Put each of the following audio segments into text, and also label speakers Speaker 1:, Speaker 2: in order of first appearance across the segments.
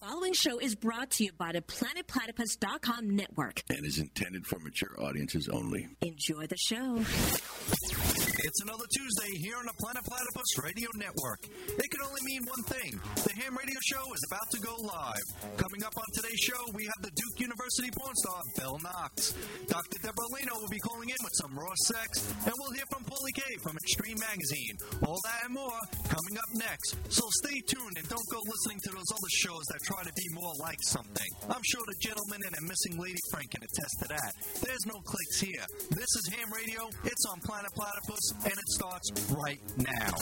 Speaker 1: following show is brought to you by the planetplatypus.com network.
Speaker 2: and is intended for mature audiences only.
Speaker 1: Enjoy the show.
Speaker 3: It's another Tuesday here on the Planet Platypus Radio Network. It can only mean one thing. The ham radio show is about to go live. Coming up on today's show, we have the Duke University porn star, Belle Knox. Dr. Deborah Leno will be calling in with some raw sex, and we'll hear from Polly K from Extreme Magazine. All that and more coming up next. So stay tuned and don't go listening to those other shows that try to be more like something. I'm sure the gentleman and a missing lady Frank can attest to that. There's no clicks here. This is Ham Radio. It's on Planet Platypus, and it starts right now.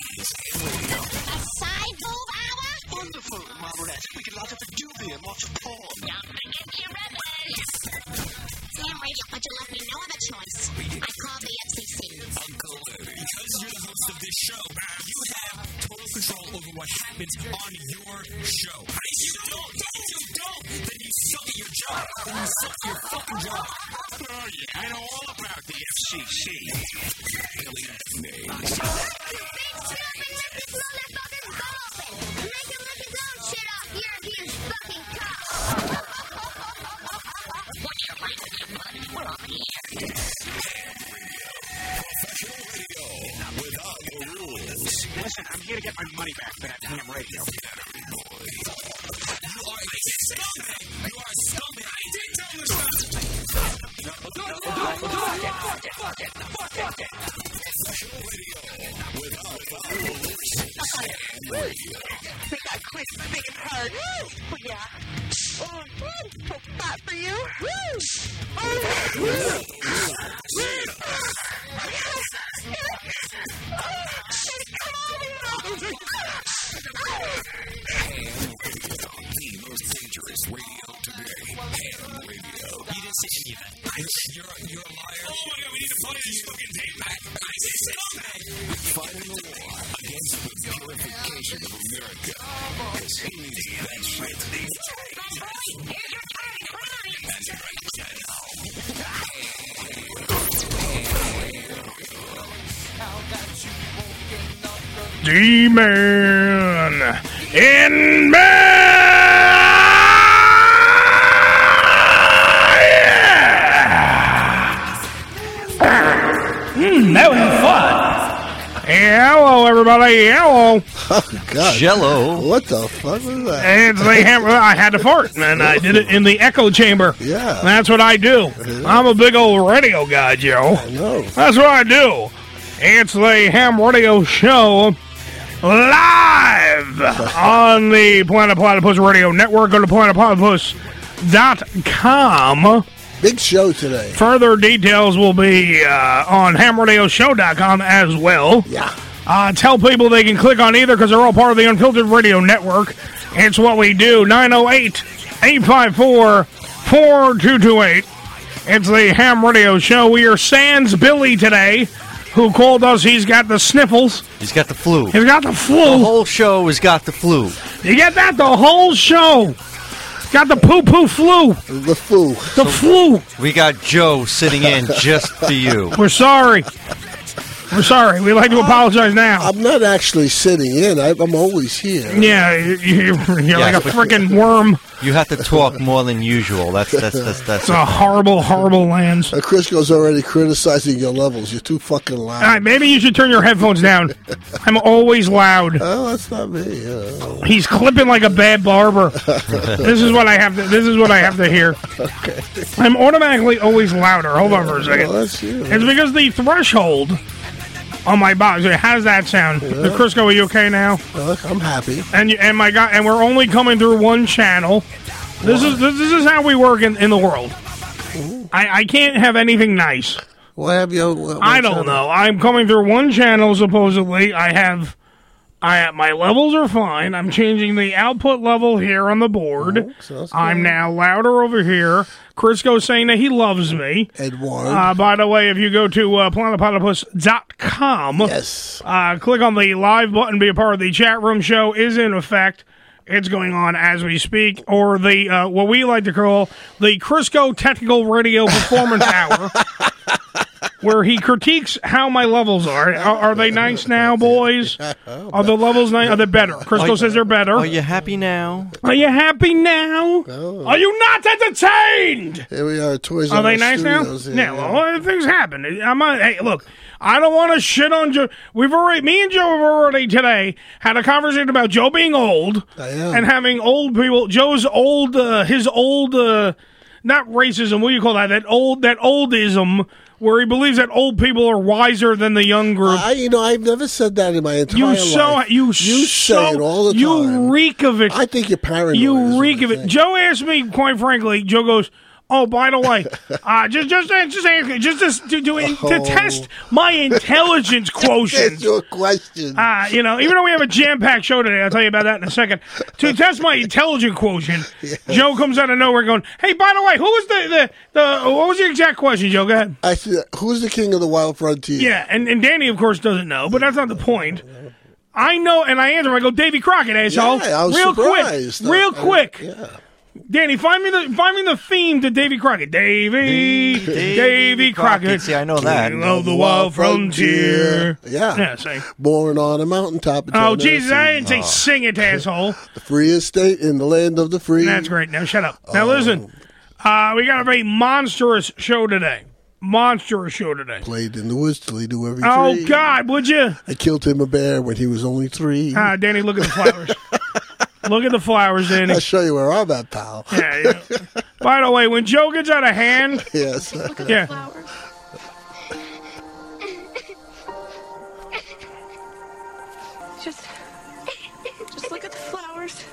Speaker 4: A sideboob hour?
Speaker 3: Wonderful, Marmonette. We can light up a juvie and watch porn.
Speaker 4: Don't forget your rubbers. Sam Radio, but you left me no other choice. I called the FCC.
Speaker 5: Uncle Larry. Because you're the host of this show, you have total control over what happens on your show. If you don't, if you don't, then you suck at your job. Then you suck at your fucking job. Oh, yeah, I know all about the FCC. Billy name.
Speaker 4: Big snooping, let this motherfucker's balls in. Make him lick his own shit off European fucking cops. Would you like to get money? We're on the air.
Speaker 5: Listen, I'm here to get my money back for that damn radio. You are a scumbag! You are a scumbag! I did tell you
Speaker 6: They got quick, but they can hurt. Oh, yeah. Oh, woo. so fat for you. Woo. Oh, woo.
Speaker 5: the most dangerous radio today. Ham radio. You didn't say any of that. you're, a, you're a liar. Oh my god, we need to play this fucking tape back. I said scumbag. Fighting the war against the purification of America. Because he needs that shit. That's right. Here's your fucking crime. That's right. I know.
Speaker 7: Demon in man. Mm, that was fun. Hello, everybody. Hello.
Speaker 8: Oh God!
Speaker 3: Jello.
Speaker 8: What the fuck was that?
Speaker 7: It's the ham- I had to fart, and I did it in the echo chamber.
Speaker 8: Yeah.
Speaker 7: That's what I do. I'm a big old radio guy, Joe.
Speaker 8: No.
Speaker 7: That's what I do. It's the Ham Radio Show live on the Planet Platypus Radio Network. Go to planetplatypus.com.
Speaker 8: Big show today.
Speaker 7: Further details will be uh, on hamradioshow.com as well.
Speaker 8: Yeah.
Speaker 7: Uh, tell people they can click on either because they're all part of the Unfiltered Radio Network. It's what we do. 908 854 4228. It's the Ham Radio Show. We are Sans Billy today, who called us. He's got the sniffles,
Speaker 3: He's got the flu.
Speaker 7: he's got the
Speaker 3: The
Speaker 7: flu.
Speaker 3: whole show has got the flu.
Speaker 7: You get that? The whole show. Got the poo poo flu.
Speaker 8: The fool.
Speaker 7: The flu.
Speaker 3: We got Joe sitting in just for you.
Speaker 7: We're sorry. We're sorry. We'd like to apologize now.
Speaker 8: I'm not actually sitting in. I, I'm always here.
Speaker 7: Yeah, you- you- you're like a
Speaker 3: but-
Speaker 7: freaking worm.
Speaker 3: You have to talk more than usual. That's that's that's that's.
Speaker 7: It's a horrible, horrible lens.
Speaker 8: Uh, Crisco's already criticizing your levels. You're too fucking
Speaker 7: All right,
Speaker 8: loud.
Speaker 7: maybe you should turn your headphones down. I'm always loud.
Speaker 8: Oh, that's not me. Uh,
Speaker 7: He's clipping like a bad barber. This is what I have to. This is what I have to hear. I'm automatically always louder. Hold on for a
Speaker 8: well,
Speaker 7: second.
Speaker 8: that's you.
Speaker 7: It's because the threshold on my box. How's that sound? Crisco, are you okay now?
Speaker 8: Look, I'm happy.
Speaker 7: and you, and my guy, and we're only coming through one channel. This is this, this is how we work in, in the world. I, I can't have anything nice.
Speaker 8: Why have you? uh,
Speaker 7: I don't know. I'm coming through one channel supposedly. I have, I my levels are fine. I'm changing the output level here on the board.
Speaker 8: sounds
Speaker 7: I'm now louder over here. Crisco's saying that he loves me.
Speaker 8: Edward.
Speaker 7: Uh, by the way, if you go to uh, planetplatypus.com,
Speaker 8: yes.
Speaker 7: uh, click on the live button. Be a part of the chat room show. Is in effect. It's going on as we speak, or the uh, what we like to call the Crisco Technical Radio Performance Hour, where he critiques how my levels are. Are, are they nice now, boys? Are the levels nice? Are they better? Crisco says they're better.
Speaker 3: Are you Oh. happy now?
Speaker 7: Are you happy now? Are you not entertained?
Speaker 8: Here we are. Toys.
Speaker 7: Are
Speaker 8: R
Speaker 7: they
Speaker 8: Us
Speaker 7: nice now?
Speaker 8: Studios.
Speaker 7: Yeah, well, things happen. I'm not, hey, look, I don't want to shit on Joe. We've already, me and Joe have already today had a conversation about Joe being old
Speaker 8: I am.
Speaker 7: and having old people. Joe's old, uh, his old, uh, not racism. What do you call that? That old, that oldism, where he believes that old people are wiser than the young group.
Speaker 8: I, you know, I've never said that in my entire
Speaker 7: you
Speaker 8: life.
Speaker 7: so, you,
Speaker 8: you
Speaker 7: so,
Speaker 8: say it all the time.
Speaker 7: You reek of it.
Speaker 8: I think you're paranoid. is what
Speaker 7: You
Speaker 8: I
Speaker 7: reek of it.
Speaker 8: think.
Speaker 7: Joe asked me, quite frankly. Joe goes, "Oh, by the way, uh, just just just ask- just, just to, to, to
Speaker 8: Oh.
Speaker 7: test my intelligence
Speaker 8: That's
Speaker 7: quotient."
Speaker 8: your question.
Speaker 7: Uh, you know, even though we have a jam-packed show today, I'll tell you about that in a second. To test my intelligence quotient, Joe comes out of nowhere going, "Hey, by the way, who was the, the the what was the exact question, Joe? Go ahead."
Speaker 8: I said, who's the king of the wild frontier?
Speaker 7: Yeah, and, and Danny, of course, doesn't know, but that's not the point. I know, and I answer. him, I go, Davy Crockett, asshole.
Speaker 8: Yeah, I was
Speaker 7: real
Speaker 8: surprised. Uh,
Speaker 7: quick, real
Speaker 8: I- I-
Speaker 7: quick. Danny, find me the find me the theme to Davy Crockett. Davy, Davy Crockett.
Speaker 3: See, I know that.
Speaker 7: We love the wild frontier.
Speaker 8: Yeah.
Speaker 7: Yeah, sing.
Speaker 8: Born on a mountaintop. in
Speaker 7: Oh,
Speaker 8: Tennessee.
Speaker 7: Jesus, I didn't say sing it, asshole.
Speaker 8: The freest state in the land of the free.
Speaker 7: That's great. Now shut up. Now listen, uh, we got a very monstrous show today. Monstrous show today.
Speaker 8: Played in the woods till he knew every
Speaker 7: Oh
Speaker 8: tree.
Speaker 7: God, would you?
Speaker 8: I killed him a bear when he was only three.
Speaker 7: Ah, Danny, look at the flowers. look at the flowers, Danny.
Speaker 8: I'll show you where I'm at, pal.
Speaker 7: Yeah, yeah. By the way, when Joe gets out of hand,
Speaker 8: yes.
Speaker 7: yeah,
Speaker 9: Just, just look at the flowers.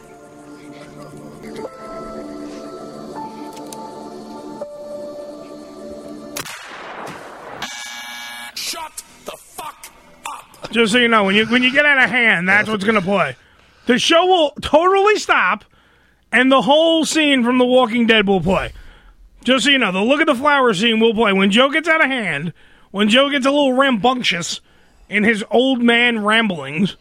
Speaker 5: Shut the fuck up.
Speaker 7: just so you know, when you when you get out of hand, that's what's gonna play. The show will totally stop, and the whole scene from The Walking Dead will play. Just so you know, the look at the flower scene will play when Joe gets out of hand. When Joe gets a little rambunctious in his old man ramblings,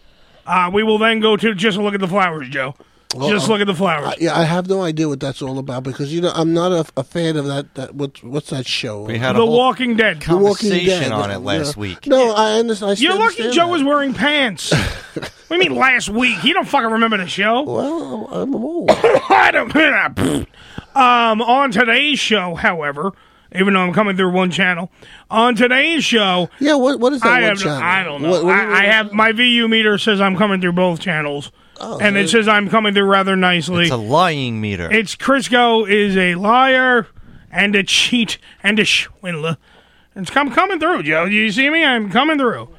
Speaker 7: uh, we will then go to just look at the flowers, Joe. Just look at the flowers.
Speaker 8: Yeah, I have no idea what that's all about because you know I'm not a, a fan of that. that what, what's that show?
Speaker 3: We had a
Speaker 7: the
Speaker 3: whole
Speaker 7: Walking Dead.
Speaker 8: The Walking
Speaker 3: conversation
Speaker 8: Dead,
Speaker 3: on it last
Speaker 8: yeah.
Speaker 3: week.
Speaker 8: No, I understand. I still
Speaker 7: You're lucky
Speaker 8: understand
Speaker 7: Joe
Speaker 8: that.
Speaker 7: was wearing pants. what do you mean last week? He don't fucking remember the show.
Speaker 8: Well, I'm old.
Speaker 7: I don't. um, on today's show, however, even though I'm coming through one channel, on today's show,
Speaker 8: yeah, what what is that?
Speaker 7: I
Speaker 8: one
Speaker 7: have.
Speaker 8: channel?
Speaker 7: I don't know.
Speaker 8: What- what-
Speaker 7: I, I have my VU meter says I'm coming through both channels,
Speaker 8: Oh,
Speaker 7: and it says I'm coming through rather nicely.
Speaker 3: It's a lying meter.
Speaker 7: It's Crisco is a liar and a cheat and a swindler. It's come coming through, Joe. You see me? I'm coming through.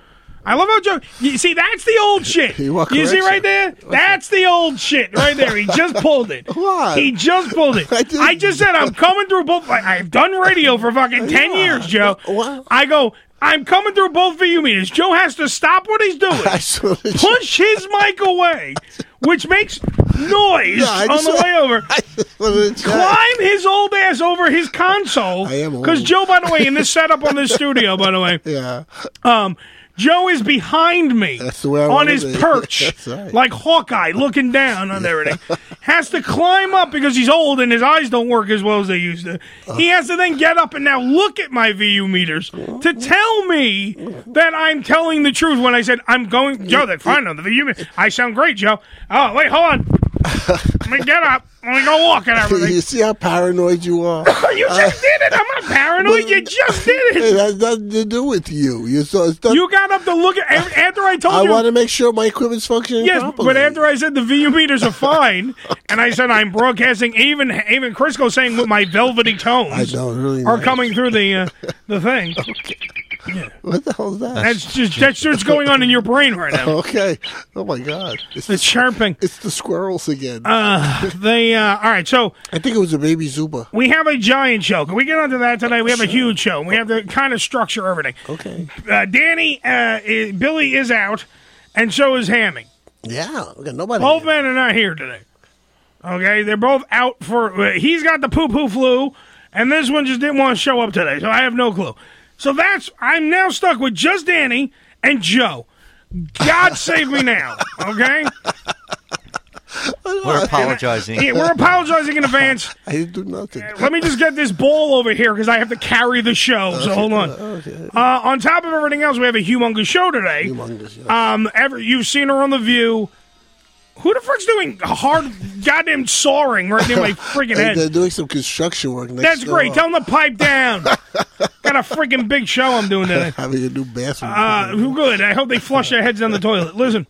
Speaker 7: I love how Joe. You see, that's the old shit.
Speaker 8: You are
Speaker 7: you see
Speaker 8: correct,
Speaker 7: right there? That's the old shit right there. He just pulled it.
Speaker 8: What?
Speaker 7: He just pulled it.
Speaker 8: I
Speaker 7: I,
Speaker 8: didn't-
Speaker 7: just said I'm coming through both. I, I've done radio for fucking ten years, Joe.
Speaker 8: What?
Speaker 7: I go. I'm coming through both VU meters. Joe has to stop what he's doing
Speaker 8: I saw the
Speaker 7: push his mic away, which makes noise
Speaker 8: Yeah, I
Speaker 7: on the
Speaker 8: saw-
Speaker 7: way over.
Speaker 8: I saw the channel.
Speaker 7: Climb his old ass over his console.
Speaker 8: I am old.
Speaker 7: Because Joe, by the way, in this setup on this studio, by the way,
Speaker 8: Yeah,
Speaker 7: um, Joe is behind me
Speaker 8: Uh. That's the way I
Speaker 7: on
Speaker 8: wanna
Speaker 7: his
Speaker 8: be.
Speaker 7: perch,
Speaker 8: That's right.
Speaker 7: like Hawkeye looking down on everything. Has to climb up because he's old and his eyes don't work as well as they used to.
Speaker 8: Uh.
Speaker 7: He has to then get up and now look at my VU meters
Speaker 8: Uh.
Speaker 7: to tell me that I'm telling the truth when I said I'm going. Joe, they're fine on the VU meter. I sound great, Joe. Oh, wait, hold on. Let me get up. Let me go walk and
Speaker 8: you
Speaker 7: everything.
Speaker 8: see how paranoid you are.
Speaker 7: You just did it. I'm not paranoid. You just
Speaker 8: it
Speaker 7: did it.
Speaker 8: has nothing to do with you. You saw. It's not,
Speaker 7: You got up to look at after I told
Speaker 8: I
Speaker 7: you.
Speaker 8: want to make sure my equipment's functioning
Speaker 7: Yes,
Speaker 8: properly.
Speaker 7: but after I said the VU meters are fine, and I said I'm broadcasting, even even Crisco saying with my velvety tones
Speaker 8: I know, really
Speaker 7: are
Speaker 8: nice.
Speaker 7: coming through the uh, the thing.
Speaker 8: What the hell is that?
Speaker 7: That's just that's what's going on in your brain right now.
Speaker 8: okay. Oh my God. It's,
Speaker 7: It's
Speaker 8: the,
Speaker 7: chirping.
Speaker 8: it's the squirrels again.
Speaker 7: They uh, all right. So
Speaker 8: I think it was a baby Zuba.
Speaker 7: we have a giant show. Can we get onto that today? We have a huge show. We have to kind of structure everything.
Speaker 8: Okay.
Speaker 7: Uh, Danny, uh, i Billy is out, and so is Hammy.
Speaker 8: Yeah. We got nobody.
Speaker 7: Both
Speaker 8: here.
Speaker 7: men are not here today. Okay, they're both out for. Uh, he's got the poo poo flu, and this one just didn't want to show up today, so I have no clue. So that's I'm now stuck with just Danny and Joe. God save me now. Okay,
Speaker 3: We're apologizing.
Speaker 7: Yeah, we're apologizing in advance.
Speaker 8: I didn't do nothing.
Speaker 7: Let me just get this bowl over here because I have to carry the show. So hold
Speaker 8: Oh,
Speaker 7: on. Uh, on top of everything else, we have a humongous show today.
Speaker 8: Humongous, yeah.
Speaker 7: Um, ever you've seen her on the View. Who the frick's doing hard goddamn sawing right near my freaking
Speaker 8: Hey, they're
Speaker 7: head?
Speaker 8: doing some construction work next
Speaker 7: That's
Speaker 8: door.
Speaker 7: great. Tell him to pipe down. Got a freaking big show I'm doing today.
Speaker 8: Having a new bathroom.
Speaker 7: Uh, who good? I hope they flush their heads down the toilet. Listen,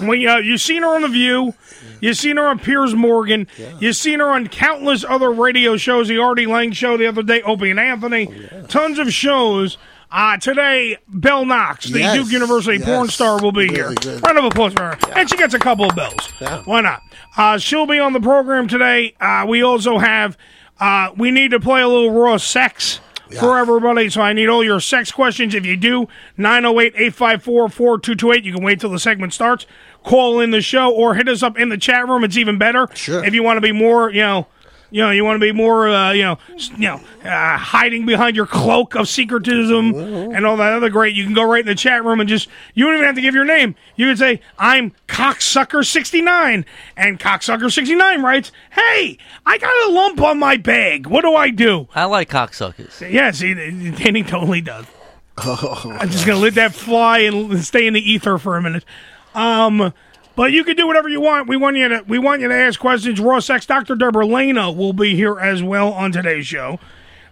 Speaker 7: when uh, you've seen her on The View, you've seen her on Piers Morgan, you've seen her on countless other radio shows, the Artie Lang show the other day, Opie and Anthony,
Speaker 8: Oh,
Speaker 7: tons of shows. Uh, today, Bell Knox, the
Speaker 8: Yes.
Speaker 7: Duke University
Speaker 8: Yes.
Speaker 7: porn star, will be
Speaker 8: Really
Speaker 7: here.
Speaker 8: good.
Speaker 7: Round of applause for her. And she gets a couple of bells.
Speaker 8: Yeah.
Speaker 7: Why not? Uh, she'll be on the program today. Uh, we also have, uh, we need to play a little raw sex for everybody. So I need all your sex questions. If you do, 908 854 4228. You can wait till the segment starts. Call in the show or hit us up in the chat room. It's even better.
Speaker 8: Sure.
Speaker 7: If you want to be more, you know. You know, you want to be more, uh, you know, s- you know, uh, hiding behind your cloak of secretism and all that other great. You can go right in the chat room and just, you don't even have to give your name. You can say, I'm cocksucker69. And cocksucker69 writes, Hey, I got a lump on my bag. What do I do?
Speaker 3: I like cocksuckers.
Speaker 7: Yes, he, Danny totally does. I'm just gonna let that fly and stay in the ether for a minute. Um, but you can do whatever you want. We want you to we want you to ask questions. Raw sex. Dr. Deborah Lena will be here as well on today's show.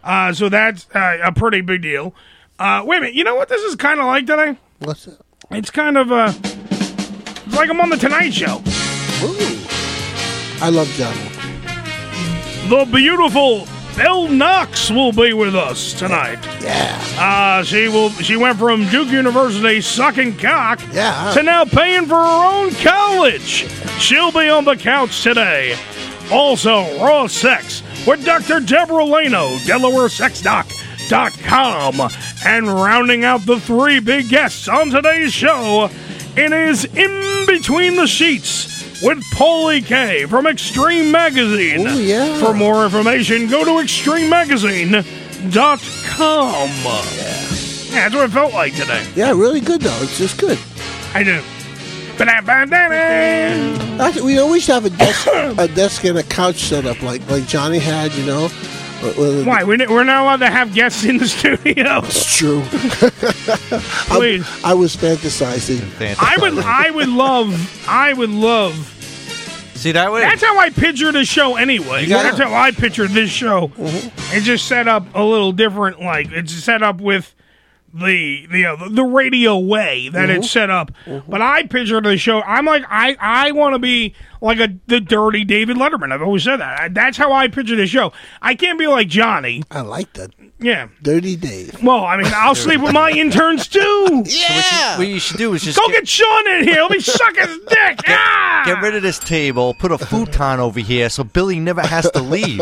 Speaker 7: Uh, so that's uh, a pretty big deal. Uh, wait a minute. You know what this is kind of like today?
Speaker 8: What's that?
Speaker 7: It's kind of uh, it's like I'm on the Tonight Show.
Speaker 8: Ooh. I love Johnny.
Speaker 7: The beautiful Belle Knox will be with us tonight.
Speaker 8: Yeah.
Speaker 7: Uh, she will. She went from Duke University sucking cock
Speaker 8: Yeah. uh.
Speaker 7: to now paying for her own college. She'll be on the couch today. Also, raw sex with Dr. Deborah Leno, DelawareSexDoc.com, and rounding out the three big guests on today's show, it is in between the sheets with Paulie K from Extreme Magazine.
Speaker 8: Ooh, yeah.
Speaker 7: For more information, go to extrememagazine.com. Yeah. that's what it felt like today.
Speaker 8: Yeah, really good though. It's just good.
Speaker 7: I do. Ba-da-ba-da-da.
Speaker 8: Actually, we always have a desk, a desk and a couch set up like like Johnny had, you know. Uh, well,
Speaker 7: Why? We're we're not allowed to have guests in the studio.
Speaker 8: It's true.
Speaker 7: Please.
Speaker 8: I was fantasizing.
Speaker 7: I would, I would love, I would love.
Speaker 3: See that way.
Speaker 7: That's how I picture the show anyway.
Speaker 8: Yeah.
Speaker 7: That's how I picture this show.
Speaker 3: Mm-hmm.
Speaker 7: It's just set up a little different. Like it's set up with the the uh, the radio way that it's
Speaker 3: Mm-hmm.
Speaker 7: set up. But I picture the show. I'm like I I want to be like a the dirty David Letterman. I've always said that. I, that's how I picture the show. I can't be like Johnny.
Speaker 8: I like that.
Speaker 7: Yeah.
Speaker 8: Dirty Dave.
Speaker 7: Well, I mean, I'll sleep with my interns too.
Speaker 3: what you should do is just
Speaker 7: Go
Speaker 3: get,
Speaker 7: get Sean in here. Let me suck his dick. Ah!
Speaker 3: get rid of this table, put a futon over here, so Billy never has to leave.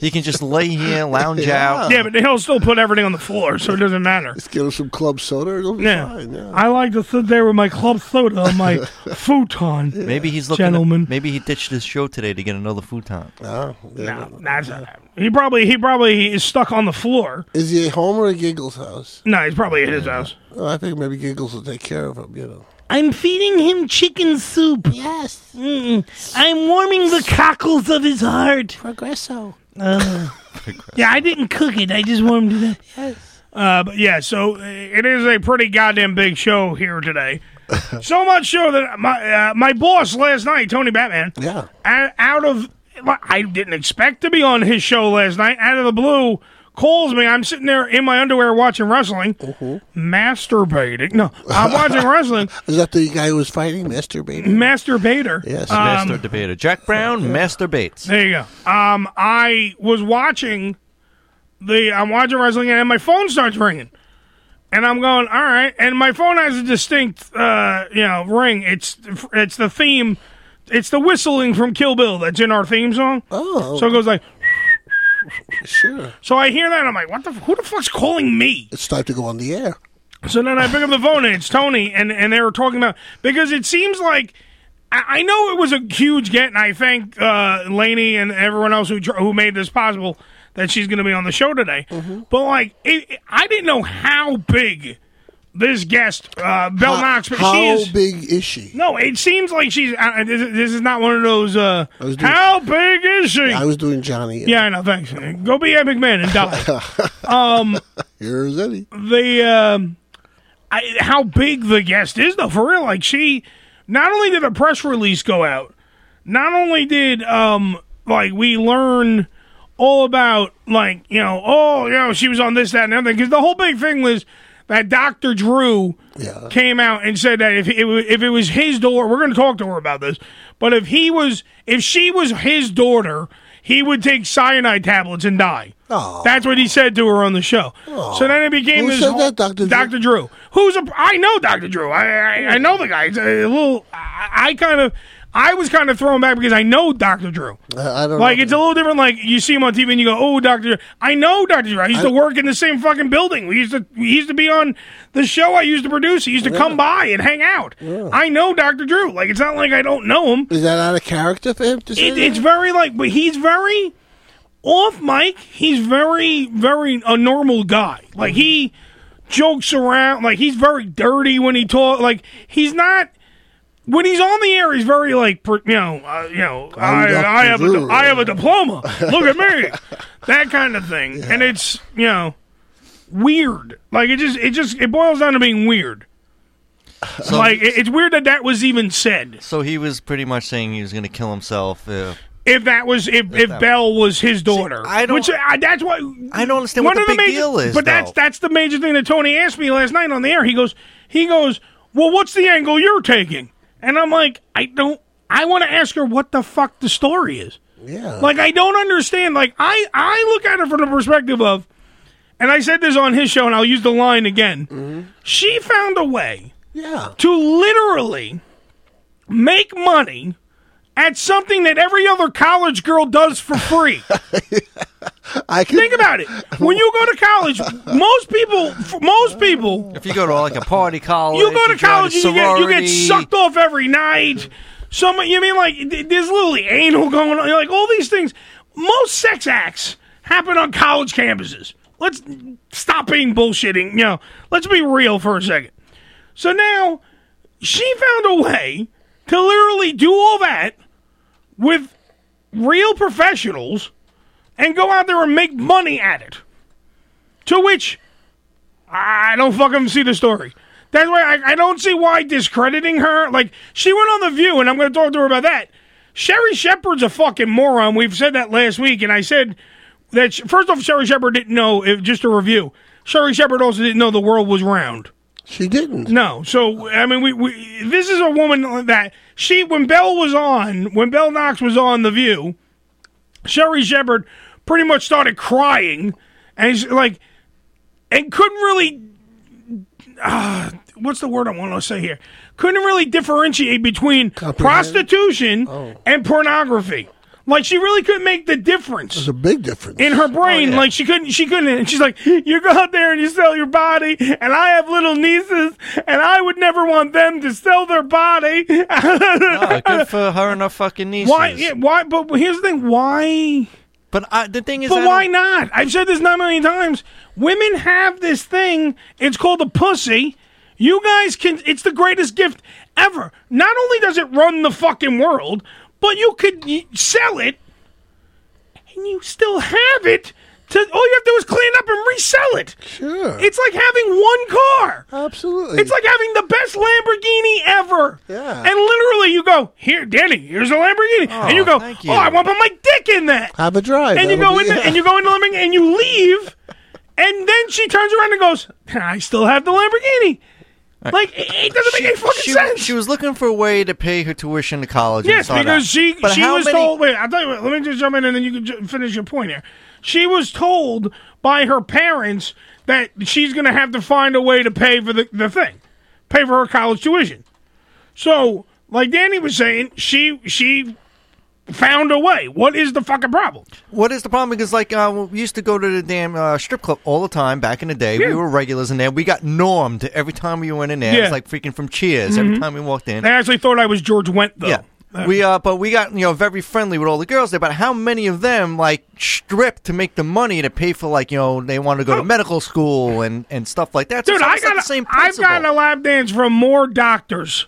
Speaker 3: he can just lay here, lounge out.
Speaker 7: yeah, but he'll still put everything on the floor, so it doesn't matter.
Speaker 8: Let's get him some club soda. It'll be
Speaker 7: Yeah.
Speaker 8: fine. Yeah.
Speaker 7: I like to sit there with my club soda on my futon.
Speaker 3: Maybe he's looking.
Speaker 7: Gentlemen.
Speaker 3: maybe he ditched his show today to get another futon.
Speaker 8: Oh, yeah.
Speaker 7: No, that's he probably he probably is stuck on the floor.
Speaker 8: Is he at home or at Giggles' house?
Speaker 7: No, he's probably at his house.
Speaker 8: Oh, I think maybe Giggles will take care of him. You know.
Speaker 7: I'm feeding him chicken soup.
Speaker 8: Yes.
Speaker 7: I'm warming the cockles of his heart.
Speaker 8: Progresso.
Speaker 7: Uh, Yeah, I didn't cook it. I just warmed it up. Uh, but yeah, so uh, it is a pretty goddamn big show here today. so much so that my uh, my boss last night, Tony Batman,
Speaker 8: Yeah.
Speaker 7: a- out of well, I didn't expect to be on his show last night. Out of the blue, calls me. I'm sitting there in my underwear watching wrestling, masturbating. No, I'm watching wrestling,
Speaker 8: Is that the guy who was fighting masturbating?
Speaker 7: masturbator.
Speaker 8: Yes.
Speaker 3: Master debater Jack Brown masturbates.
Speaker 7: There you go. Um, I was watching the I'm watching wrestling and my phone starts ringing, and I'm going, all right. And my phone has a distinct, uh, you know, ring. It's it's the theme, it's the whistling from Kill Bill that's in our theme song.
Speaker 8: Oh.
Speaker 7: so it goes like.
Speaker 8: Sure.
Speaker 7: So I hear that and I'm like, what the? Who the fuck's calling me?
Speaker 8: It's time to go on the air.
Speaker 7: So then I pick up the phone and it's Tony, and, and they were talking about because it seems like I, I know it was a huge get, and I thank uh, Lainey and everyone else who dr- who made this possible that she's going to be on the show today.
Speaker 8: Mm-hmm.
Speaker 7: But like, it, it- I didn't know how big this guest uh, Bell Knox, but
Speaker 8: How
Speaker 7: she is.
Speaker 8: big is she?
Speaker 7: No, it seems like she's. Uh, this, is- this is not one of those. Uh, how big is she?
Speaker 8: I was doing Johnny.
Speaker 7: yeah, I know. Thanks. Go be Epic Man and die. um,
Speaker 8: Here's Eddie.
Speaker 7: the um, I, how big the guest is though for real like she not only did a press release go out not only did um like we learn all about like you know oh you know she was on this that and everything because the whole big thing was that Dr. Drew came out and said that if it wa- if it was his daughter, we're going to talk to her about this. But if he was if she was his daughter, he would take cyanide tablets and die.
Speaker 8: Oh.
Speaker 7: That's what he said to her on the show. So then it became
Speaker 8: Who
Speaker 7: this
Speaker 8: said
Speaker 7: whole-
Speaker 8: that, Dr. Drew?
Speaker 7: Drew? Who's a? I know Dr. Drew. I I, I know the guy. It's a little. I, I kind of. I was kind of thrown back because I know Dr. Drew.
Speaker 8: I, I don't
Speaker 7: Like
Speaker 8: know.
Speaker 7: it's a little different. Like you see him on TV and you go, "Oh, Doctor, I know Doctor Drew. I used to work in the same fucking building. We used to we used to be on the show I used to produce. He used to come by and hang out. I know Doctor Drew. Like it's not like I don't know him.
Speaker 8: Is that out of character for him to say?
Speaker 7: It, it's very like, but he's very off mic. He's very very a normal guy. Like he jokes around. Like he's very dirty when he talk. Like he's not. When he's on the air, he's very like per- you know, uh, you know, I,
Speaker 8: Dr.
Speaker 7: I have a,
Speaker 8: Drew.
Speaker 7: I have a diploma. Look at me, that kind of thing, and it's you know weird. Like it just it just it boils down to being weird. like it, it's weird that that was even said.
Speaker 3: So he was pretty much saying he was going to kill himself. Uh,
Speaker 7: if that was if, if Belle was his daughter.
Speaker 3: I don't-
Speaker 7: Which I, that's why
Speaker 3: I don't understand what
Speaker 7: one
Speaker 3: the
Speaker 7: of the
Speaker 3: big
Speaker 7: major,
Speaker 3: deal is,
Speaker 7: But that's
Speaker 3: though.
Speaker 7: that's the major thing that Tony asked me last night on the air. He goes, he goes, well, what's the angle you're taking? And I'm like, I don't. I want to ask her what the fuck the story is.
Speaker 8: yeah.
Speaker 7: Like I don't understand. Like I I look at it from the perspective of, and I said this on his show, and I'll use the line again.
Speaker 3: Mm-hmm.
Speaker 7: She found a way
Speaker 8: yeah.
Speaker 7: to literally make money at something that every other college girl does for free.
Speaker 8: I can
Speaker 7: Think about it. When you go to college, most people, for most people,
Speaker 3: if you go to like a party college,
Speaker 7: you go to
Speaker 3: you join a
Speaker 7: college and you get you get
Speaker 3: sorority,
Speaker 7: sucked off every night. Some you mean like th- there's literally anal going on, like all these things. Most sex acts happen on college campuses. Let's stop being bullshitting. You know, let's be real for a second. So now she found a way to literally do all that with real professionals and go out there and make money at it. To which I don't fucking see the story. That's why I, I don't see why discrediting her. Like she went on the View, and I'm going to talk to her about that. Sherry Shepard's a fucking moron. We've said that last week, and I said that sh- first off, Sherry Shepard didn't know. If just a review, Sherry Shepard also didn't know the world was round.
Speaker 8: She didn't.
Speaker 7: No. So I mean, we, we this is a woman that she when Bell was on when Bell Knox was on The View, Sherry Shepard pretty much started crying and she's like and couldn't really. ah, What's the word I want to say here? Couldn't really differentiate between prostitution
Speaker 8: Oh.
Speaker 7: and pornography. Like she really couldn't make the difference
Speaker 8: It's a big difference. Oh,
Speaker 7: in her brain. Like she couldn't, she couldn't. And she's like, "You go out there and you sell your body, and I have little nieces, and I would never want them to sell their body."
Speaker 3: Oh, good for her and her fucking nieces.
Speaker 7: why? Yeah, why? But here's the thing: why?
Speaker 3: But I, the thing is, I
Speaker 7: But
Speaker 3: don't-
Speaker 7: why not? I've said this nine million times. Women have this thing. It's called a pussy. You guys can. It's the greatest gift ever. Not only does it run the fucking world, but you could y- sell it, and you still have it. To all you have to do is clean up and resell it.
Speaker 8: Sure.
Speaker 7: It's like having one car.
Speaker 8: Absolutely.
Speaker 7: It's like having the best Lamborghini ever.
Speaker 8: Yeah.
Speaker 7: And literally, you go here, Danny. Here's a Lamborghini, and you go,
Speaker 3: thank you.
Speaker 7: oh, I want to put my dick in that
Speaker 8: have a drive.
Speaker 7: and you
Speaker 8: That'll
Speaker 7: go in
Speaker 8: be-
Speaker 7: the, and you go into the Lamborghini and you leave, and then she turns around and goes, "I still have the Lamborghini." Like it, it doesn't make any fucking
Speaker 3: Uh, She,
Speaker 7: sense.
Speaker 3: she was looking for a way to pay her tuition to college. and
Speaker 7: Yes,
Speaker 3: saw that.
Speaker 7: because she
Speaker 3: But
Speaker 7: she
Speaker 3: how
Speaker 7: was
Speaker 3: many-
Speaker 7: told. Wait, I tell you what. Let me just jump in, and then you can ju- finish your point here. She was told by her parents that she's going to have to find a way to pay for the, the thing, pay for her college tuition. So, like Danny was saying, she she found a way. What is the fucking problem?
Speaker 3: What is the problem? Because like uh, we used to go to the damn uh, strip club all the time back in the day.
Speaker 7: Yeah.
Speaker 3: We were regulars in there. We got normed every time we went in there. It
Speaker 7: Yeah.
Speaker 3: was
Speaker 7: Mm-hmm.
Speaker 3: like freaking from Cheers every time we walked in.
Speaker 7: They actually thought I was George Wendt, though.
Speaker 3: Yeah. We uh, but we got you know very friendly with all the girls there. But how many of them like stripped to make the money to pay for like you know they want to go to medical school and and stuff like that. So
Speaker 7: Oh. Dude,
Speaker 3: it's
Speaker 7: I
Speaker 3: almost like
Speaker 7: got
Speaker 3: the same
Speaker 7: a, I've
Speaker 3: principle.
Speaker 7: gotten a lap dance from more doctors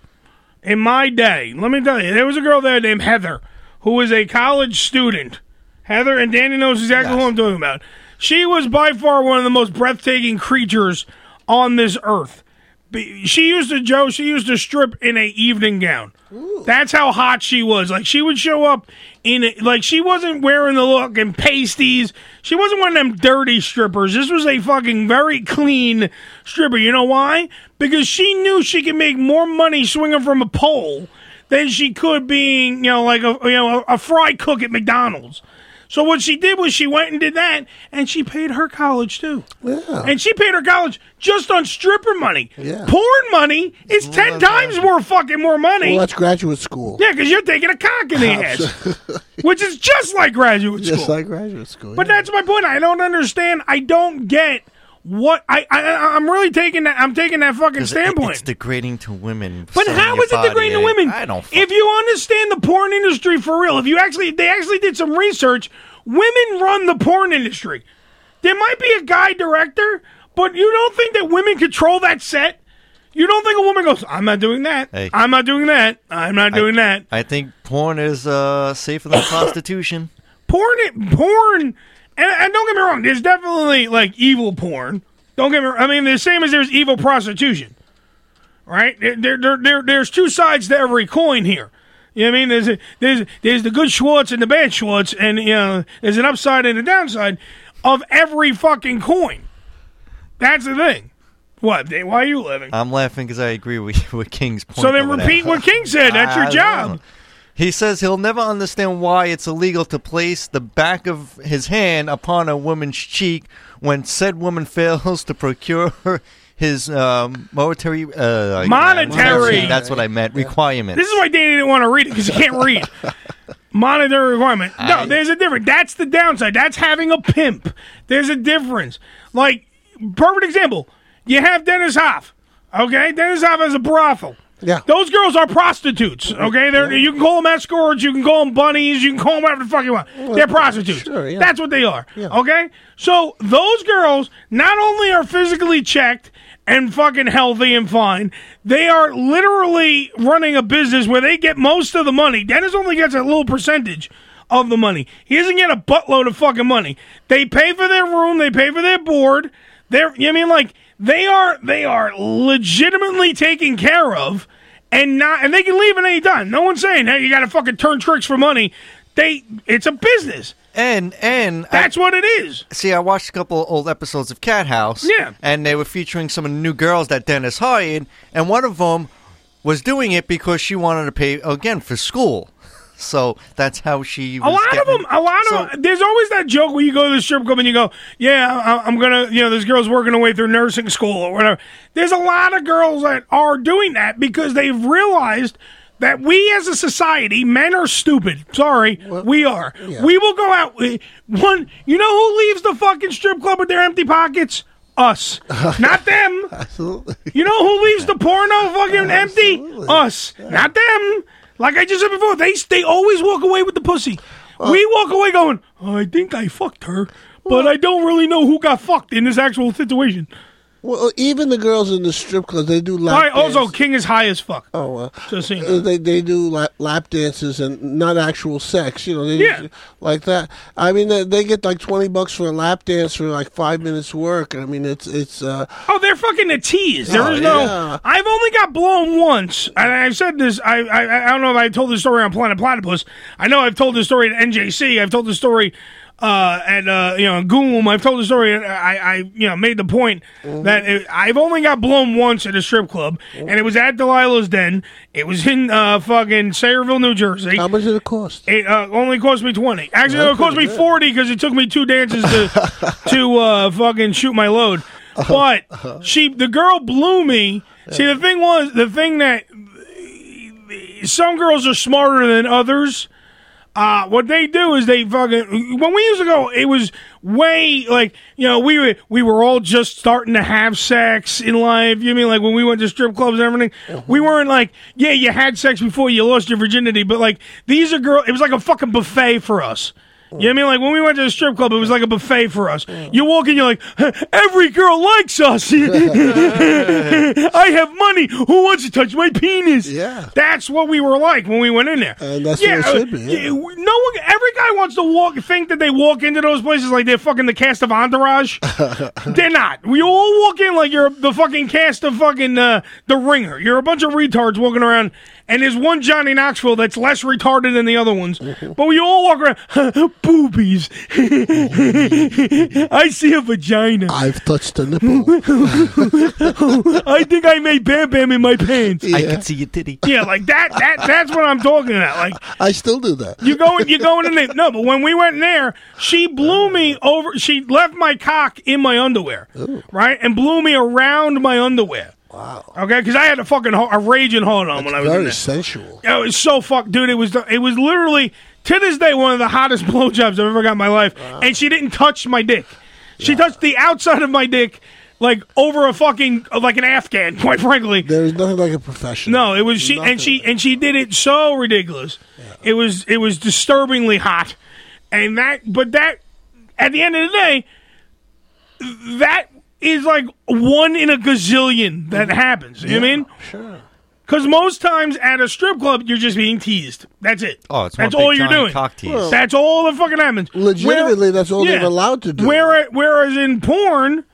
Speaker 7: in my day. Let me tell you, there was a girl there named Heather who was a college student. Heather and Danny knows exactly who I'm talking about. She was by far one of the most breathtaking creatures on this earth. Be- She used to Joe. She used to strip in a evening gown. That's how hot she was. Like she would show up in a, like she wasn't wearing the look and pasties. She wasn't one of them dirty strippers. This was a fucking very clean stripper. You know why? Because she knew she could make more money swinging from a pole than she could being you know like a you know a, a fry cook at McDonald's. So what she did was she went and did that, and she paid her college too. And she paid her college just on stripper money.
Speaker 8: Yeah.
Speaker 7: Porn money is ten times more fucking more money.
Speaker 8: Well, that's graduate school.
Speaker 7: Yeah, because you're taking a cock in the ass, which is just like graduate
Speaker 8: Just
Speaker 7: school.
Speaker 8: like graduate school.
Speaker 7: but
Speaker 8: yeah.
Speaker 7: that's my point. I don't understand. I don't get what I, I I- I'm really taking that. I'm taking that fucking
Speaker 3: 'Cause it-
Speaker 7: standpoint.
Speaker 3: It's degrading to women.
Speaker 7: But
Speaker 3: selling
Speaker 7: how
Speaker 3: your
Speaker 7: is it degrading to
Speaker 3: body. eh?
Speaker 7: women?
Speaker 3: I don't.
Speaker 7: If you understand the porn industry for real, if you actually they actually did some research, women run the porn industry. There might be a guy director, but you don't think that women control that set. You don't think a woman goes, "I'm not doing that.
Speaker 3: Hey.
Speaker 7: I'm not doing that. I'm not doing that."
Speaker 3: I think porn is uh, safer than prostitution.
Speaker 7: porn porn and, and don't get me wrong there's definitely like evil porn don't get me i mean the same as there's evil prostitution right there, there, there, there- there's two sides to every coin here you know what I mean? There's a, there's there's the good Schwartz and the bad Schwartz, and you know there's an upside and a downside of every fucking coin. That's the thing. What? Dave, Why are you living?
Speaker 3: I'm laughing because I agree with, with King's point.
Speaker 7: so then
Speaker 3: over there.
Speaker 7: repeat what King said. That's
Speaker 3: I
Speaker 7: your
Speaker 3: don't
Speaker 7: job.
Speaker 3: know. He says he'll never understand why it's illegal to place the back of his hand upon a woman's cheek when said woman fails to procure her his um, monetary uh, like-
Speaker 7: Monetary.
Speaker 3: That's what I meant. Requirement.
Speaker 7: This is why Danny didn't want to read it because he can't read. Monetary requirement. No, there's a difference. That's the downside. That's having a pimp. There's a difference. Like, perfect example. You have Dennis Hoff. Okay, Dennis Hoff has a brothel.
Speaker 8: Yeah.
Speaker 7: Those girls are prostitutes. Okay, they're you can call them escorts, you can call them bunnies, you can call them whatever the fuck you want. They're prostitutes.
Speaker 8: sure, yeah.
Speaker 7: That's what they are. Okay, so those girls not only are physically checked and fucking healthy and fine, they are literally running a business where they get most of the money. Dennis only gets a little percentage of the money. He doesn't get a buttload of fucking money. They pay for their room, they pay for their board. They're, you know what I mean, like they are, they are legitimately taken care of, and not, and they can leave at any time. No one's saying, hey, you got to fucking turn tricks for money. They, it's a business.
Speaker 3: and and I-
Speaker 7: That's what it is.
Speaker 3: see, I watched a couple old episodes of Cat House.
Speaker 7: Yeah.
Speaker 3: And they were featuring some of the new girls that Dennis hired, and one of them was doing it because she wanted to pay again for school. So that's how she.
Speaker 7: A
Speaker 3: Was
Speaker 7: lot of
Speaker 3: getting-
Speaker 7: them, a lot
Speaker 3: So-
Speaker 7: of there's always that joke where you go to the strip club and you go, "Yeah, I, I'm gonna," you know, this girl's working her way through nursing school or whatever. There's a lot of girls that are doing that because they've realized that we as a society, men are stupid. Sorry, we are. We will go out we- one. You know who leaves the fucking strip club with their empty pockets? Us, not them. You know who leaves the porno fucking empty? Us, not them. Like I just said before, they they always walk away with the pussy. we walk away going, "Oh, I think I fucked her, but I don't really know who got fucked in this actual situation.
Speaker 8: Well, even the girls in the strip clubs, they do lap
Speaker 7: All right,
Speaker 8: dance-
Speaker 7: also, King is high as fuck.
Speaker 8: Oh, well.
Speaker 7: Just saying.
Speaker 8: Uh, They they do lap, lap dances and not actual sex, you know, they
Speaker 7: Yeah.
Speaker 8: do like that. I mean, they, they get like twenty bucks for a lap dance for like five minutes work. I mean, it's it's uh,
Speaker 7: Oh, they're fucking a tease. There
Speaker 8: Oh,
Speaker 7: is no.
Speaker 8: yeah.
Speaker 7: I've only got blown once, and I've said this. I, I I don't know if I told this story on Planet Platypus. I know I've told this story at NJC. I've told this story uh, at uh, you know Goom. I've told the story. I, I you know made the point
Speaker 8: Mm-hmm.
Speaker 7: that it, I've only got blown once at a strip club, and it was at Delilah's Den. It was in uh, fucking Sayreville, New Jersey.
Speaker 8: How much did it cost?
Speaker 7: It uh, only cost me twenty. Actually, no, it cost me
Speaker 8: pretty good.
Speaker 7: forty because it took me two dances to to uh, fucking shoot my load. But she, the girl, blew me. See, the thing was, the thing that some girls are smarter than others. Uh, what they do is they fucking when we used to go, it was way like you know we were we were all just starting to have sex in life. You mean like when we went to strip clubs and everything, we weren't like yeah you had sex before you lost your virginity, but like these are girls. It was like a fucking buffet for us.
Speaker 8: Mm.
Speaker 7: You know what I mean? Like when we went to the strip club, it was like a buffet for us. You walk in, you're like, every girl likes us. I have money. Who wants to touch my penis?
Speaker 8: Yeah.
Speaker 7: That's what we were like when we went in there.
Speaker 8: And that's what it should be, yeah.
Speaker 7: uh, No one, every guy wants to walk, think that they walk into those places like they're fucking the cast of Entourage. they're not. We all walk in like you're the fucking cast of fucking uh, The Ringer. You're a bunch of retards walking around, and there's one Johnny Knoxville that's less retarded than the other ones.
Speaker 8: Mm-hmm.
Speaker 7: But we all walk around, boobies. I see a vagina.
Speaker 8: I've touched the nipple.
Speaker 7: I think I made Bam Bam in my pants.
Speaker 3: I
Speaker 8: Yeah.
Speaker 3: can see your titty.
Speaker 7: Yeah, like that. That that's what I'm talking about. Like
Speaker 8: I still do that.
Speaker 7: you going, you going in there. No, but when we went in there, she blew me
Speaker 8: Oh.
Speaker 7: over. She left my cock in my underwear, right, and blew me around my underwear. Wow. Okay, because I had a fucking ho- a raging hard on when I was in
Speaker 8: Very
Speaker 7: there.
Speaker 8: sensual.
Speaker 7: It was so fuck, dude. It was the- it was literally to this day one of the hottest blowjobs I've ever got in my life. And she didn't touch my dick. She touched the outside of my dick, like over a fucking like an Afghan. Quite frankly,
Speaker 8: There is nothing like a professional.
Speaker 7: no, it was she and she and she did it so ridiculous. It was it was disturbingly hot, and that but that at the end of the day, that is like one in a gazillion that
Speaker 8: Mm-hmm.
Speaker 7: happens. You know what I mean?
Speaker 8: Sure.
Speaker 7: Because most times at a strip club, you're just being teased. That's it.
Speaker 3: Oh, it's one
Speaker 7: that's
Speaker 3: big
Speaker 7: all you're
Speaker 3: giant
Speaker 7: doing.
Speaker 3: cock tease. Well-
Speaker 7: That's all that fucking happens.
Speaker 8: Legitimately, that's all they're allowed to do.
Speaker 7: Whereas, whereas in porn,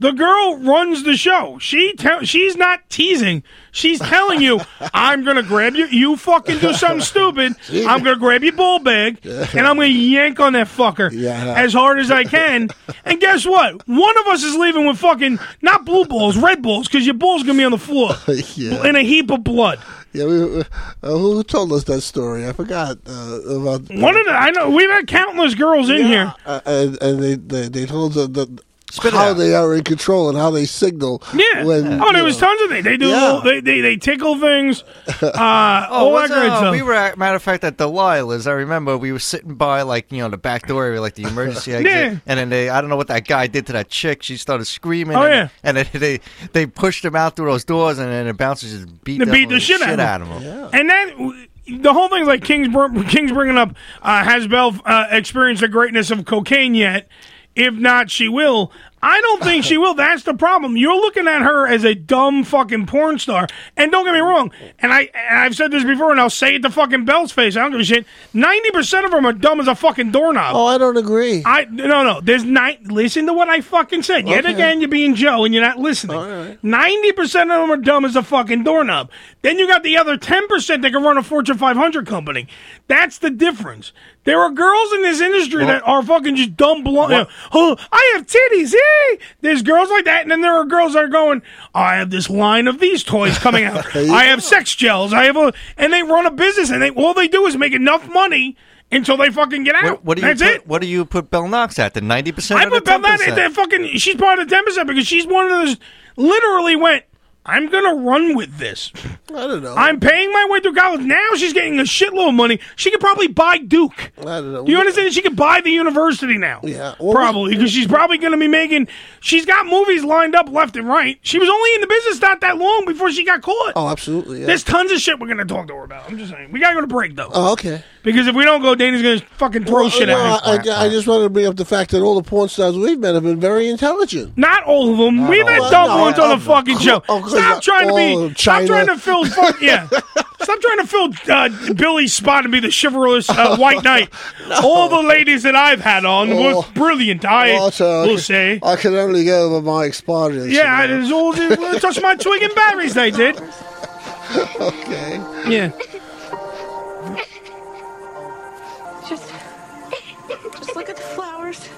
Speaker 7: the girl runs the show. She tell she's not teasing. She's telling you, "I'm gonna grab you. You fucking do something stupid. I'm gonna grab your ball bag and I'm gonna yank on that fucker
Speaker 8: Yeah.
Speaker 7: as hard as I can." And guess what? One of us is leaving with fucking not blue balls, red balls, because your ball's gonna be on the floor
Speaker 8: Yeah.
Speaker 7: in a heap of blood.
Speaker 8: Yeah, we, we- uh, who told us that story? I forgot uh, about
Speaker 7: One of the I know we've had countless girls in here.
Speaker 8: Uh, and, and they, they they told us that
Speaker 3: Spit it
Speaker 8: how
Speaker 3: out.
Speaker 8: they are in control and how they signal.
Speaker 7: Yeah.
Speaker 8: When,
Speaker 7: oh, there
Speaker 8: you
Speaker 7: was
Speaker 8: know,
Speaker 7: tons of things. They do.
Speaker 8: Yeah.
Speaker 7: little- They, they they tickle things. Uh, all that
Speaker 3: what's
Speaker 7: great
Speaker 3: up?
Speaker 7: stuff.
Speaker 3: uh, We were, at, matter of fact, at Delilah's. I remember we were sitting by, like, you know, the back door area, like the emergency exit.
Speaker 7: Yeah.
Speaker 3: And then they, I don't know what that guy did to that chick. She started screaming.
Speaker 7: Oh,
Speaker 3: and,
Speaker 7: yeah.
Speaker 3: And then they, they pushed him out through those doors, and then the bouncers just beat,
Speaker 7: They
Speaker 3: the
Speaker 7: beat the shit out of him.
Speaker 3: out of him.
Speaker 7: And then the whole thing, like King's, br- King's bringing up, uh, has Belle uh, experienced the greatness of cocaine yet? If not, she will. I don't think she will. That's the problem. You're looking at her as a dumb fucking porn star. And don't get me wrong. And I, and I've said this before, and I'll say it to fucking Belle's face. I don't give a shit. Ninety percent of them are dumb as a fucking doorknob.
Speaker 8: Oh, I don't agree.
Speaker 7: I no no. There's nine. Listen to what I fucking said. Yet again, you're being Joe and you're not listening. Ninety percent of them are dumb as a fucking doorknob. Then you got the other ten percent that can run a Fortune 500 company. That's the difference. There are girls in this industry that are fucking just dumb blonde. you know, Oh, I have titties. eh?" There's girls like that, and then there are girls that are going. I have this line of these toys coming out. I have sex gels. I have a, and they run a business, and they all they do is make enough money. Until they fucking get
Speaker 3: What,
Speaker 7: out.
Speaker 3: what do you
Speaker 7: That's
Speaker 3: put,
Speaker 7: it.
Speaker 3: What do you put Bell Knox at? The ninety percent.
Speaker 7: I put Bella at that fucking. She's part of the ten percent because she's one of those. Literally went. I'm gonna run with this.
Speaker 8: I don't know.
Speaker 7: I'm paying my way through college. Now she's getting a shitload of money. She could probably buy Duke.
Speaker 8: I don't know.
Speaker 7: Do you understand? She could buy the university now.
Speaker 8: Yeah. Well,
Speaker 7: probably because she's probably going to be making. She's got movies lined up left and right. She was only in the business not that long before she got caught.
Speaker 8: Oh, absolutely. Yeah.
Speaker 7: There's tons of shit we're going to talk to her about. I'm just saying. We got to go to break though,
Speaker 8: oh, okay.
Speaker 7: because if we don't go, Danny's going to fucking throw shit at
Speaker 8: Well,
Speaker 7: us.
Speaker 8: I, I, I just wanted to bring up the fact that all the porn stars we've met have been very intelligent.
Speaker 7: Not all of them. We've
Speaker 8: all
Speaker 7: had
Speaker 8: of
Speaker 7: dumb
Speaker 8: them.
Speaker 7: ones on the
Speaker 8: Of
Speaker 7: fucking
Speaker 8: course-
Speaker 7: show.
Speaker 8: of course
Speaker 7: Stop
Speaker 8: not
Speaker 7: trying to
Speaker 8: all
Speaker 7: be.
Speaker 8: of
Speaker 7: Stop
Speaker 8: uh, oh, China.
Speaker 7: trying to fill. Fuck, yeah. Stop trying to fill uh, Billy's spot and be the chivalrous uh, white knight. All the ladies that I've had on were
Speaker 8: Oh, Oh.
Speaker 7: brilliant. I
Speaker 8: Also, I
Speaker 7: will
Speaker 8: can-
Speaker 7: say.
Speaker 8: I can only go over my experience.
Speaker 7: Yeah, I-
Speaker 8: you know.
Speaker 7: it's all they touched my twig and berries. They did.
Speaker 8: Okay.
Speaker 7: Yeah.
Speaker 10: Just, just look at the flowers.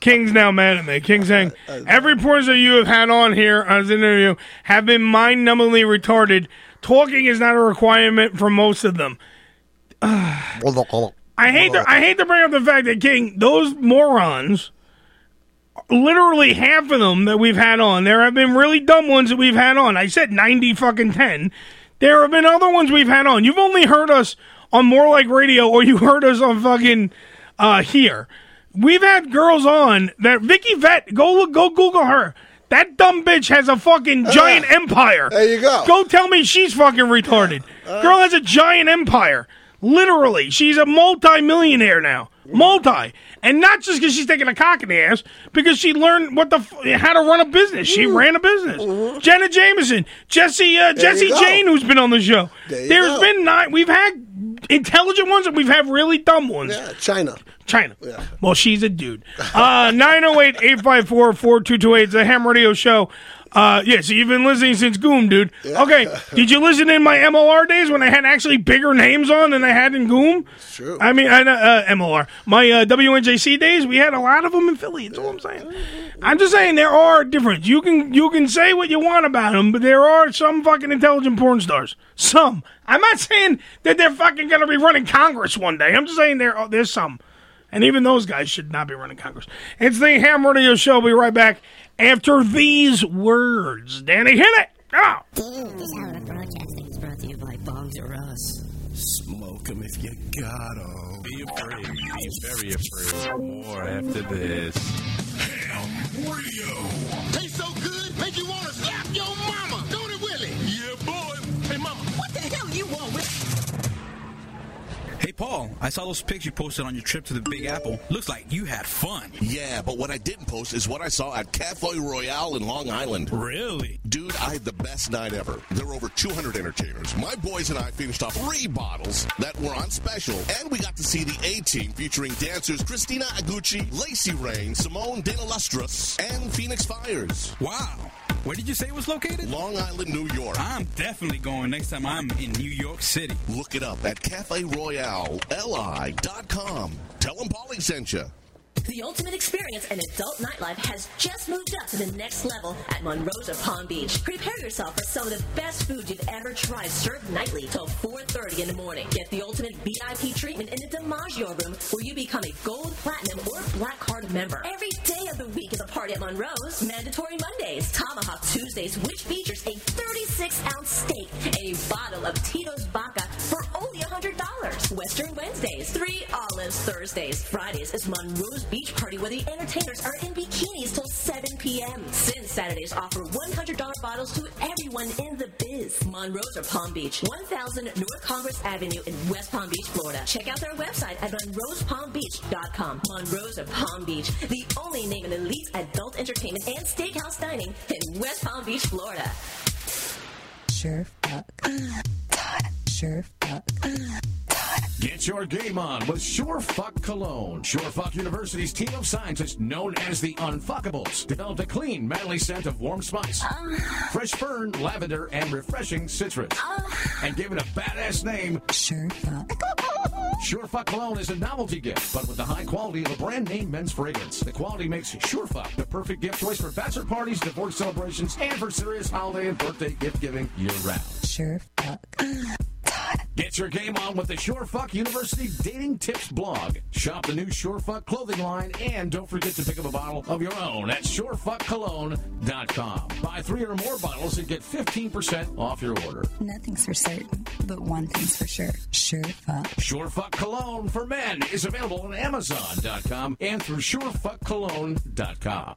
Speaker 7: King's now mad at me. King's saying
Speaker 8: Uh,
Speaker 7: every person you have had on here as an interview have been mind-numbingly retarded. Talking is not a requirement for most of them. I hate to, I hate to bring up the fact that King, those morons, literally half of them that we've had on, there have been really dumb ones that we've had on. I said ninety fucking ten. There have been other ones we've had on. You've only heard us on More Like Radio, or you heard us on fucking uh, here. We've had girls on that Vicky Vet. Go look. Go Google her. That dumb bitch has a fucking giant empire.
Speaker 11: There you go.
Speaker 7: Go tell me she's fucking retarded. Girl has a giant empire. Literally, she's a multi-millionaire now. Multi, and not just because she's taking a cock in the ass, because she learned what the f- how to run a business. She
Speaker 11: Mm.
Speaker 7: ran a business. Jenna Jameson, Jesse uh, Jesse
Speaker 11: go.
Speaker 7: Jane, who's been on the show.
Speaker 11: There you
Speaker 7: has
Speaker 11: go.
Speaker 7: been nine. We've had intelligent ones, and we've had really dumb ones.
Speaker 11: Yeah, China.
Speaker 7: China. Well, she's a dude. Uh, 908-854-4228. It's a Ham Radio Show. Uh, yeah, so you've been listening since Goom, dude. Okay, did you listen in my MLR days when I had actually bigger names on than I had in Goom?
Speaker 11: true.
Speaker 7: I mean, I, uh, MLR. My uh, WNJC days, we had a lot of them in Philly. That's what I'm saying. I'm just saying there are different. You can you can say what you want about them, but there are some fucking intelligent porn stars. Some. I'm not saying that they're fucking gonna be running Congress one day. I'm just saying there are, there's some. And even those guys should not be running Congress. It's the Ham Radio Show. We'll be right back after these words. Danny, hit it! Oh.
Speaker 12: Dude, this hour of broadcasting is brought to you by Bongs R Us.
Speaker 5: Smoke 'em if you got 'em. Be afraid. Be very afraid. More after this. Ham Radio.
Speaker 10: Tastes so good, make you want to slap your mama. Don't it, Willie?
Speaker 5: Yeah, boy. Hey, mama.
Speaker 10: What the hell you want with?
Speaker 13: Hey, Paul, I saw those pics you posted on your trip to the Big Apple. Looks like you had fun.
Speaker 10: Yeah, but what I didn't post is what I saw at Cafe Royale in Long Island.
Speaker 13: Really?
Speaker 10: Dude, I had the best night ever. There were over 200 entertainers. My boys and I finished off three bottles that were on special, and we got to see the A Team featuring dancers Christina Aguchi, Lacey Rain, Simone De La Lustras, and Phoenix Fires.
Speaker 13: Wow. Where did you say it was located?
Speaker 10: Long Island, New York.
Speaker 13: I'm definitely going next time I'm in New York City.
Speaker 10: Look it up at Cafe Royale, li.com. Tell them Paulie sent you.
Speaker 1: The ultimate experience in adult nightlife has just moved up to the next level at Monroe's of Palm Beach. Prepare yourself for some of the best food you've ever tried served nightly till 4.30 in the morning. Get the ultimate VIP treatment in the DiMaggio room where you become a gold, platinum, or black card member. Every day of the week is a party at Monroe's. Mandatory Mondays, Tomahawk Tuesdays, which features a 36-ounce steak and a bottle of Tito's Vodka for only $100. Western Wednesdays, Three Olives Thursdays, Fridays is Monroe's Beach Party where the entertainers are in bikinis till 7 p.m. Sin Saturdays offer $100 bottles to everyone in the biz. Monroe's or Palm Beach, 1000 North Congress Avenue in West Palm Beach, Florida. Check out their website at monroespalmbeach.com. Monroe's of Palm Beach, the only name in elite adult entertainment and steakhouse dining in West Palm Beach, Florida.
Speaker 14: Sure fuck. Sure fuck.
Speaker 9: Get your game on with SureFuck Cologne. SureFuck University's team of scientists known as the Unfuckables developed a clean, manly scent of warm spice,
Speaker 14: Uh.
Speaker 9: fresh fern, lavender, and refreshing citrus, and give it a badass name.
Speaker 14: Sure fuck.
Speaker 9: SureFuck Cologne is a novelty gift, but with the high quality of a brand name men's fragrance. The quality makes SureFuck the perfect gift choice for bachelor parties, divorce celebrations, and for serious holiday and birthday gift giving year round.
Speaker 14: Sure fuck.
Speaker 9: Get your game on with the SureFuck University Dating Tips blog. Shop the new SureFuck clothing line and don't forget to pick up a bottle of your own at surefuckcologne.com. Buy three or more bottles and get 15% off your order.
Speaker 14: Nothing's for certain, but one thing's for sure. Sure fuck.
Speaker 9: SureFuck Cologne for men is available on amazon.com and through surefuckcologne.com.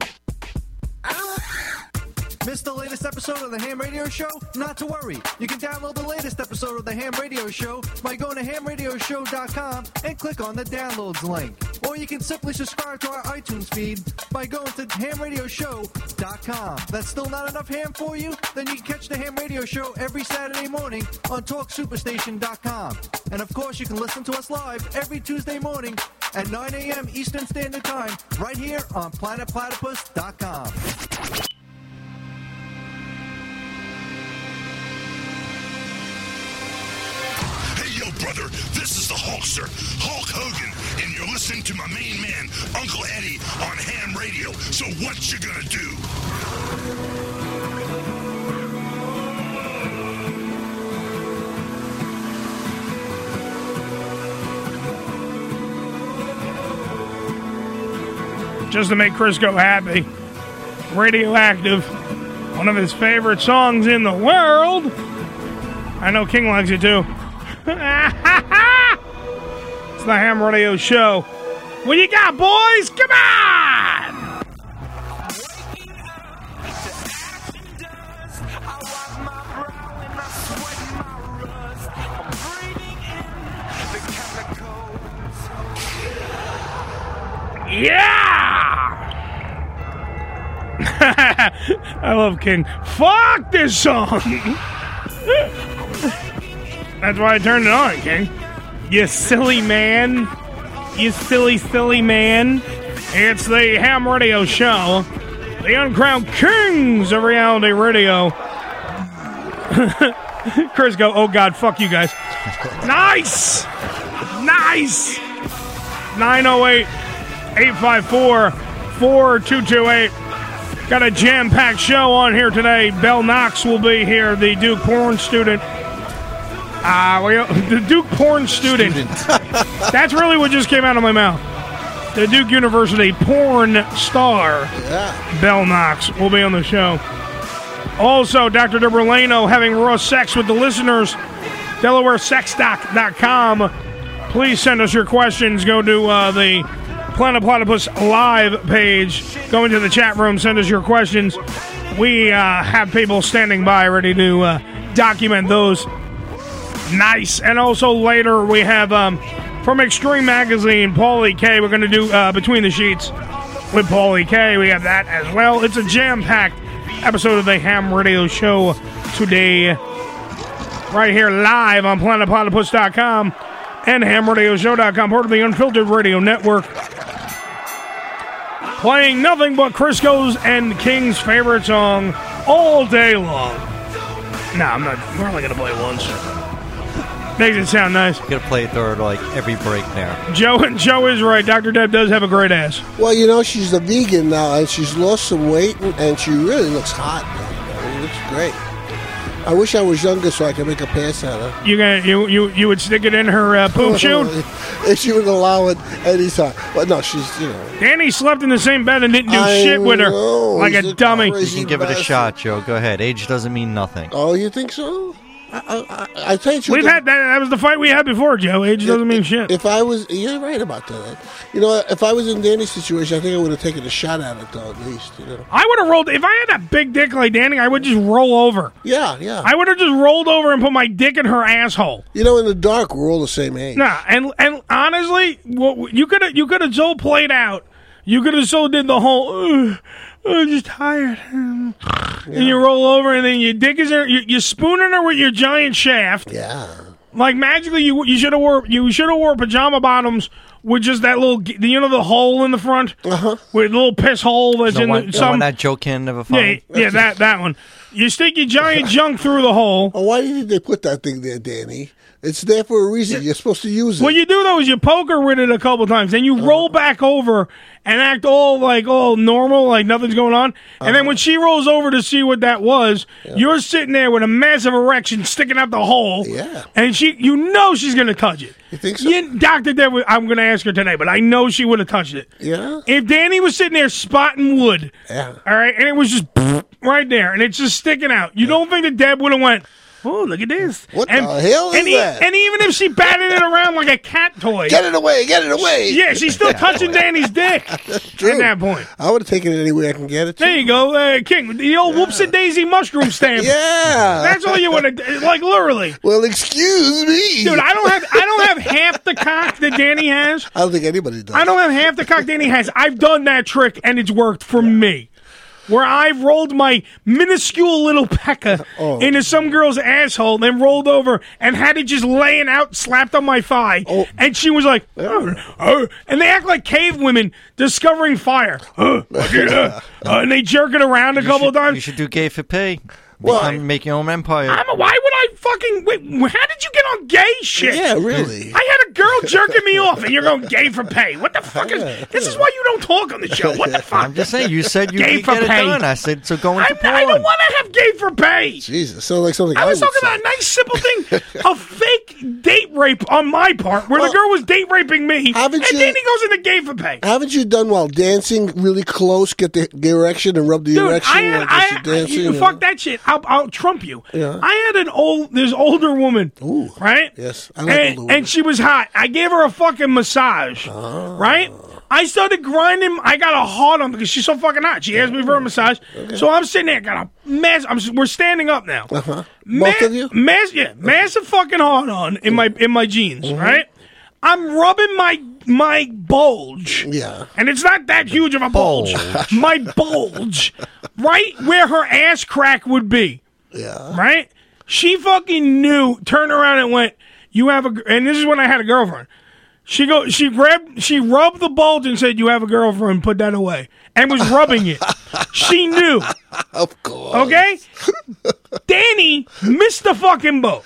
Speaker 3: Missed the latest episode of the Ham Radio Show? Not to worry. You can download the latest episode of the Ham Radio Show by going to hamradioshow.com and click on the downloads link. Or you can simply subscribe to our iTunes feed by going to hamradioshow.com. That's still not enough ham for you? Then you can catch the Ham Radio Show every Saturday morning on TalkSuperstation.com. And of course, you can listen to us live every Tuesday morning at 9 a.m. Eastern Standard Time right here on PlanetPlatypus.com.
Speaker 10: Hey, yo, brother, this is the Hulkster, Hulk Hogan, and you're listening to my main man, Uncle Eddie, on Ham Radio.
Speaker 15: radio. So what you gonna do?
Speaker 7: just to make Crisco happy. Radioactive, one of his favorite songs in the world. I know King likes it too. it's the Ham Radio Show. What you got, boys? Come on! Yeah! I love King. Fuck this song! That's why I turned it on, King. You silly man. You silly, silly man. It's the Ham Radio Show. The uncrowned kings of reality radio. Chris go, oh god, fuck you guys. Nice! Nice! 908 854 4228. Got a jam packed show on here today. Bell Knox will be here, the Duke porn student. Ah, we, the Duke porn student. That's really what just came out of my mouth. The Duke University porn star, Bell Knox, will be on the show. Also, Dr. DeBerlano having raw sex with the listeners. DelawareSexDoc.com. Please send us your questions. Go to uh, the Planet Platypus live page. Go into the chat room. Send us your questions. We uh, have people standing by ready to uh, document those. Nice. And also later we have um, from Extreme Magazine, Paulie K. We're going to do uh, Between the Sheets with Paulie K. We have that as well. It's a jam packed episode of the Ham Radio Show today, right here live on planetplatypus.com and hamradioshow.com, part of the Unfiltered Radio Network. Playing nothing but Crisco's and King's favorite song all day long. No, I'm not. We're only gonna play once. Makes it sound nice.
Speaker 3: Gonna play it through like every break now.
Speaker 7: Joe and Joe is right. Dr. Deb does have a great ass.
Speaker 8: Well, you know, she's a vegan now, and she's lost some weight, and- and she really looks hot. now. She looks great. I wish I was younger so I could make a pass at her.
Speaker 7: You gonna you you you would stick it in her uh, poop chute?
Speaker 8: if she would allow it anytime. But no, she's, you know.
Speaker 7: Danny slept in the same bed and didn't do
Speaker 8: I
Speaker 7: shit with her
Speaker 8: know,
Speaker 7: like
Speaker 8: he's
Speaker 7: a
Speaker 8: a
Speaker 7: dummy.
Speaker 8: crazy
Speaker 3: You can give it a
Speaker 8: bastard.
Speaker 3: shot, Joe. Go ahead. Age doesn't mean nothing.
Speaker 8: Oh, you think so? I, I, I, I think she
Speaker 7: We've
Speaker 8: did-
Speaker 7: had that. That was the fight we had before, Joe. Age doesn't mean shit.
Speaker 8: If I was, you're right about that. You know, if I was in Danny's situation, I think I would have taken a shot at it, though, at least. You know.
Speaker 7: I would have rolled if I had a big dick like Danny. I would just roll over.
Speaker 8: Yeah, yeah.
Speaker 7: I would have just rolled over and put my dick in her asshole.
Speaker 8: You know, in the dark, we're all the same age.
Speaker 7: Nah, and and honestly, what you could have you could have so played out. You could have so did the whole. "Ugh, I'm just tired. And you roll over, and then your dick is there. You, you're spooning her with your giant shaft.
Speaker 8: Yeah.
Speaker 7: Like magically, you you should have wore you should have wore pajama bottoms with just that little g- you know the hole in the front uh-huh. with a little piss hole that's
Speaker 3: The
Speaker 7: in
Speaker 3: one,
Speaker 7: the,
Speaker 3: the
Speaker 7: some
Speaker 3: one that Joe can never
Speaker 7: yeah
Speaker 3: find.
Speaker 7: yeah that that one. You stick your giant junk through the hole.
Speaker 8: Oh, why did they put that thing there, Danny? It's there for a reason. You're supposed to use it. Oh.
Speaker 7: What you do though is you poker with it a couple times, then you roll back over and act all like all normal, like nothing's going on.
Speaker 8: Uh-huh.
Speaker 7: And then when she rolls over to see what that was, you're sitting there with a massive erection sticking out the hole. Yeah. And she, you know, she's gonna touch it. You think so? Doctor Deb, I'm gonna ask her today, but I know she would have touched it.
Speaker 8: Yeah.
Speaker 7: If Danny was sitting there spotting wood,
Speaker 8: Yeah.
Speaker 7: all right, and it was just right there, and it's just sticking out. You don't think that Deb would have went? Oh, look at this! What and,
Speaker 8: the hell is
Speaker 7: and e-
Speaker 8: that?"
Speaker 7: and even if she batted it around like a cat toy,
Speaker 8: Get it away, get it away.
Speaker 7: Yeah, she's still touching Danny's dick. At that point,
Speaker 8: I would have taken it any way I can get it.
Speaker 7: there you go, uh, King. The old whoopsie daisy mushroom stamp.
Speaker 8: Yeah.
Speaker 7: that's all you want to like, literally.
Speaker 8: Well, excuse me,
Speaker 7: dude. I don't have I don't have half the cock that Danny has.
Speaker 8: I don't think anybody does.
Speaker 7: I don't have half the cock Danny has. I've done that trick and it's worked for me. Where I've rolled my minuscule little pecker
Speaker 3: Oh.
Speaker 7: into some girl's asshole, then rolled over and had it just laying out, slapped on my thigh, and she was like, "Oh, oh," and they act like cave women discovering fire, "Oh, look at that." Uh, and they jerk it around a couple of times.
Speaker 3: You should do gay for pay. Well, make your own empire.
Speaker 7: I'm a, why would I fucking wait? How did you get on gay shit?
Speaker 3: Yeah, really.
Speaker 7: I had a girl jerking me off, and you're going gay for pay. What the fuck is? This is why you don't talk on the show. What the fuck?
Speaker 3: I'm just saying. You said you
Speaker 7: Gay
Speaker 3: could
Speaker 7: for
Speaker 3: get it
Speaker 7: pay.
Speaker 3: done. I said so. Go into
Speaker 7: I'm- I
Speaker 3: porn.
Speaker 7: don't want to have gay for pay.
Speaker 8: Jesus, sounds like something I,
Speaker 7: I was
Speaker 8: would
Speaker 7: talking
Speaker 8: say.
Speaker 7: about a nice simple thing, a fake date rape on my part, where
Speaker 8: Well,
Speaker 7: the girl was date raping me, and
Speaker 8: haven't you-
Speaker 7: then he goes into gay for pay.
Speaker 8: Haven't you done while dancing really close? Get the, the erection and rub the
Speaker 7: Dude,
Speaker 8: erection.
Speaker 7: I
Speaker 8: while
Speaker 7: had,
Speaker 8: just
Speaker 7: I,
Speaker 8: dancing,
Speaker 7: you,
Speaker 8: know?
Speaker 7: fuck that shit. I'll, I'll trump you.
Speaker 8: Yeah.
Speaker 7: I had an old, this older woman, right?
Speaker 8: Yes, I like
Speaker 7: and,
Speaker 8: older Ah.
Speaker 7: and she was hot. I gave her a fucking massage, right? I started grinding. I got a hard on because she's so fucking hot. She asked me for a massage, so I'm sitting there, got a mess. I'm, s- we're standing up now.
Speaker 8: Uh-huh.
Speaker 7: Ma- mass- yeah, massive fucking hard on in my in my jeans,
Speaker 8: Mm-hmm.
Speaker 7: right? I'm rubbing my my bulge.
Speaker 8: Yeah.
Speaker 7: And it's not that huge of a bulge. my bulge. Right where her ass crack would be.
Speaker 8: Yeah.
Speaker 7: Right? She fucking knew, turned around and went, You have a gr-" and this is when I had a girlfriend. She go she grabbed she rubbed the bulge and said, You have a girlfriend, put that away. And was rubbing it. she knew.
Speaker 8: Of course.
Speaker 7: Okay? Danny missed the fucking boat.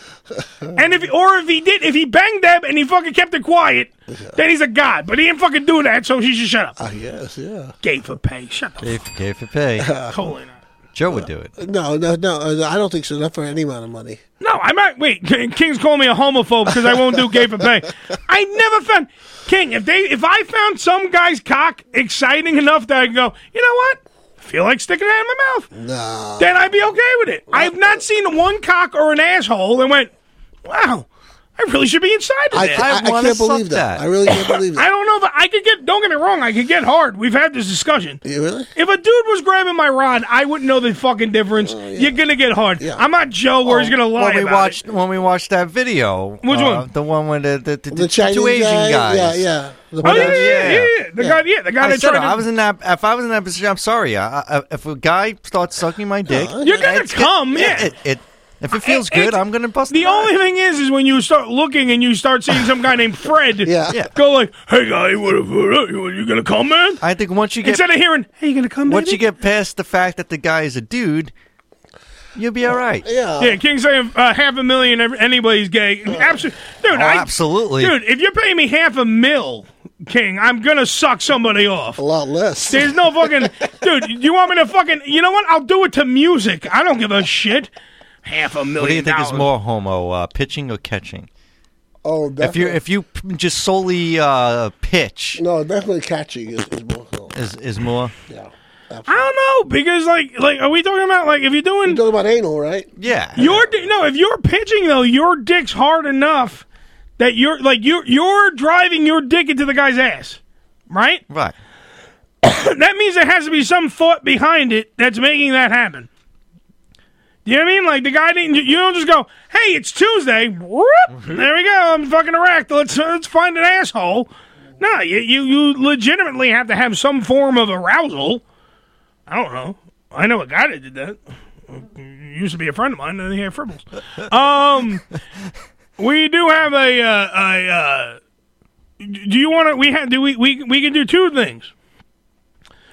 Speaker 7: And if or if he did, if he banged them and he fucking kept it quiet, then he's a god. But he didn't fucking do that, so he should shut up.
Speaker 8: Ah, yes, yeah.
Speaker 7: Gay for pay. Shut the
Speaker 3: Gay for, gay for pay.
Speaker 7: Colon.
Speaker 3: Joe would do it.
Speaker 8: No, no, no. uh, I don't think so. Not for any amount of money.
Speaker 7: No, I might wait. King- King's calling me a homophobe because I won't do gay for pay. I never found King. If they, if I found some guy's cock exciting enough that I can go, you know what? Feel like sticking it in my mouth.
Speaker 8: No.
Speaker 7: Then I'd be okay with it. I've not seen one cock or an asshole and went, wow, I really should be inside of
Speaker 8: I,
Speaker 7: that.
Speaker 8: I, I can't believe that. I really can't believe that.
Speaker 7: I don't know if I, I could get. Don't get me wrong. I could get hard. We've had this discussion.
Speaker 8: really?
Speaker 7: If a dude was grabbing my rod, I wouldn't know the fucking
Speaker 8: Oh,
Speaker 7: difference. You're gonna get hard. I'm not Joe where he's gonna lie
Speaker 3: Oh, when we
Speaker 7: about
Speaker 3: watched when we watched that video.
Speaker 7: Which
Speaker 3: uh,
Speaker 7: one?
Speaker 3: The one with the the, the,
Speaker 8: The
Speaker 3: two
Speaker 8: Chinese
Speaker 3: Asian
Speaker 8: guy,
Speaker 3: guys.
Speaker 8: yeah, yeah. The
Speaker 7: Oh, yeah, yeah, yeah, yeah, yeah. The guy, yeah, the guy
Speaker 3: I
Speaker 7: that
Speaker 3: said
Speaker 7: tried
Speaker 3: it.
Speaker 7: to.
Speaker 3: I was in that. If I was in that position, I'm sorry. I, I, if a guy starts sucking my dick,
Speaker 7: You're gonna
Speaker 3: it's-
Speaker 7: come,
Speaker 3: it-
Speaker 7: yeah.
Speaker 3: It, it- if it feels
Speaker 7: It-
Speaker 3: good,
Speaker 7: it-
Speaker 3: I'm gonna bust.
Speaker 7: the
Speaker 3: nut.
Speaker 7: only thing is, is when you start looking and you start seeing some guy named Fred
Speaker 3: Yeah.
Speaker 7: go like, "Hey guy, what, what, what you gonna come, man?"
Speaker 3: I think once you get
Speaker 7: Instead of hearing, "Hey, you gonna come?"
Speaker 3: once
Speaker 7: baby?"
Speaker 3: you get past the fact that the guy is a dude, you'll be all right.
Speaker 7: Yeah, King saying uh, half a million. every- Anybody's gay. Absolutely, dude. I,
Speaker 3: Oh, absolutely.
Speaker 7: dude. If you're paying me half a mil, King, I'm gonna suck somebody off. A
Speaker 8: lot less.
Speaker 7: There's no fucking, dude. You want me to fucking? You know what? I'll do it to music. I don't give a shit. Half a million.
Speaker 3: What do you think
Speaker 7: dollars.
Speaker 3: is more homo, uh, pitching or catching?
Speaker 8: Oh,
Speaker 3: If you
Speaker 8: definitely.
Speaker 3: if you p- just solely uh, pitch
Speaker 8: no, definitely catching is, is more.
Speaker 3: is is more.
Speaker 8: Yeah.
Speaker 7: I don't know because like like are we talking about like if you're doing
Speaker 8: Talking about anal, right?
Speaker 3: Yeah.
Speaker 7: Your di- no, if you're pitching though, your dick's hard enough that you're like you're you're driving your dick into the guy's ass, right?
Speaker 3: Right.
Speaker 7: that means there has to be some thought behind it that's making that happen. You know what I mean? Like the guy didn't. You don't just go, "Hey, it's Tuesday." Whoop, there we go. I'm fucking erect. Let's let's find an asshole. No, you, you you legitimately have to have some form of arousal. I don't know. I know a guy that did that. Used to be a friend of mine, and he had fribbles. Um, we do have a uh, a. Uh, do you want to? We have. Do we? We we can do two things.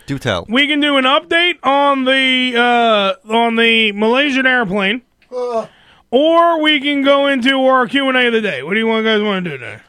Speaker 3: Do tell.
Speaker 7: We can do an update on the uh, on the Malaysian airplane, Uh. or we can go into our Q and A of the day. What do you want guys want to do today?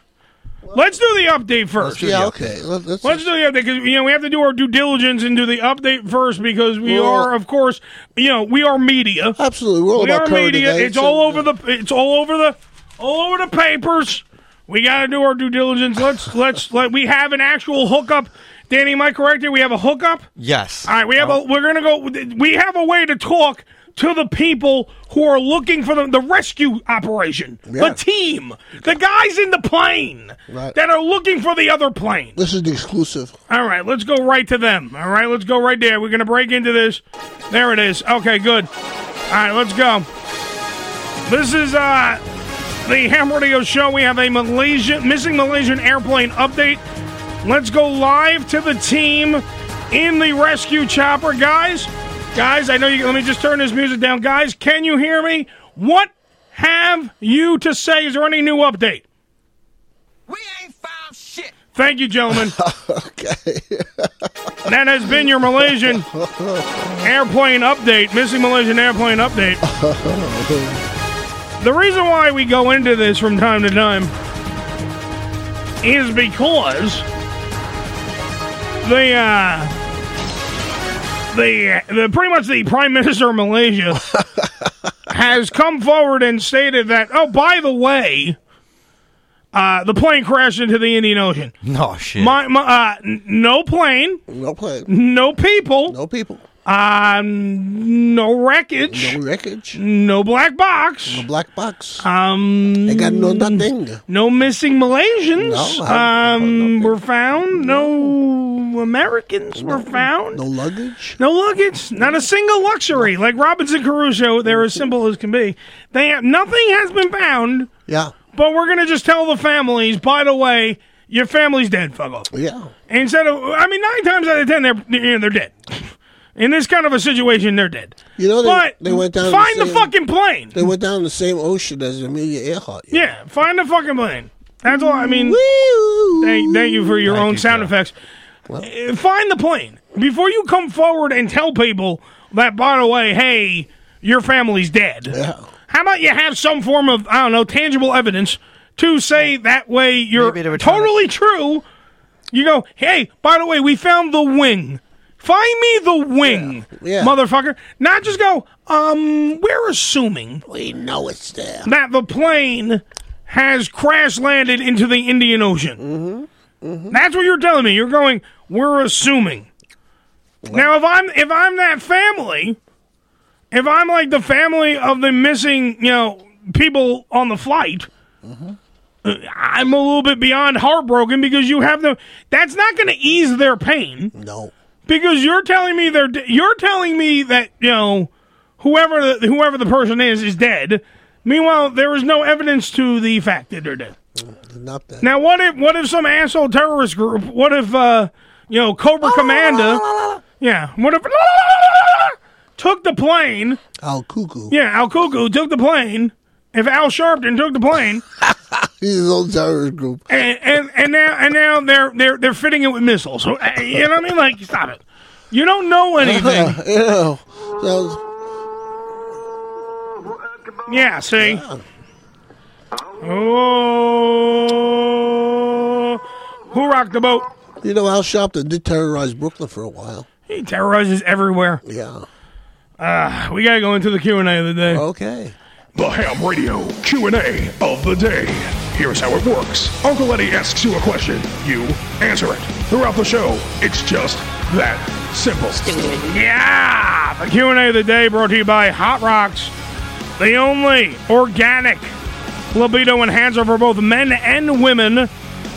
Speaker 7: Let's do the update first.
Speaker 8: Yeah, okay. Let, let's
Speaker 7: Let's do the update because you know we have to do our due diligence and do the update first because we
Speaker 8: Well-
Speaker 7: are, of course, you know we are media.
Speaker 8: Absolutely, we're all
Speaker 7: We
Speaker 8: about
Speaker 7: are
Speaker 8: current
Speaker 7: media.
Speaker 8: events
Speaker 7: It's all over
Speaker 8: uh,
Speaker 7: the it's all over the all over the papers. We got to do our due diligence. Let's let's let we have an actual hookup. Danny, am I correct here? We have a hookup.
Speaker 3: Yes.
Speaker 7: All right, we
Speaker 8: Uh-huh.
Speaker 7: have a we're gonna go. We have a way to talk to the people who are looking for the, the rescue operation,
Speaker 8: Yeah.
Speaker 7: the team, the guys in the plane
Speaker 8: Right.
Speaker 7: that are looking for the other plane.
Speaker 8: This is the exclusive.
Speaker 7: All right, let's go right to them. All right, let's go right there. We're gonna break into this. There it is. Okay, good. All right, let's go. This is uh the Ham Radio Show. We have a Malaysian missing Malaysian airplane update. Let's go live to the team in the rescue chopper, guys. Guys, I know you. Let me just turn this music down, guys. Can you hear me? What have you to say? Is there any new update? Thank you, gentlemen. okay. That has been your Malaysian airplane update, missing Malaysian airplane update. The reason why we go into this from time to time is because the uh, the the pretty much the prime minister of Malaysia has come forward and stated that oh by the way uh, the plane crashed into the Indian Ocean.
Speaker 3: No shit.
Speaker 7: My, my uh, n- no plane.
Speaker 8: No plane.
Speaker 7: No people.
Speaker 8: No people.
Speaker 7: Um, no wreckage.
Speaker 8: No wreckage.
Speaker 7: No black box. No
Speaker 8: black box.
Speaker 7: Um,
Speaker 8: They got no nothing.
Speaker 7: No missing Malaysians.
Speaker 8: No,
Speaker 7: um, were found. No Americans were found.
Speaker 8: No luggage.
Speaker 7: No luggage. Not a single luxury. Like Robinson Crusoe, they're as simple as can be. They have, nothing has been found.
Speaker 8: Yeah.
Speaker 7: But we're gonna just tell the families. By the way, your family's dead. Fuck off.
Speaker 8: Yeah.
Speaker 7: Instead of, I mean, nine times out of ten, they're you know, they're dead. In this kind of a situation, they're dead.
Speaker 8: You know, they,
Speaker 7: but
Speaker 8: they went down.
Speaker 7: Find the,
Speaker 8: same-
Speaker 7: fucking plane.
Speaker 8: They went down the same ocean as Amelia Earhart.
Speaker 7: Yeah, find the fucking plane. That's all. I mean, thank, thank you for your own sound effects. Uh, Find the plane before you come forward and tell people that. By the way, hey, your family's dead. How about you have some form of I don't know tangible evidence to say that way you're totally true. You go, hey, by the way, we found the wing. Find me the wing,
Speaker 8: yeah.
Speaker 7: motherfucker. Not just go. Um, we're assuming
Speaker 8: we know it's there
Speaker 7: that the plane has crash landed into the Indian Ocean. Mm-hmm. That's what you're telling me. You're going. We're assuming. Now, if I'm if I'm that family, if I'm like the family of the missing, you know, people on the flight, uh, I'm a little bit beyond heartbroken because you have the. That's not going to ease their pain.
Speaker 8: No.
Speaker 7: Because you're telling me they're de- you're telling me that you know whoever the, whoever the person is is dead. Meanwhile, there is no evidence to the fact that they're dead.
Speaker 8: Not that.
Speaker 7: Now, what if what if some asshole terrorist group? What if uh, you know Cobra Commander? Yeah. What if took the plane?
Speaker 8: Al Cuckoo.
Speaker 7: Yeah, Al Cuckoo took the plane. If Al Sharpton took the plane,
Speaker 8: He's his own terrorist group.
Speaker 7: and, and and now and now they're they're they're fitting it with missiles. So, uh, you know what I mean? Like, stop it. You don't know anything.
Speaker 8: Ew. Sounds-
Speaker 7: Yeah, see? Oh, who rocked the boat?
Speaker 8: You know, Al Sharpton did terrorize Brooklyn for a while.
Speaker 7: He terrorizes everywhere.
Speaker 8: Yeah.
Speaker 7: Uh, we gotta go into the Q and A of the day.
Speaker 8: Okay.
Speaker 15: The Ham Radio Q&A of the day. Here's how it works. Uncle Eddie asks you a question. You answer it. Throughout the show, it's just that simple.
Speaker 7: Yeah, the Q and A of the day brought to you by Hot Rocks, the only organic libido enhancer for both men and women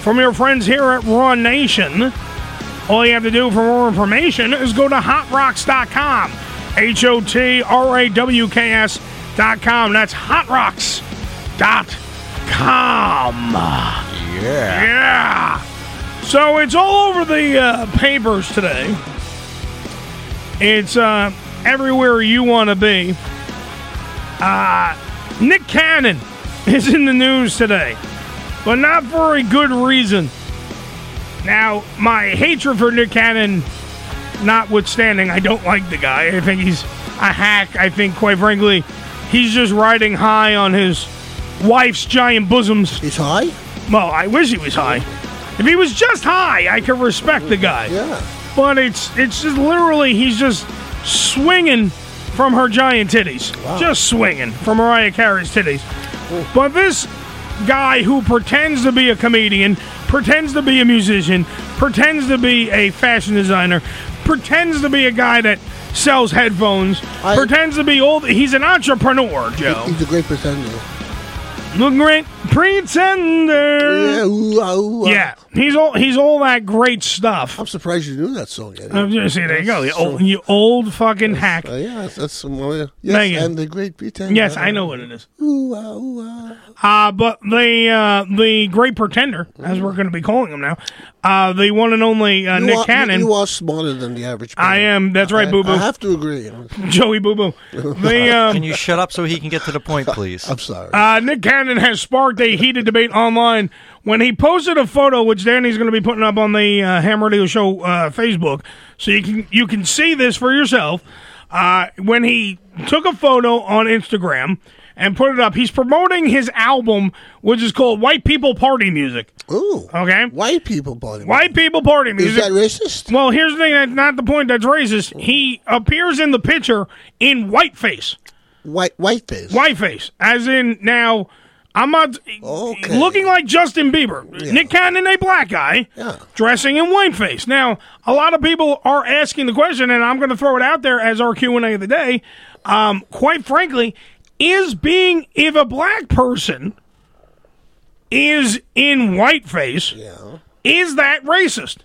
Speaker 7: from your friends here at Raw Nation. All you have to do for more information is go to hotrocks.com. H O T R A W K S.com. That's hotrocks.com. Yeah. Yeah. So it's all over the uh, papers today. It's uh, everywhere you want to be. Uh, Nick Cannon is in the news today, but not for a good reason. Now, my hatred for Nick Cannon, notwithstanding, I don't like the guy. I think he's a hack. I think, quite frankly, he's just riding high on his wife's giant bosoms.
Speaker 8: He's high?
Speaker 7: Well, I wish he was high. If he was just high, I could respect the guy.
Speaker 8: Yeah.
Speaker 7: But it's it's just literally he's just swinging from her giant titties, just swinging from Mariah Carey's titties. But this guy who pretends to be a comedian, pretends to be a musician, pretends to be a fashion designer, pretends to be a guy that sells headphones, pretends to be old. He's an entrepreneur, Joe.
Speaker 8: He's a great pretender.
Speaker 7: Looking great pretender.
Speaker 8: Yeah, ooh, ah, ooh, ah.
Speaker 7: Yeah, he's all he's all that great stuff.
Speaker 8: I'm surprised you knew that song. Eddie.
Speaker 7: I'm just see, there you go, you
Speaker 8: That's
Speaker 7: old,
Speaker 8: so-
Speaker 7: you old fucking hack.
Speaker 8: Uh, yeah, that's, that's some. Yes,
Speaker 7: Thank you.
Speaker 8: and the great pretender.
Speaker 7: Yes, I know what it is.
Speaker 8: Ooh, ah, ooh, ah.
Speaker 7: Uh, but the uh, the great pretender, as we're going to be calling him now, uh, the one and only uh,
Speaker 8: You
Speaker 7: Nick
Speaker 8: are,
Speaker 7: Cannon.
Speaker 8: You are smarter than the average.
Speaker 7: I am. That's right,
Speaker 8: I-
Speaker 7: Boo Boo.
Speaker 8: I have to agree.
Speaker 7: Joey Boo Boo. The um,
Speaker 3: Can you shut up so he can get to the point, please?
Speaker 8: I'm sorry.
Speaker 7: Uh, Nick Cannon has sparked a heated debate online when he posted a photo, which Danny's going to be putting up on the uh, Ham Radio Show uh, Facebook, so you can you can see this for yourself. Uh, when he took a photo on Instagram and put it up, he's promoting his album, which is called "White People Party Music."
Speaker 8: Ooh,
Speaker 7: okay,
Speaker 8: white people party.
Speaker 7: White people party music.
Speaker 8: that racist?
Speaker 7: Well, here's the thing. That's not the point. That's racist. He appears in the picture in whiteface.
Speaker 8: White whiteface.
Speaker 7: Whiteface, as in now. I'm not looking like Justin Bieber. Nick Cannon, a black guy, dressing in whiteface. Now, a lot of people are asking the question, and I'm going to throw it out there as our Q and A of the day. Um, quite frankly, is being if a black person is in whiteface, is that racist?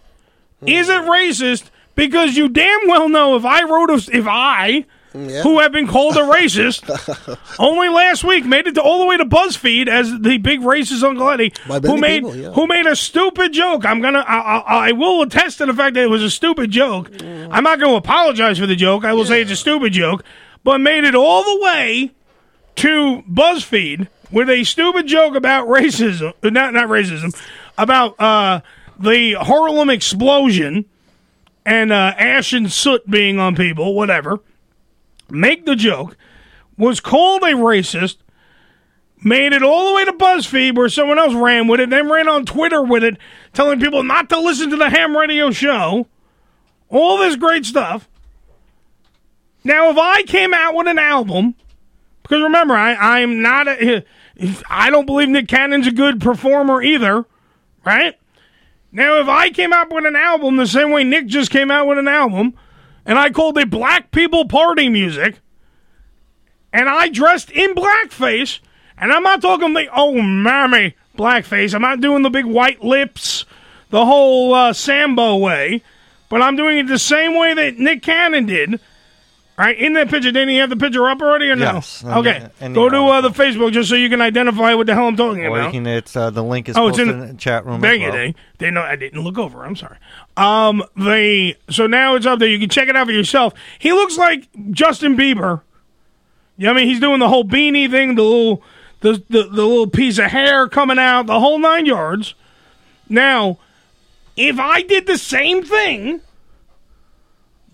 Speaker 7: Is it racist? Because you damn well know if I wrote a, if I
Speaker 8: Yeah.
Speaker 7: who have been called a racist only last week made it to, all the way to BuzzFeed as the big racist Uncle Eddie who
Speaker 8: many
Speaker 7: made
Speaker 8: people, yeah.
Speaker 7: who made a stupid joke. I'm gonna I, I, I will attest to the fact that it was a stupid joke. I'm not going to apologize for the joke. I will say it's a stupid joke, but made it all the way to BuzzFeed with a stupid joke about racism, not not racism, about uh, the Harlem explosion and uh, ash and soot being on people, whatever. Make the joke was called a racist. Made it all the way to BuzzFeed where someone else ran with it, then ran on Twitter with it, telling people not to listen to the ham radio show. All this great stuff. Now, if I came out with an album, because remember, I I'm not a, I don't believe Nick Cannon's a good performer either, right? Now, if I came out with an album the same way Nick just came out with an album, and I called it Black People Party Music, and I dressed in blackface, and I'm not talking the oh mammy blackface. I'm not doing the big white lips, the whole uh, Sambo way, but I'm doing it the same way that Nick Cannon did. All right, in that picture, Danny, you have the picture up already or no?
Speaker 3: Yes, and
Speaker 7: Okay,
Speaker 3: the- and the
Speaker 7: go to uh, the Facebook just so you can identify what the hell I'm talking
Speaker 3: Or
Speaker 7: about
Speaker 3: you can, it's, uh, the link is
Speaker 7: oh, it's
Speaker 3: posted
Speaker 7: in
Speaker 3: in the chat room.
Speaker 7: Dang
Speaker 3: as well.
Speaker 7: it, eh? They know I didn't look over. I'm sorry. Um, they so now it's up there. You can check it out for yourself. He looks like Justin Bieber. You know what I mean, he's doing the whole beanie thing, the little, the the, the little piece of hair coming out, the whole nine yards. Now, if I did the same thing,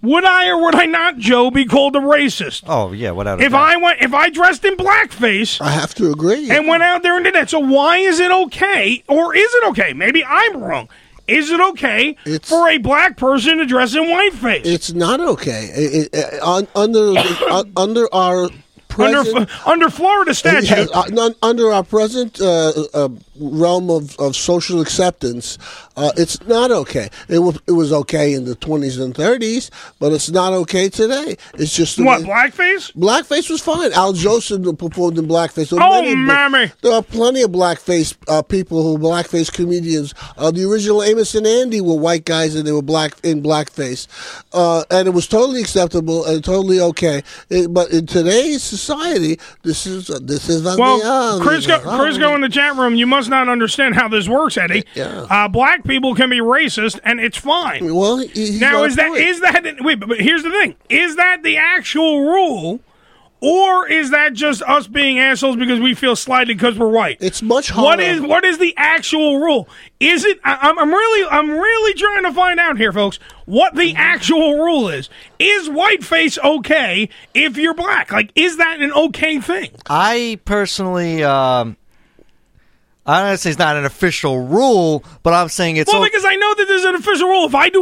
Speaker 7: would I or would I not, Joe, be called a racist?
Speaker 3: Oh yeah, without a
Speaker 7: If
Speaker 3: doubt.
Speaker 7: I went, if I dressed in blackface,
Speaker 8: I have to agree.
Speaker 7: and went out there and did that. So why is it okay, or is it okay? Maybe I'm wrong. Is it okay for a black person to dress in whiteface?
Speaker 8: It's not okay. It- it- uh, un- under uh, under our
Speaker 7: Under,
Speaker 8: present,
Speaker 7: under Florida statute,
Speaker 8: Yes, uh, nun- under our present uh, uh, realm of, of social acceptance, uh, it's not okay. It was it was okay in the twenties and thirties, but it's not okay today. It's just the
Speaker 7: what
Speaker 8: way-
Speaker 7: blackface?
Speaker 8: Blackface was fine. Al Jolson performed in blackface. There were
Speaker 7: Oh,
Speaker 8: many-
Speaker 7: mammy.
Speaker 8: There are plenty of blackface uh, people who are blackface comedians. Uh, the original Amos and Andy were white guys and they were black in blackface, uh, and it was totally acceptable and totally okay. It- but in today's society, this is uh, this is um, what they
Speaker 7: Well,
Speaker 8: are.
Speaker 7: Chris, Crisco in the chat room, you must not understand how this works, Eddie. Uh, black people can be racist, and it's fine.
Speaker 8: Well,
Speaker 7: now
Speaker 8: got a
Speaker 7: is that
Speaker 8: point.
Speaker 7: is that wait? But but here's the thing: is that the actual rule, or is that just us being assholes because we feel slighted because we're white?
Speaker 8: It's much harder.
Speaker 7: What is what is the actual rule? Is it? I, I'm, I'm really I'm really trying to find out here, folks. What the actual rule is? Is whiteface okay if you're black? Like, is that an okay thing?
Speaker 3: I personally, um, I don't say it's not an official rule, but I'm saying it's.
Speaker 7: well,
Speaker 3: o-
Speaker 7: because I know that there's an official rule. If I do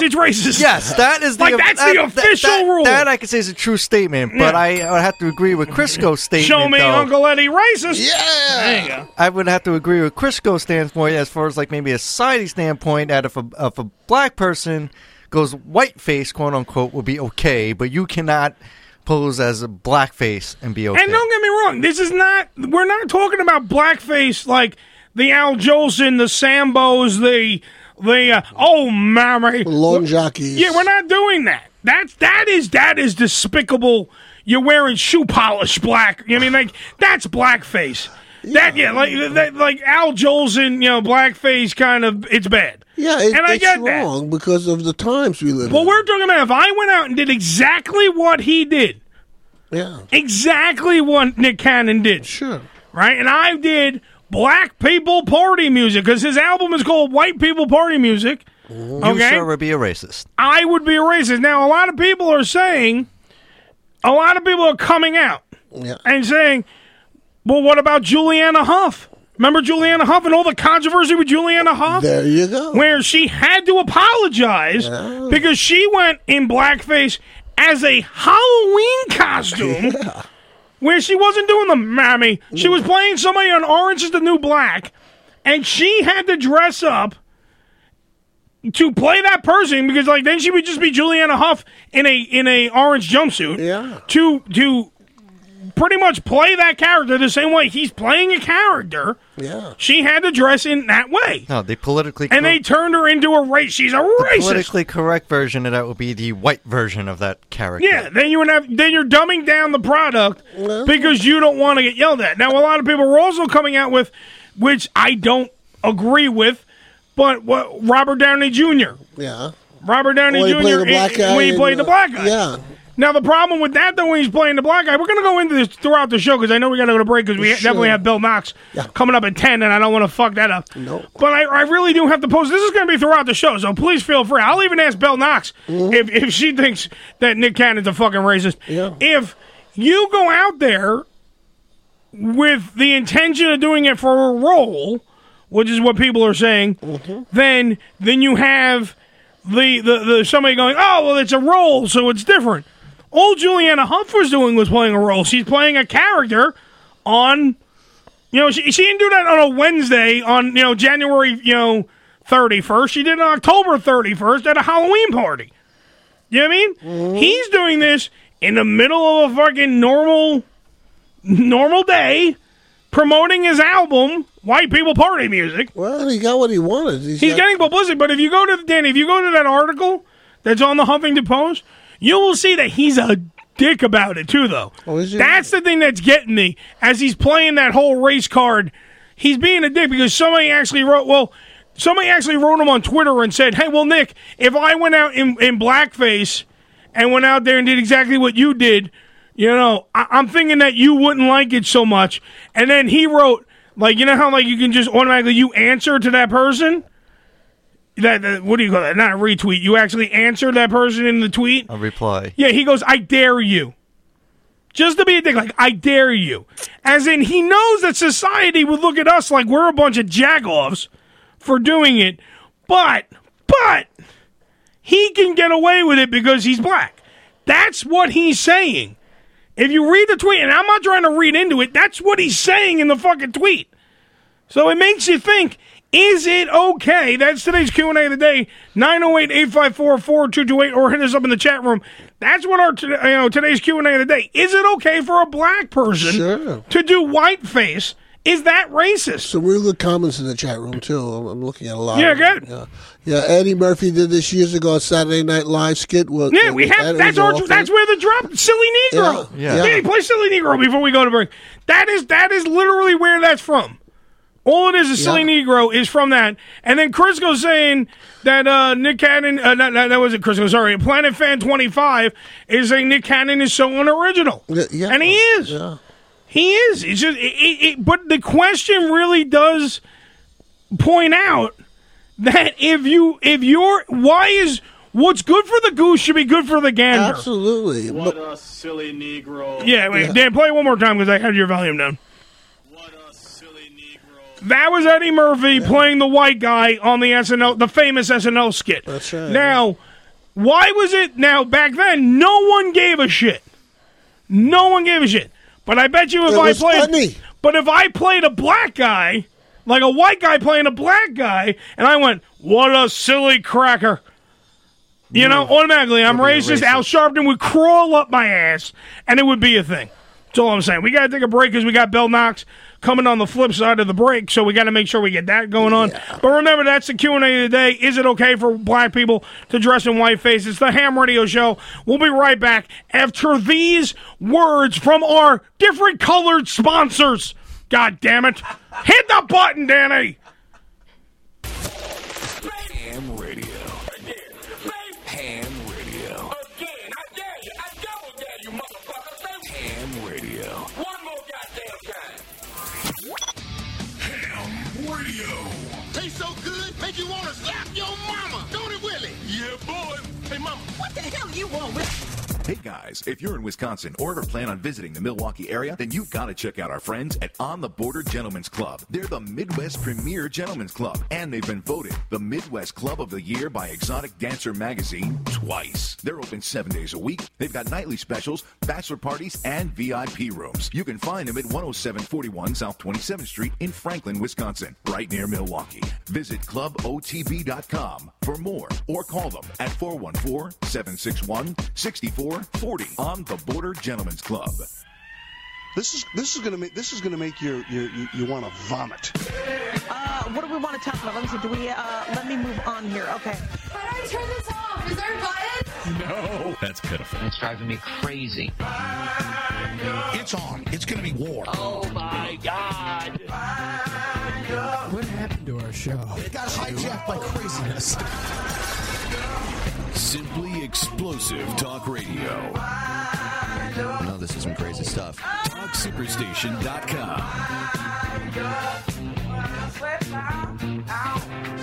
Speaker 3: No.
Speaker 7: it's racist.
Speaker 3: Yes, that is the
Speaker 7: like that's
Speaker 3: that-
Speaker 7: the
Speaker 3: that-
Speaker 7: official
Speaker 3: that-
Speaker 7: rule.
Speaker 3: That I can say is a true statement, but
Speaker 7: Yeah.
Speaker 3: I would have to agree with Crisco's statement.
Speaker 7: Show me
Speaker 3: though.
Speaker 7: Uncle Eddie racist.
Speaker 8: Yeah.
Speaker 7: There you go.
Speaker 3: I would have to agree with Crisco's standpoint as far as like maybe a society standpoint that if a if a black person goes whiteface, quote unquote, would be okay, but you cannot pose as a blackface and be okay.
Speaker 7: And don't get me wrong, this is not. We're not talking about blackface like the Al Jolson, the Sambos, the the uh, oh mammy
Speaker 8: Long jockeys.
Speaker 7: Yeah, we're not doing that. That's that is that is despicable. You're wearing shoe polish black. You know what I mean like that's blackface. That yeah, like that, like Al Jolson, you know, blackface kind of it's bad.
Speaker 8: Yeah, it,
Speaker 7: and I
Speaker 8: it's
Speaker 7: get that.
Speaker 8: wrong because of the times we live.
Speaker 7: Well, we're talking about if I went out and did exactly what he did,
Speaker 8: in. Yeah,
Speaker 7: exactly what Nick Cannon did,
Speaker 8: sure,
Speaker 7: right? And I did black people party music because his album is called White People Party Music.
Speaker 8: Mm-hmm.
Speaker 3: You
Speaker 7: Okay.
Speaker 3: sure would be a racist.
Speaker 7: I would be a racist. Now, a lot of people are saying, a lot of people are coming out and saying, well, what about Juliana Huff? Remember Juliana Huff and all the controversy with Juliana Huff?
Speaker 8: There you go.
Speaker 7: Where she had to apologize because she went in blackface as a Halloween costume. Where she wasn't doing the mammy. She
Speaker 8: Mm.
Speaker 7: was playing somebody on Orange is the New Black, and she had to dress up to play that person because like then she would just be Juliana Huff in a in a orange jumpsuit. Yeah. To to pretty much play that character the same way he's playing a character.
Speaker 8: Yeah.
Speaker 7: She had to dress in that way.
Speaker 3: No, the politically
Speaker 7: And they
Speaker 3: cor-
Speaker 7: turned her into a race. She's a racist.
Speaker 3: politically correct version of that would be the white version of that character.
Speaker 7: Yeah, then you would have then you're dumbing down the product because you don't want to get yelled at. Now a lot of people are also coming out with which I don't agree with, but what Robert Downey Jr.
Speaker 8: Yeah.
Speaker 7: Robert Downey
Speaker 8: When he
Speaker 7: Jr.
Speaker 8: played the black
Speaker 7: i-
Speaker 8: guy
Speaker 7: when he
Speaker 8: in,
Speaker 7: played the
Speaker 8: uh,
Speaker 7: black guy.
Speaker 8: yeah.
Speaker 7: Now the problem with that though, when he's playing the black guy, we're gonna go into this throughout the show because I know we gotta go to break because we ha-
Speaker 8: Sure.
Speaker 7: definitely have Bill Knox coming up at ten, and I don't want to fuck that up. No. But I, I really do have to post. This is gonna be throughout the show, so please feel free. I'll even ask Bill Knox if if she thinks that Nick Cannon's a fucking racist. Yeah. If you go out there with the intention of doing it for a role, which is what people are saying, then then you have the, the the somebody going, oh well, it's a role, so it's different. All Juliana Huff was doing was playing a role. She's playing a character on, you know, she she didn't do that on a Wednesday on you know January you know thirty first. She did it on October thirty first at a Halloween party. You know what I mean? He's doing this in the middle of a fucking normal normal day promoting his album, White People Party Music.
Speaker 8: Well, he got what he wanted. He's,
Speaker 7: getting publicity, but if you go to Danny, if you go to that article that's on the Huffington Post, you will see that he's a dick about it too though.
Speaker 8: Oh,
Speaker 7: That's the thing that's getting me as he's playing that whole race card. He's being a dick because somebody actually wrote well somebody actually wrote him on Twitter and said, Hey, well Nick, if I went out in, in blackface and went out there and did exactly what you did, you know, I- I'm thinking that you wouldn't like it so much. And then he wrote, like, you know how like you can just automatically you answer to that person. That, that what do you call that? Not a retweet. You actually answer that person in the tweet.
Speaker 3: A reply.
Speaker 7: Yeah, he goes, I dare you. Just to be a dick, like, I dare you. As in, he knows that society would look at us like we're a bunch of jagoffs for doing it, but, but, he can get away with it because he's black. That's what he's saying. If you read the tweet, and I'm not trying to read into it, that's what he's saying in the fucking tweet. So it makes you think, is it okay? That's today's Q&A of the day, 908-854-4228, or hit us up in the chat room. That's what our t- you know today's Q&A of the day. Is it okay for a black person to do whiteface? Is that racist?
Speaker 8: Some real good comments in the chat room too. I'm, I'm looking at a lot.
Speaker 7: Yeah,
Speaker 8: of them.
Speaker 7: good.
Speaker 8: Yeah. yeah, Eddie Murphy did this years ago on Saturday Night Live skit. Was,
Speaker 7: Yeah, we have.
Speaker 8: that
Speaker 7: That's
Speaker 8: was
Speaker 7: our.
Speaker 8: awful.
Speaker 7: That's where the drop. Silly Negro.
Speaker 8: Yeah, yeah.
Speaker 7: yeah. play Silly Negro before we go to break. That is that is literally where that's from. All it is is Silly Negro is from that. And then Crisco saying that uh, Nick Cannon. Uh, not, not, that wasn't Crisco. Sorry, Planet Fan Twenty Five is saying Nick Cannon is so unoriginal.
Speaker 8: yeah.
Speaker 7: and he is. He is. It's just. It, it, it, but the question really does point out that if you if you're why is what's good for the goose should be good for the gander.
Speaker 8: Absolutely.
Speaker 6: What a silly Negro.
Speaker 7: Yeah, wait, Dan, play it one more time because I had your volume down. That was Eddie Murphy playing the white guy on the SNL, the famous SNL skit. That's right. Now, why was it? Now back then, no one gave a shit. No one gave a shit. But I bet you if
Speaker 8: It
Speaker 7: I
Speaker 8: was
Speaker 7: played,
Speaker 8: funny.
Speaker 7: but if I played a black guy, like a white guy playing a black guy, and I went, "What a silly cracker." You know, automatically, I'm racist. Al Sharpton would crawl up my ass, and it would be a thing. That's all I'm saying. We got to take a break because we got Bill Knox coming on the flip side of the break, so we got to make sure we get that going on. But remember, that's the Q&A of the day. Is it okay for black people to dress in white face? It's the Ham Radio Show. We'll be right back after these words from our different colored sponsors. God damn it. Hit the button, Danny.
Speaker 5: Ham Radio. Ham Radio. Again, I dare you. I double dare you, motherfucker. Ham Radio. One more goddamn time.
Speaker 16: What the hell you want with
Speaker 2: Hey guys, if you're in Wisconsin or ever plan on visiting the Milwaukee area, then you've got to check out our friends at On the Border Gentlemen's Club. They're the Midwest premier gentlemen's club, and they've been voted the Midwest Club of the Year by Exotic Dancer Magazine twice. They're open seven days a week. They've got nightly specials, bachelor parties, and VIP rooms. You can find them at 10741 South 27th Street in Franklin, Wisconsin, right near Milwaukee. Visit clubotb.com for more or call them at 414 761 6440 on the Border Gentlemen's Club.
Speaker 5: This is this is gonna make this is gonna make you you you, you want to vomit.
Speaker 16: Uh, what do we want to talk about? Let me see. Do we? Uh, let me move on here. Okay.
Speaker 17: How do I turn this off? Is there a button?
Speaker 18: No. That's pitiful. It's driving me crazy.
Speaker 19: It's on. It's going to be war.
Speaker 18: Oh my God.
Speaker 20: What happened to our show?
Speaker 5: It got hijacked by craziness.
Speaker 21: Simply explosive talk radio. No, this is some crazy stuff. TalkSuperstation.com.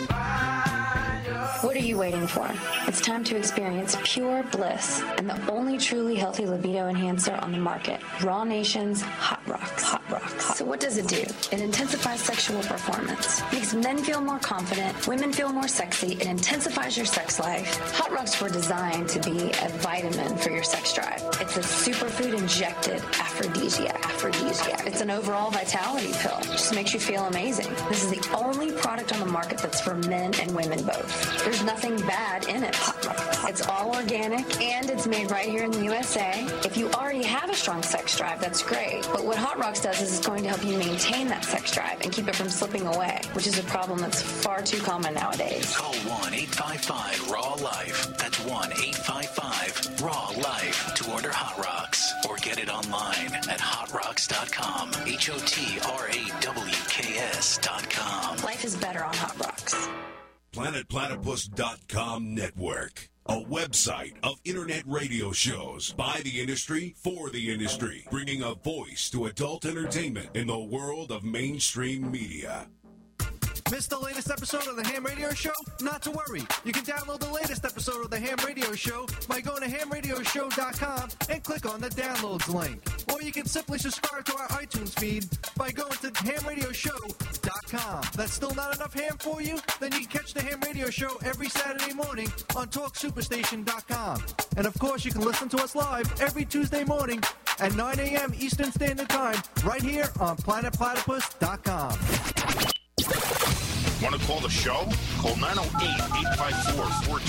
Speaker 22: What are you waiting for? It's time to experience pure bliss and the only truly healthy libido enhancer on the market Raw Nation's Hot Rocks. Hot Rocks. So, what does it do? It intensifies sexual performance, makes men feel more confident, women feel more sexy, it intensifies your sex life. Hot Rocks were designed to be a vitamin for your sex drive. It's a superfood injected aphrodisiac. Aphrodisiac. It's an overall vitality pill. It just makes you feel amazing. This is the only product on the market that's for men and women both. There's nothing bad in it. It's all organic and it's made right here in the USA. If you already have a strong sex drive, that's great. But what Hot Rocks does is it's going to help you maintain that sex drive and keep it from slipping away, which is a problem that's far too common nowadays.
Speaker 18: Call 1 855 Raw Life. That's 1 855 Raw Life to order Hot Rocks or get it online at hotrocks.com. H O T R A W K S.com.
Speaker 22: Life is better on Hot Rocks.
Speaker 19: PlanetPlatypus.com network. A website of internet radio shows by the industry for the industry, bringing a voice to adult entertainment in the world of mainstream media.
Speaker 3: Missed the latest episode of the Ham Radio Show? Not to worry. You can download the latest episode of the Ham Radio Show by going to hamradioshow.com and click on the downloads link. Or you can simply subscribe to our iTunes feed by going to hamradioshow.com. That's still not enough ham for you? Then you can catch the Ham Radio Show every Saturday morning on TalkSuperstation.com. And of course, you can listen to us live every Tuesday morning at 9 a.m. Eastern Standard Time right here on PlanetPlatypus.com.
Speaker 23: Want to call the show? Oh, Call 908 854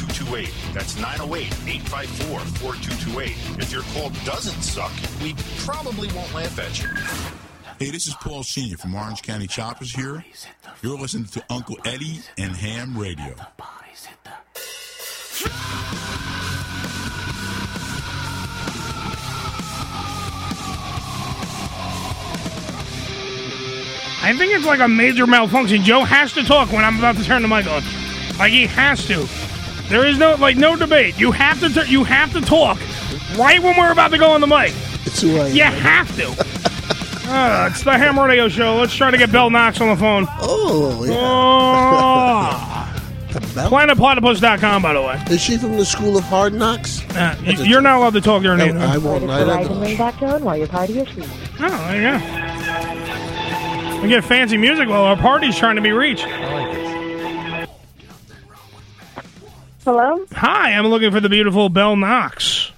Speaker 23: 4228. That's 908 854 4228. If your call doesn't suck, we probably won't laugh at you.
Speaker 10: Hey, this is Paul Sr. from Orange County Choppers here. You're listening to Uncle Eddie and Ham Radio.
Speaker 7: I think it's like a major malfunction. Joe has to talk when I'm about to turn the mic on. Like he has to. There is no like no debate. You have to tur- you have to talk right when we're about to go on the mic.
Speaker 8: It's right.
Speaker 7: You have to. Ah, it's the Ham Radio Show. Let's try to get Bell Knox on the phone. Oh.
Speaker 8: Oh, yeah.
Speaker 7: PlanetPlatypus.com, by the way.
Speaker 8: Is she from the School of Hard Knocks?
Speaker 7: Uh, y- you're not allowed to talk during the
Speaker 8: I won't. I
Speaker 24: Provide the
Speaker 8: don't
Speaker 24: ring back on while your party is free.
Speaker 7: Oh, there you go. We get fancy music while our party's trying to be reached.
Speaker 24: Hello?
Speaker 7: Hi, I'm looking for the beautiful Bell Knox.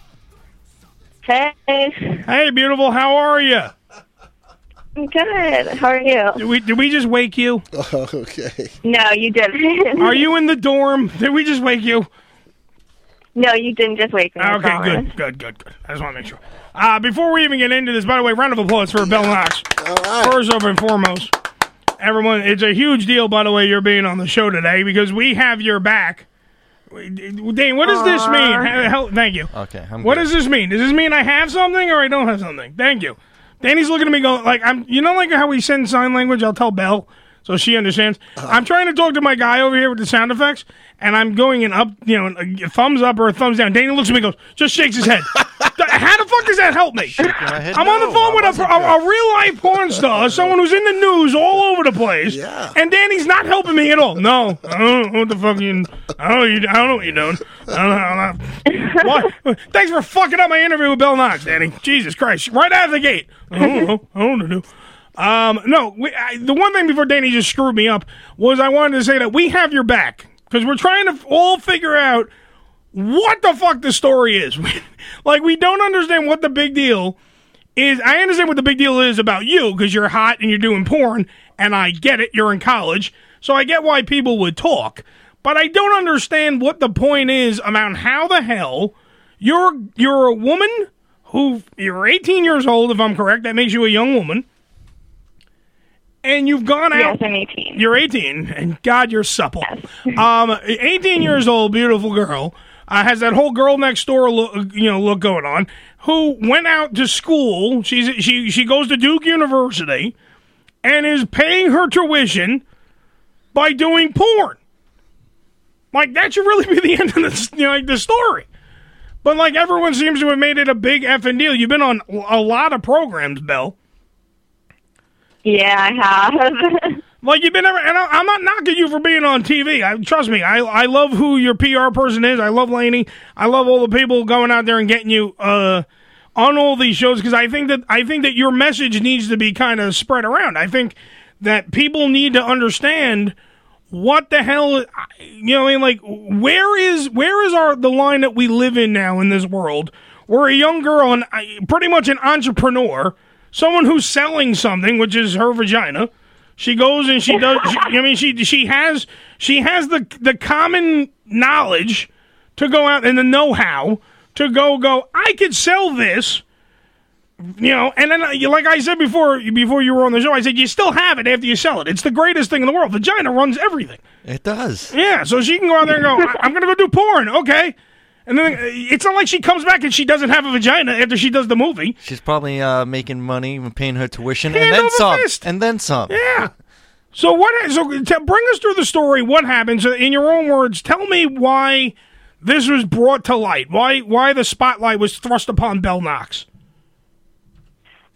Speaker 24: Hey,
Speaker 7: Hey, beautiful, how are you?
Speaker 24: I'm good. How are you?
Speaker 7: Did we, did we just wake you?
Speaker 8: okay.
Speaker 24: No, you didn't.
Speaker 7: Are you in the dorm? Did we just wake you?
Speaker 24: No, you didn't just wake me. I
Speaker 7: Okay,
Speaker 24: promise.
Speaker 7: good, good, good, good. I just want to make sure. Uh, before we even get into this, by the way, round of applause for Bell Knox. First over and foremost, everyone, it's a huge deal, by the way, you're being on the show today because we have your back. Dane, what does this
Speaker 25: Aw.
Speaker 7: mean? Hel- hel- Thank you.
Speaker 25: Okay, I'm
Speaker 7: What
Speaker 25: good.
Speaker 7: does this mean? Does this mean I have something or I don't have something? Thank you. Danny's looking at me going like I'm you know like how we send sign language, I'll tell Belle so she understands.
Speaker 25: Uh-huh.
Speaker 7: I'm trying to talk to my guy over here with the sound effects and I'm going an up you know a thumbs up or a thumbs down. Danny looks at me and goes, just shakes his head. Th- How the fuck does that help me? I'm on the phone with a, a, a real life porn star, someone who's in the news all over the place. Yeah. And Danny's not helping me at all. No, I don't know what the fuck you. I don't know. You, I don't know what you're doing. I don't know. I don't know. Why- Thanks for fucking up my interview with Bill Knox, Danny. Jesus Christ! Right out of the gate. I don't know. I don't know. Um, no, we, I, the one thing before Danny just screwed me up was I wanted to say that we have your back because we're trying to f- all figure out what the fuck the story is. like, we don't understand what the big deal is. I understand what the big deal is about you because you're hot and you're doing porn, and I get it. You're in college, so I get why people would talk. But I don't understand what the point is about how the hell you're you're a woman who you're 18 years old, if I'm correct. That makes you a young woman and you've gone out. Yes,
Speaker 24: I'm 18.
Speaker 7: You're 18, and God, you're supple. Um, 18 years old, beautiful girl, uh, has that whole girl next door look, you know, look going on. Who went out to school? She's she she goes to Duke University, and is paying her tuition by doing porn. Like that should really be the end of the you know, like the story. But like everyone seems to have made it a big effing deal. You've been on a lot of programs, Bell.
Speaker 24: Yeah, I have.
Speaker 7: Like you've been ever, and I, I'm not knocking you for being on TV. I, trust me, I I love who your PR person is. I love Laney. I love all the people going out there and getting you uh, on all these shows because I think that I think that your message needs to be kind of spread around. I think that people need to understand what the hell you know. I mean, like where is where is our the line that we live in now in this world? We're a young girl and I, pretty much an entrepreneur someone who's selling something, which is her vagina. She goes and she does. She, I mean, she she has she has the the common knowledge to go out and the know how to go go. I could sell this, you know. And then, I- like I said before, before you were on the show, I said you still have it after you sell it. It's the greatest thing in the world. Vagina runs everything.
Speaker 3: It does.
Speaker 7: Yeah, so she can go out there and go, "I- I'm going to go do porn, okay? And then uh, it's not like she comes back and she doesn't have a vagina after she does the movie.
Speaker 3: She's probably uh, making money and paying her tuition
Speaker 7: Hand
Speaker 3: and then
Speaker 7: over
Speaker 3: some.
Speaker 7: fist.
Speaker 3: And then some.
Speaker 7: Yeah. So what? So t- bring us through the story. What happens uh, in your own words? Tell me why this was brought to light. Why why the spotlight was thrust upon Bell Knox?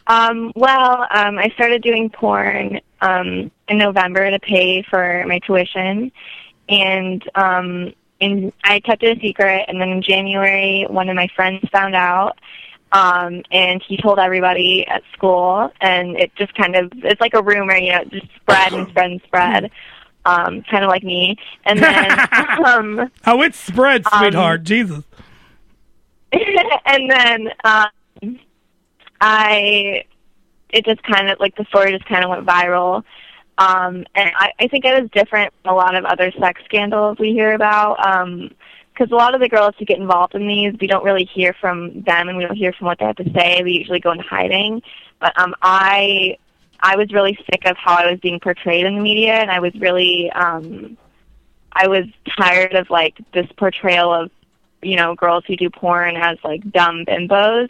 Speaker 24: Um, well, um, I started doing porn um, in November to pay for my tuition, and um, in, I kept it a secret. And then in January, one of my friends found out, um, and he told everybody at school. And it just kind of it's like a rumor, you know, it just spread and spread and
Speaker 7: Hmm.
Speaker 24: spread, um, kind of like me. And then um,
Speaker 7: Oh, it spread,
Speaker 24: Um,
Speaker 7: sweetheart. Jesus.
Speaker 24: and then um, I, it just kind of like the story just kind of went viral, um, and I, I think it is different from a lot of other sex scandals we hear about. Um, Because a lot of the girls who get involved in these, we don't really hear from them, and we don't hear from what they have to say. We usually go into hiding. But um, I, I was really sick of how I was being portrayed in the media, and I was really, um, I was tired of like this portrayal of you know, girls who do porn as like dumb bimbos.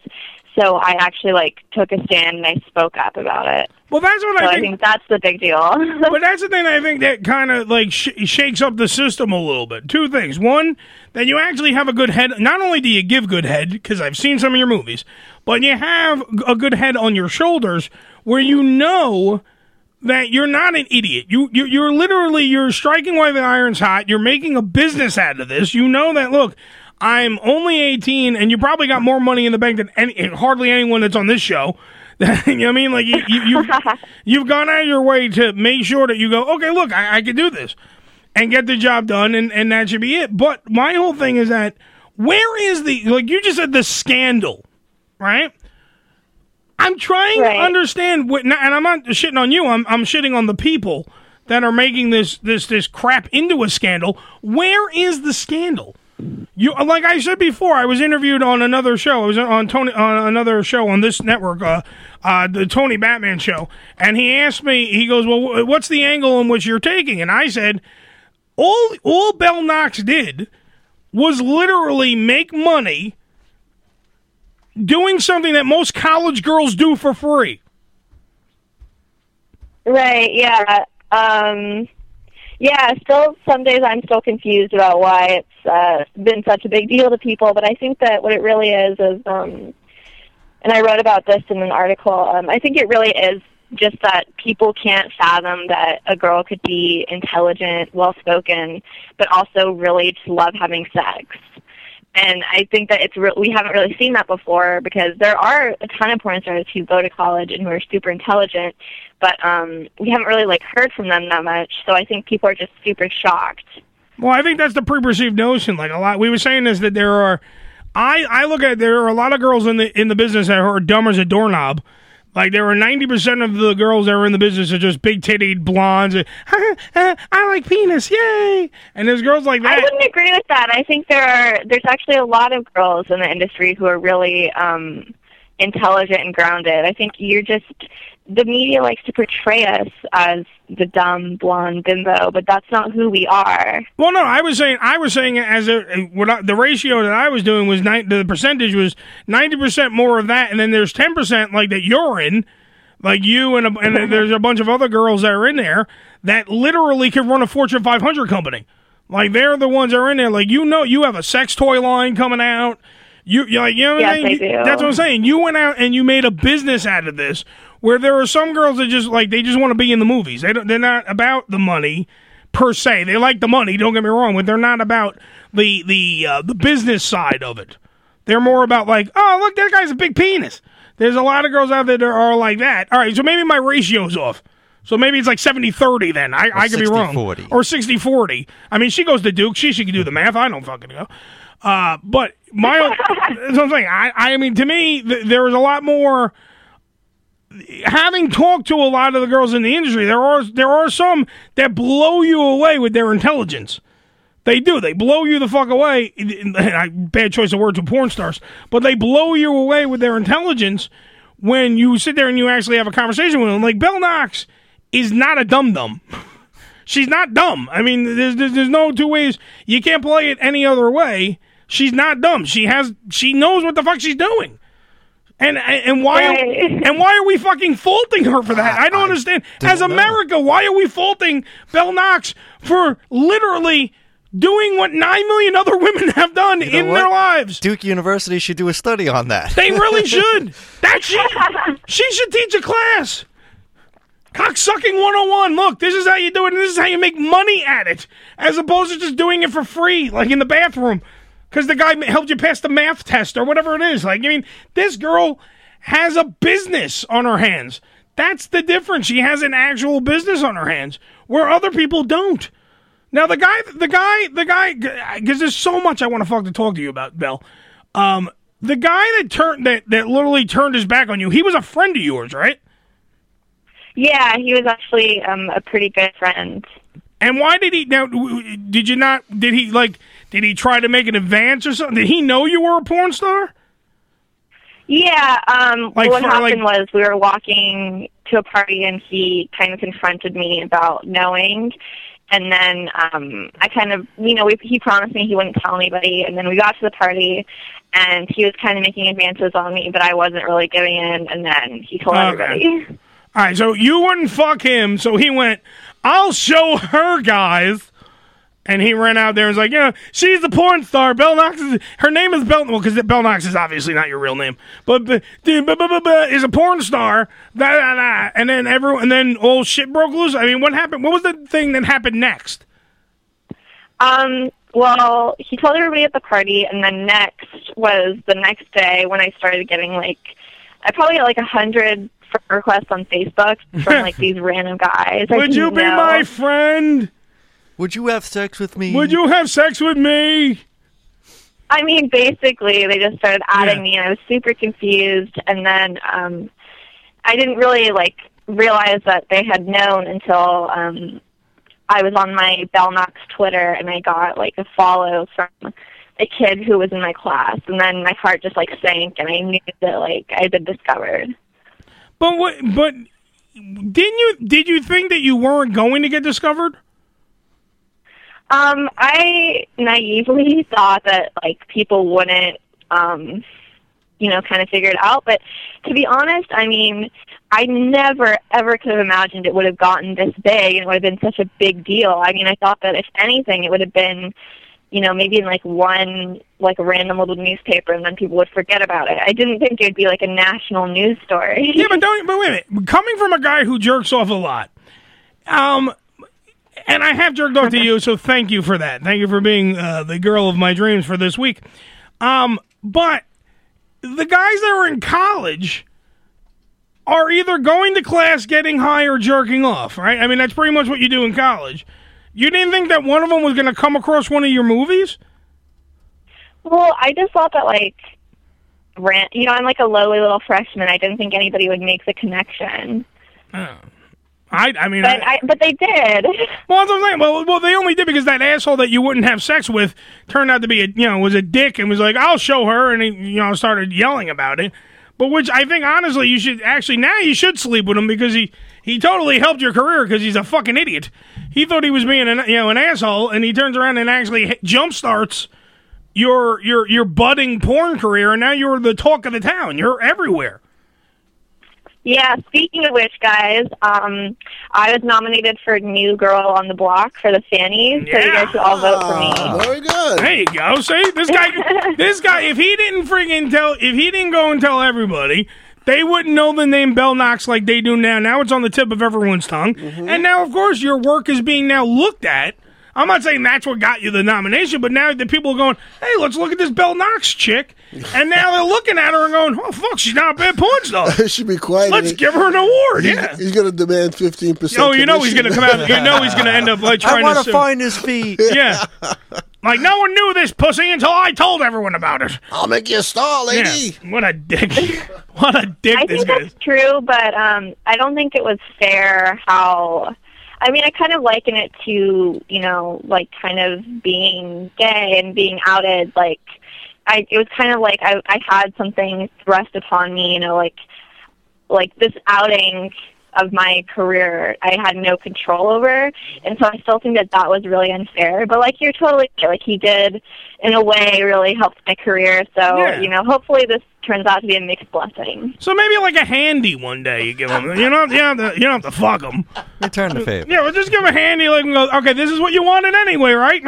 Speaker 24: So I actually like took a stand and I spoke up about it.
Speaker 7: Well, that's what
Speaker 24: so
Speaker 7: I
Speaker 24: I
Speaker 7: think-
Speaker 24: think that's the big deal.
Speaker 7: but that's the thing I think that kind of like sh- shakes up the system a little bit. Two things: one, that you actually have a good head. Not only do you give good head, because I've seen some of your movies, but you have a good head on your shoulders where you know that you're not an idiot. You, you you're literally you're striking while the iron's hot. You're making a business out of this. You know that. Look. I'm only 18, and you probably got more money in the bank than any, hardly anyone that's on this show. you know what I mean? Like you, you, you you've gone out of your way to make sure that you go, okay, look, I, I can do this, and get the job done, and and that should be it. But my whole thing is that where is the like you just said the scandal, right? I'm trying to understand what, and I'm not shitting on you. I'm I'm shitting on the people that are making this this this crap into a scandal. Where is the scandal? You like I said before, I was interviewed on another show. I was on Tony on another show on this network, uh, uh, the Tony Batman show, and he asked me. He goes, "Well, wh- what's the angle in which you're taking?" And I said, "All all Bell Knox did was literally make money." doing something that most college girls do for free.
Speaker 24: right, yeah. Um yeah, still some days I'm still confused about why it's uh, been such a big deal to people, but I think that what it really is is um and I wrote about this in an article. Um, I think it really is just that people can't fathom that a girl could be intelligent, well spoken, but also really just love having sex. And I think that it's re- we haven't really seen that before because there are a ton of porn stars who go to college and who are super intelligent, but um, we haven't really like heard from them that much. So I think people are just super shocked.
Speaker 7: Well, I think that's the preconceived notion. Like a lot, we were saying is that there are, I I look at there are a lot of girls in the in the business that are dumb as a doorknob. Like there are ninety percent of the girls that are in the business are just big titted blondes. and, I like penis, yay! And there's girls like
Speaker 24: I
Speaker 7: that.
Speaker 24: wouldn't agree with that. I think there are there's actually a lot of girls in the industry who are really um intelligent and grounded. I think you're just the media likes to portray us as the dumb blonde bimbo, but that's not who we are.
Speaker 7: Well, no, I was saying I was saying as a what I, the ratio that I was doing was nine, the percentage was ninety percent more of that, and then there's ten percent like that you're in, like you and a, and there's a bunch of other girls that are in there that literally could run a Fortune 500 company. Like they're the ones that are in there. Like you know, you have a sex toy line coming out. You, you like you know what I
Speaker 24: Yes,
Speaker 7: mean?
Speaker 24: I do.
Speaker 7: That's what I'm saying. You went out and you made a business out of this, where there are some girls that just like they just want to be in the movies. They don't, they're not about the money per se. They like the money. Don't get me wrong, but they're not about the the uh, the business side of it. They're more about like, oh look, that guy's a big penis. There's a lot of girls out there that are like that. All right, so maybe my ratio's off. So maybe it's like 70-30 then. I, I could be wrong.
Speaker 3: 60-40.
Speaker 7: Or 60-40. I mean, she goes to Duke. She, she can do the math. I don't fucking know. Uh, but my own, that's what I'm saying. I, I mean, to me, th- there is a lot more having talked to a lot of the girls in the industry, there are there are some that blow you away with their intelligence. They do. They blow you the fuck away. I- Bad choice of words with porn stars, but they blow you away with their intelligence when you sit there and you actually have a conversation with them. Like Bell Knox is not a dum dum. She's not dumb. I mean, there's, there's there's no two ways. You can't play it any other way. She's not dumb. She has she knows what the fuck she's doing. And and why
Speaker 24: Right.
Speaker 7: and why are we fucking faulting her for that? I don't understand. As America, why are we faulting Bell Knox for literally doing what nine million other women have done in their lives?
Speaker 3: Duke University should do a study on that.
Speaker 7: They really should. That shit. She should teach a class. Cocksucking 101. Look, this is how you do it, and this is how you make money at it, as opposed to just doing it for free, like in the bathroom, because the guy helped you pass the math test or whatever it is. Like, I mean, this girl has a business on her hands. That's the difference. She has an actual business on her hands, where other people don't. Now the guy, the guy, the guy, because there's so much I want to fucking talk to you about, Bell. Um, the guy that turned that that literally turned his back on you. He was a friend of yours, right?
Speaker 24: Yeah, he was actually um a pretty good friend.
Speaker 7: And why did he? Now, w- w- did you not? Did he like? Did he try to make an advance or something? Did he know you were a porn star?
Speaker 24: Yeah, um
Speaker 7: Like
Speaker 24: what
Speaker 7: for,
Speaker 24: happened was we were walking to a party and he kind of confronted me about knowing and then um I kind of you know, we, he promised me he wouldn't tell anybody and then we got to the party and he was kind of making advances on me but I wasn't really giving in and then he told
Speaker 7: Okay.
Speaker 24: everybody.
Speaker 7: All right, so you wouldn't fuck him, so he went. I'll show her, guys. And he ran out there and was like, "Yeah, she's the porn star. Bell Knox is her name is Bell. Well, because Bell Knox is obviously not your real name, but but dude, but, but, but, but is a porn star. Da, da, da. And then everyone, and then all shit broke loose. I mean, what happened? What was the thing that happened next?
Speaker 24: Um, well, he told everybody at the party, and then next was the next day when I started getting like, I probably got like a hundred friend requests on Facebook from like these random guys. I
Speaker 7: Would
Speaker 24: didn't
Speaker 7: you be
Speaker 24: know.
Speaker 7: my friend?
Speaker 3: Would you have sex with me?
Speaker 7: Would you have sex with me?
Speaker 24: I mean, basically, they just started adding me, and I was super confused. And then um, I didn't really like realize that they had known until um, I was on my Bell Knox Twitter, and I got like a follow from a kid who was in my class. And then my heart just like sank, and I knew that like I'd been discovered.
Speaker 7: But what? But didn't you? Did you think that you weren't going to get discovered?
Speaker 24: Um, I naively thought that like people wouldn't, um, you know, kind of figure it out. But to be honest, I mean, I never ever could have imagined it would have gotten this big and it would have been such a big deal. I mean, I thought that if anything, it would have been you know, maybe in like one like a random little newspaper, and then people would forget about it. I didn't think it'd be like a national news story.
Speaker 7: yeah, but don't. But wait a minute. Coming from a guy who jerks off a lot, um, and I have jerked off to you, so thank you for that. Thank you for being uh, the girl of my dreams for this week. Um, but the guys that are in college are either going to class, getting high, or jerking off. Right? I mean, that's pretty much what you do in college. You didn't think that one of them was going to come across one of your movies?
Speaker 24: Well, I just thought that like rant you know, I'm like a lowly little freshman. I didn't think anybody would make the connection.
Speaker 7: I, I mean,
Speaker 24: But I but they did.
Speaker 7: Well, that's what I'm saying. Well, well, they only did because that asshole that you wouldn't have sex with turned out to be a you know was a dick and was like, "I'll show her," and he, you know started yelling about it. But which I think honestly, you should actually now you should sleep with him because he he totally helped your career because he's a fucking idiot. He thought he was being an you know an asshole, and he turns around and actually hit- jumpstarts your your your budding porn career, and now you're the talk of the town. You're everywhere.
Speaker 24: Yeah, speaking of which, guys, um, I was nominated for New Girl on the Block for the Fannies, so you guys should all vote for me.
Speaker 8: Very good.
Speaker 7: There you go. See this guy. this guy. If he didn't freaking tell, if he didn't go and tell everybody, they wouldn't know the name Bell Knox like they do now. Now it's on the tip of everyone's tongue,
Speaker 8: Mm-hmm.
Speaker 7: and now of course your work is being now looked at. I'm not saying that's what got you the nomination, but now the people are going, "Hey, let's look at this Bell Knox chick," and now they're looking at her and going, "Oh fuck, she's not a bad porn star."
Speaker 8: It should be quiet.
Speaker 7: Let's give her an award.
Speaker 8: He's-
Speaker 7: Yeah.
Speaker 8: he's going to demand fifteen percent.
Speaker 7: Oh, you know he's gonna come out. You know he's gonna end up like trying
Speaker 8: wanna
Speaker 7: to sue.
Speaker 8: find
Speaker 3: his feet.
Speaker 7: Yeah. Like no one knew this pussy until I told everyone about it.
Speaker 8: I'll make you a star,
Speaker 7: lady. What a dick! what a dick
Speaker 24: I
Speaker 7: this
Speaker 24: think
Speaker 7: guy is.
Speaker 24: that's true, but um, I don't think it was fair how. I mean, I kind of liken it to you know, like kind of being gay and being outed. Like, I it was kind of like I, I had something thrust upon me. You know, like like this outing of my career I had no control over and so I still think that that was really unfair but like you're totally right. like he did in a way really helped my career so
Speaker 7: Yeah.
Speaker 24: you know hopefully this turns out to be a mixed blessing
Speaker 7: So maybe like a handy one day you give him. You don't, you don't, have, to, you don't have to fuck him.
Speaker 3: Return the favor.
Speaker 7: Yeah, well, just give him a handy like and go. Okay, this is what you wanted anyway, right?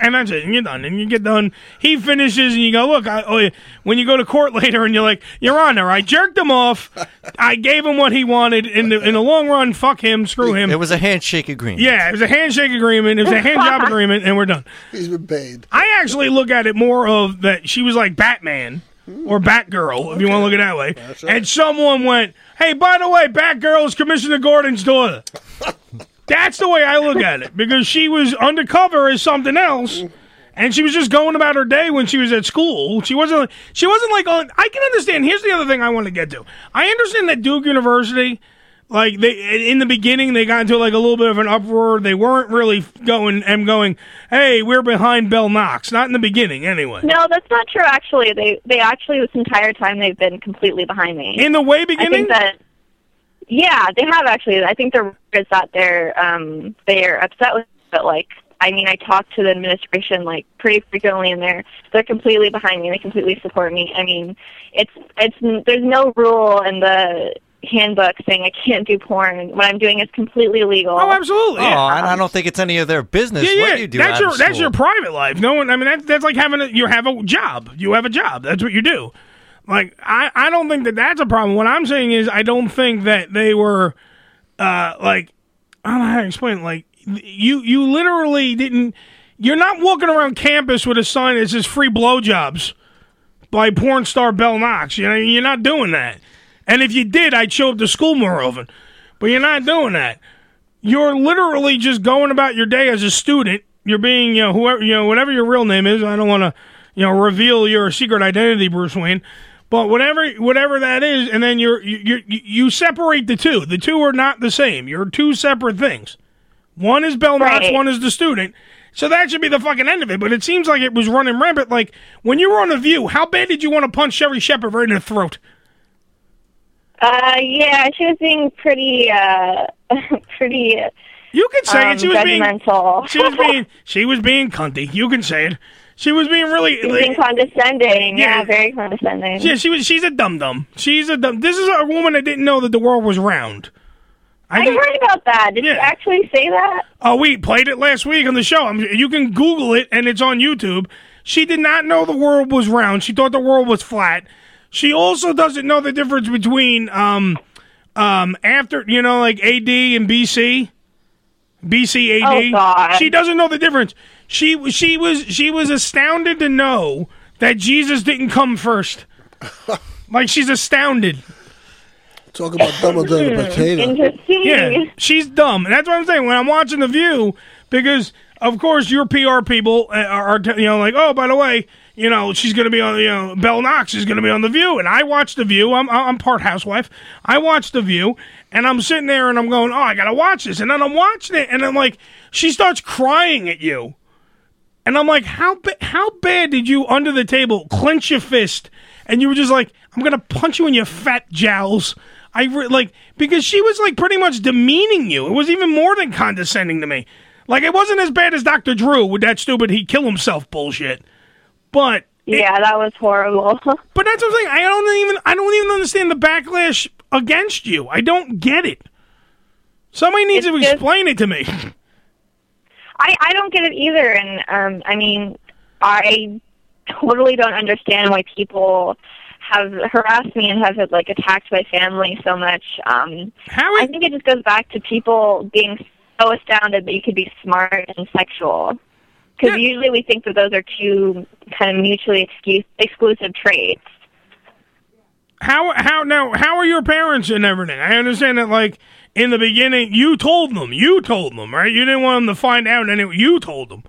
Speaker 7: And that's it. And you're done. And you get done. He finishes, and you go look. I, oh, yeah. When you go to court later, and you're like, Your Honor, I jerked him off. I gave him what he wanted. In the in the long run, fuck him, screw him.
Speaker 3: It was a handshake agreement.
Speaker 7: Yeah, it was a handshake agreement. It was a hand job agreement, and we're done.
Speaker 8: He's been paid.
Speaker 7: I actually look at it more of that she was like Batman or Batgirl, if you want to look at it that way. And someone went, "Hey, by the way, Batgirl is Commissioner Gordon's daughter." That's the way I look at it because she was undercover as something else. And she was just going about her day when she was at school. She wasn't. She wasn't like on. I can understand. Here's the other thing I want to get to. I understand that Duke University, like they in the beginning, they got into like a little bit of an uproar. They weren't really going and going. Hey, we're behind Bell Knox. Not in the beginning, anyway.
Speaker 24: No, that's not true. Actually, they they actually this entire time they've been completely behind me.
Speaker 7: In the way
Speaker 24: I
Speaker 7: beginning,
Speaker 24: think that yeah, they have actually. I think the rumor is that they're um they're upset with, it, but like I mean, I talk to the administration like pretty frequently, and they're they're completely behind me. They completely support me. I mean, it's it's there's no rule in the handbook saying I can't do porn. What I'm doing is completely illegal.
Speaker 7: Oh, absolutely.
Speaker 3: Oh, and I don't think it's any of their business
Speaker 7: yeah, yeah.
Speaker 3: what you do.
Speaker 7: that's
Speaker 3: out
Speaker 7: your
Speaker 3: of
Speaker 7: that's
Speaker 3: school.
Speaker 7: your private life. No one. I mean, that's that's like having a, you have a job. You have a job. That's what you do. Like I, I don't think that that's a problem. What I'm saying is I don't think that they were, uh, like I don't know how to explain. It. Like you you literally didn't. You're not walking around campus with a sign that says free blowjobs by porn star Bell Knox. You know you're not doing that. And if you did, I'd show up to school more often. But you're not doing that you're literally just going about your day as a student. You're being, you know, whoever, you know, whatever your real name is. I don't want to, you know, reveal your secret identity, Bruce Wayne. But whatever, whatever that is, and then you're you you you separate the two. The two are not the same. You're two separate things. One is Bell Knox,
Speaker 5: Right.
Speaker 7: one is the student. So that should be the fucking end of it. But it seems like it was running rampant. Like when you were on the View, how bad did you want to punch Sherry Shepard right in the throat?
Speaker 24: Uh, yeah, she was being pretty uh pretty.
Speaker 7: You could say
Speaker 24: um,
Speaker 7: it. She was being
Speaker 24: judgmental.
Speaker 7: She was being she was being cunty. You can say it. She was being really
Speaker 24: She's being condescending. Yeah, very condescending.
Speaker 7: Yeah, she was. She's a dum dum. She's a dum. This is a woman that didn't know that the world was round. I
Speaker 24: I
Speaker 7: think-
Speaker 24: heard about that. Did you actually say that?
Speaker 7: Oh, we played it last week on the show. I'm, you can Google it, and it's on YouTube. She did not know the world was round. She thought the world was flat. She also doesn't know the difference between um, um, after you know, like AD and BC, BC AD.
Speaker 5: Oh, God.
Speaker 7: She doesn't know the difference. She she was she was astounded to know that Jesus didn't come first. like she's astounded.
Speaker 8: Talk about dumber than a potato.
Speaker 7: Yeah, she's dumb, and that's what I'm saying. When I'm watching The View, because of course your PR people uh, are, are t- you know like, oh, by the way, you know she's going to be on, you know, Bell Knox is going to be on The View, and I watch The View. I'm I'm part housewife. I watch The View, and I'm sitting there and I'm going, oh, I got to watch this, and then I'm watching it, and I'm like, she starts crying at you. And I'm like, how ba- how bad did you under the table clench your fist? And you were just like, I'm gonna punch you in your fat jowls. I re- like because she was like pretty much demeaning you. It was even more than condescending to me. Like it wasn't as bad as Dr. Drew with that stupid he kill himself bullshit. But
Speaker 24: Yeah, that was horrible.
Speaker 7: but that's what I'm saying. I don't even I don't even understand the backlash against you. I don't get it. Somebody needs to explain it to me.
Speaker 24: I, I don't get it either. And um, I mean, I totally don't understand why people have harassed me and have like attacked my family so much. Um,
Speaker 7: How
Speaker 24: I think it just goes back to people being so astounded that you could be smart and sexual. Because usually we think that those are two kind of mutually excuse, exclusive traits.
Speaker 7: how how now how are your parents and everything? I understand that like in the beginning you told them, you told them, right? You didn't want them to find out, and it, you told them.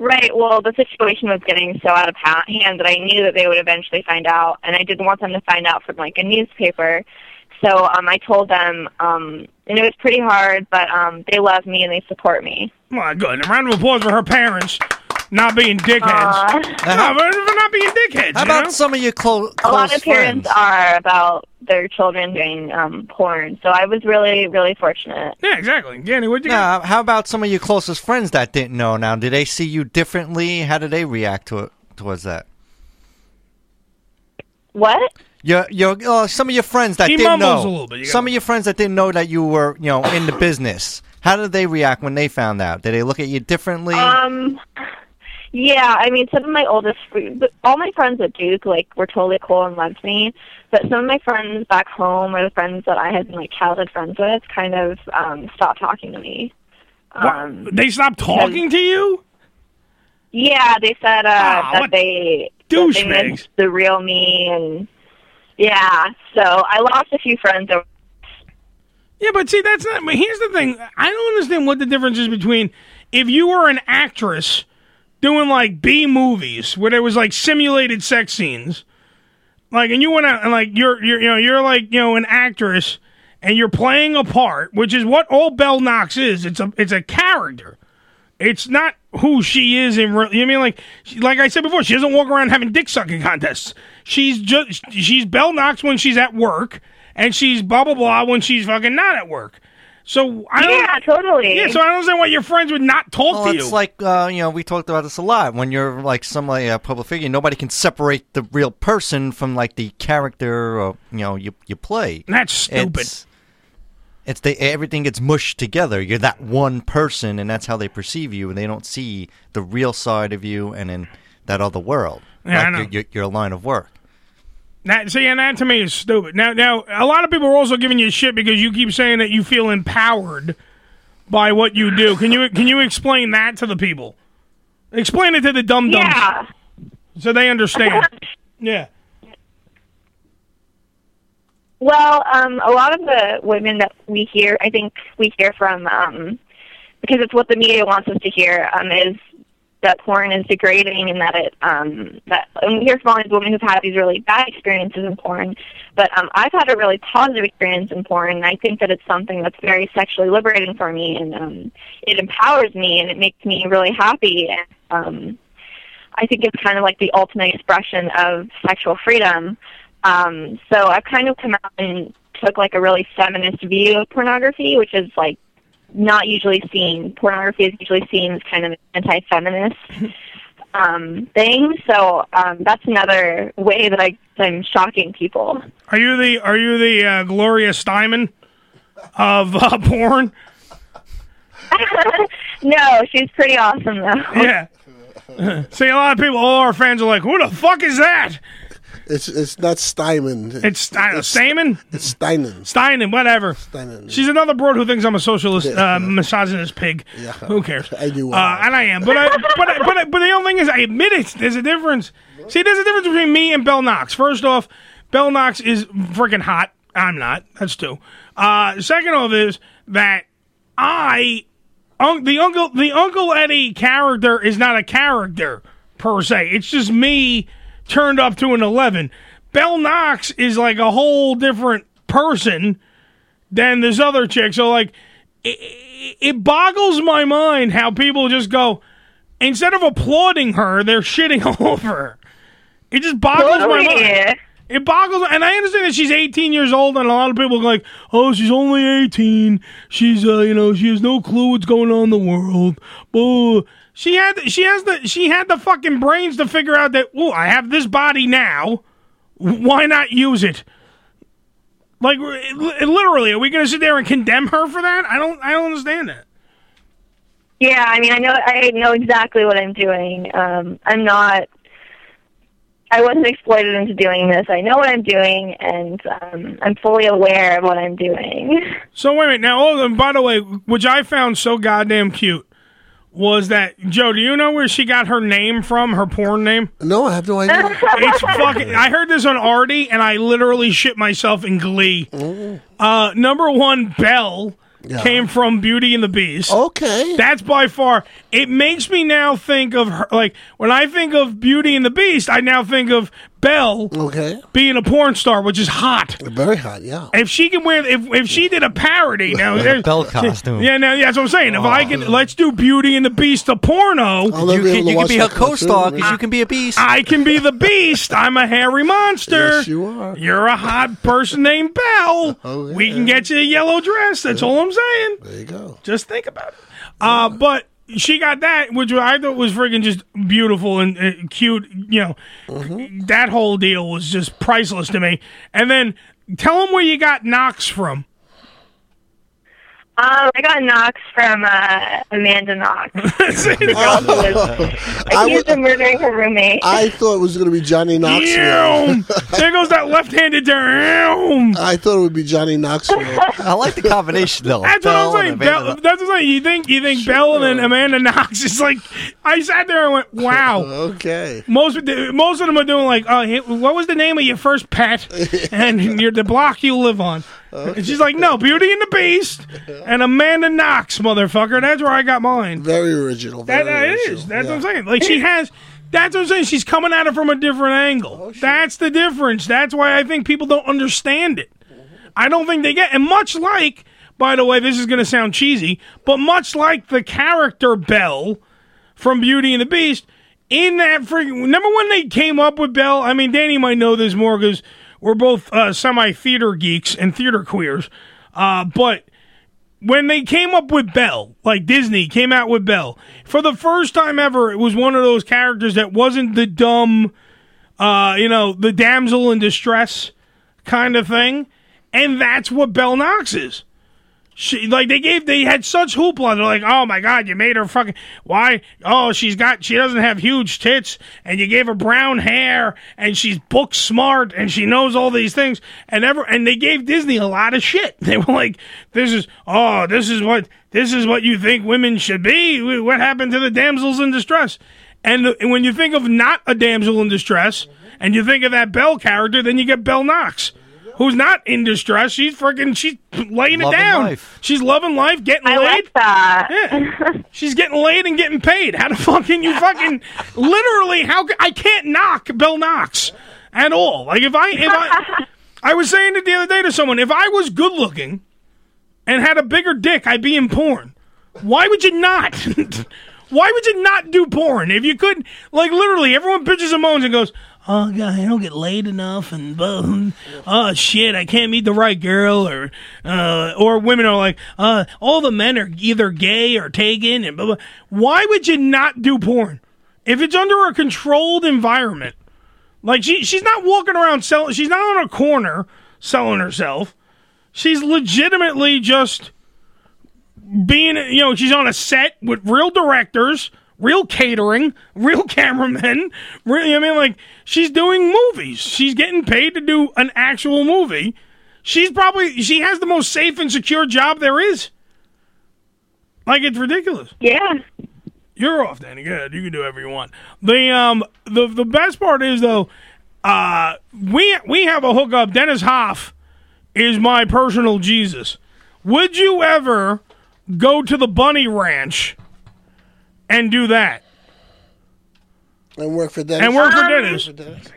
Speaker 24: Right. Well, the situation was getting so out of ha- hand that I knew that they would eventually find out, and I didn't want them to find out from like a newspaper. So um, I told them, um, and it was pretty hard, but um, they love me and they support me.
Speaker 7: My good, a round of applause for her parents not being dickheads.
Speaker 24: Aw.
Speaker 7: No, but for not being dickheads.
Speaker 24: How about
Speaker 7: you know?
Speaker 3: Uh-huh. Some of your clo-
Speaker 24: A
Speaker 3: close
Speaker 24: lot of
Speaker 3: friends.
Speaker 24: parents are about their children doing um, porn, so I was really, really fortunate.
Speaker 7: Yeah, exactly. Danny, what'd you
Speaker 3: Nah, how about some of your closest friends that didn't know? Now, did they see you differently? How did they react to it, towards that?
Speaker 24: What?
Speaker 3: Your your uh, some of your friends that
Speaker 24: He
Speaker 3: didn't
Speaker 24: mumbles
Speaker 3: know.
Speaker 24: a little bit, you
Speaker 3: Some of your friends that didn't know that you were you know in the business. How did they react when they found out? Did they look at you differently?
Speaker 24: Um, yeah, I mean, some of my oldest, but all my friends at Duke, like, were totally cool and loved me. But some of my friends back home, or the friends that I had been like childhood friends with, kind of um, stopped talking to me. Um,
Speaker 7: They stopped talking to you.
Speaker 24: yeah, they said uh,
Speaker 7: Ah,
Speaker 24: that
Speaker 7: what
Speaker 24: they that they
Speaker 7: douchebags.
Speaker 24: missed the real me, and yeah, so I lost a few friends. Over-
Speaker 7: Yeah, but see, that's not. But here's the thing: I don't understand what the difference is between if you were an actress doing like B movies where there was like simulated sex scenes, like, and you went out and like you're you're you know you're like you know an actress and you're playing a part, which is what all Bell Knox is. It's a it's a character. It's not who she is in real. You know what I mean like she, like I said before, she doesn't walk around having dick sucking contests. She's just she's Bell Knox when she's at work, and she's blah blah blah when she's fucking not at work. So I don't,
Speaker 24: Yeah, totally.
Speaker 7: Yeah, so I don't understand why your friends would not talk
Speaker 3: Well,
Speaker 7: to you.
Speaker 3: it's like uh, you know we talked about this a lot. When you're like some like, uh, public figure, nobody can separate the real person from like the character or you know you you play.
Speaker 7: That's stupid.
Speaker 3: It's, it's they everything gets mushed together. You're that one person, and that's how they perceive you, and they don't see the real side of you, and in that other world,
Speaker 7: Yeah, I
Speaker 3: like
Speaker 7: know.
Speaker 3: Your, your, your line of work.
Speaker 7: That see, and that to me is stupid. Now, now a lot of people are also giving you shit because you keep saying that you feel empowered by what you do. Can you can you explain that to the people? Explain it to the dumb dumbs
Speaker 24: yeah.
Speaker 7: so they understand. yeah.
Speaker 24: Well, um, a lot of the women that we hear, I think we hear from, um, because it's what the media wants us to hear, um, is that porn is degrading and that it, um, that, and we hear from all these women who've had these really bad experiences in porn, but um, I've had a really positive experience in porn, and I think that it's something that's very sexually liberating for me, and um, it empowers me, and it makes me really happy, and um, I think it's kind of like the ultimate expression of sexual freedom. Um, so I've kind of come out and took like a really feminist view of pornography, which is like not usually seen. Pornography is usually seen as kind of an anti-feminist um, thing. So um, that's another way that I, I'm shocking people.
Speaker 7: Are you the are you the uh, Gloria Steinem? of uh, porn?
Speaker 24: no, she's pretty awesome though.
Speaker 7: Yeah. See, a lot of people, all our fans are like, "Who the fuck is that?"
Speaker 8: It's it's not Steinman.
Speaker 7: It's Stein- Stamen.
Speaker 8: It's Steinen.
Speaker 7: Steinen, whatever.
Speaker 8: Steinen.
Speaker 7: She's another broad who thinks I'm a socialist, uh, misogynist pig.
Speaker 8: Yeah.
Speaker 7: Who cares?
Speaker 8: I do.
Speaker 7: Uh, and I am, but I, but I, but I, but the only thing is, I admit it. There's a difference. See, there's a difference between me and Bell Knox. First off, Bell Knox is freaking hot. I'm not. That's two. Uh, second off is that I, un- the uncle, the Uncle Eddie character is not a character per se. It's just me turned up to an eleven. Bell Knox is like a whole different person than this other chick. So like, it, it boggles my mind how people just go instead of applauding her, they're shitting all over her. It just boggles my
Speaker 24: Totally.
Speaker 7: mind. It boggles, and I understand that she's 18 years old, and a lot of people are like, "Oh, she's only 18. She's, uh, you know, she has no clue what's going on in the world." Boo. She had, she has the, she had the fucking brains to figure out that, "Ooh, I have this body now. Why not use it?" Like, li- literally, are we going to sit there and condemn her for that? I don't, I don't understand that.
Speaker 24: Yeah, I mean, I know I know exactly what I'm doing. Um, I'm not. I wasn't exploited into doing this. I know what I'm doing, and um, I'm fully aware of what I'm doing.
Speaker 7: So wait a minute now. Oh, and by the way, which I found so goddamn cute was that Joe? Do you know where she got her name from? Her porn name?
Speaker 8: No, I have no idea.
Speaker 7: it's fucking. I heard this on Artie, and I literally shit myself in glee.
Speaker 8: Oh.
Speaker 7: Uh, number one, Belle
Speaker 8: Yeah.
Speaker 7: came from Beauty and the Beast.
Speaker 8: Okay,
Speaker 7: that's by far. It makes me now think of her. Like when I think of Beauty and the Beast, I now think of Belle.
Speaker 8: Okay,
Speaker 7: being a porn star, which is hot.
Speaker 8: Very hot, yeah.
Speaker 7: If she can wear, if if she did a parody now, there's-
Speaker 3: Bell costume.
Speaker 7: Yeah, now yeah, that's what I'm saying. If I can,
Speaker 8: Oh.
Speaker 7: let's do Beauty and the Beast, a porno. You
Speaker 3: never be can- able to you can watch be that her cartoon, co-star, 'cause man. you can be a beast.
Speaker 7: I can be the beast. I'm a hairy monster.
Speaker 8: Yes, you are. Oh,
Speaker 7: You're a hot person named Belle. We can get you a yellow dress. That's all I'm saying.
Speaker 8: There you go.
Speaker 7: Just think about it. Uh, but she got that, which I thought was freaking just beautiful and uh, cute. You know,
Speaker 8: Mm-hmm.
Speaker 7: that whole deal was just priceless to me. And then tell them where you got Knox from.
Speaker 24: Um, I got Knox from uh, Amanda Knox. The girl who was accused of murdering her roommate.
Speaker 8: I thought it was going to be Johnny Knoxville.
Speaker 7: Ew. there goes that left-handed down.
Speaker 8: I thought it would be Johnny Knoxville.
Speaker 3: I like the combination though.
Speaker 7: That's what I'm
Speaker 3: Bell and
Speaker 7: saying.
Speaker 3: Amanda
Speaker 7: Bell, that's what I'm saying. You think you think Bell and Amanda Knox is like? I sat there and went, "Wow."
Speaker 8: okay.
Speaker 7: Most of the, most of them are doing like, "Oh, hey, what was the name of your first pet?" and you're the block you live on. And she's like, "No, Beauty and the Beast and Amanda Knox, motherfucker. That's where I got mine."
Speaker 8: Very original.
Speaker 7: That,
Speaker 8: very
Speaker 7: that
Speaker 8: original.
Speaker 7: is. That's what I'm saying. Like she has. That's what I'm saying. She's coming at it from a different angle. that's the difference. That's why I think people don't understand it. I don't think they get. And much like, by the way, this is going to sound cheesy, but much like the character Belle from Beauty and the Beast, in that freaking remember when they came up with Belle? I mean, Danny might know this more because we're both uh, semi theater geeks and theater queers. Uh, but when they came up with Belle, like Disney came out with Belle for the first time ever, it was one of those characters that wasn't the dumb, uh, you know, the damsel in distress kind of thing, and that's what Belle Knox is. She like they gave they had such hoopla. They're like, oh my god, you made her fucking why? Oh, she's got she doesn't have huge tits, and you gave her brown hair, and she's book smart, and she knows all these things, and ever and they gave Disney a lot of shit. They were like, this is oh, this is what this is what you think women should be. What happened to the damsels in distress? And, the, and when you think of not a damsel in distress, and you think of that Belle character, then you get Belle Knox who's not in distress. She's freaking, she's
Speaker 3: Loving
Speaker 7: laying it down.
Speaker 3: life.
Speaker 7: She's loving life, getting
Speaker 24: I
Speaker 7: laid.
Speaker 24: like that.
Speaker 7: Yeah. She's getting laid and getting paid. How the fuck can you fucking literally? How ca- I can't knock Bill Knox at all. Like if I if I I was saying it the other day to someone, if I was good looking and had a bigger dick, I'd be in porn. Why would you not? Why would you not do porn if you could? Like literally, everyone bitches and moans and goes, "Oh god, I don't get laid enough," and blah, "Oh shit, I can't meet the right girl," or uh, or women are like, "Uh, all the men are either gay or taken," and blah, blah. Why would you not do porn if it's under a controlled environment? Like she, she's not walking around selling. She's not on a corner selling herself. She's legitimately just being, you know, she's on a set with real directors, real catering, real cameramen. Really, I mean, like, she's doing movies. She's getting paid to do an actual movie. She's probably, she has the most safe and secure job there is. Like, it's ridiculous.
Speaker 24: Yeah.
Speaker 7: You're off, Danny. Good. You can do whatever you want. The um the the best part is though, uh we we have a hookup. Dennis Hoff is my personal Jesus. Would you ever go to the bunny ranch and do that?
Speaker 8: And work for Dennis.
Speaker 7: And work for
Speaker 8: Um,
Speaker 7: Dennis.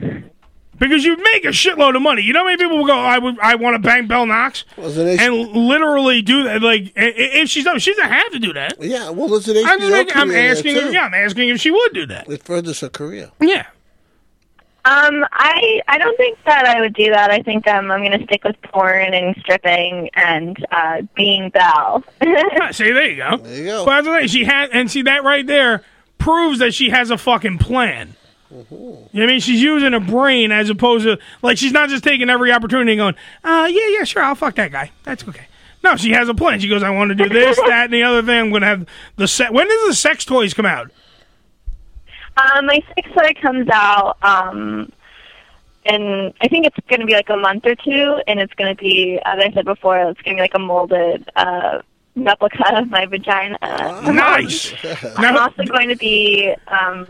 Speaker 7: Because you'd make a shitload of money. You know how many people will go, I would I want to bang Bell Knox and literally do that. Like i- i- if she's up, she's a have to do that.
Speaker 8: Yeah, well there's an HBO
Speaker 7: I'm, just making- I'm
Speaker 8: career there,
Speaker 7: asking
Speaker 8: too.
Speaker 7: yeah, I'm asking if she would do that.
Speaker 8: It furthers her career.
Speaker 7: Yeah.
Speaker 24: Um, I I don't think that I would do that. I think um, I'm going to stick with porn and stripping and uh, being Belle.
Speaker 7: Ah, see, there you go. There you go. But that's the thing. She had, and see that right there proves that she has a fucking plan. You know what I mean, she's using her brain as opposed to like she's not just taking every opportunity and going, uh, yeah, yeah, sure, I'll fuck that guy. That's okay. No, she has a plan. She goes, I want to do this, that, and the other thing. I'm going to have the set. When does the sex toys come out?
Speaker 24: Um, my sixth one comes out, um, and I think it's going to be like a month or two, and it's going to be, as I said before, it's going to be like a molded uh, replica of my vagina.
Speaker 7: Nice.
Speaker 24: I'm also going to be um,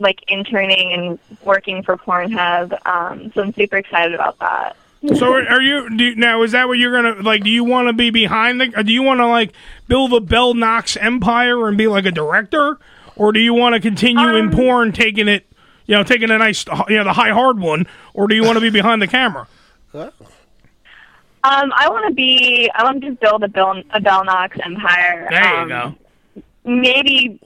Speaker 24: like interning and working for Pornhub, um, so I'm super excited about that.
Speaker 7: So are, are you, do you now? Is that what you're gonna like? Do you want to be behind the? Or do you want to like build a Bell Knox empire and be like a director, or do you want to continue in porn, taking it, you know, taking a nice, you know, the high hard one, or do you want to be behind the camera?
Speaker 24: Um, I want to be, I want to build a Bill, a Bell Knox empire.
Speaker 7: There
Speaker 24: um,
Speaker 7: you go.
Speaker 24: maybe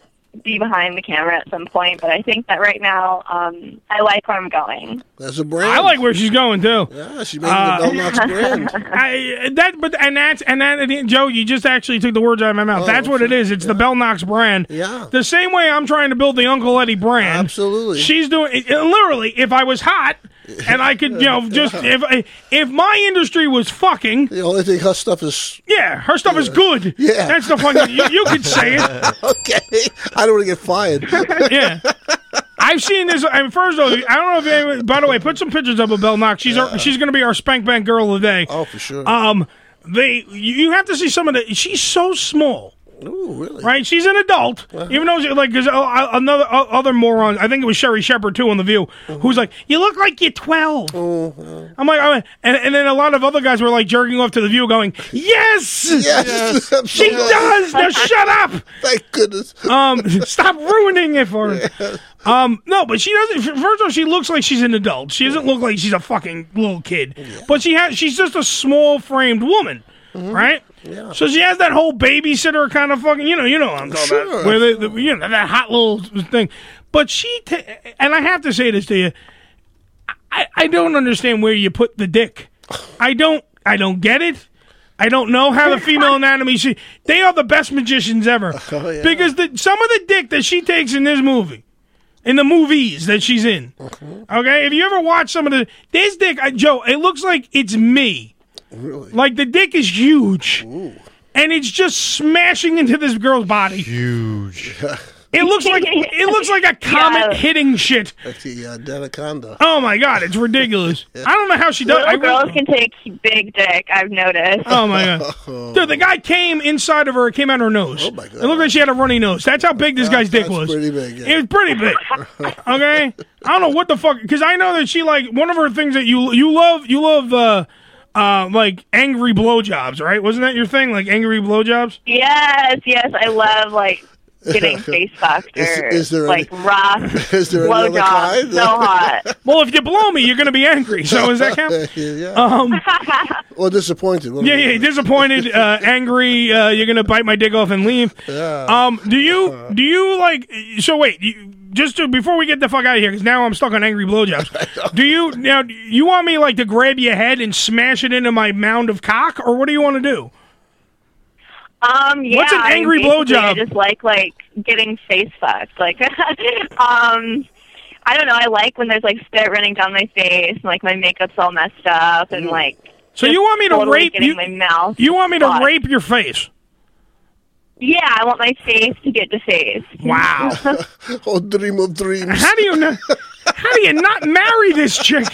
Speaker 24: be behind the camera at some point, but I think that right now um, I like where I'm going.
Speaker 8: That's a brand.
Speaker 7: I like where she's going too. Uh,
Speaker 8: Yeah, she's making the Bell Knox brand.
Speaker 7: I, that, but and that's and that, Joe, you just actually took the words out of my mouth. that's what it is. It's the Bell Knox brand.
Speaker 8: Oh, Yeah.
Speaker 7: The same way I'm trying to build the Uncle Eddie brand. Absolutely. She's doing it- it- literally. If I was hot and I could, you know, just if I- if my industry was fucking.
Speaker 8: The only thing her stuff is.
Speaker 7: Yeah, her stuff is good. Yeah, that's the fucking. You, you could say it.
Speaker 8: okay, I don't want to get fired.
Speaker 7: yeah. I've seen this. And first of all, I don't know if anyone. By the way, put some pictures up of Bell Knox. She's our, she's going to be our spank bank girl of the day. Oh, for
Speaker 8: sure.
Speaker 7: Um, they you you have to see some of the. She's so small.
Speaker 8: Ooh, really?
Speaker 7: Right, she's an adult, even though she, like because uh, another uh, other moron. I think it was Sherry Shepard too on the View, who's like, "You look like you're 12. I'm like, I'm, and and then a lot of other guys were like jerking off to the View, going, "Yes,
Speaker 8: Yes,
Speaker 7: she
Speaker 8: absolutely.
Speaker 7: does." Now shut up.
Speaker 8: Thank goodness.
Speaker 7: Um, stop ruining it for her. Um, no, but she doesn't. f- First of all, she looks like she's an adult. She doesn't look like she's a fucking little kid. But she has. She's just a small framed woman, right?
Speaker 8: Mm-hmm. Yeah.
Speaker 7: So she has that whole babysitter kind of fucking. You know. You know what I'm talking
Speaker 8: Sure.
Speaker 7: about. Where they, the, you know that hot little thing. But she t- and I have to say this to you. I, I don't understand where you put the dick. I don't I don't get it. I don't know how the female anatomy she they are the best magicians ever.
Speaker 8: Oh, yeah.
Speaker 7: Because the some of the dick that she takes in this movie, in the movies that she's in.
Speaker 8: Uh-huh.
Speaker 7: Okay? If you ever watch some of the this dick, I, Joe, it looks like it's me.
Speaker 8: Really?
Speaker 7: Like the dick is huge. And it's just smashing into this girl's body.
Speaker 3: Huge.
Speaker 7: It looks like it looks like a comet hitting shit.
Speaker 8: That's the uh, Danaconda.
Speaker 7: Oh my god, it's ridiculous. I don't know how she does.
Speaker 24: Little
Speaker 7: I re-
Speaker 24: girls can take big dick. I've noticed.
Speaker 7: Oh my god, dude! The guy came inside of her. It came out her nose. Oh my god! It looked like she had a runny nose. That's how big this guy's dick was. Pretty
Speaker 8: big.
Speaker 7: It was pretty big. okay, I don't know what the fuck because I know that she like one of her things that you you love you love uh uh like angry blowjobs right? Wasn't that your thing like angry blowjobs?
Speaker 24: Yes, yes, I love like getting face fucked or
Speaker 7: Is- is there
Speaker 24: like
Speaker 7: any-
Speaker 24: rock
Speaker 7: Is there another
Speaker 24: blowjob.
Speaker 7: kind?
Speaker 24: So hot.
Speaker 7: Well, if you blow me, you're gonna be angry. So does that count?
Speaker 8: yeah.
Speaker 7: Um,
Speaker 8: Or disappointed.
Speaker 7: Yeah, yeah, disappointed, uh, angry. Uh, you're gonna bite my dick off and leave. Um, do you do you like? So wait, you, just to, before we get the fuck out of here, because now I'm stuck on angry blowjobs. Do you now? do You want me like to grab your head and smash it into my mound of cock, or what do you want to do?
Speaker 24: Um, yeah,
Speaker 7: What's an
Speaker 24: I mean,
Speaker 7: angry
Speaker 24: basically,
Speaker 7: blowjob?
Speaker 24: I just like like getting face fucked. Like, um, I don't know. I like when there's like spit running down my face and like my makeup's all messed up and like
Speaker 7: Mm. So you want me to
Speaker 24: totally
Speaker 7: rape
Speaker 24: getting
Speaker 7: you?
Speaker 24: my mouth
Speaker 7: You want me to
Speaker 24: fucked.
Speaker 7: rape your face?
Speaker 24: Yeah, I want my face to get defaced.
Speaker 7: Wow.
Speaker 8: oh, dream of dreams.
Speaker 7: How do you not? How do you not marry this chick?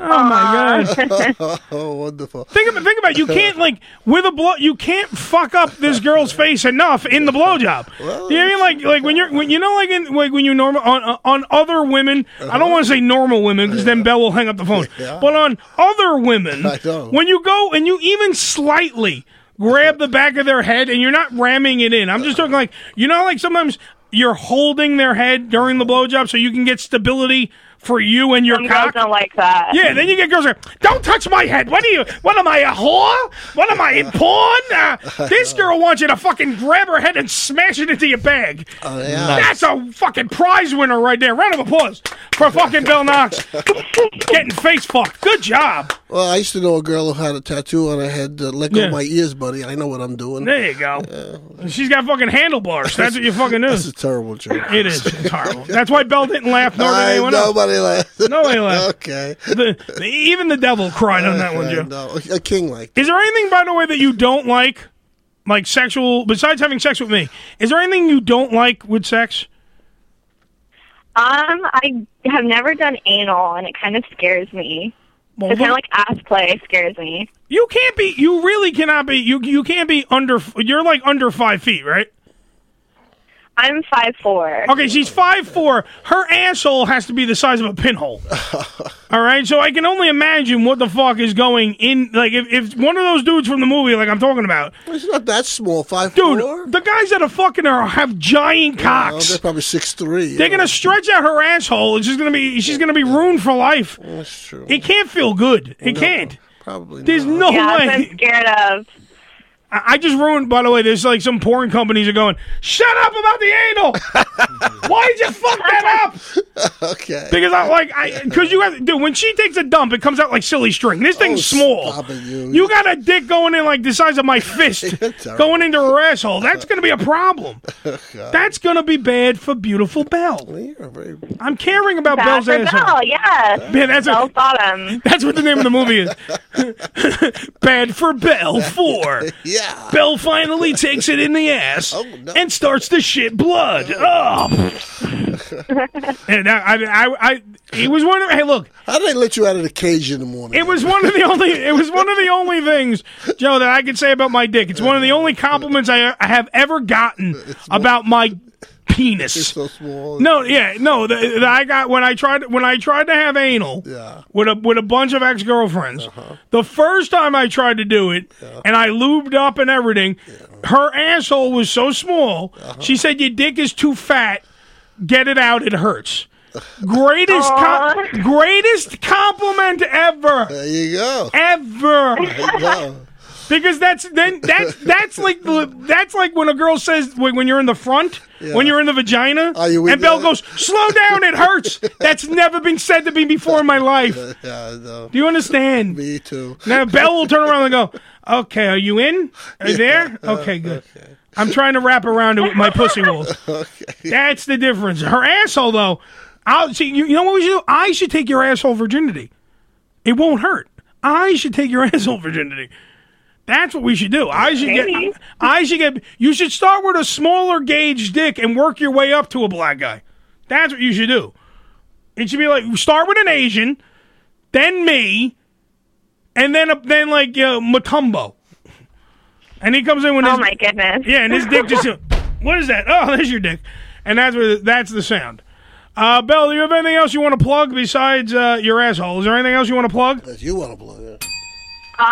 Speaker 7: Oh my
Speaker 24: Uh,
Speaker 7: god.
Speaker 8: oh, wonderful.
Speaker 7: Think about think about it. you can't like with a blow you can't fuck up this girl's face enough in the blowjob. you know what I mean? Like like when you're when you know like in, like when you normal on on other women. I don't want to say normal women because then Belle will hang up the phone. But on other women, when you go and you even slightly grab the back of their head and you're not ramming it in. I'm just talking like you know like sometimes you're holding their head during the blowjob so you can get stability for you and your
Speaker 24: Some girls
Speaker 7: cock.
Speaker 24: don't like that.
Speaker 7: Yeah, then you get girls like, "Don't touch my head." What are you? What am I a whore? What am I in porn? Uh, this girl wants you to fucking grab her head and smash it into your bag.
Speaker 8: Oh, Uh, yeah.
Speaker 7: That's a fucking prize winner right there. Round of applause for fucking Bill Knox getting face fucked. Good job.
Speaker 8: Well, I used to know a girl who had a tattoo on her head. Uh, let go
Speaker 7: Yeah.
Speaker 8: of my ears, buddy. I know what I'm doing.
Speaker 7: There you go. She's got fucking handlebars. That's what you fucking do.
Speaker 8: It's a terrible joke.
Speaker 7: It is. It's horrible. That's why Bell didn't laugh. Nor did
Speaker 8: I-
Speaker 7: anyone
Speaker 8: nobody
Speaker 7: else.
Speaker 8: laughed.
Speaker 7: Nobody laughed.
Speaker 8: Okay.
Speaker 7: The, the- even the devil cried on that one,
Speaker 8: Okay,
Speaker 7: Joe.
Speaker 8: no, uh, a king like.
Speaker 7: Is there anything, by the way, that you don't like, like sexual? Besides having sex with me, is there anything you don't like with sex?
Speaker 24: Um, I have never done anal, and it kind of scares me.
Speaker 7: Well,
Speaker 24: it's kind of
Speaker 7: look-
Speaker 24: like ass play scares me.
Speaker 7: You can't be. You really cannot be. You you can't be under. You're like under five feet, right?
Speaker 24: I'm five four.
Speaker 7: Okay, she's five four. Her asshole has to be the size of a pinhole. All right, so I can only imagine what the fuck is going in. Like if, if one of those dudes from the movie, like I'm talking about,
Speaker 8: It's not that small. Five.
Speaker 7: dude, the guys that are fucking her have giant
Speaker 8: Oh,
Speaker 7: cocks.
Speaker 8: they're probably six three.
Speaker 7: They're gonna stretch out her asshole. She's gonna be she's gonna be ruined for life.
Speaker 8: That's true.
Speaker 7: It can't feel good. It can't.
Speaker 8: Probably.
Speaker 7: There's no
Speaker 24: yeah,
Speaker 7: way.
Speaker 24: that's what I'm scared of.
Speaker 7: I I just ruined. By the way, there's like some porn companies are going. Shut up about the anal. Why did you fuck that up?
Speaker 8: Okay.
Speaker 7: Because I like I because you guys dude when she takes a dump it comes out like silly string. This thing's small. you. got a dick going in like the size of my fist going into her asshole. That's gonna be a problem. That's gonna be bad for beautiful Belle. I'm caring about
Speaker 24: Bad
Speaker 7: Belle's
Speaker 24: for
Speaker 7: asshole.
Speaker 24: Belle, yeah.
Speaker 7: Man, that's
Speaker 24: Bell's
Speaker 7: a,
Speaker 24: bottom.
Speaker 7: That's what the name of the movie is. Bad for Belle 4.
Speaker 8: Yeah.
Speaker 7: Belle finally takes it in the ass and starts to shit blood. Oh. and I, I, I, I, it was one of, hey, look.
Speaker 8: How did they let you out of the cage in the morning?
Speaker 7: It was one of the only. It was one of the only things, Joe, that I could say about my dick. It's one of the only compliments I, I have ever gotten about my penis. It's so
Speaker 8: small.
Speaker 7: No, yeah, no. The, the- I got when I tried when I tried to have anal with a with a bunch of ex girlfriends.
Speaker 8: Uh-huh.
Speaker 7: The first time I tried to do it, and I lubed up and everything, her asshole was so small.
Speaker 8: Uh-huh.
Speaker 7: She said, "Your dick is too fat. Get it out. It hurts." Greatest, com- greatest compliment ever. There
Speaker 8: you go.
Speaker 7: Ever.
Speaker 8: go.
Speaker 7: Because that's then that's that's like the- that's like when a girl says when when you're in the front, when you're in the vagina,
Speaker 8: you
Speaker 7: and Belle goes, "Slow down, it hurts." That's never been said to me before in my life.
Speaker 8: Yeah, no.
Speaker 7: Do you understand?
Speaker 8: Me too.
Speaker 7: Now Belle will turn around and go, "Okay, are you in? Are you there?
Speaker 8: Uh,
Speaker 7: Okay, good." I'm trying to wrap around it with my pussy rolls. That's the difference. Her asshole, though. I'll see. You, you know what we should do? I should take your asshole virginity. It won't hurt. I should take your asshole virginity. That's what we should do. I should get. I,
Speaker 1: Maybe.
Speaker 7: should get. You should start with a smaller gauge dick and work your way up to a black guy. That's what you should do. It should be like start with an Asian, then me, and then a, then like uh, Matumbo. And he comes in when
Speaker 24: Oh
Speaker 7: his,
Speaker 24: my goodness.
Speaker 7: yeah, and his dick just what is that? Oh, there's your dick, and that's where that's the sound. Uh, Bell, do you have anything else you want to plug besides uh, your asshole? Is there anything else you want to plug?
Speaker 8: You want to plug it?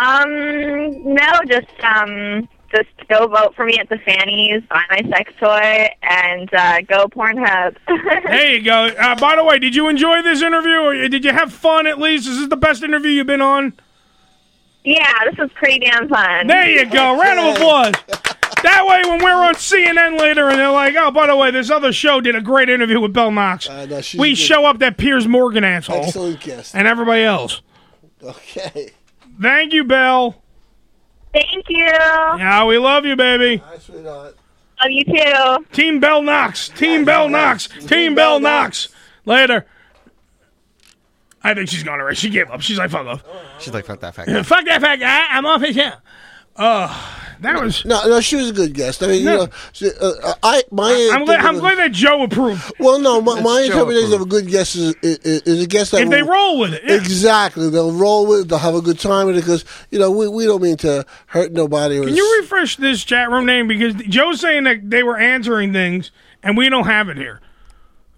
Speaker 24: Um, no, just um, just go vote for me at the Fannies, buy my sex toy, and uh, go Pornhub.
Speaker 7: There you go. Uh, by the way, did you enjoy this interview, or did you have fun at least? Is this the best interview you've been on?
Speaker 24: yeah, this was pretty damn fun.
Speaker 7: There you go. Round of applause. That way, when we're on CNN later and they're like, oh, by the way, this other show did a great interview with Bell Knox,
Speaker 8: Uh, she's
Speaker 7: we
Speaker 8: good.
Speaker 7: show up that Piers Morgan asshole
Speaker 8: Excellent guest.
Speaker 7: and everybody else.
Speaker 8: Okay.
Speaker 7: Thank you, Bell.
Speaker 24: Thank you.
Speaker 7: Yeah, we love you, baby.
Speaker 24: Love you too.
Speaker 7: Team Bell Knox. Team Bell Knox. Team Bell Knox. Later. I think she's gone already. She gave up. She's like, fuck off.
Speaker 3: She's like, fuck that fact.
Speaker 7: Yeah, Fuck that fact. I, I'm off his hand. Uh, that was
Speaker 8: no, no. She was a good guest. I mean,
Speaker 7: No.
Speaker 8: you know, she, uh, I my.
Speaker 7: I'm glad- I'm glad that Joe approved.
Speaker 8: Well, no, my,
Speaker 7: It's
Speaker 8: my
Speaker 7: Joe
Speaker 8: interpretation of a good guest is, is, is a guest that
Speaker 7: If they roll with it, yeah.
Speaker 8: exactly. They'll roll with it. They'll have a good time with it because you know we, we don't mean to hurt nobody. Or
Speaker 7: Can you refresh this chat room name because Joe's saying that they were answering things and we don't have it here.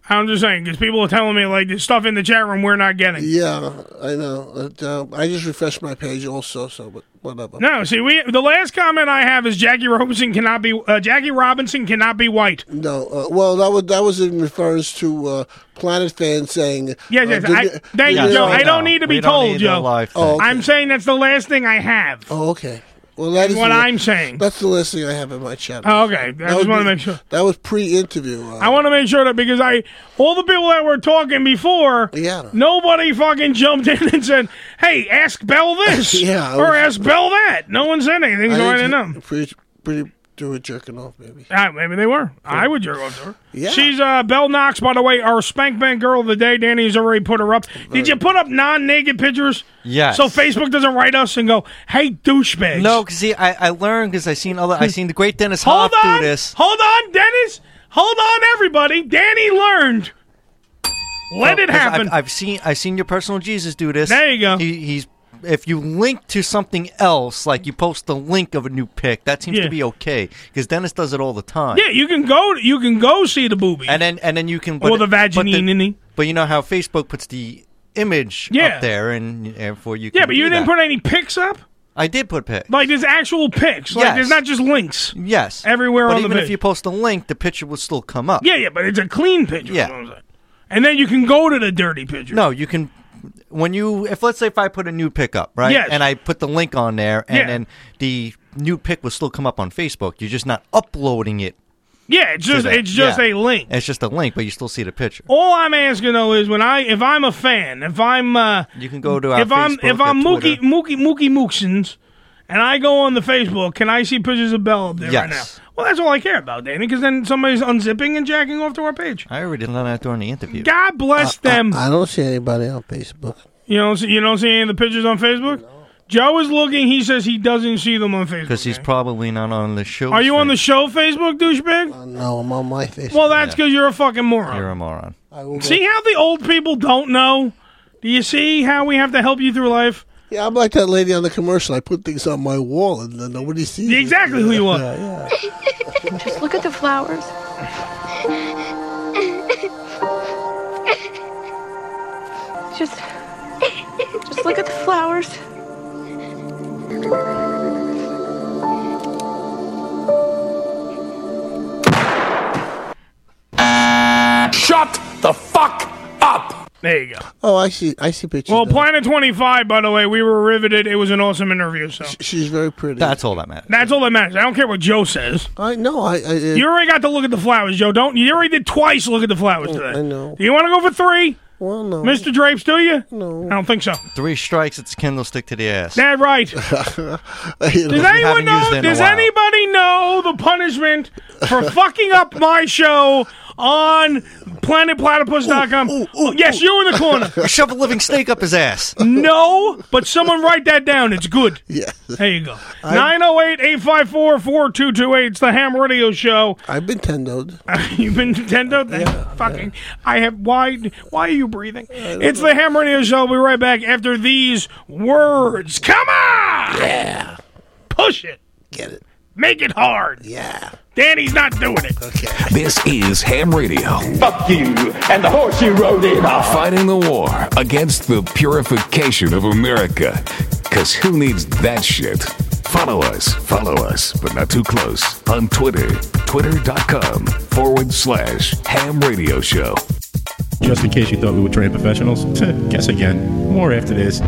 Speaker 7: I'm just saying because people are telling me like there's stuff in the chat room we're not getting.
Speaker 8: yeah, I know. But, uh, I just refreshed my page also, so but whatever.
Speaker 7: No, see, we the last comment I have is Jackie Robinson cannot be uh, Jackie Robinson cannot be white.
Speaker 8: No, uh, well, that was that was in reference to uh, Planet Fan saying.
Speaker 7: Yes,
Speaker 8: uh,
Speaker 7: yes.
Speaker 8: did
Speaker 7: I,
Speaker 8: you-
Speaker 7: thank
Speaker 8: did
Speaker 7: you, Joe.
Speaker 8: all-
Speaker 7: I don't need to be told, Joe.
Speaker 8: Oh, okay.
Speaker 7: I'm saying that's the last thing I have.
Speaker 8: Oh, okay. Well, that is
Speaker 7: what
Speaker 8: the-
Speaker 7: I'm saying.
Speaker 8: That's the last thing I have in my chat.
Speaker 7: Oh, okay. I just
Speaker 8: was
Speaker 7: wanna
Speaker 8: be-
Speaker 7: make sure.
Speaker 8: That was pre-interview. Uh,
Speaker 7: I want to make sure that because I all the people that were talking before,
Speaker 8: yeah.
Speaker 7: nobody fucking jumped in and said, "Hey, ask Bell this,"
Speaker 8: Yeah, I
Speaker 7: or
Speaker 8: was-
Speaker 7: ask Bell that. No one said anything, so I didn't know.
Speaker 8: Pretty, pretty do it jerking off, maybe.
Speaker 7: Ah, maybe they were. I would jerk off to her.
Speaker 8: Yeah.
Speaker 7: She's uh, Belle Knox, by the way, our Spank Bank girl of the day. Danny's already put her up. Did you put up non naked pictures?
Speaker 3: Yes.
Speaker 7: So Facebook doesn't write us and go, hey, douchebags.
Speaker 3: No, because see, I, I learned because I seen other, I seen the great Dennis
Speaker 7: Hold
Speaker 3: Hoff
Speaker 7: on.
Speaker 3: do this.
Speaker 7: Hold on, Dennis. Hold on, everybody. Danny learned. Let
Speaker 3: Oh, 'cause
Speaker 7: it
Speaker 3: I've-
Speaker 7: happen.
Speaker 3: I've, seen I've seen your personal Jesus do this.
Speaker 7: There you go.
Speaker 3: He, he's if you link to something else, like you post the link of a new pic, that seems
Speaker 7: Yeah.
Speaker 3: to be okay because Dennis does it all the time.
Speaker 7: yeah, you can go. You can go see the boobies.
Speaker 3: and then and then you can
Speaker 7: Or the
Speaker 3: but
Speaker 7: vaginini.
Speaker 3: But you know how Facebook puts the image
Speaker 7: Yeah.
Speaker 3: up there, and therefore you. Can
Speaker 7: yeah, but
Speaker 3: do
Speaker 7: you didn't
Speaker 3: that.
Speaker 7: put any pics up.
Speaker 3: I did put pic.
Speaker 7: Like there's actual pics. Like
Speaker 3: Yes.
Speaker 7: there's not just links.
Speaker 3: Yes,
Speaker 7: Everywhere
Speaker 3: But
Speaker 7: on the
Speaker 3: even if
Speaker 7: page.
Speaker 3: you post a link, the picture will still come up.
Speaker 7: Yeah, yeah, but it's a clean picture. is
Speaker 3: Yeah.
Speaker 7: what I'm saying. And then you can go to the dirty picture.
Speaker 3: No, you can. When you, if let's say if I put a new pick up, right?
Speaker 7: Yes.
Speaker 3: And I put the link on there, and
Speaker 7: Yeah.
Speaker 3: then the new pick will still come up on Facebook. You're just not uploading it.
Speaker 7: Yeah, it's
Speaker 3: to
Speaker 7: just
Speaker 3: that.
Speaker 7: it's just
Speaker 3: Yeah.
Speaker 7: a link.
Speaker 3: It's just a link, but you still see the picture.
Speaker 7: All I'm asking though is when I if I'm a fan, if I'm uh,
Speaker 3: You can go to our
Speaker 7: if I'm
Speaker 3: Facebook,
Speaker 7: if I'm
Speaker 3: our
Speaker 7: Mookie Mookie Mookie Mooksons, and I go on the Facebook, can I see pictures of Bell up there right now?
Speaker 3: Yes.
Speaker 7: Well, that's all I care about, Danny, because then somebody's unzipping and jacking off to our page.
Speaker 3: I already learned that during the interview. Uh,
Speaker 7: God bless them.
Speaker 8: I don't see anybody on Facebook.
Speaker 7: you don't see, you don't see any of the pictures on Facebook. Joe is looking. He says he doesn't see them on Facebook.
Speaker 3: Because he's probably not on the show.
Speaker 7: Are you on the show Facebook, douchebag?
Speaker 8: Uh, No, I'm on my Facebook.
Speaker 7: Well, that's because you're a fucking moron.
Speaker 3: You're a moron.
Speaker 7: See how the old people don't know? Do you see how we have to help you through life?
Speaker 8: Yeah, I'm like that lady on the commercial. I put things on my wall and then nobody sees it.
Speaker 7: Exactly who you are.
Speaker 8: Yeah,
Speaker 17: Just look at the flowers. Just, just look at the flowers.
Speaker 7: Shut the fuck up! There you go.
Speaker 8: Oh, I see. I see pictures.
Speaker 7: Well,
Speaker 8: now.
Speaker 7: Planet 25, by the way, we were riveted. It was an awesome interview, so.
Speaker 8: she's very pretty.
Speaker 3: That's all that matters.
Speaker 7: That's all that matters. I don't care what Joe says.
Speaker 8: I know. I, uh, I
Speaker 7: You already got to look at the flowers, Joe. Don't you already did twice? Look at the flowers today. I know. Do you want to go for three?
Speaker 8: Oh, Well, no.
Speaker 7: Mr. Drapes, do you? No. I don't think so.
Speaker 3: Three strikes, it's candlestick to the ass.
Speaker 7: That right.
Speaker 8: Does
Speaker 7: Does anyone know? Does anybody know the punishment for fucking up my show on planetplatypus.com? yes, you in the corner.
Speaker 3: Shove a living snake up his ass.
Speaker 7: No, but someone write that down. It's good.
Speaker 8: Yeah.
Speaker 7: There you go. 908 854 4228. It's the Ham Radio Show.
Speaker 8: I've been tendoed.
Speaker 7: You've been Nintendo? fucking. I have. Why Why are you breathing? It's the Ham Radio Show. We'll be right back after these words. Come on! Yeah. Push it.
Speaker 8: Get it.
Speaker 7: Make it hard.
Speaker 8: Yeah.
Speaker 7: Danny's not doing it.
Speaker 5: This is Ham Radio. Fuck you and the horse you rode in on. Fighting the war against the purification of America. Because who needs that shit? Follow us, follow us, but not too close on Twitter. Twitter.com forward slash ham radio show.
Speaker 1: Just in case you thought we were trained professionals, guess again. More after this.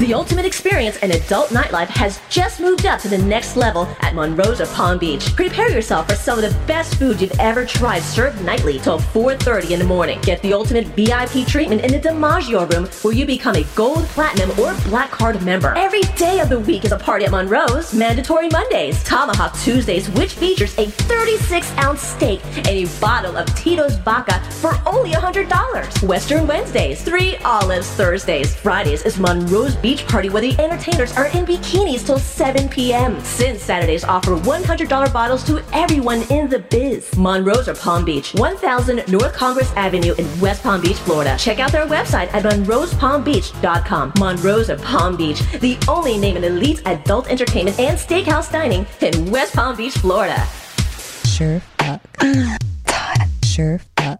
Speaker 1: The ultimate experience in adult nightlife has just moved up to the next level at Monroe's of Palm Beach. Prepare yourself for some of the best food you've ever tried served nightly till 4.30 in the morning. Get the ultimate VIP treatment in the DiMaggio room where you become a gold, platinum, or black card member. Every day of the week is a party at Monroe's, mandatory Mondays, Tomahawk Tuesdays, which features a 36-ounce steak and a bottle of Tito's Vodka for only $100. Western Wednesdays, Three Olives Thursdays, Fridays is Monroe's Beach Party where the entertainers are in bikinis till 7 p.m. Since Saturdays offer $100 bottles to everyone in the biz. Monroe's or Palm Beach, 1000 North Congress Avenue in West Palm Beach, Florida. Check out their website at monroespalmbeach.com. Monroe's of Palm Beach, the only name in elite adult entertainment and steakhouse dining in West Palm Beach, Florida.
Speaker 14: Sure fuck. Todd. Sure fuck.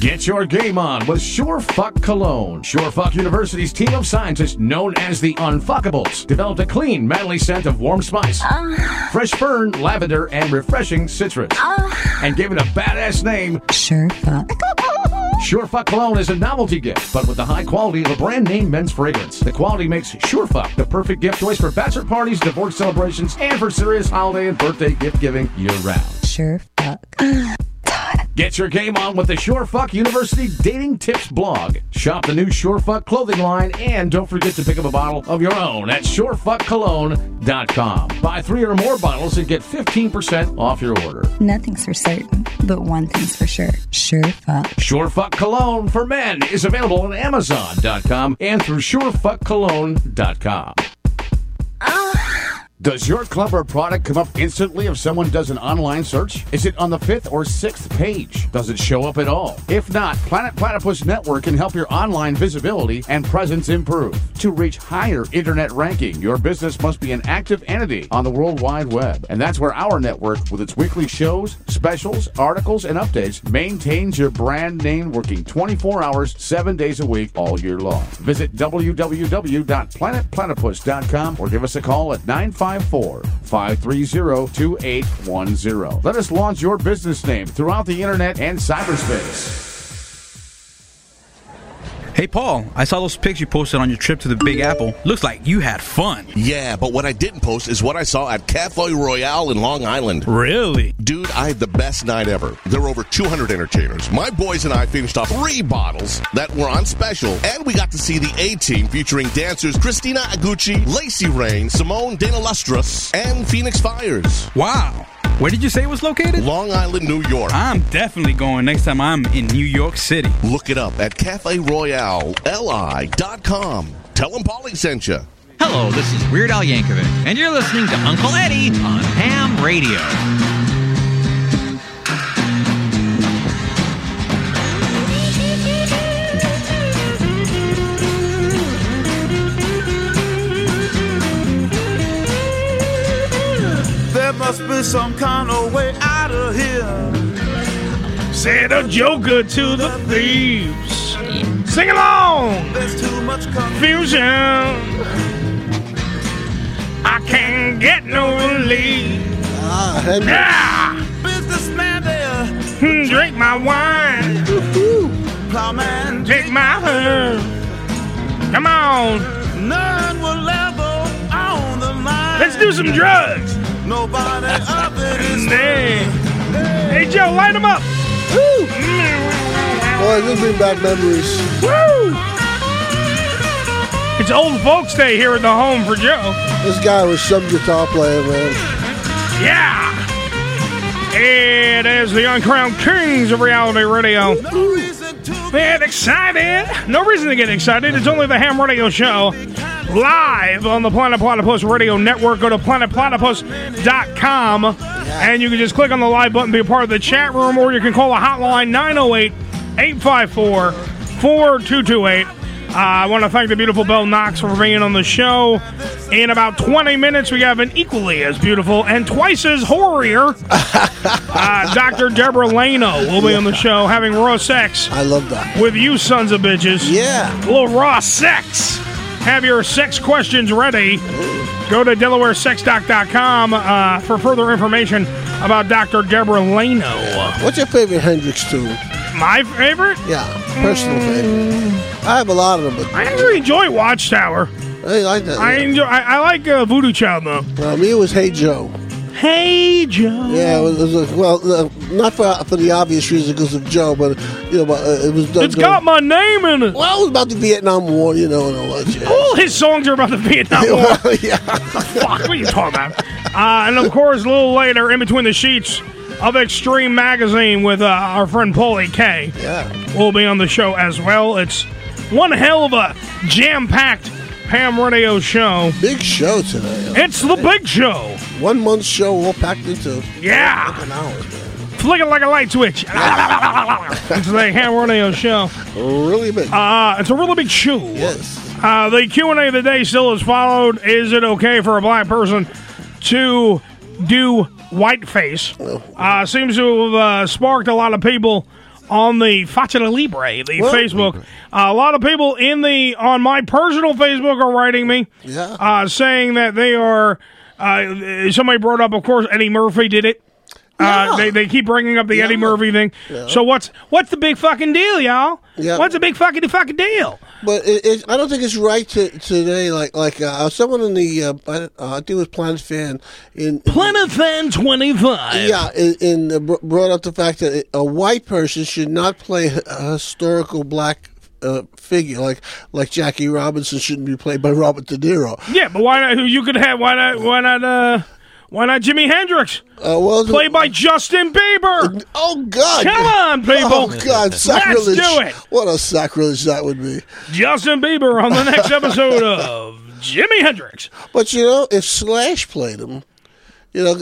Speaker 9: Get your game on with Sure Fuck Cologne. Sure Fuck University's team of scientists known as the Unfuckables developed a clean, manly scent of warm spice,
Speaker 14: Uh.
Speaker 9: fresh fern, lavender, and refreshing citrus, and gave it a badass name.
Speaker 14: Uh. Sure Fuck.
Speaker 9: Sure Fuck Cologne is a novelty gift, but with the high quality of a brand name men's fragrance. The quality makes Sure Fuck the perfect gift choice for bachelor parties, divorce celebrations, and for serious holiday and birthday gift giving year round.
Speaker 14: Sure fuck.
Speaker 9: Get your game on with the Surefuck University Dating Tips blog. Shop the new Surefuck clothing line and don't forget to pick up a bottle of your own at surefuckcologne.com. Buy three or more bottles and get 15% off your order.
Speaker 14: Nothing's for certain, but one thing's for sure. Sure fuck.
Speaker 9: Surefuck Cologne for men is available on amazon.com and through surefuckcologne.com.
Speaker 26: Does your club or product come up instantly if someone does an online search? Is it on the fifth or sixth page? Does it show up at all? If not, Planet Platypus Network can help your online visibility and presence improve. To reach higher internet ranking, your business must be an active entity on the World Wide Web. And that's where our network, with its weekly shows, specials, articles, and updates, maintains your brand name working 24 hours, 7 days a week, all year long. Visit www.planetplatypus.com or give us a call at 954. 554-530-2810. Let us launch your business name throughout the internet and cyberspace.
Speaker 13: Hey, Paul, I saw those pics you posted on your trip to the Big Apple. Looks like you had fun.
Speaker 10: Yeah, but what I didn't post is what I saw at Cafe Royale in Long Island.
Speaker 13: Really?
Speaker 10: Dude, I had the best night ever. There were over 200 entertainers. My boys and I finished off three bottles that were on special, and we got to see the A team featuring dancers Christina Aguchi, Lacey Rain, Simone De La Lustras, and Phoenix Fires.
Speaker 13: Wow. Where did you say it was located?
Speaker 10: Long Island, New York.
Speaker 13: I'm definitely going next time I'm in New York City.
Speaker 10: Look it up at Cafe Royale, li.com. Tell them Paulie sent you.
Speaker 18: Hello, this is Weird Al Yankovic, and you're listening to Uncle Eddie on Ham Radio.
Speaker 5: There must be some kind of way out of here.
Speaker 7: Send a joker to the thieves. Sing along.
Speaker 5: There's too much
Speaker 7: Fusion. I can't get no relief. Ah,
Speaker 5: businessman there.
Speaker 7: Hmm, drink my wine.
Speaker 5: Plowman,
Speaker 7: Take my herb. Come on.
Speaker 5: none will ever own the line.
Speaker 7: Let's do some drugs.
Speaker 5: Nobody of it is
Speaker 7: Hey. Hey, Joe, light them up. Mm. Woo.
Speaker 8: Boy, this bring back memories.
Speaker 7: Woo. It's old folks' day here at the home for Joe.
Speaker 8: This guy was some guitar player, man.
Speaker 7: Yeah! It is the uncrowned kings of reality radio. Get excited! No reason to get excited. It's only the Ham Radio Show. Live on the Planet Platypus Radio Network. Go to planetplatypus.com and you can just click on the live button, be a part of the chat room, or you can call the hotline 908 854 4228. Uh, I want to thank the beautiful Belle Knox for being on the show. In about 20 minutes, we have an equally as beautiful and twice as horrier uh, Dr. Deborah Lano will be on the show having raw sex. I
Speaker 8: love that.
Speaker 7: With you, sons of bitches.
Speaker 8: Yeah.
Speaker 7: A little raw sex. Have your sex questions ready. Go to DelawareSexDoc.com uh, for further information about Dr. Deborah Lano.
Speaker 8: What's your favorite Hendrix tune?
Speaker 7: My favorite? Mm.
Speaker 8: Yeah, personal favorite. I have a lot of them, but
Speaker 7: I actually enjoy Watchtower.
Speaker 8: I like that.
Speaker 7: I enjoy. I, I like uh, Voodoo Child though.
Speaker 8: Uh, me, it was Hey Joe.
Speaker 7: Hey Joe.
Speaker 8: Yeah, it was, it was, well, uh, not for for the obvious reason because of Joe, but you know, but, uh, it was. Done
Speaker 7: It's got my name in it.
Speaker 8: Well, it was about the Vietnam War, you know, and all that. Shit.
Speaker 7: All his songs are about the Vietnam War. Fuck, what are you talking about? Uh, and of course, a little later, in between the sheets of Extreme Magazine with uh, our friend Paulie K. Yeah. Will be on the show as well. It's one hell of a jam packed Ham Radio show.
Speaker 8: Big show today.
Speaker 7: It's the big show.
Speaker 8: One month show all packed into.
Speaker 7: Yeah.
Speaker 8: Like an hour.
Speaker 7: Flicking like a light switch. it's the Ham Radio show.
Speaker 8: Really big.
Speaker 7: Uh, it's a really big show.
Speaker 8: Yes.
Speaker 7: Uh, the Q and A of the day still is followed. Is it okay for a black person to do whiteface?
Speaker 8: Oh.
Speaker 7: Uh, seems to have uh, sparked a lot of people on the Faccia Libre, the
Speaker 5: Well-
Speaker 7: Facebook. Uh, a lot of people in the on my personal Facebook are writing me,
Speaker 5: Yeah.
Speaker 7: uh, saying that they are. Uh, somebody brought up, of course, Eddie Murphy did it. Uh, they, they keep bringing up the Eddie Murphy thing. So what's what's the big fucking deal, y'all?
Speaker 8: Yeah.
Speaker 7: What's the big fucking fucking deal?
Speaker 8: But it, it, I don't think it's right to today. Like like uh, someone in the uh, I, don't- uh, I think it was Planet Fan in
Speaker 7: Planet Fan twenty five.
Speaker 8: Yeah, in, in uh, br- brought up the fact that a white person should not play a historical black. Uh, figure like like Jackie Robinson shouldn't be played by Robert De Niro.
Speaker 7: Yeah, but why not? Who you could have? Why not? Why not? Uh, why not Jimi Hendrix?
Speaker 8: Uh, well,
Speaker 7: played by Justin Bieber.
Speaker 8: Oh God!
Speaker 7: Come on, people!
Speaker 8: Oh God! Sacrilege!
Speaker 7: Let's do it.
Speaker 8: What a sacrilege that would be.
Speaker 7: Justin Bieber on the next episode of Jimi Hendrix.
Speaker 8: But you know, if Slash played him, you know, uh,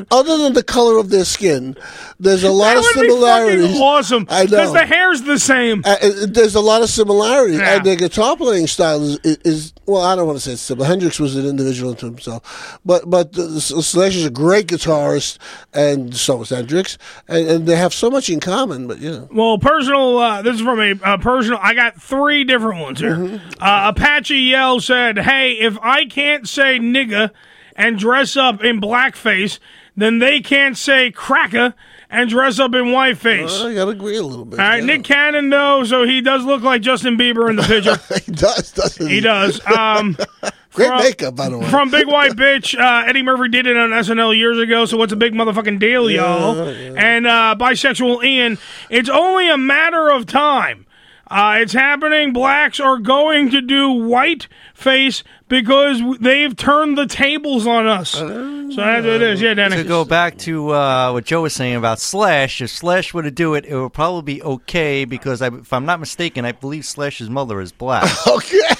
Speaker 8: uh, other than the color of their skin, there's a lot
Speaker 7: That
Speaker 8: of
Speaker 7: would be
Speaker 8: similarities.
Speaker 7: fucking awesome.
Speaker 8: I know.
Speaker 7: 'Cause the hair's the same.
Speaker 8: Uh, uh, there's a lot of similarities.
Speaker 7: Yeah.
Speaker 8: And their guitar playing style is, is, is- well, I don't want to say it's similar. Hendrix was an individual unto himself, but but the, the Slash is a great guitarist, and so is Hendrix, and, and they have so much in common. But you know,
Speaker 7: Well, personal. Uh, this is from a uh, personal. I got three different ones here.
Speaker 8: Mm-hmm.
Speaker 7: Uh, Apache Yell said, "Hey, if I can't say nigga and dress up in blackface, then they can't say cracker and dress up in whiteface."
Speaker 8: I gotta agree a little bit.
Speaker 7: All right, Nick Cannon though, so he does look like Justin Bieber in the picture.
Speaker 8: he does, doesn't
Speaker 7: he? does. Um,
Speaker 8: Great
Speaker 7: from-
Speaker 8: makeup, by the way.
Speaker 7: From Big White Bitch, uh, Eddie Murphy did it on SNL years ago. So what's a big motherfucking deal, y'all? And uh, bisexual Ian, it's only a matter of time. Uh, it's happening. Blacks are going to do white face because w- they've turned the tables on us. So that's what it is. Yeah, Danny.
Speaker 3: To go back to uh, what Joe was saying about Slash, if Slash were to do it, it would probably be okay because, I, if I'm not mistaken, I believe Slash's mother is black.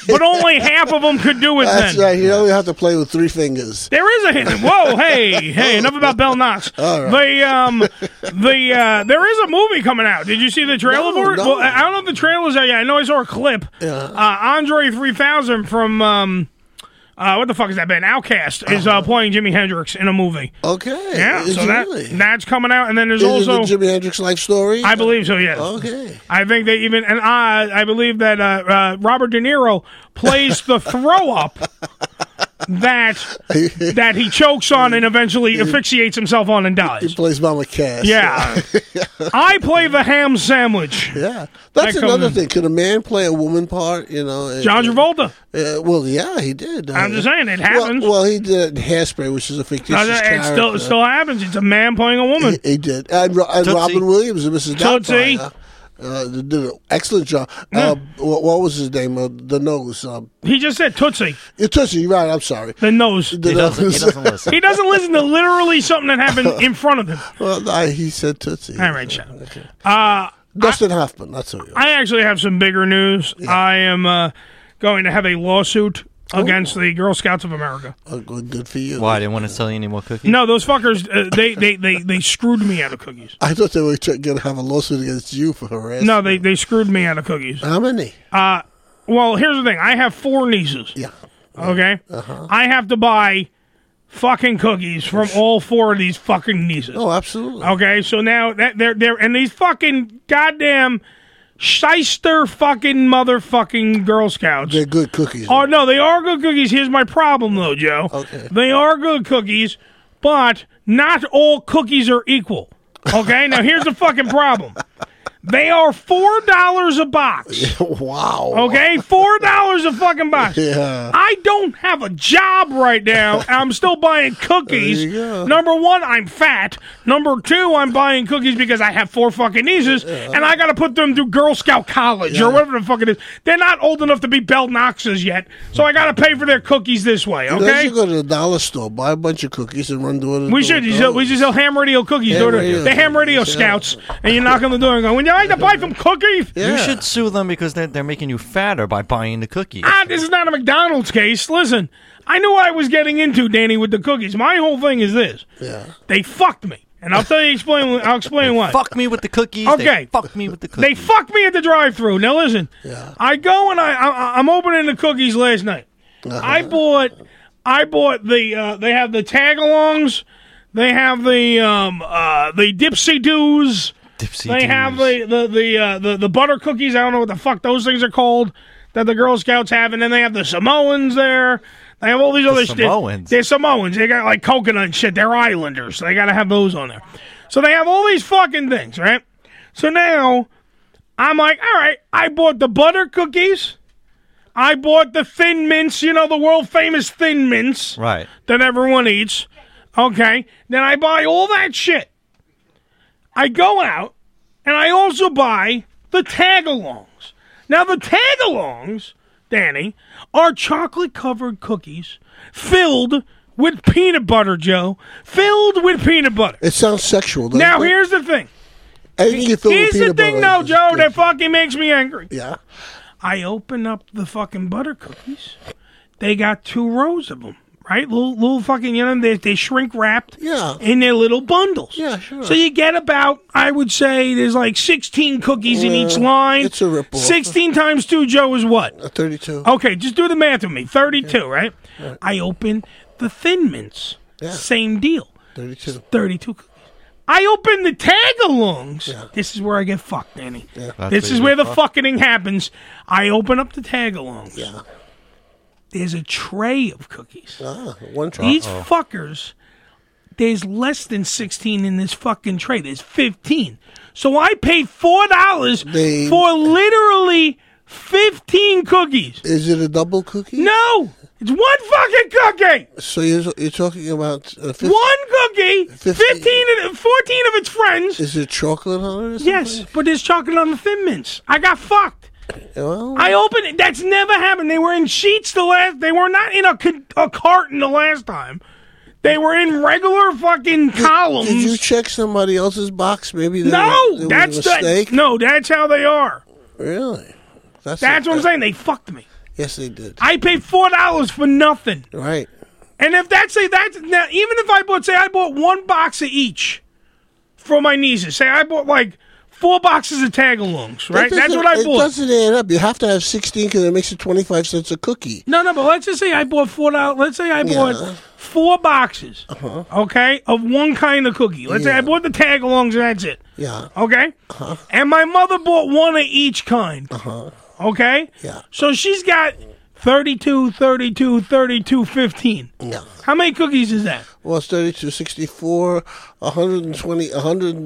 Speaker 7: But only half of them could do it
Speaker 8: That's
Speaker 7: then.
Speaker 8: right. You only have to play with three fingers.
Speaker 7: There is a hidden. Whoa, hey, hey! Enough about Bell Knox. The um, the uh, there is a movie coming out. Did you see the trailer for it?
Speaker 5: no.
Speaker 7: Well, I I don't know if the trailer's out yet. I know I saw a clip. Uh, Andre three thousand from um, uh, what the fuck is that band? Outcast is uh, playing Jimi Hendrix in a movie.
Speaker 8: Uh-huh. Okay.
Speaker 7: Yeah.
Speaker 8: Is
Speaker 7: So
Speaker 8: it
Speaker 7: that
Speaker 8: really?
Speaker 7: that's coming out, and then there's
Speaker 8: Is it the
Speaker 7: also
Speaker 8: Jimi Hendrix life story.
Speaker 7: I believe so. Yes.
Speaker 8: Okay.
Speaker 7: I think they even and I I believe that uh, uh, Robert De Niro plays the throw up that that he chokes on and eventually asphyxiates himself on and
Speaker 8: He
Speaker 7: dies.
Speaker 8: plays Mama Cass.
Speaker 7: Yeah. I play the ham sandwich.
Speaker 8: Yeah. That's
Speaker 7: That comes
Speaker 8: another
Speaker 7: in.
Speaker 8: thing. Could a man play a woman part? You know, and-
Speaker 7: John Travolta.
Speaker 8: Uh, well, yeah, he did.
Speaker 7: I'm
Speaker 8: Uh,
Speaker 7: just saying, it
Speaker 8: well-
Speaker 7: happens.
Speaker 8: Well, he did Hairspray, which is a fictitious
Speaker 7: Uh, it
Speaker 8: character.
Speaker 7: still it still happens. It's a man playing a woman.
Speaker 8: he, he did, and, Ro- and
Speaker 7: Tootsie.
Speaker 8: Robin Williams and Mrs.
Speaker 7: Tootsie.
Speaker 8: Doubtfire uh, did an excellent job. Uh, what, what was his name? Uh, the nose. Uh,
Speaker 7: He just said Tootsie.
Speaker 8: yeah, Tootsie, you're right. I'm sorry.
Speaker 7: The nose.
Speaker 8: The nose.
Speaker 7: He doesn't listen to literally something that happened in front of him.
Speaker 8: well, I, he said Tootsie.
Speaker 7: All right, Chad. Uh,
Speaker 8: Dustin Hoffman. That's who. he
Speaker 7: I actually have some bigger news. I am uh, going to have a lawsuit against the Girl Scouts of America.
Speaker 8: Oh, good, good for you.
Speaker 3: Why? I didn't want to sell you any more cookies.
Speaker 7: No, those fuckers, uh, they, they, they, they screwed me out of cookies.
Speaker 8: I thought they were going to have a lawsuit against you for harassment.
Speaker 7: No, they, they screwed me out of cookies.
Speaker 8: How many?
Speaker 7: Uh, well, here's the thing I have four nieces. Yeah. Okay?
Speaker 8: Uh-huh.
Speaker 7: I have to buy fucking cookies from all four of these fucking nieces.
Speaker 8: Oh, absolutely.
Speaker 7: Okay, so now that they're they're and these fucking goddamn shyster fucking motherfucking Girl Scouts.
Speaker 8: They're good cookies.
Speaker 7: Oh no, they are good cookies. Here's my problem though, Joe. Okay. They are good cookies, but not all cookies are equal. Okay? now here's the fucking problem. They are four dollars a box.
Speaker 8: wow.
Speaker 7: Okay, four dollars a fucking box.
Speaker 8: Yeah.
Speaker 7: I don't have a job right now. and I'm still buying cookies. Number one, I'm fat. Number two, I'm buying cookies because I have four fucking nieces, and I got to put them through Girl Scout college or whatever the fuck it is. They're not old enough to be Bell Knoxes yet, so I got to pay for their cookies this way.
Speaker 8: You guys
Speaker 7: Okay.
Speaker 8: should go to the dollar store, buy a bunch of cookies, and run door to
Speaker 7: We
Speaker 8: door
Speaker 7: should.
Speaker 8: with
Speaker 7: You
Speaker 8: those.
Speaker 7: should we should sell ham radio cookies.
Speaker 8: Ham
Speaker 7: Ham
Speaker 8: radio
Speaker 7: the ham radio scouts, and you knock on the door and go, "Would you like to buy some cookies?"
Speaker 3: You should sue them because they're, they're making you fatter by buying the cookie.
Speaker 7: Ah, this is not a McDonald's case. Listen, I knew what I was getting into, Danny, with the cookies. My whole thing is this:
Speaker 3: Yeah.
Speaker 7: they fucked me, and I'll tell you. Explain. I'll explain why.
Speaker 3: Fuck me with the cookies.
Speaker 7: Okay.
Speaker 3: They fuck me with the cookies.
Speaker 7: They fucked me at the drive-through. Now listen, I go and I, I I'm opening the cookies last night.
Speaker 3: Uh-huh.
Speaker 7: I bought I bought the uh, they have the tagalongs, they have the um uh the dipsy doos, they have the the the, uh, the the butter cookies. I don't know what the fuck those things are called that the Girl Scouts have, and then they have the Samoans there. They have all these
Speaker 3: The
Speaker 7: other shit.
Speaker 3: Samoans?
Speaker 7: They're Samoans. They got like coconut and shit. They're islanders. They gotta have those on there. So they have all these fucking things, right? So now I'm like, all right, I bought the butter cookies. I bought the thin mints, you know, the world famous thin mints
Speaker 3: Right.
Speaker 7: that everyone eats. Okay. Then I buy all that shit. I go out and I also buy the tagalongs. Now, the tagalongs, Danny, are chocolate covered cookies filled with peanut butter, Joe. Filled with peanut butter.
Speaker 8: It sounds sexual. doesn't
Speaker 7: Now,
Speaker 8: it?
Speaker 7: here's the thing.
Speaker 8: Anything you fill with
Speaker 7: Here's the
Speaker 8: peanut
Speaker 7: thing,
Speaker 8: butter
Speaker 7: though,
Speaker 8: is-
Speaker 7: Joe, that fucking makes me angry.
Speaker 8: Yeah.
Speaker 7: I open up the fucking butter cookies. They got two rows of them, right? Little, little fucking, you know, they, they shrink wrapped yeah. in their little bundles. Yeah, sure. So you get about, I would say, there's like 16 cookies in each
Speaker 8: Yeah,
Speaker 7: line.
Speaker 8: it's a ripoff.
Speaker 7: 16 times 2, Joe, is what?
Speaker 8: 32.
Speaker 7: Okay, just do the math with me. 32, right? I open the Thin Mints.
Speaker 8: Yeah.
Speaker 7: Same deal.
Speaker 8: 32.
Speaker 7: 32 cookies. I open the tagalongs. This is where I get fucked, Danny.
Speaker 8: That's
Speaker 7: This
Speaker 8: where
Speaker 7: is
Speaker 8: you
Speaker 7: where the
Speaker 8: get fucked.
Speaker 7: fucking happens. I open up the tagalongs. Yeah. There's a tray of cookies.
Speaker 8: Ah, one tray.
Speaker 7: These
Speaker 8: Uh-oh.
Speaker 7: fuckers, there's less than 16 in this fucking tray. There's 15. So I paid $4 for literally 15 cookies.
Speaker 8: Is it a double cookie?
Speaker 7: No! It's one fucking cookie!
Speaker 8: So you're, you're talking about uh, 50,
Speaker 7: One cookie, 15 and 14 of its friends.
Speaker 8: Is it chocolate on it? Or something?
Speaker 7: Yes, but there's chocolate on the thin mints. I got fucked.
Speaker 8: Well,
Speaker 7: I opened it. That's never happened. They were in sheets the last. They were not in a, con- a carton the last time. They were in regular fucking columns.
Speaker 8: Did you check somebody else's box? Maybe they
Speaker 7: no,
Speaker 8: there was a
Speaker 7: that's
Speaker 8: mistake.
Speaker 7: the, no, that's how they are.
Speaker 8: Really? That's,
Speaker 7: what I'm saying. They fucked me.
Speaker 8: Yes, they did.
Speaker 7: I paid four dollars for nothing.
Speaker 8: Right.
Speaker 7: And if that's say that's now, even if I bought say I bought one box of each for my nieces. Say I bought like four boxes of tagalongs. Right,
Speaker 8: That
Speaker 7: that's
Speaker 8: doesn't-
Speaker 7: what I
Speaker 8: It
Speaker 7: bought.
Speaker 8: doesn't add up. You have to have 16 because it makes it 25 cents a cookie.
Speaker 7: No, no, but let's just say I bought four dollars. Let's say I
Speaker 8: Yeah. Uh-huh.
Speaker 7: bought four boxes, okay, of one kind of cookie. Let's say I bought the tagalongs and that's it,
Speaker 8: Yeah. Uh-huh.
Speaker 7: okay. And my mother bought one of each kind, okay.
Speaker 8: Yeah.
Speaker 7: So she's got 32, 32, 32, 15.
Speaker 8: Yeah.
Speaker 7: How many cookies is that?
Speaker 8: Well, it's 32, 64, 120,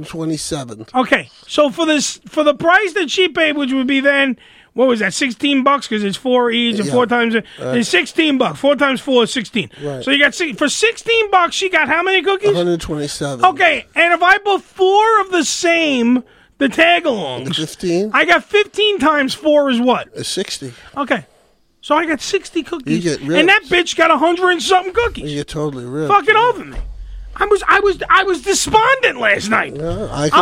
Speaker 8: 127.
Speaker 7: Okay, so for this for the price that she paid, which would be then what was that, sixteen bucks? Because it's four each and four times
Speaker 8: Uh,
Speaker 7: it's sixteen bucks. Four times four is sixteen.
Speaker 8: Right.
Speaker 7: So you got six, for sixteen bucks, she got how many cookies?
Speaker 8: 127.
Speaker 7: Okay, and if I bought four of the same, the tagalongs,
Speaker 8: fifteen. Uh,
Speaker 7: I got fifteen times four is what?
Speaker 8: It's 60.
Speaker 7: Okay, so I got sixty cookies,
Speaker 8: get
Speaker 7: and that bitch got a hundred and something cookies.
Speaker 8: You're totally real.
Speaker 7: Fucking over me. I was I was I was despondent last night.
Speaker 8: I can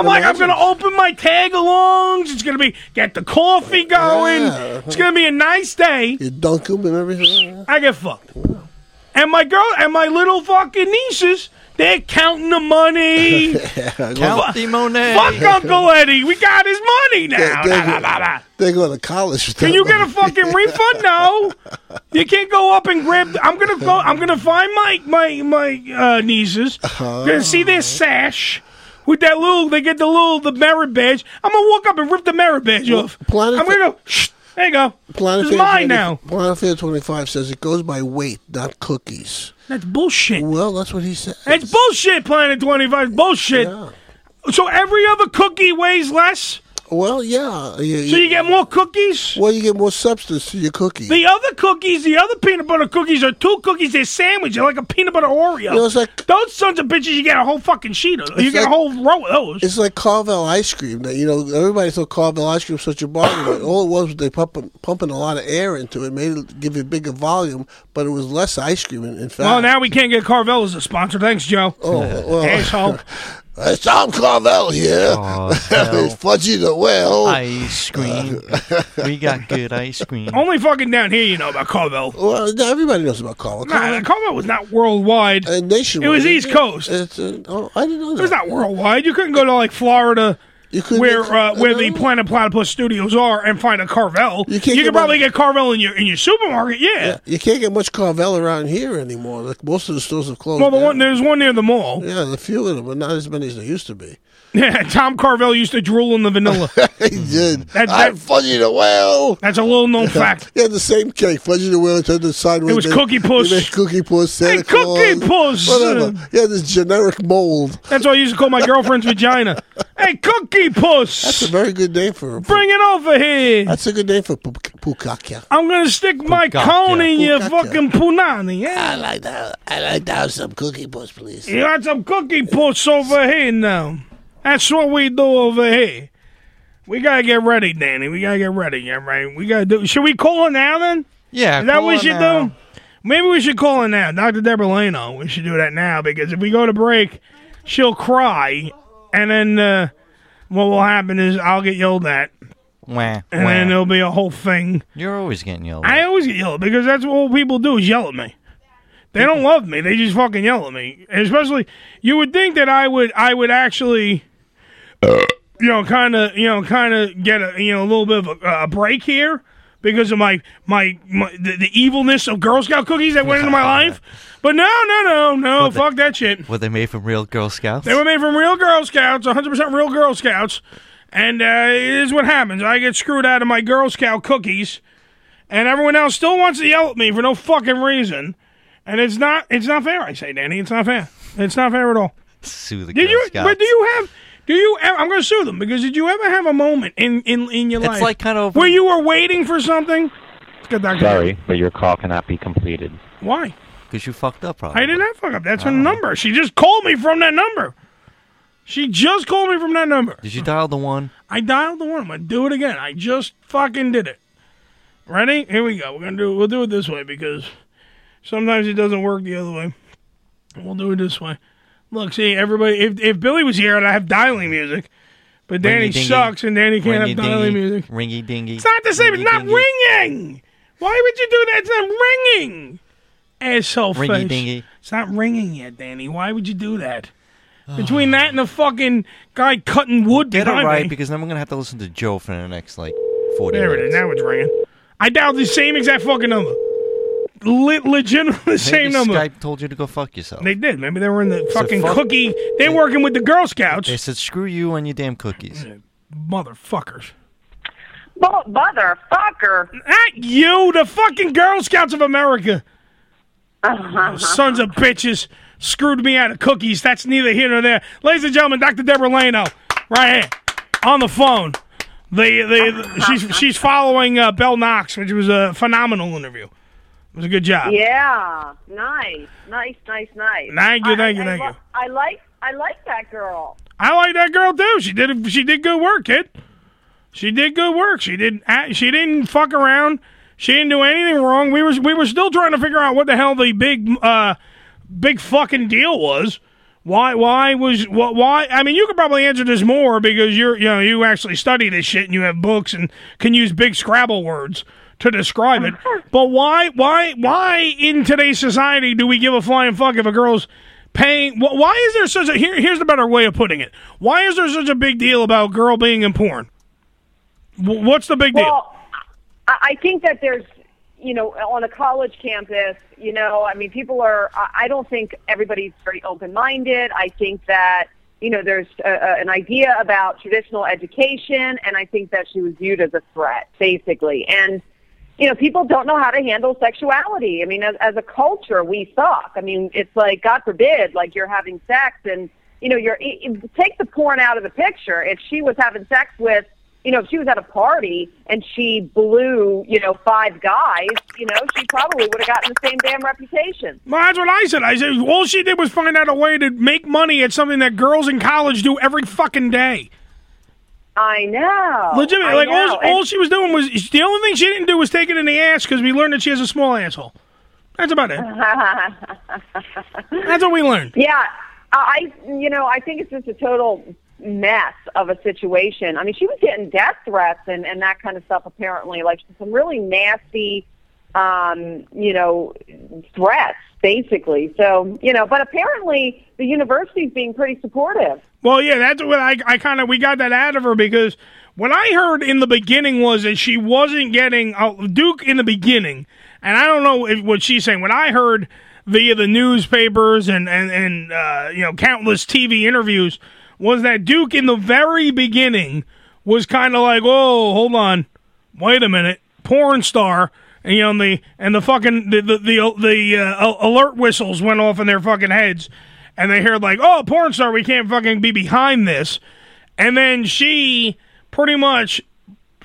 Speaker 7: I'm like I'm
Speaker 8: imagine.
Speaker 7: gonna open my tagalongs. It's gonna be get the coffee going.
Speaker 8: Yeah.
Speaker 7: It's gonna be a nice day.
Speaker 8: You dunk them and everything.
Speaker 7: I get fucked. And my girl and my little fucking nieces, they're counting the money.
Speaker 3: Count the money.
Speaker 7: Fuck Uncle Eddie. We got his money now.
Speaker 8: They- they-
Speaker 7: Da, da, da, da.
Speaker 8: They go to college. with
Speaker 7: Can
Speaker 8: that
Speaker 7: you get a
Speaker 8: money.
Speaker 7: fucking refund? No, you can't go up and grab. I'm gonna go. I'm gonna find my my my uh, nieces.
Speaker 3: Uh-huh.
Speaker 7: Gonna see their sash with that little. They get the little the merit badge. I'm gonna walk up and rip the merit badge off. I'm gonna go. Shh, there you go.
Speaker 8: Planet
Speaker 7: this is
Speaker 8: Fair
Speaker 7: mine
Speaker 8: 20
Speaker 7: now.
Speaker 8: Planet Fair 25 says it goes by weight, not cookies.
Speaker 7: That's bullshit.
Speaker 8: Well, that's what he said.
Speaker 7: It's bullshit. Planet Twenty Five. Bullshit. So every other cookie weighs less.
Speaker 8: Well, yeah.
Speaker 7: So you get more cookies?
Speaker 8: Well, you get more substance to your cookie.
Speaker 7: The other cookies, the other peanut butter cookies are two cookies. They're sandwiched. They're like a peanut butter Oreo.
Speaker 8: No, it's
Speaker 7: those sons of bitches, you get a whole fucking sheet of. You
Speaker 8: It's
Speaker 7: get a
Speaker 8: like-
Speaker 7: whole row of those.
Speaker 8: It's like Carvel ice cream. That you know, everybody thought Carvel ice cream was such a bargain, but all it was was they pumping pumping a lot of air into it, made it give it bigger volume, but it was less ice cream. In, in fact,
Speaker 7: Well, now we can't get Carvel as a sponsor. Thanks, Joe.
Speaker 8: Oh, well.
Speaker 7: asshole.
Speaker 8: it's Tom Carvel here. it's Fudgy the Whale.
Speaker 3: Ice cream. we got good ice cream.
Speaker 7: Only fucking down here you know about Carvel.
Speaker 8: Well, no, everybody knows about Carvel.
Speaker 7: Nah, Carvel was not worldwide.
Speaker 8: Uh, nationwide.
Speaker 7: It was East Coast.
Speaker 8: It's, uh, oh, I didn't know that.
Speaker 7: It was not worldwide. You couldn't go to like Florida. where uh, where the Planet Platypus studios are, and find a Carvel. You,
Speaker 8: Uh-huh. can't
Speaker 7: you
Speaker 8: get
Speaker 7: could probably get Carvel in your in your supermarket. Yeah.
Speaker 8: You can't get much Carvel around here anymore. Like most of the stores have closed.
Speaker 7: Well, the
Speaker 8: down.
Speaker 7: one there's one near the mall.
Speaker 8: Yeah, the few of them, but not as many as there used to be.
Speaker 7: Yeah, Tom Carvel used to drool in the vanilla.
Speaker 8: he did.
Speaker 7: That,
Speaker 8: I'm Fudgy the Whale.
Speaker 7: That's a little known fact.
Speaker 8: He had the same cake, Fudgy the Whale, turned the sideways.
Speaker 7: It was
Speaker 8: they-
Speaker 7: Cookie Puss.
Speaker 8: they made Cookie Puss, Santa
Speaker 7: Hey, Cookie
Speaker 8: Claus,
Speaker 7: Puss.
Speaker 8: Whatever. He had this generic mold.
Speaker 7: That's why I used to call my girlfriend's vagina. Hey, Cookie Puss.
Speaker 8: That's a very good name for a
Speaker 7: Bring it over here.
Speaker 8: That's a good name for pu- Pukaka.
Speaker 7: I'm gonna stick my
Speaker 8: Pukaka.
Speaker 7: cone in your
Speaker 8: Pukaka.
Speaker 7: fucking punani. Yeah.
Speaker 8: I like that. I like to have some Cookie Puss, please.
Speaker 7: You got some cookie puss over here now. That's what we do over here. We gotta get ready, Danny. We gotta get ready. Yeah, right. We gotta do. Should we call her now then?
Speaker 3: Yeah,
Speaker 7: Is that
Speaker 3: call
Speaker 7: what we
Speaker 3: her
Speaker 7: should
Speaker 3: now.
Speaker 7: do? Maybe we should call her now, Doctor Deborah Leno. We should do that now because if we go to break, she'll cry, and then uh, what will happen is I'll get yelled at,
Speaker 3: Wah,
Speaker 7: and then
Speaker 3: wah.
Speaker 7: there'll be a whole thing.
Speaker 3: You're always getting yelled at.
Speaker 7: I always get yelled because that's what old people do is yell at me. They don't love me. They just fucking yell at me. Especially, you would think that I would, I would actually, you know, kind of, you know, kind of get a, you know, a little bit of a, a break here because of my, my, my the, the evilness of Girl Scout cookies that went into my life. But no, no, no, no,
Speaker 3: Well, they-
Speaker 7: fuck that shit.
Speaker 3: Were they made from real Girl Scouts?
Speaker 7: They were made from real Girl Scouts, 100% real Girl Scouts. And uh, it is what happens. I get screwed out of my Girl Scout cookies, and everyone else still wants to yell at me for no fucking reason. And it's not it's not fair, I say, Danny. It's not fair. It's not fair at all.
Speaker 3: Sue the
Speaker 7: Did
Speaker 3: Girl
Speaker 7: you,
Speaker 3: Scouts.
Speaker 7: but do you have, do you, ever, I'm going to sue them because did you ever have a moment in, in, in your
Speaker 3: It's
Speaker 7: life?
Speaker 3: like kind of-
Speaker 7: Where you were waiting for something? Let's get that guy.
Speaker 15: Sorry, but your call cannot be completed.
Speaker 7: Why?
Speaker 3: Because you fucked up, probably.
Speaker 7: I did not fuck up. That's her number. She just called me from that number. She just called me from that number.
Speaker 3: Did you dial the one?
Speaker 7: I dialed the one. I'm gonna do it again. I just fucking did it. Ready? Here we go. We're gonna do. We'll do it this way because sometimes it doesn't work the other way. We'll do it this way. Look, see everybody. If if Billy was here, I'd have dialing music. But Danny
Speaker 3: Ringy-dingy.
Speaker 7: sucks, and Danny can't have dialing
Speaker 3: Ringy-dingy.
Speaker 7: music.
Speaker 3: Ringy dingy.
Speaker 7: It's not the same. It's not ringing. Why would you do that? It's not ringing. Asshole
Speaker 3: Ringy
Speaker 7: face.
Speaker 3: dingy.
Speaker 7: It's not ringing yet, Danny. Why would you do that? Between that and the fucking guy cutting wood
Speaker 3: Get it
Speaker 7: behind
Speaker 3: right,
Speaker 7: me.
Speaker 3: because then we're gonna have to listen to Joe for the next like forty.
Speaker 7: There it
Speaker 3: minutes.
Speaker 7: is. Now it's ringing. I dialed the same exact fucking number. Le- legitimately the same
Speaker 3: Maybe
Speaker 7: number.
Speaker 3: Skype told you to go fuck yourself.
Speaker 7: They did. Maybe they were in the
Speaker 3: So
Speaker 7: fucking
Speaker 3: fuck-
Speaker 7: cookie. They're working with the Girl Scouts.
Speaker 3: They said, "Screw you and your damn cookies."
Speaker 7: Motherfuckers.
Speaker 6: Well, motherfucker.
Speaker 7: Not you, the fucking Girl Scouts of America.
Speaker 6: Uh-huh.
Speaker 7: Those Sons of bitches screwed me out of cookies. That's neither here nor there. Ladies and gentlemen, Dr. Deborah Leno, right here on the phone. The, the, the- she's she's following uh, Bell Knox, which was a phenomenal interview. It was a good job.
Speaker 6: Yeah. Ah, Nice. Nice, nice, nice.
Speaker 7: Thank you,
Speaker 6: I-
Speaker 7: thank you,
Speaker 6: I
Speaker 7: thank
Speaker 6: li-
Speaker 7: you.
Speaker 6: I like I like that girl.
Speaker 7: I like that girl too. She did she did good work, kid. She did good work. She didn't act- she didn't fuck around. She didn't do anything wrong. We were we were still trying to figure out what the hell the big uh big fucking deal was. Why why was wh- why I mean you could probably answer this more because you're you know you actually study this shit and you have books and can use big scrabble words to describe it. But why why why in today's society do we give a flying fuck if a girl's paying wh- why is there such a here, here's the better way of putting it why is there such a big deal about girl being in porn Wh- what's the big deal
Speaker 6: Well, I, I think that there's, you know, on a college campus, you know, I mean, people are, I I don't think everybody's very open minded. I think that, you know, there's a, a, an idea about traditional education, and I think that she was viewed as a threat, basically. And, you know, people don't know how to handle sexuality. I mean, as, as a culture, we suck. I mean, it's like, God forbid, like you're having e, sex and, you know, you're, i i- take the porn out of the picture. If she was having sex with, you know, if she was at a party and she blew, you know, five guys, you know, she probably would have gotten the same damn reputation.
Speaker 7: Well, that's what I said. I said all she did was find out a way to make money at something that girls in college do every fucking day.
Speaker 6: I know.
Speaker 7: Legit,
Speaker 6: Oh, I
Speaker 7: like
Speaker 6: know.
Speaker 7: all,
Speaker 6: And-
Speaker 7: all she was doing was the only thing she didn't do was take it in the ass because we learned that she has a small asshole. That's about it. That's what we learned.
Speaker 6: Yeah, I I- you know I think it's just a total mess of a situation. I mean, she was getting death threats and and that kind of stuff. Apparently, like some really nasty, um, you know, threats basically. So you know, but apparently the university's being pretty supportive.
Speaker 7: Well, yeah, that's what I, I kind of we got that out of her because what I heard in the beginning was that she wasn't getting uh, Duke in the beginning, and I don't know if, what she's saying. What I heard via the newspapers and and and uh, you know countless TV interviews was that Duke in the very beginning was kind of like, oh, hold on, wait a minute, porn star. And, you know, and the and the fucking the the the, the uh, al- alert whistles went off in their fucking heads, and they heard like, "Oh, porn star, we can't fucking be behind this," and then she pretty much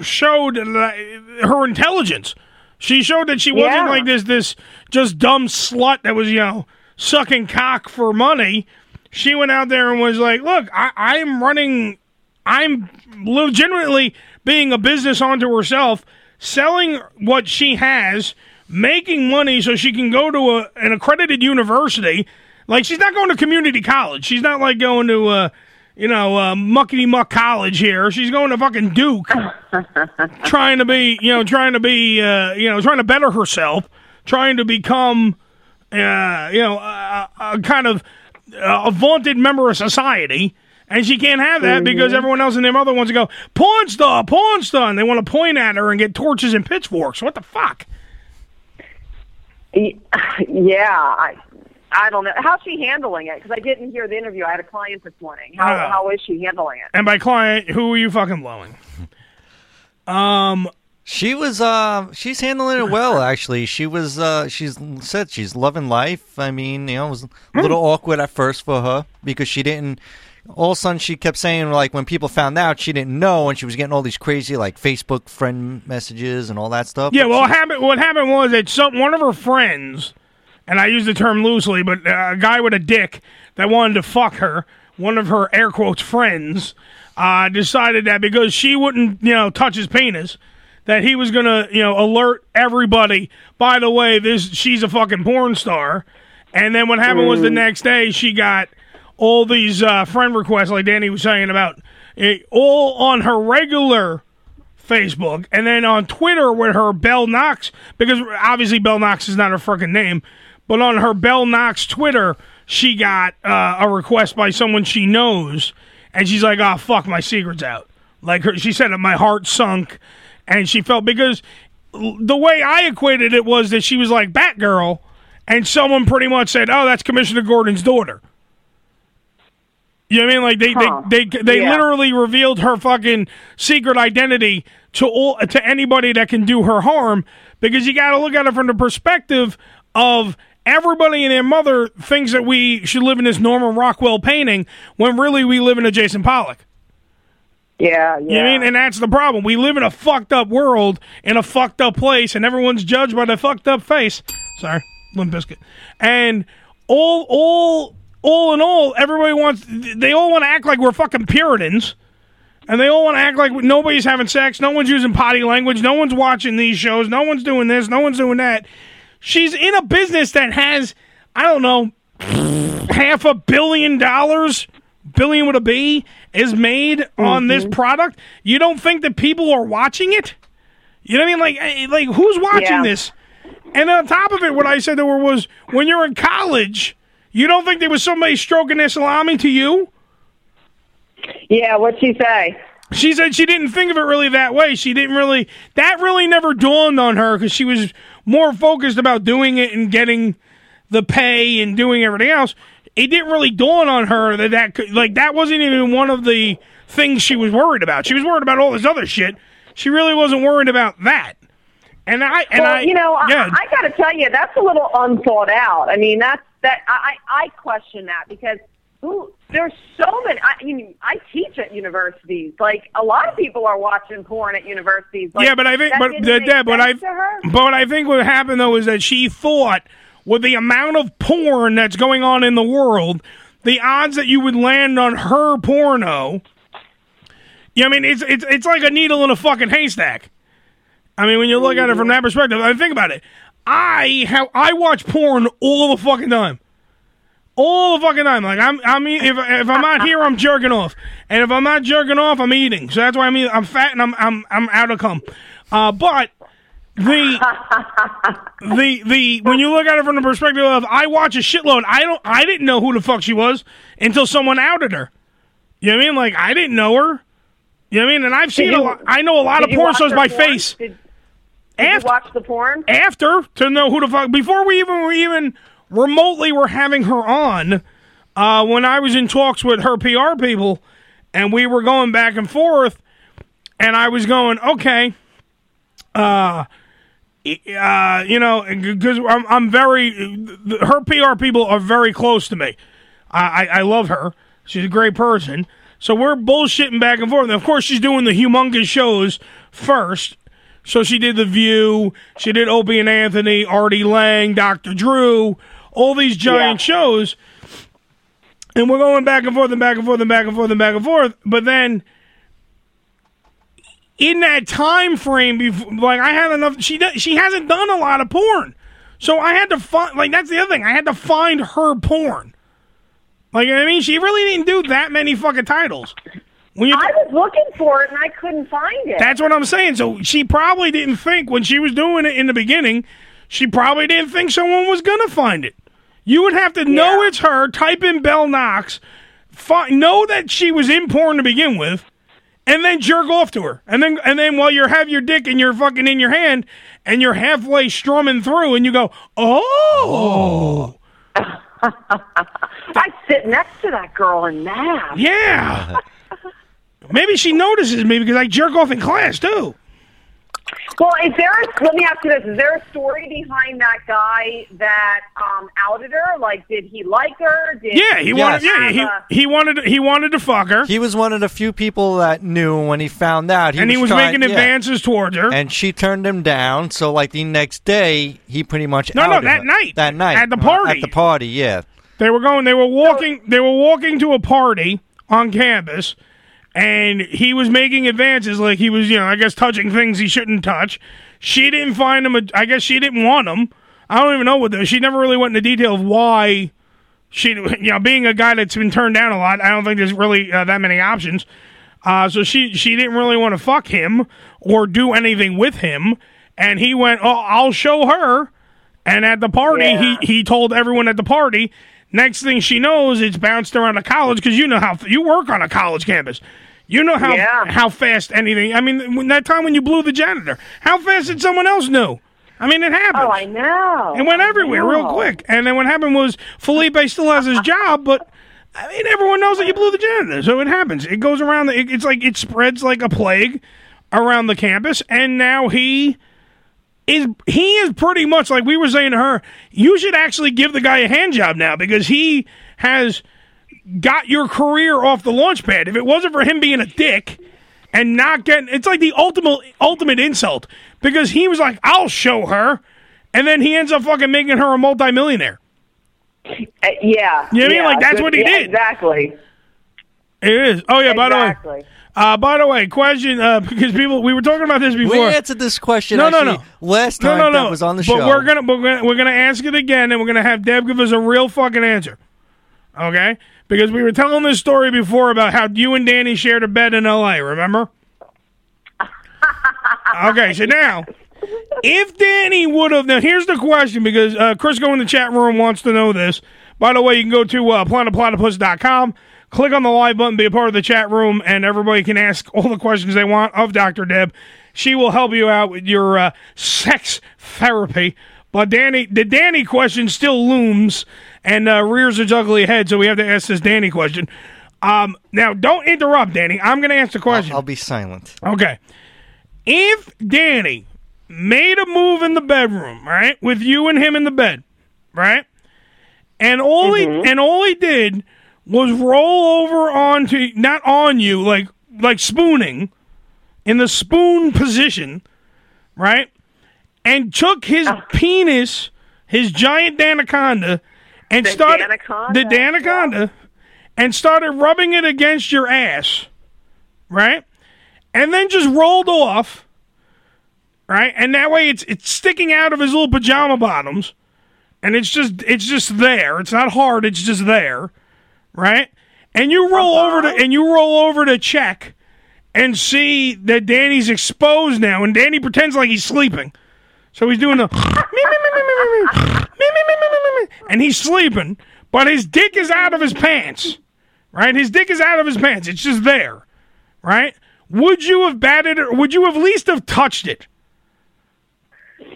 Speaker 7: showed li- her intelligence. She showed that she wasn't
Speaker 5: Yeah.
Speaker 7: like this this just dumb slut that was you know sucking cock for money. She went out there and was like, "Look, I, I'm running. I'm legitimately being a business onto herself, selling what she has." Making money so she can go to a, an accredited university. Like she's not going to community college. She's not like going to uh, you know, uh, muckety muck college here. She's going to fucking Duke, trying to be, you know, trying to be, uh, you know, trying to better herself, trying to become, uh, you know, a, a a kind of uh, a vaunted member of society. And she can't have that because
Speaker 5: Mhm.
Speaker 7: everyone else and their mother wants to go porn star, porn star, and they want to point at her and get torches and pitchforks. What the fuck?
Speaker 6: Y- Yeah, I I don't know how's she handling it because I didn't hear the interview. I had a client this morning. How
Speaker 7: Oh.
Speaker 6: how is she handling it?
Speaker 7: And by client, who are you fucking blowing? Um,
Speaker 3: she was uh, she's handling it well actually. She was uh, she's said she's loving life. I mean, you know, it was
Speaker 7: Hmm.
Speaker 3: a little awkward at first for her because she didn't. All of a sudden, she kept saying like when people found out she didn't know, and she was getting all these crazy like Facebook friend messages and all that stuff.
Speaker 7: Yeah, well, what happened, what happened was that some one of her friends, and I use the term loosely, but uh, a guy with a dick that wanted to fuck her, one of her air quotes friends, uh, decided that because she wouldn't, you know, touch his penis, that he was gonna, you know, alert everybody. By the way, this she's a fucking porn star. And then what happened was the next day she got all these uh, friend requests, like Danny was saying about, eh, all on her regular Facebook, and then on Twitter with her Bell Knox, because obviously Bell Knox is not her freaking name, but on her Bell Knox Twitter, she got uh, a request by someone she knows, and she's like, "Oh fuck, my secret's out." Like her, she said, that "My heart sunk," and she felt because l- the way I equated it was that she was like Batgirl, and someone pretty much said, "Oh, that's Commissioner Gordon's daughter." You know what I mean? Like they
Speaker 5: Huh.
Speaker 7: they they, they
Speaker 5: Yeah.
Speaker 7: literally revealed her fucking secret identity to all to anybody that can do her harm because you got to look at it from the perspective of everybody and their mother thinks that we should live in this Norman Rockwell painting when really we live in a Jason Pollock.
Speaker 6: Yeah, yeah.
Speaker 7: You know what I mean? And that's the problem. We live in a fucked up world, in a fucked up place, and everyone's judged by the fucked up face. Sorry, Limp Biscuit. And all, all, all in all, everybody wants, they all want to act like we're fucking Puritans. And they all want to act like nobody's having sex. No one's using potty language. No one's watching these shows. No one's doing this. No one's doing that. She's in a business that has, I don't know, half a billion dollars, billion with a B, is made on this product. You don't think that people are watching it? You know what I mean? Like, eh, like who's watching
Speaker 5: Yeah.
Speaker 7: this? And on top of it, what I said to her was, when you're in college, you don't think there was somebody stroking their salami to you?
Speaker 6: Yeah, what'd she say?
Speaker 7: She said she didn't think of it really that way. She didn't really, that really never dawned on her because she was more focused about doing it and getting the pay and doing everything else. It didn't really dawn on her that that could, like, that wasn't even one of the things she was worried about. She was worried about all this other shit. She really wasn't worried about that. And I, and
Speaker 6: well,
Speaker 7: I,
Speaker 6: you know,
Speaker 7: yeah.
Speaker 6: I, I got to tell you, that's a little unthought out. I mean, that's that. I I I question that because Ooh, there's so many. I, I mean, I teach at universities. Like a lot of people are watching porn at universities. Like,
Speaker 7: yeah, but I think,
Speaker 6: that
Speaker 7: but
Speaker 6: didn't
Speaker 7: the,
Speaker 6: make
Speaker 7: Deb, what I,
Speaker 6: sense to her.
Speaker 7: but what I think what happened though is that she thought with the amount of porn that's going on in the world, the odds that you would land on her porno. Yeah, I mean, it's it's it's like a needle in a fucking haystack. I mean, when you look at it from that perspective, I mean, think about it. I how I watch porn all the fucking time, all the fucking time. Like I'm, I mean, if if I'm not here, I'm jerking off, and if I'm not jerking off, I'm eating. So that's why I mean, I'm fat and I'm I'm I'm out of cum. Uh, but the the the when you look at it from the perspective of I watch a shitload. I don't. I didn't know who the fuck she was until someone outed her. You know what I mean? Like I didn't know her. You know what I mean? And I've
Speaker 6: Did
Speaker 7: seen a
Speaker 6: you-
Speaker 7: lot. I know a lot
Speaker 6: did
Speaker 7: of
Speaker 6: you
Speaker 7: porn
Speaker 6: watch
Speaker 7: stars
Speaker 6: her
Speaker 7: by
Speaker 6: porn?
Speaker 7: face
Speaker 6: Did,
Speaker 7: did after,
Speaker 6: you watch the porn?
Speaker 7: After to know who the fuck before we even were even remotely were having her on, uh, when I was in talks with her PR people and we were going back and forth, and I was going, okay, uh, uh, you know, because I'm, I'm very, th- her PR people are very close to me. I, I, I love her. She's a great person. So we're bullshitting back and forth. And of course, she's doing the humongous shows first. So she did The View, she did Opie and Anthony, Artie Lang, Dr. Drew, all these giant shows. And we're going back and forth and back and forth and back and forth and back and forth. But then in that time frame before, like I had enough she do- she hasn't done a lot of porn. So I had to find like that's the other thing. I had to find her porn. Like you know what I mean, she really didn't do that many fucking titles. When you
Speaker 6: I was looking for it and I couldn't find it.
Speaker 7: that's what I'm saying. So she probably didn't think when she was doing it in the beginning, she probably didn't think someone was gonna find it. You would have to know it's her. Type in Bell Knox, fi- know that she was in porn to begin with, and then jerk off to her. And then and then while you have your dick and you're fucking in your hand, and you're halfway strumming through, and you go, oh.
Speaker 6: I sit next to that girl and laugh.
Speaker 7: Yeah. Maybe she notices me because I jerk off in class too.
Speaker 6: Well, is there? A, let me ask you this: Is there a story behind that guy that um, outed her? Like, did he like her? Did
Speaker 7: Yeah, he wanted. Yeah,
Speaker 6: have a-
Speaker 7: he he wanted he wanted to fuck her.
Speaker 3: He was one of the few people that knew when he found out.
Speaker 7: and he was
Speaker 3: trying-
Speaker 7: making
Speaker 3: yeah.
Speaker 7: advances towards her.
Speaker 3: And she turned him down. So, like the next day, he pretty much
Speaker 7: No, no,
Speaker 3: outed
Speaker 7: that
Speaker 3: her.
Speaker 7: night.
Speaker 3: that night
Speaker 7: At the
Speaker 3: Uh,
Speaker 7: party.
Speaker 3: at the party, yeah.
Speaker 7: They were going. They were walking. They were walking to a party on campus, and he was making advances, like he was, you know, I guess touching things he shouldn't touch. She didn't find him. A, I guess she didn't want him. I don't even know what. The, she never really went into detail of why. She, you know, being a guy that's been turned down a lot, I don't think there's really uh, that many options. Uh, so she she didn't really want to fuck him or do anything with him, and he went, "Oh, I'll show her." And at the party, he he told everyone at the party. Next thing she knows, it's bounced around the college because you know how you work on a college campus. You know how how fast anything. I mean, when that time when you blew the janitor, how fast did someone else know? I mean, it happened. Oh, I
Speaker 6: know.
Speaker 7: It went
Speaker 5: Oh,
Speaker 7: everywhere real
Speaker 6: know.
Speaker 7: quick. And then what happened was Felipe still has his job, but I mean, everyone knows that you blew the janitor, so it happens. It goes around. The, it, it's like it spreads like a plague around the campus, and now he is he is pretty much like we were saying to her. You should actually give the guy a hand job now because he has got your career off the launch pad. If it wasn't for him being a dick and not getting, it's like the ultimate ultimate insult because he was like, "I'll show her," and then he ends up fucking making her a multimillionaire.
Speaker 6: Uh, yeah.
Speaker 7: You know what I mean?
Speaker 6: yeah,
Speaker 7: Like, that's
Speaker 6: good-
Speaker 7: what he
Speaker 6: yeah,
Speaker 7: did.
Speaker 6: Exactly.
Speaker 7: It is. Oh yeah. By the way.
Speaker 6: exactly.
Speaker 7: Uh, by the way, question uh, because people we were talking about this
Speaker 3: We
Speaker 7: before.
Speaker 3: answered this question.
Speaker 7: No, no,
Speaker 3: actually,
Speaker 7: no.
Speaker 3: Last
Speaker 7: No,
Speaker 3: time
Speaker 7: no, no.
Speaker 3: Deb was on the
Speaker 7: but
Speaker 3: show.
Speaker 7: we're gonna we're gonna we're gonna ask it again, and we're gonna have Deb give us a real fucking answer. Okay, because we were telling this story before about how you and Danny shared a bed in L.A. Remember? okay, so now if Danny would have now here's the question because uh, Chris go in the chat room wants to know this. By the way, you can go to uh, planetplatypus.com, click on the live button, be a part of the chat room, and everybody can ask all the questions they want of Dr. Deb. She will help you out with your uh, sex therapy. But Danny, the Danny question still looms and uh, rears its ugly head, so we have to ask this Danny question. Um, now, don't interrupt, Danny. I'm going to ask the question.
Speaker 3: I'll be silent.
Speaker 7: Okay. If Danny made a move in the bedroom, right,
Speaker 6: Mm-hmm.
Speaker 7: with you and him in the bed, right, and all he and all he did was roll over onto not on you like like spooning in the spoon position, right? And took his
Speaker 6: Ah.
Speaker 7: penis, his giant danaconda, and
Speaker 6: The
Speaker 7: started
Speaker 6: Danaconda.
Speaker 7: the danaconda, and started rubbing it against your ass, right? And then just rolled off, right? And that way it's it's sticking out of his little pajama bottoms, and it's just it's just there. It's not hard. It's just there, right? And you roll over to and you roll over to check and see that Danny's exposed now, and Danny pretends like he's sleeping. So he's doing the me, me, me, me, me, me, me, me, me, me, me, me, me, and he's sleeping, but his dick is out of his pants. Right? His dick is out of his pants. It's just there. Right? Would you have batted it or would you have at least have touched it? Would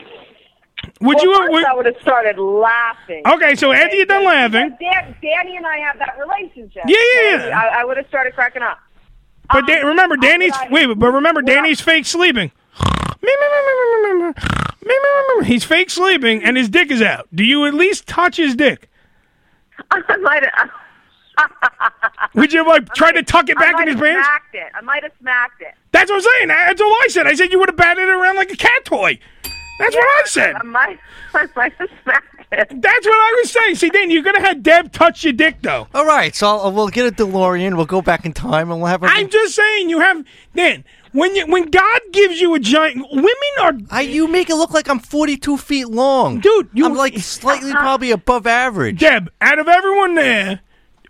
Speaker 6: Well,
Speaker 7: you have
Speaker 6: first
Speaker 7: would-
Speaker 6: I would have started laughing.
Speaker 7: Okay, so after you're done
Speaker 6: because-
Speaker 7: laughing-
Speaker 6: because Dan, Danny and I have that relationship.
Speaker 7: Yeah, yeah,
Speaker 6: so
Speaker 7: yeah.
Speaker 6: I, I would have started cracking up.
Speaker 7: But Dan, remember Danny's wait, but remember Danny's fake sleeping. Me, me, me, me, me, me, me. Me, me, me, me. He's fake sleeping and his dick is out. Do you at least touch his dick?
Speaker 6: I might have.
Speaker 7: Would you have like tried to tuck it
Speaker 6: I
Speaker 7: back
Speaker 6: might
Speaker 7: in his
Speaker 6: have
Speaker 7: pants?
Speaker 6: smacked it. I might have smacked it.
Speaker 7: That's what I'm saying. That's all I said. I said you would have batted it around like a cat toy. That's what I said.
Speaker 6: I might, I might have smacked it.
Speaker 7: That's what I was saying. See, Dan, you could have had Deb touch your dick, though.
Speaker 3: All right, so I'll, we'll get a DeLorean. We'll go back in time and we'll have a.
Speaker 7: I'm just saying you have Dan. When you, when God gives you a giant, women are.
Speaker 3: I, you make it look like I'm 42 feet long,
Speaker 7: dude.
Speaker 3: You, I'm like slightly probably above average.
Speaker 7: Deb, out of everyone there,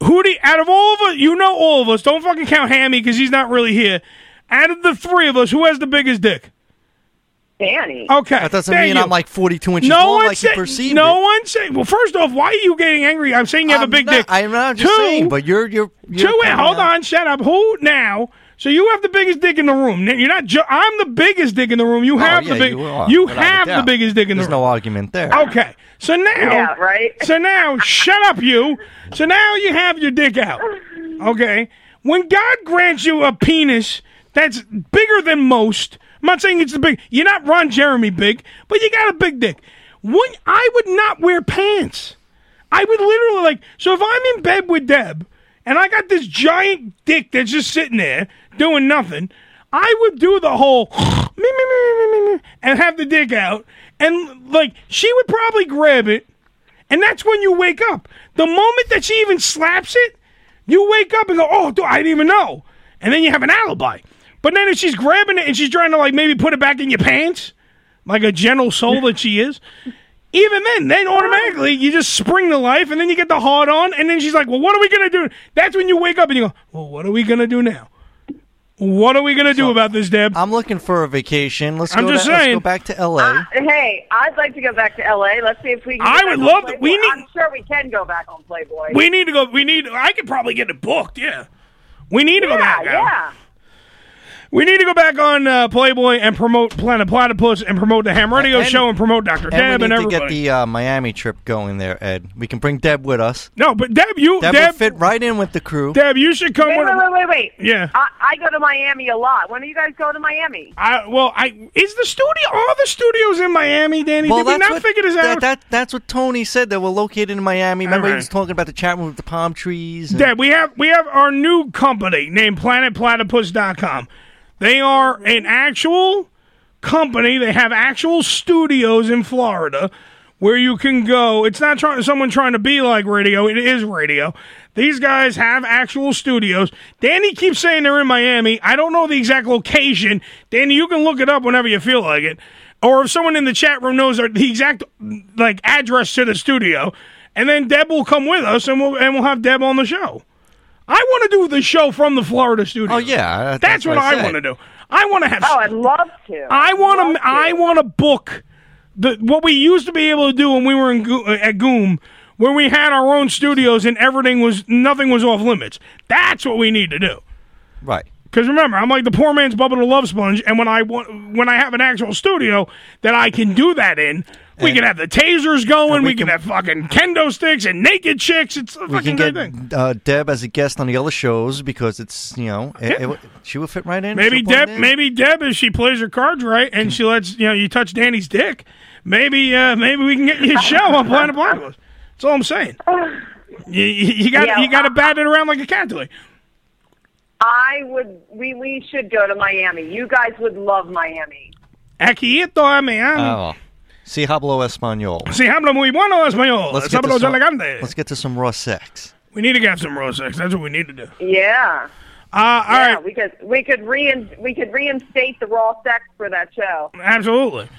Speaker 7: who do you- out of all of us? You know all of us. Don't fucking count Hammy because he's not really here. Out of the three of us, who has the biggest dick?
Speaker 6: Danny.
Speaker 7: Okay,
Speaker 3: That doesn't
Speaker 7: thank
Speaker 3: mean
Speaker 7: you.
Speaker 3: I'm like 42 inches
Speaker 7: no
Speaker 3: long,
Speaker 7: one
Speaker 3: like
Speaker 7: said,
Speaker 3: you perceive
Speaker 7: No
Speaker 3: it.
Speaker 7: one said. Well, first off, why are you getting angry? I'm saying you have
Speaker 3: I'm
Speaker 7: a big
Speaker 3: not-
Speaker 7: dick.
Speaker 3: I'm not just
Speaker 7: Two-
Speaker 3: saying, but you're you're. you're
Speaker 7: Two, wait,
Speaker 3: coming
Speaker 7: hold
Speaker 3: out-
Speaker 7: on, shut up. Who now? So you have the biggest dick in the room. Now, You're not. Ju- I'm the biggest dick in the room. You have
Speaker 3: Oh, yeah,
Speaker 7: the big.
Speaker 3: you are, without a
Speaker 7: have the
Speaker 3: doubt.
Speaker 7: biggest dick in the
Speaker 3: There's
Speaker 7: room.
Speaker 3: no argument there.
Speaker 7: Okay. So now.
Speaker 3: Yeah,
Speaker 6: right.
Speaker 7: So now, shut up, you. So now you have your dick out. Okay. When God grants you a penis that's bigger than most, I'm not saying it's the big. You're not Ron Jeremy big, but you got a big dick. When I would not wear pants. I would literally like. So if I'm in bed with Deb and I got this giant dick that's just sitting there doing nothing, I would do the whole me, me, me, me, me, me, and have the dick out, and like she would probably grab it, and that's when you wake up. The moment that she even slaps it, you wake up and go, "Oh, dude, I didn't even know," and then you have an alibi. But then if she's grabbing it and she's trying to like maybe put it back in your pants, like a gentle soul that she is, even then, then automatically you just spring to life and then you get the hard on and then she's like, "Well, what are we gonna do?" That's when you wake up and you go, "Well, what are we gonna do now? What are we gonna do about this, Deb?"
Speaker 3: I'm looking for a vacation. Let's
Speaker 7: I'm
Speaker 3: go
Speaker 7: just
Speaker 3: to- let's
Speaker 7: saying.
Speaker 3: go back to L.A.
Speaker 6: Hey, I'd like to go back to L.A. Let's see if we can.
Speaker 7: I
Speaker 6: go back
Speaker 7: would
Speaker 6: on
Speaker 7: love to- we
Speaker 6: Playboy.
Speaker 7: need-
Speaker 6: I'm sure we can go back on Playboy.
Speaker 7: We need to go. We need. I could probably get it booked. Yeah, we need to
Speaker 6: yeah,
Speaker 7: go back. Al.
Speaker 6: Yeah.
Speaker 7: We need to go back on uh, Playboy and promote Planet Platypus and promote the Ham Radio
Speaker 3: And-
Speaker 7: Show and promote Dr.
Speaker 3: And we
Speaker 7: Deb and
Speaker 3: need to
Speaker 7: everybody.
Speaker 3: get the uh, Miami trip going there, Ed. We can bring Deb with us.
Speaker 7: No, but Deb, you
Speaker 3: Deb,
Speaker 7: Deb-
Speaker 3: would fit right in with the crew.
Speaker 7: Deb, you should come
Speaker 6: Wait,
Speaker 7: with.
Speaker 6: wait, wait, wait, wait.
Speaker 7: Yeah.
Speaker 6: I, I go to Miami a lot. When do you guys go to Miami?
Speaker 7: I, well, I is the studio all the studios in Miami, Danny?
Speaker 3: Well,
Speaker 7: Did we
Speaker 3: that's
Speaker 7: not
Speaker 3: what,
Speaker 7: figure this
Speaker 3: that-
Speaker 7: out?
Speaker 3: that- that's what Tony said. That we're located in Miami. Remember, he
Speaker 7: right.
Speaker 3: was talking about the chat room with the palm trees. and-
Speaker 7: Dad, we have we have our new company named planetplatypus.com. They are an actual company. They have actual studios in Florida where you can go. It's not trying someone trying to be like radio. It is radio. These guys have actual studios. Danny keeps saying they're in Miami. I don't know the exact location. Danny, you can look it up whenever you feel like it. Or if someone in the chat room knows the exact like address to the studio, and then Deb will come with us, and we'll and we'll have Deb on the show. I want to do the show from the Florida studio.
Speaker 3: Oh, yeah, that's
Speaker 7: that's, what,
Speaker 3: what I
Speaker 7: I
Speaker 3: said.
Speaker 7: want
Speaker 11: Um,
Speaker 7: to do. I want to have.
Speaker 6: Oh, I'd love to.
Speaker 7: I want to. I want to book the what we used to be able to do when we were in Go- uh, at Goom, where we had our own studios and everything was nothing was off limits. That's what we need to do.
Speaker 3: Right.
Speaker 7: Because remember, I'm like the poor man's Bubba the Love Sponge, and when I want, when I have an actual studio that I can do that in, we can have the tasers going, we, can, have fucking kendo sticks and naked chicks. It's a
Speaker 3: We
Speaker 7: fucking
Speaker 3: can
Speaker 7: good thing.
Speaker 3: get uh, Deb as a guest on the other shows because it's you know it-
Speaker 7: Yeah.
Speaker 3: it- she would fit right in.
Speaker 7: Maybe
Speaker 3: She'll blend
Speaker 7: Deb,
Speaker 3: in.
Speaker 7: maybe Deb, if she plays her cards right and she lets you know you touch Danny's dick, maybe uh, maybe we can get you a show on Planet Platypus. That's all I'm saying. You, you got
Speaker 6: Yeah.
Speaker 7: you got to bat it around like a cat toy.
Speaker 6: I would. We we should go to Miami. You guys would love Miami.
Speaker 7: Aquí ah, estoy, man.
Speaker 3: Oh. Si hablo español.
Speaker 7: Si hablo muy bueno español.
Speaker 3: Let's get, to
Speaker 7: Sábados
Speaker 3: some,
Speaker 7: elegante.
Speaker 3: let's get to some raw sex.
Speaker 7: We need to get some raw sex. That's what we need to do.
Speaker 6: Yeah.
Speaker 7: Uh, all
Speaker 6: yeah, We could we could rein, we could reinstate the raw sex for that show.
Speaker 7: Absolutely.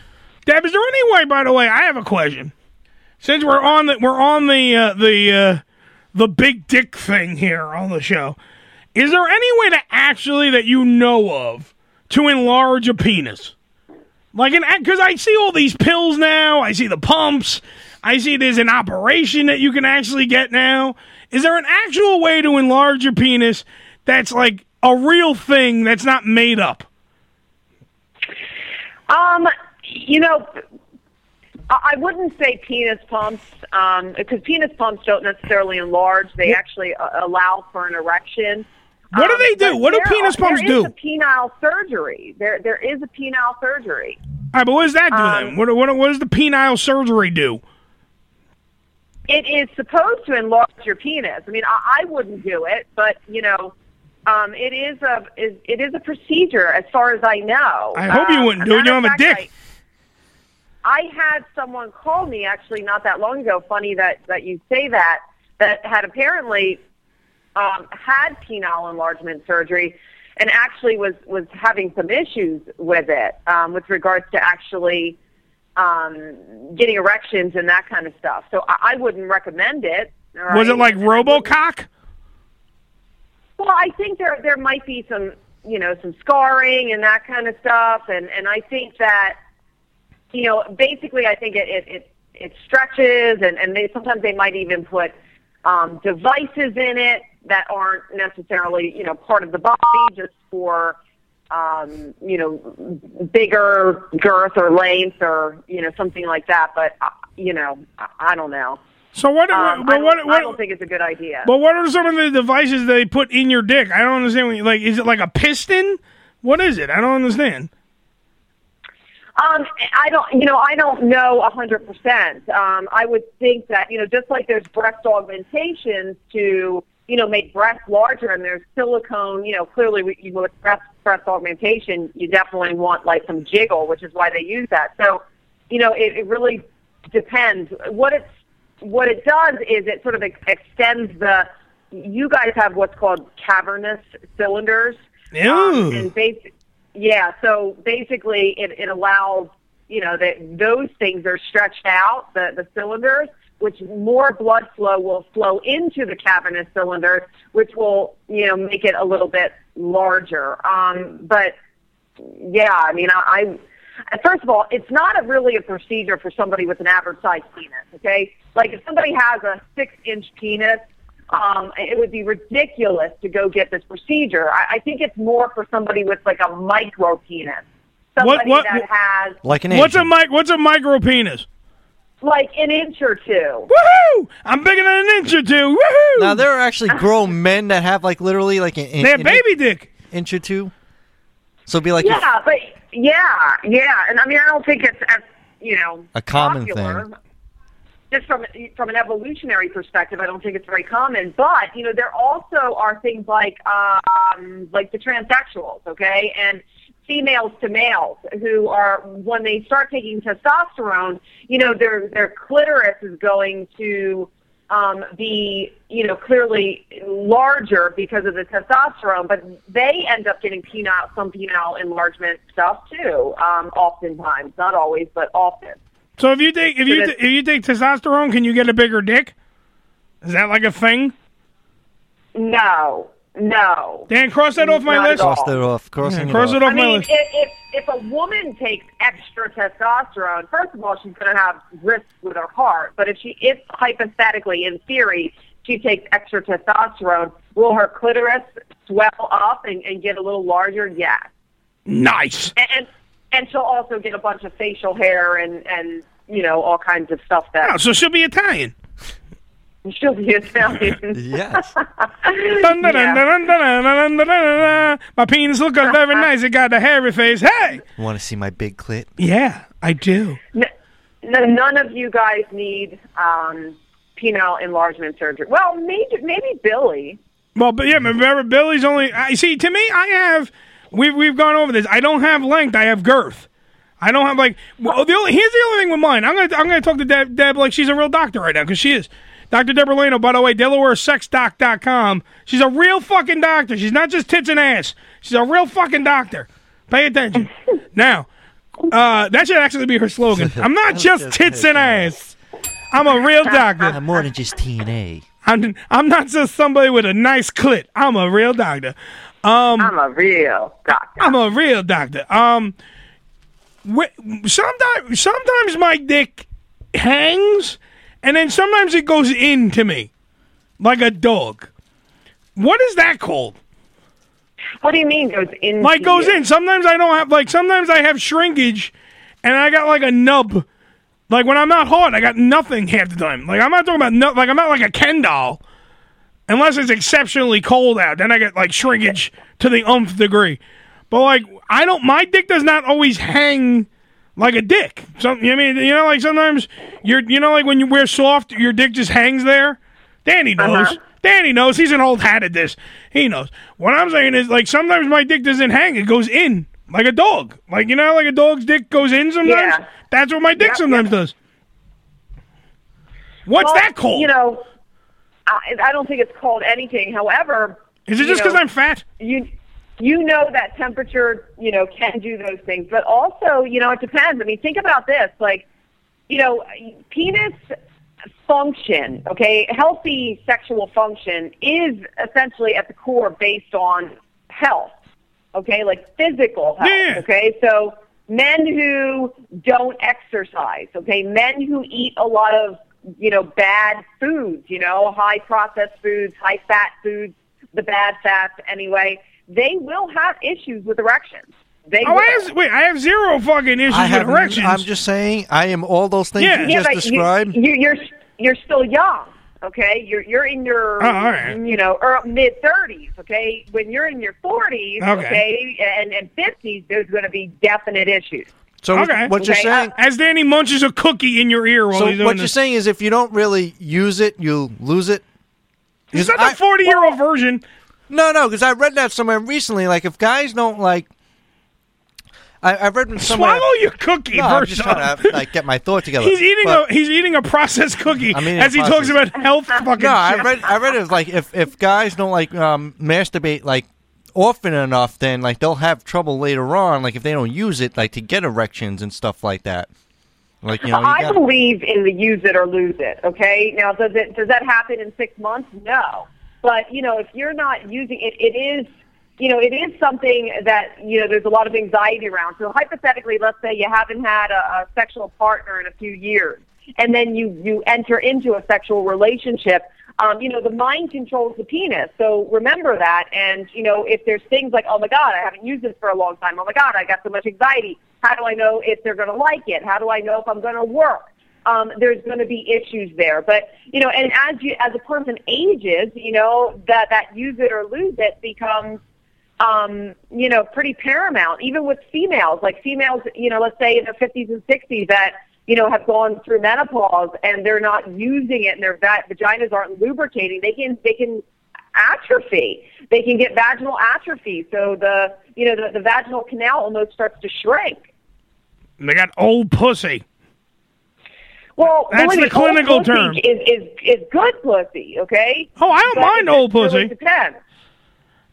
Speaker 7: Deb, is there any way? By the way, I have a question. Since we're on the we're on the uh, the uh, the big dick thing here on the show, is there any way to actually that you know of to enlarge a penis? Like an because I see all these pills now. I see the pumps. I see there's an operation that you can actually get now. Is there an actual way to enlarge your penis that's like a real thing that's not made up?
Speaker 6: Um, you know, I I wouldn't say penis pumps um, because penis pumps don't necessarily enlarge; they actually uh, allow for an erection.
Speaker 7: What do they do?
Speaker 6: Um, but
Speaker 7: What do
Speaker 6: there
Speaker 7: penis
Speaker 6: are-
Speaker 7: pumps
Speaker 6: there is
Speaker 7: do?
Speaker 6: a penile surgery. There, there is a penile surgery.
Speaker 7: All right, but what does that do
Speaker 6: Um,
Speaker 7: then? What, what, what does the penile surgery do?
Speaker 6: It is supposed to enlarge your penis. I mean, I, I wouldn't do it, but you know, um, it is a is, it is a procedure, as far as I know. Um,
Speaker 7: I hope you wouldn't do it. You don't have a dick.
Speaker 6: I had someone call me actually not that long ago. Funny that that you say that. That had apparently um, had penile enlargement surgery, and actually was was having some issues with it um, with regards to actually um, getting erections and that kind of stuff. So I, I wouldn't recommend it. all
Speaker 7: Was it
Speaker 6: right?
Speaker 7: like RoboCock?
Speaker 6: Well, I think there there might be some you know some scarring and that kind of stuff, and and I think that you know basically I think it it it, it stretches, and and they sometimes they might even put um, devices in it that aren't necessarily you know part of the body, just for um, you know bigger girth or length or you know something like that. But uh, you know I, I don't know.
Speaker 7: So what?
Speaker 6: Um, I,
Speaker 7: but
Speaker 6: don't,
Speaker 7: what?
Speaker 6: I
Speaker 7: what
Speaker 6: don't think it's a good idea.
Speaker 7: but what are some of the devices they put in your dick? I don't understand. What you, like, is it like a piston? What is it? I don't understand.
Speaker 6: Um, I don't, you know, I don't know a hundred percent. Um, I would think that, you know, just like there's breast augmentations to, you know, make breasts larger, and there's silicone. You know, clearly we- you- with breast breast augmentation, you definitely want like some jiggle, which is why they use that. So, you know, it, it really depends. What it's what it does is it sort of ex- extends the. You guys have what's called cavernous cylinders.
Speaker 7: Ew.
Speaker 6: and basi- yeah, so basically it, it allows, you know, that those things are stretched out, the, the cylinders, which more blood flow will flow into the cavernous cylinders, which will, you know, make it a little bit larger. Um, but yeah, I mean, I, I first of all, it's not a really a procedure for somebody with an average size penis. Okay, like if somebody has a six inch penis, um, it would be ridiculous to go get this procedure. I, I think it's more for somebody with like a micro penis, somebody
Speaker 7: what-
Speaker 6: that
Speaker 7: what-
Speaker 6: has
Speaker 7: What's a mic? What's a micro penis?
Speaker 6: like an inch or two.
Speaker 7: Woohoo! I'm bigger than an inch or two. Woohoo!
Speaker 3: Now there are actually grown men that have like literally like an inch.
Speaker 6: They have baby
Speaker 7: Ah. dick.
Speaker 3: Inch or two. So it'd be like
Speaker 6: yeah, but yeah, yeah, and I mean, I don't think it's as you know
Speaker 3: a, a common
Speaker 6: popular.
Speaker 3: thing.
Speaker 6: just from from an evolutionary perspective, I don't think it's very common. But you know, there also are things like um, like the transsexuals, okay, and females to males who are when they start taking testosterone, you know, their their clitoris is going to um, be you know clearly larger because of the testosterone, but they end up getting penile some penile enlargement stuff too, um, oftentimes, not always, but often.
Speaker 7: So if you take if you
Speaker 6: So
Speaker 7: t- if you take testosterone, can you get a bigger dick? Is that like a thing?
Speaker 6: No, no.
Speaker 7: Dan, cross that off my
Speaker 6: Not at
Speaker 7: list.
Speaker 6: all.
Speaker 3: Cross that off. Crossing
Speaker 7: Yeah, cross
Speaker 3: it
Speaker 7: it
Speaker 3: off.
Speaker 7: off
Speaker 6: I
Speaker 7: my
Speaker 6: mean,
Speaker 7: list.
Speaker 6: if, if if a woman takes extra testosterone, first of all, she's going to have risks with her heart. But if she, if hypothetically, in theory, she takes extra testosterone, will her clitoris swell up and, and get a little larger? Yes.
Speaker 7: Nice.
Speaker 6: And, and and she'll also get a bunch of facial hair and and you know all kinds of stuff that
Speaker 7: Oh, so she'll be Italian.
Speaker 6: she'll be Italian.
Speaker 3: yes.
Speaker 7: Dun, dun, dun, dun, dun, dun, dun, dun, dun, dun. My penis looks very nice. It got a hairy face. Hey!
Speaker 3: Want to see my big clit?
Speaker 7: Yeah, I do.
Speaker 6: N- none of you guys need um, penile enlargement surgery. Well, maybe maybe Billy.
Speaker 7: Well, but yeah, remember Billy's only. I see. To me, I have. We've we've gone over this. I don't have length. I have girth. I don't have like. Well, the only, here's the only thing with mine. I'm gonna I'm gonna talk to Deb, Deb like she's a real doctor right now because she is. Dr. Deborah Leno, by the way, DelawareSexDoc.com. She's a real fucking doctor. She's not just tits and ass. She's a real fucking doctor. Pay attention. now, uh, that should actually be her slogan. I'm not just tits and ass. I'm a real doctor.
Speaker 27: I'm more than just TNA.
Speaker 7: I'm I'm not just somebody with a nice clit. I'm a real doctor. Um, I'm
Speaker 6: a real doctor.
Speaker 7: I'm a real doctor. Um, sometimes sometimes my dick hangs, and then sometimes it goes into me, like a dog. What is that called?
Speaker 6: What do you mean goes in?
Speaker 7: Like goes in. Sometimes I don't have like sometimes I have shrinkage, and I got like a nub. Like when I'm not hard, I got nothing half the time. Like I'm not talking about no, like I'm not like a Ken doll, unless it's exceptionally cold out. Then I get like shrinkage to the umph degree. But like I don't, my dick does not always hang like a dick. Some, you know what I mean, you know, like sometimes you're, you know, like when you wear soft, your dick just hangs there. Danny knows.
Speaker 28: Uh-huh.
Speaker 7: Danny knows. He's an old hat at this. He knows. What I'm saying is, like, sometimes my dick doesn't hang. It goes in like a dog. Like, you know, how, like a dog's dick goes in sometimes?
Speaker 6: Yeah.
Speaker 7: That's what my dick
Speaker 6: Yep,
Speaker 7: sometimes
Speaker 6: yep.
Speaker 7: does. What's
Speaker 6: Well,
Speaker 7: that called?
Speaker 6: You know, I, I don't think it's called anything. However,
Speaker 7: Is it
Speaker 6: you
Speaker 7: just
Speaker 6: know,
Speaker 7: 'cause I'm fat?
Speaker 6: You you know that temperature, you know, can do those things, but also, you know, it depends. I mean, think about this, like, you know, penis function, okay, healthy sexual function is essentially at the core based on health, okay, like physical health, okay. So men who don't exercise, okay, men who eat a lot of you know bad foods, you know, high processed foods, high fat foods, the bad fats anyway, they will have issues with erections. They
Speaker 7: oh,
Speaker 6: will.
Speaker 7: I have, wait, I have zero fucking issues
Speaker 3: I
Speaker 7: with
Speaker 3: have.
Speaker 7: erections.
Speaker 3: I'm just saying, I am all those things you just
Speaker 6: but
Speaker 3: described.
Speaker 6: You, you, are you're still young, okay? You're you're in your
Speaker 3: Oh, all right.
Speaker 6: you know er, mid thirties, okay? When you're in your forties,
Speaker 3: Okay.
Speaker 6: okay, and and fifties, there's going to be definite issues.
Speaker 7: okay.
Speaker 6: Okay, uh,
Speaker 7: as Danny munches a cookie in your ear while
Speaker 3: so
Speaker 7: he's doing
Speaker 3: what you're
Speaker 7: this.
Speaker 3: saying is, if you don't really use it, you'll lose it. Oh.
Speaker 7: Is that the 40 year old version?
Speaker 3: No, no, because I read that somewhere recently. Like, if guys don't like, I, I read it somewhere.
Speaker 7: Swallow your cookie
Speaker 3: No, I'm
Speaker 7: first
Speaker 3: just trying
Speaker 7: off.
Speaker 3: to like get my thought together.
Speaker 7: He's eating
Speaker 3: But-
Speaker 7: a he's eating a processed cookie
Speaker 3: I'm eating
Speaker 7: as he talks
Speaker 3: processed-
Speaker 7: about health fucking
Speaker 3: No, I
Speaker 7: shit.
Speaker 3: read I read it was like if if guys don't like um, masturbate like often enough, then like they'll have trouble later on. Like if they don't use it, like to get erections and stuff like that. Like you know, you
Speaker 6: I
Speaker 3: gotta-
Speaker 6: believe in the use it or lose it. Okay, now does it does that happen in six months? No, but you know if you're not using it, it is you know it is something that you know there's a lot of anxiety around. So hypothetically, let's say you haven't had a, a sexual partner in a few years, and then you you enter into a sexual relationship. Um, you know the mind controls the penis, so remember that. And you know if there's things like oh my god, I haven't used this for a long time. Oh my god, I got so much anxiety. How do I know if they're going to like it? How do I know if I'm going to work? um, there's going to be issues there. But you know, and as you as a person ages, you know that that use it or lose it becomes um, you know pretty paramount. Even with females, like females, you know, let's say in their 50s and 60s that you know have gone through menopause and they're not using it, and their va- vaginas aren't lubricating. They can they can atrophy. They can get vaginal atrophy, so the you know the, the vaginal canal almost starts to shrink.
Speaker 7: They got old pussy.
Speaker 6: Well,
Speaker 7: That's
Speaker 6: believe
Speaker 7: the
Speaker 6: me, old
Speaker 7: clinical
Speaker 6: pussy
Speaker 7: term.
Speaker 6: Is, is is good pussy, okay?
Speaker 7: Oh, I don't
Speaker 6: But
Speaker 7: mind
Speaker 6: it
Speaker 7: old
Speaker 6: really
Speaker 7: pussy.
Speaker 6: depends.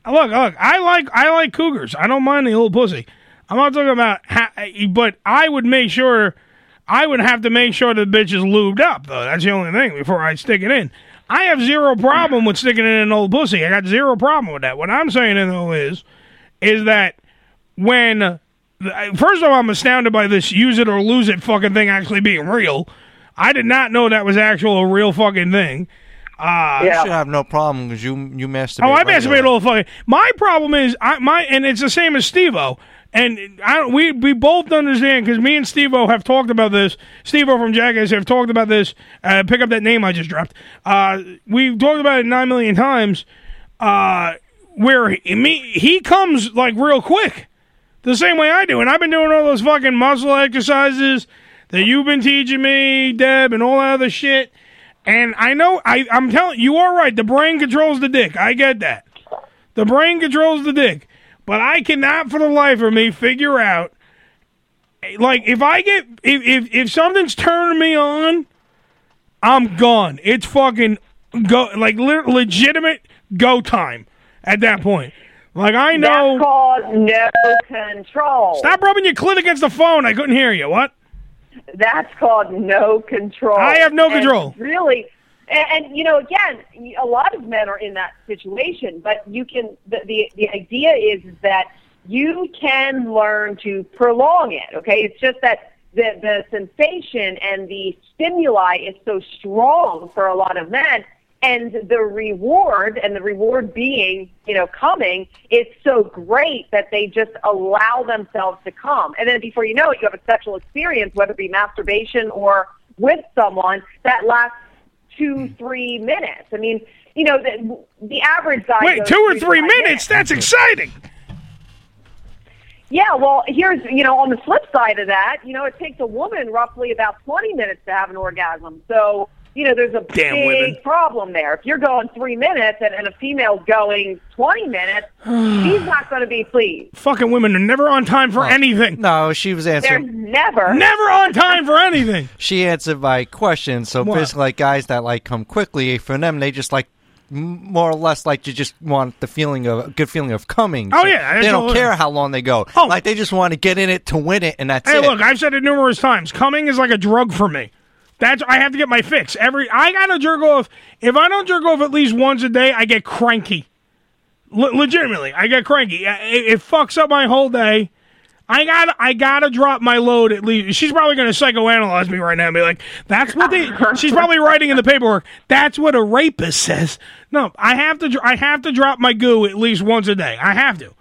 Speaker 7: Look, look, I like I like cougars. I don't mind the old pussy. I'm not talking about, ha- but I would make sure I would have to make sure the bitch is lubed up though. That's the only thing before I stick it in. I have zero problem with sticking it in an old pussy. I got zero problem with that. What I'm saying though is, is that when first of all, I'm astounded by this use it or lose it fucking thing actually being real. I did not know that was actual a real fucking thing. Uh,
Speaker 3: You should have no problem because you you masturbate.
Speaker 7: Oh, I
Speaker 3: regularly.
Speaker 7: masturbate all the fucking. My problem is I my and it's the same as Steve-O. And I don't- we we both understand because me and Steve-O have talked about this. Steve-O from Jackass have talked about this. Uh, pick up that name I just dropped. Uh, we've talked about it nine million times. Uh, where he, me he comes like real quick, the same way I do, and I've been doing all those fucking muscle exercises that you've been teaching me, Deb, and all that other shit. And I know I, I'm telling you are right. The brain controls the dick. I get that. The brain controls the dick. But I cannot for the life of me figure out like if I get if if, if something's turning me on, I'm gone. It's fucking go like le- legitimate go time at that point. Like I know
Speaker 6: That's called no control.
Speaker 7: Stop rubbing your clit against the phone. I couldn't hear you. What?
Speaker 6: That's called no control.
Speaker 7: I have no
Speaker 6: And
Speaker 7: control.
Speaker 6: Really, and, and you know, again, y- a lot of men are in that situation. But you can. The the, the idea is that you can learn to prolong it. Okay, it's just that. The, the sensation and the stimuli is so strong for a lot of men and the reward and the reward being you know coming is so great that they just allow themselves to come and then before you know it you have a sexual experience whether it be masturbation or with someone that lasts two three minutes i mean you know the, the average guy
Speaker 7: Wait,
Speaker 6: goes
Speaker 7: two or
Speaker 6: to
Speaker 7: three
Speaker 6: five
Speaker 7: minutes? That's exciting.
Speaker 6: yeah, well, here's, you know, on the flip side of that, you know, it takes a woman roughly about 20 minutes to have an orgasm. So, you know, there's a
Speaker 7: Damn
Speaker 6: big
Speaker 7: women.
Speaker 6: problem there. If you're going three minutes and, and a female's going 20 minutes, she's not going to be pleased.
Speaker 7: Fucking women are never on time for anything.
Speaker 3: No, she was
Speaker 6: They're
Speaker 3: answering.
Speaker 6: never.
Speaker 7: Never on time for anything.
Speaker 3: She answered my question. So
Speaker 7: What?
Speaker 3: basically, like guys that like come quickly, for them they just like m- more or less like to just want the feeling of good feeling of coming.
Speaker 7: Oh,
Speaker 3: So
Speaker 7: yeah,
Speaker 3: they don't
Speaker 7: absolutely.
Speaker 3: care how long they go. Oh. like they just want to get in it to win it, and that's
Speaker 7: Hey,
Speaker 3: it.
Speaker 7: look, I've said it numerous times. Coming is like a drug for me. That's I have to get my fix every. I gotta jerk off. If I don't jerk off at least once a day, I get cranky. Le- legitimately, I get cranky. I- It, it fucks up my whole day. I gotta, I gotta drop my load at least. She's probably gonna psychoanalyze me right now and be like, "That's what they." She's probably writing in the paperwork. That's what a rapist says. No, I have to, dr- I have to drop my goo at least once a day. I have to.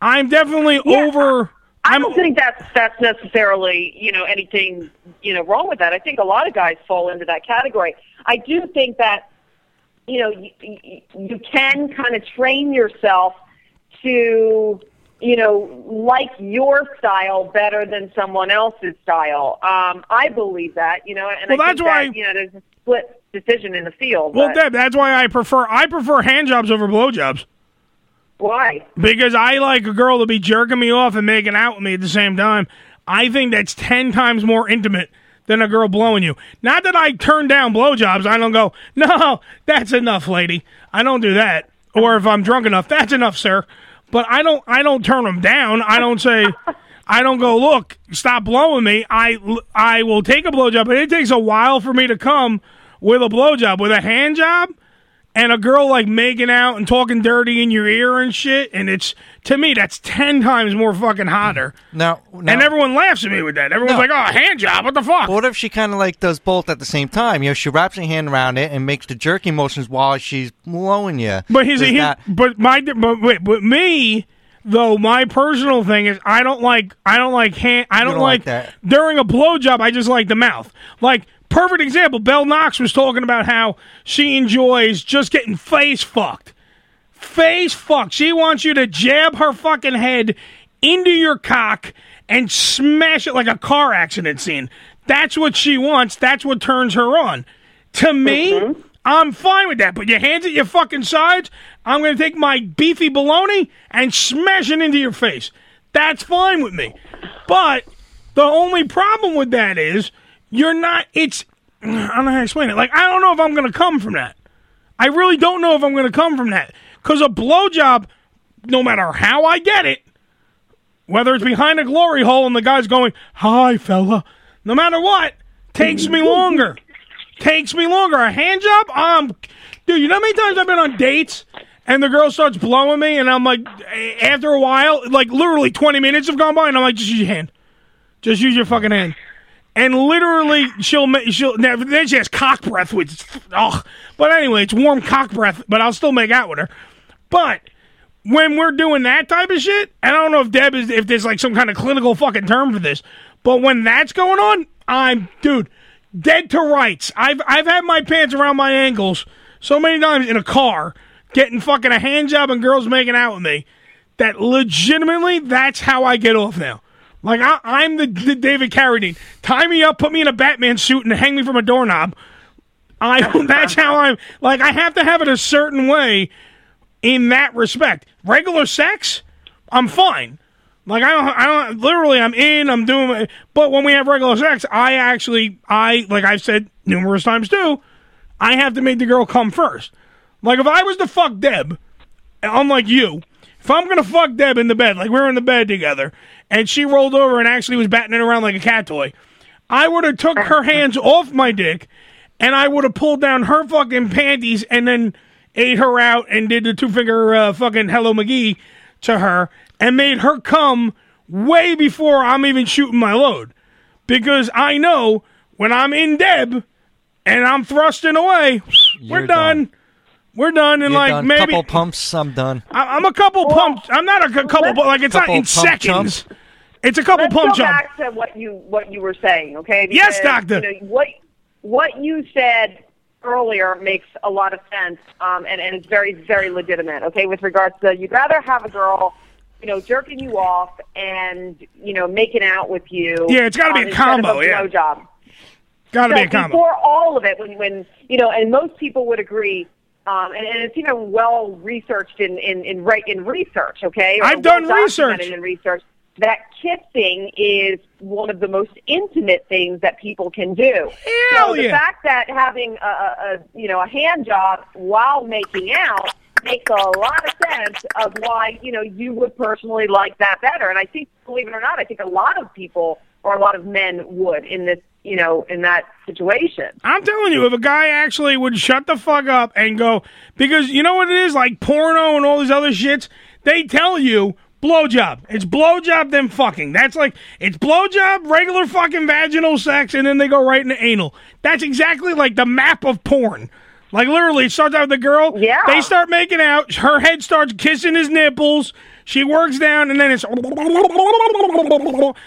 Speaker 7: I'm definitely over.
Speaker 6: I don't think that's that's necessarily you know anything you know wrong with that. I think a lot of guys fall into that category. I do think that you know you, you, you can kind of train yourself to you know like your style better than someone else's style. Um, I believe that you know, and
Speaker 7: Well,
Speaker 6: I
Speaker 7: that's
Speaker 6: think
Speaker 7: why-
Speaker 6: that, you know there's a split decision in the field.
Speaker 7: Well,
Speaker 6: but
Speaker 7: Deb, that's why I prefer I prefer hand jobs over blowjobs
Speaker 6: why?
Speaker 7: because I like a girl to be jerking me off and making out with me at the same time. I think that's ten times more intimate than a girl blowing you. Not that I turn down blowjobs. I don't go, no, that's enough, lady. I don't do that. Or if I'm drunk enough, that's enough, sir. But I don't I don't turn them down. I don't say. I don't go look. Stop blowing me. I I will take a blowjob, but it takes a while for me to come with a blowjob. With a hand job, and a girl like making out and talking dirty in your ear and shit, and it's to me that's ten times more fucking hotter.
Speaker 3: Now, now
Speaker 7: and everyone laughs at me with that. Everyone's like, "Oh, hand job, what the fuck?"
Speaker 3: But what if she kind of like does both at the same time? You know, she wraps her hand around it and makes the jerky motions while she's blowing you.
Speaker 7: But he's a
Speaker 3: Does
Speaker 7: he,
Speaker 3: that-
Speaker 7: but my but wait, but me though my personal thing is I don't like I don't like hand I
Speaker 3: You
Speaker 7: don't,
Speaker 3: don't like that.
Speaker 7: during a blowjob I just like the mouth. Like perfect example, Belle Knox was talking about how she enjoys just getting face fucked. Face fucked. She wants you to jab her fucking head into your cock and smash it like a car accident scene. That's what she wants. That's what turns her on. To me, I'm fine with that. But your hands at your fucking sides, I'm going to take my beefy bologna and smash it into your face. That's fine with me. But the only problem with that is you're not, it's, I don't know how to explain it. Like, I don't know if I'm going to come from that. I really don't know if I'm going to come from that. Because a blowjob, no matter how I get it, whether it's behind a glory hole and the guy's going, hi, fella, no matter what, takes me longer. Takes me longer. A hand job, um, dude, you know how many times I've been on dates and the girl starts blowing me and I'm like, a- after a while, like literally 20 minutes have gone by and I'm like, just use your hand. Just use your fucking hand. And literally, she'll ma- she'll now, then she has cock breath, which is- oh, but anyway, it's warm cock breath. But I'll still make out with her. But when we're doing that type of shit, and I don't know if Deb is if there's like some kind of clinical fucking term for this, but when that's going on, I'm dude dead to rights. I've I've had my pants around my ankles so many times in a car, getting fucking a hand job and girls making out with me. That legitimately, that's how I get off now. Like I, I'm the, the David Carradine. Tie me up, put me in a Batman suit, and hang me from a doorknob. I that's how I'm like I have to have it a certain way in that respect. Regular sex, I'm fine. Like I don't, I don't. Literally, I'm in. I'm doing. my- But when we have regular sex, I actually, I like I've said numerous times too. I have to make the girl come first. Like if I was to fuck Deb, unlike you, if I'm gonna fuck Deb in the bed, like we're in the bed together, and she rolled over and actually was batting it around like a cat toy, I would have took her hands off my dick, and I would have pulled down her fucking panties and then ate her out and did the two finger uh, fucking hello McGee to her and made her come way before I'm even shooting my load, because I know when I'm in Deb and I'm thrusting away, we're
Speaker 3: You're
Speaker 7: done.
Speaker 3: done.
Speaker 7: We're done in
Speaker 3: You're
Speaker 7: like
Speaker 3: done.
Speaker 7: maybe
Speaker 3: couple pumps. I'm done.
Speaker 7: I, I'm a couple pumps. I'm not a c- couple, but like it's
Speaker 3: Couple
Speaker 7: not in
Speaker 3: pump
Speaker 7: seconds.
Speaker 3: jumps.
Speaker 7: It's a couple
Speaker 6: Let's
Speaker 7: pump
Speaker 6: go
Speaker 7: jump.
Speaker 6: back to what you what you were saying, okay?
Speaker 7: Yes,
Speaker 6: Because,
Speaker 7: doctor.
Speaker 6: you know, what what you said earlier makes a lot of sense, um, and and it's very very legitimate, okay? With regards to you'd rather have a girl, you know, jerking you off and you know making out with you.
Speaker 7: Yeah, it's gotta be
Speaker 6: um,
Speaker 7: a
Speaker 6: instead of
Speaker 7: combo, yeah.
Speaker 6: blowjob.
Speaker 7: Got to
Speaker 6: So
Speaker 7: be a combo.
Speaker 6: Before all of it, when, when you know, and most people would agree, um, and, and it's even well researched in in in, re- in research. Okay,
Speaker 7: I've done
Speaker 6: well-documented
Speaker 7: research.
Speaker 6: in research that kissing is one of the most intimate things that people can do.
Speaker 7: Hell
Speaker 6: so the
Speaker 7: yeah.
Speaker 6: fact that having a, a, a you know a hand job while making out makes a lot of sense of why you know you would personally like that better. And I think, believe it or not, I think a lot of people or a lot of men would in this you know in that situation.
Speaker 7: I'm telling you, if a guy actually would shut the fuck up and go, because you know what it is, like porno and all these other shits, they tell you blowjob. It's blowjob then fucking. That's like it's blowjob, regular fucking vaginal sex, and then they go right into anal. That's exactly like the map of porn. Like literally, it starts out with the girl. Yeah. They start making out. Her head starts kissing his nipples. She works down, and then it's.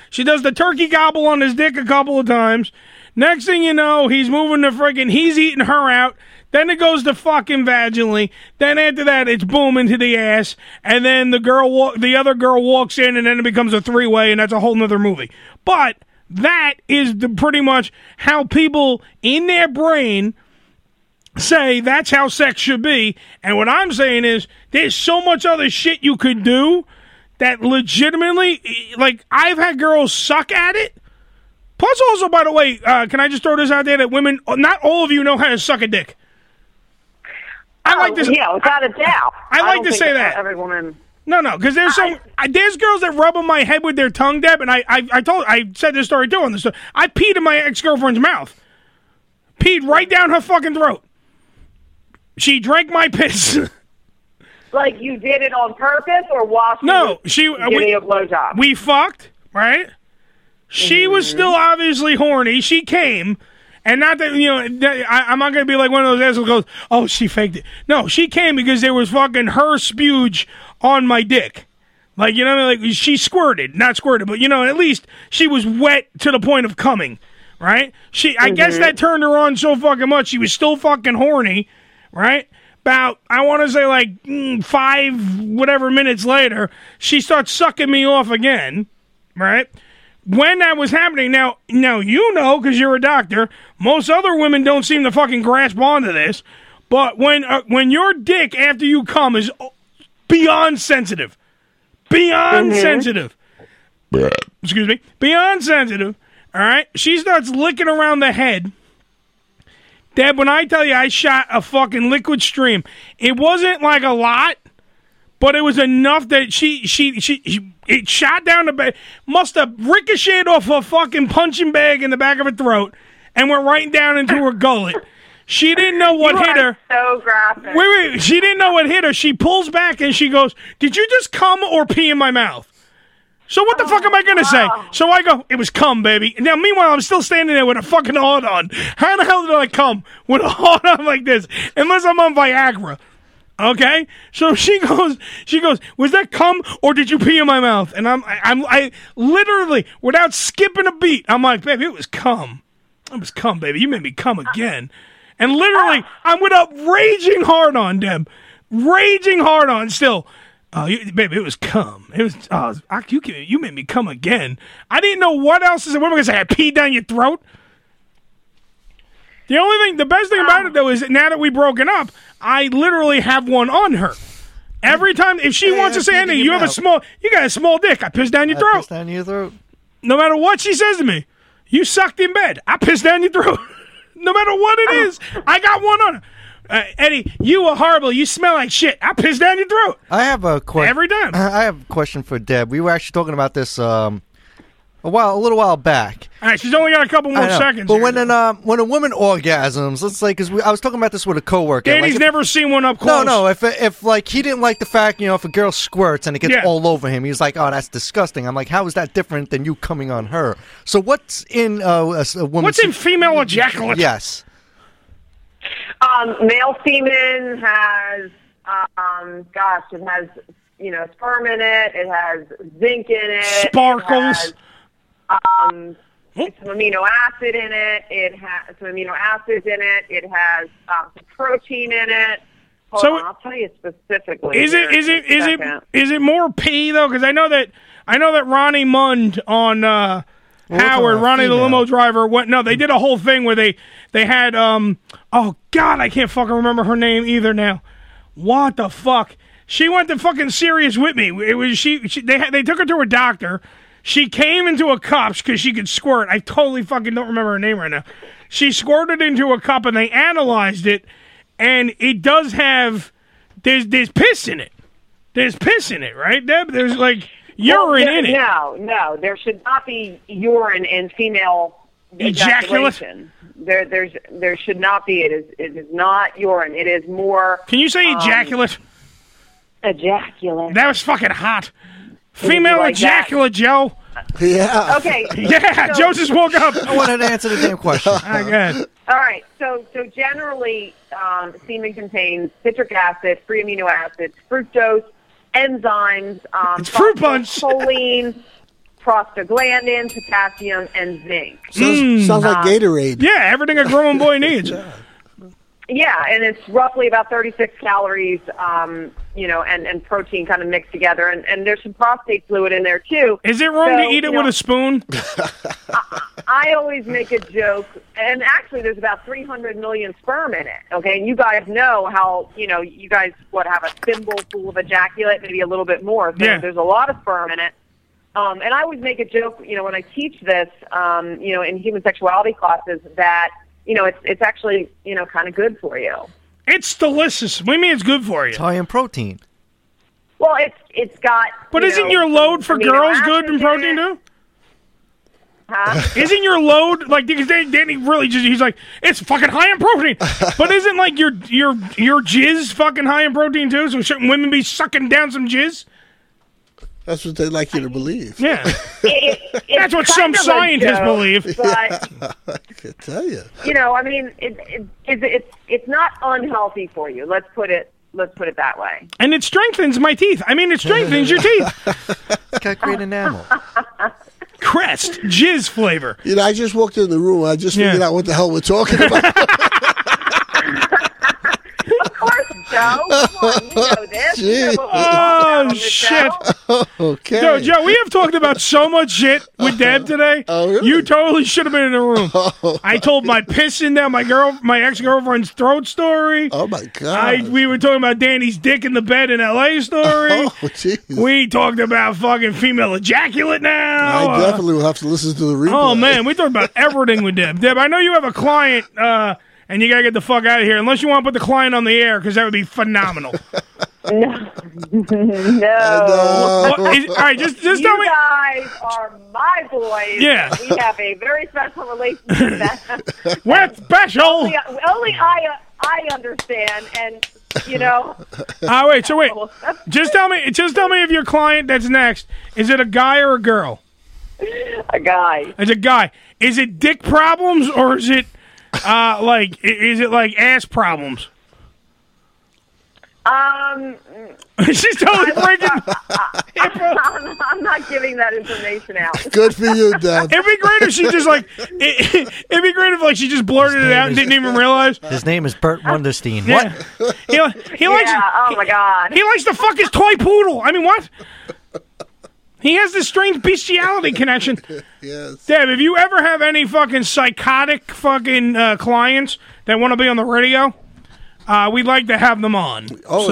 Speaker 7: She does the turkey gobble on his dick a couple of times. Next thing you know, he's moving to friggin'. He's eating her out. Then it goes to fucking vaginally. Then after that, it's boom into the ass, and then the girl, walk, the other girl walks in, and then it becomes a three way, and that's a whole nother movie. But that is the, pretty much how people in their brain say that's how sex should be. And what I'm saying is there's so much other shit you could do that legitimately, like, I've had girls suck at it. Plus, also, by the way, uh, can I just throw this out there that women, uh, not all of you know how to suck a dick. I like this.
Speaker 6: Oh, Yeah, without a doubt.
Speaker 7: I like
Speaker 6: don't
Speaker 7: to
Speaker 6: think
Speaker 7: say that.
Speaker 6: every woman.
Speaker 7: No, no, because there's some I, there's girls that rub on my head with their tongue, Deb, and I I, I told I said this story too on this. story. I peed in my ex girlfriend's mouth, peed right down her fucking throat. She drank my piss.
Speaker 6: Like you did it on purpose or while she
Speaker 7: no,
Speaker 6: was
Speaker 7: she uh,
Speaker 6: giving
Speaker 7: we,
Speaker 6: you a blowjob. Mm-hmm.
Speaker 7: we fucked right. She was still obviously horny. She came. And not that you know, that- I, I'm not gonna be like one of those assholes. Goes, oh, she faked it. No, she came because there was fucking her spuge on my dick. Like you know, what I mean? like she squirted, not squirted, but you know, at least she was wet to the point of coming, right? She, I
Speaker 6: Mm-hmm.
Speaker 7: guess that turned her on so fucking much. She was still fucking horny, right? About I want to say like mm, five whatever minutes later, she starts sucking me off again, right? When that was happening, now now you know because you're a doctor. Most other women don't seem to fucking grasp onto this, but when uh, when your dick after you come is oh, beyond sensitive, beyond
Speaker 5: Mhm.
Speaker 7: sensitive. Excuse me, beyond sensitive. All right, she starts licking around the head. Deb, when I tell you I shot a fucking liquid stream, it wasn't like a lot, but it was enough that she she she, she it shot down the bed, must have ricocheted off her fucking punching bag in the back of her throat, and went right down into her gullet. She didn't know what
Speaker 6: You
Speaker 7: hit
Speaker 6: are
Speaker 7: her.
Speaker 6: So graphic.
Speaker 7: Wait, wait. She didn't know what hit her. She pulls back and she goes, "Did you just cum or pee in my mouth?" So what the fuck am I gonna say? So I go, "It was cum, baby." Now, meanwhile, I'm still standing there with a fucking hard on. How the hell did I cum with a hard on like this? Unless I'm on Viagra. Okay, so she goes. She goes. Was that cum or did you pee in my mouth? And I'm, I, I'm, I literally, without skipping a beat, I'm like, baby, it was cum. It was cum, baby. You made me cum again. And literally, I'm with a raging hard on, Deb. Raging hard on still. Oh, you, baby, it was cum. It was, oh, I, you, you made me cum again. I didn't know what else is. What am I going to say? I peed down your throat? The only thing, the best thing about it though is that now that we've broken up, I literally have one on her. Every time, if she wants to say anything, you have a small, you got a small dick. I piss down your throat. Piss down your throat. No matter what she says to me, you sucked in bed. I piss down your throat. no matter what it is, I got one on her. Uh, Eddie, you are horrible. You smell like shit. I piss down your throat.
Speaker 3: I have a question.
Speaker 7: Every time.
Speaker 3: I have a question for Deb. We were actually talking about this um, a while, a little while back.
Speaker 7: All right, she's only got a couple more
Speaker 3: I know.
Speaker 7: seconds.
Speaker 3: But
Speaker 7: here.
Speaker 3: when an um, when a woman orgasms, let's say because I was talking about this with a coworker.
Speaker 7: Danny's
Speaker 3: like,
Speaker 7: never seen one up
Speaker 3: no,
Speaker 7: close.
Speaker 3: no. If if like he didn't like the fact you know if a girl squirts and it gets
Speaker 7: Yeah.
Speaker 3: all over him, he's like, oh, that's disgusting. I'm like, how is that different than you coming on her? So what's in uh, a, s- a woman?
Speaker 7: What's in female ejaculate?
Speaker 3: Yes.
Speaker 6: Um, male semen has, um, gosh, it has, you know, sperm in it. It has zinc in it.
Speaker 7: Sparkles.
Speaker 6: It has, um, some amino acid in it. It has some amino acids in it. It has um, some protein in it. Hold
Speaker 7: So-
Speaker 6: on, I'll tell you specifically.
Speaker 7: Is it
Speaker 6: here
Speaker 7: is
Speaker 6: in
Speaker 7: it
Speaker 6: a
Speaker 7: is it
Speaker 6: second.
Speaker 7: is it more pee though? Because I know that I know that Ronnie Mund on uh,
Speaker 6: Well, we're talking
Speaker 7: Howard,
Speaker 6: about
Speaker 7: Ronnie the
Speaker 6: female.
Speaker 7: limo driver. Went no, they did a whole thing where they they had um oh god, I can't fucking remember her name either now. What the fuck? She went to fucking serious with me. It was she. she they had, they took her to a doctor. She came into a cup because she could squirt. I totally fucking don't remember her name right now. She squirted into a cup and they analyzed it, and it does have there's there's piss in it. There's piss in it, right, Deb? There's like urine
Speaker 6: Well, there-
Speaker 7: in it.
Speaker 6: No, no, there should not be urine in female
Speaker 7: Ejaculate?
Speaker 6: ejaculation. There, there's, there should not be. It is, it is not urine. It is more.
Speaker 7: Can you say
Speaker 6: um,
Speaker 7: ejaculate?
Speaker 6: Ejaculate.
Speaker 7: That was fucking hot.
Speaker 6: was
Speaker 7: Female
Speaker 6: like that.
Speaker 7: ejaculate, Joe.
Speaker 8: Yeah.
Speaker 6: Okay.
Speaker 7: Yeah,
Speaker 6: so-
Speaker 7: Joe just woke up.
Speaker 3: I wanted to answer the damn question.
Speaker 7: I guess.
Speaker 6: All right. So, so generally, um, semen contains citric acid, free amino acids, fructose, enzymes, um,
Speaker 7: It's fruit punch.
Speaker 6: choline, prostaglandin, potassium, and zinc.
Speaker 7: Hmm.
Speaker 8: Sounds, sounds
Speaker 6: Uh,
Speaker 8: like Gatorade.
Speaker 7: Mm. Yeah, everything a grown boy needs.
Speaker 6: Yeah, and it's roughly about 36 calories, um, you know, and, and protein kind of mixed together. And, and there's some prostate fluid in there, too.
Speaker 7: Is it wrong
Speaker 6: So,
Speaker 7: to eat it
Speaker 6: you know,
Speaker 7: with a spoon?
Speaker 6: I always make a joke, and actually, there's about 300 million sperm in it. Okay, and you guys know how you know you guys what have a thimble full of ejaculate, maybe a little bit more. So
Speaker 27: Yeah.
Speaker 6: There's a lot of sperm in it. Um, and I always make a joke, you know, when I teach this, um, you know, in human sexuality classes, that you know it's it's actually you know kind of good for you.
Speaker 7: It's delicious. What do you mean it's good for you? It's
Speaker 3: high in protein.
Speaker 6: Well, it's it's got.
Speaker 7: But
Speaker 6: you
Speaker 7: isn't
Speaker 6: know,
Speaker 7: your load for
Speaker 6: amino
Speaker 7: girls good
Speaker 6: acids
Speaker 7: in protein too?
Speaker 6: Huh?
Speaker 7: Isn't your load like because Dan- Danny really just he's like it's fucking high in protein, but isn't like your your your jizz fucking high in protein too? So shouldn't women be sucking down some jizz?
Speaker 8: That's what they like you to believe.
Speaker 7: Yeah.
Speaker 6: It- it- it's
Speaker 7: That's what
Speaker 6: kind
Speaker 7: some
Speaker 6: of a
Speaker 7: scientists
Speaker 6: joke,
Speaker 7: believe.
Speaker 6: But
Speaker 8: I could tell you.
Speaker 6: you know, I mean, it, it, it, it's it's not unhealthy for you. Let's put it let's put it that way.
Speaker 7: And it strengthens my teeth. I mean, it strengthens your teeth.
Speaker 3: It's got great enamel.
Speaker 7: Crest jizz flavor.
Speaker 8: You know, I just walked in the room. I just figured out what the hell we're talking about.
Speaker 6: Of course, Joe. Come on, you know this. You know what we talk
Speaker 7: Oh
Speaker 6: about.
Speaker 7: shit!
Speaker 8: okay.
Speaker 7: Yo, Joe, we have talked about so much shit with Deb today. Oh, really? You totally should have been in the room.
Speaker 8: Oh.
Speaker 7: I told my pissing down my girl, my ex girlfriend's throat story.
Speaker 8: Oh my
Speaker 7: I, we were talking about Danny's dick in the bed in L.A.
Speaker 8: Oh,
Speaker 7: story. we talked about fucking female ejaculate now.
Speaker 8: I
Speaker 7: Uh,
Speaker 8: definitely will have to listen to the replay.
Speaker 7: Oh man, we talked about everything with Deb. Deb, I know you have a client, uh, and you gotta get the fuck out of here. Unless you want to put the client on the air, because that would be phenomenal.
Speaker 6: No.
Speaker 7: No.
Speaker 6: no.
Speaker 7: What- is- all right, just- just
Speaker 6: you
Speaker 7: tell me-
Speaker 6: guys are my boys.
Speaker 7: Yeah.
Speaker 6: We have a very special relationship that
Speaker 7: We're special.
Speaker 6: only, only I I understand, and you know.
Speaker 7: All right, so Ah, wait. Just tell me. Just tell me if your client that's next is it a guy or a girl?
Speaker 6: A guy.
Speaker 7: It's a guy. Is it dick problems or is it uh, like i- is it like ass problems?
Speaker 6: Um,
Speaker 7: She's totally breaking.
Speaker 6: I'm, I'm not giving that information out.
Speaker 8: Good for you, Dad.
Speaker 7: It'd be great if she just like it, would be great if like she just blurted it out and didn't even realize.
Speaker 3: His name is Bert Wonderstein.
Speaker 7: Yeah.
Speaker 3: What?
Speaker 7: He, li- he likes.
Speaker 6: Yeah, oh my God.
Speaker 7: He likes to fuck his toy poodle. I mean, what? He has this strange bestiality connection.
Speaker 8: yes.
Speaker 7: Deb, if you ever have any fucking psychotic fucking uh, clients that want to be on the radio, uh, we'd like to have them on.
Speaker 8: Oh
Speaker 7: So,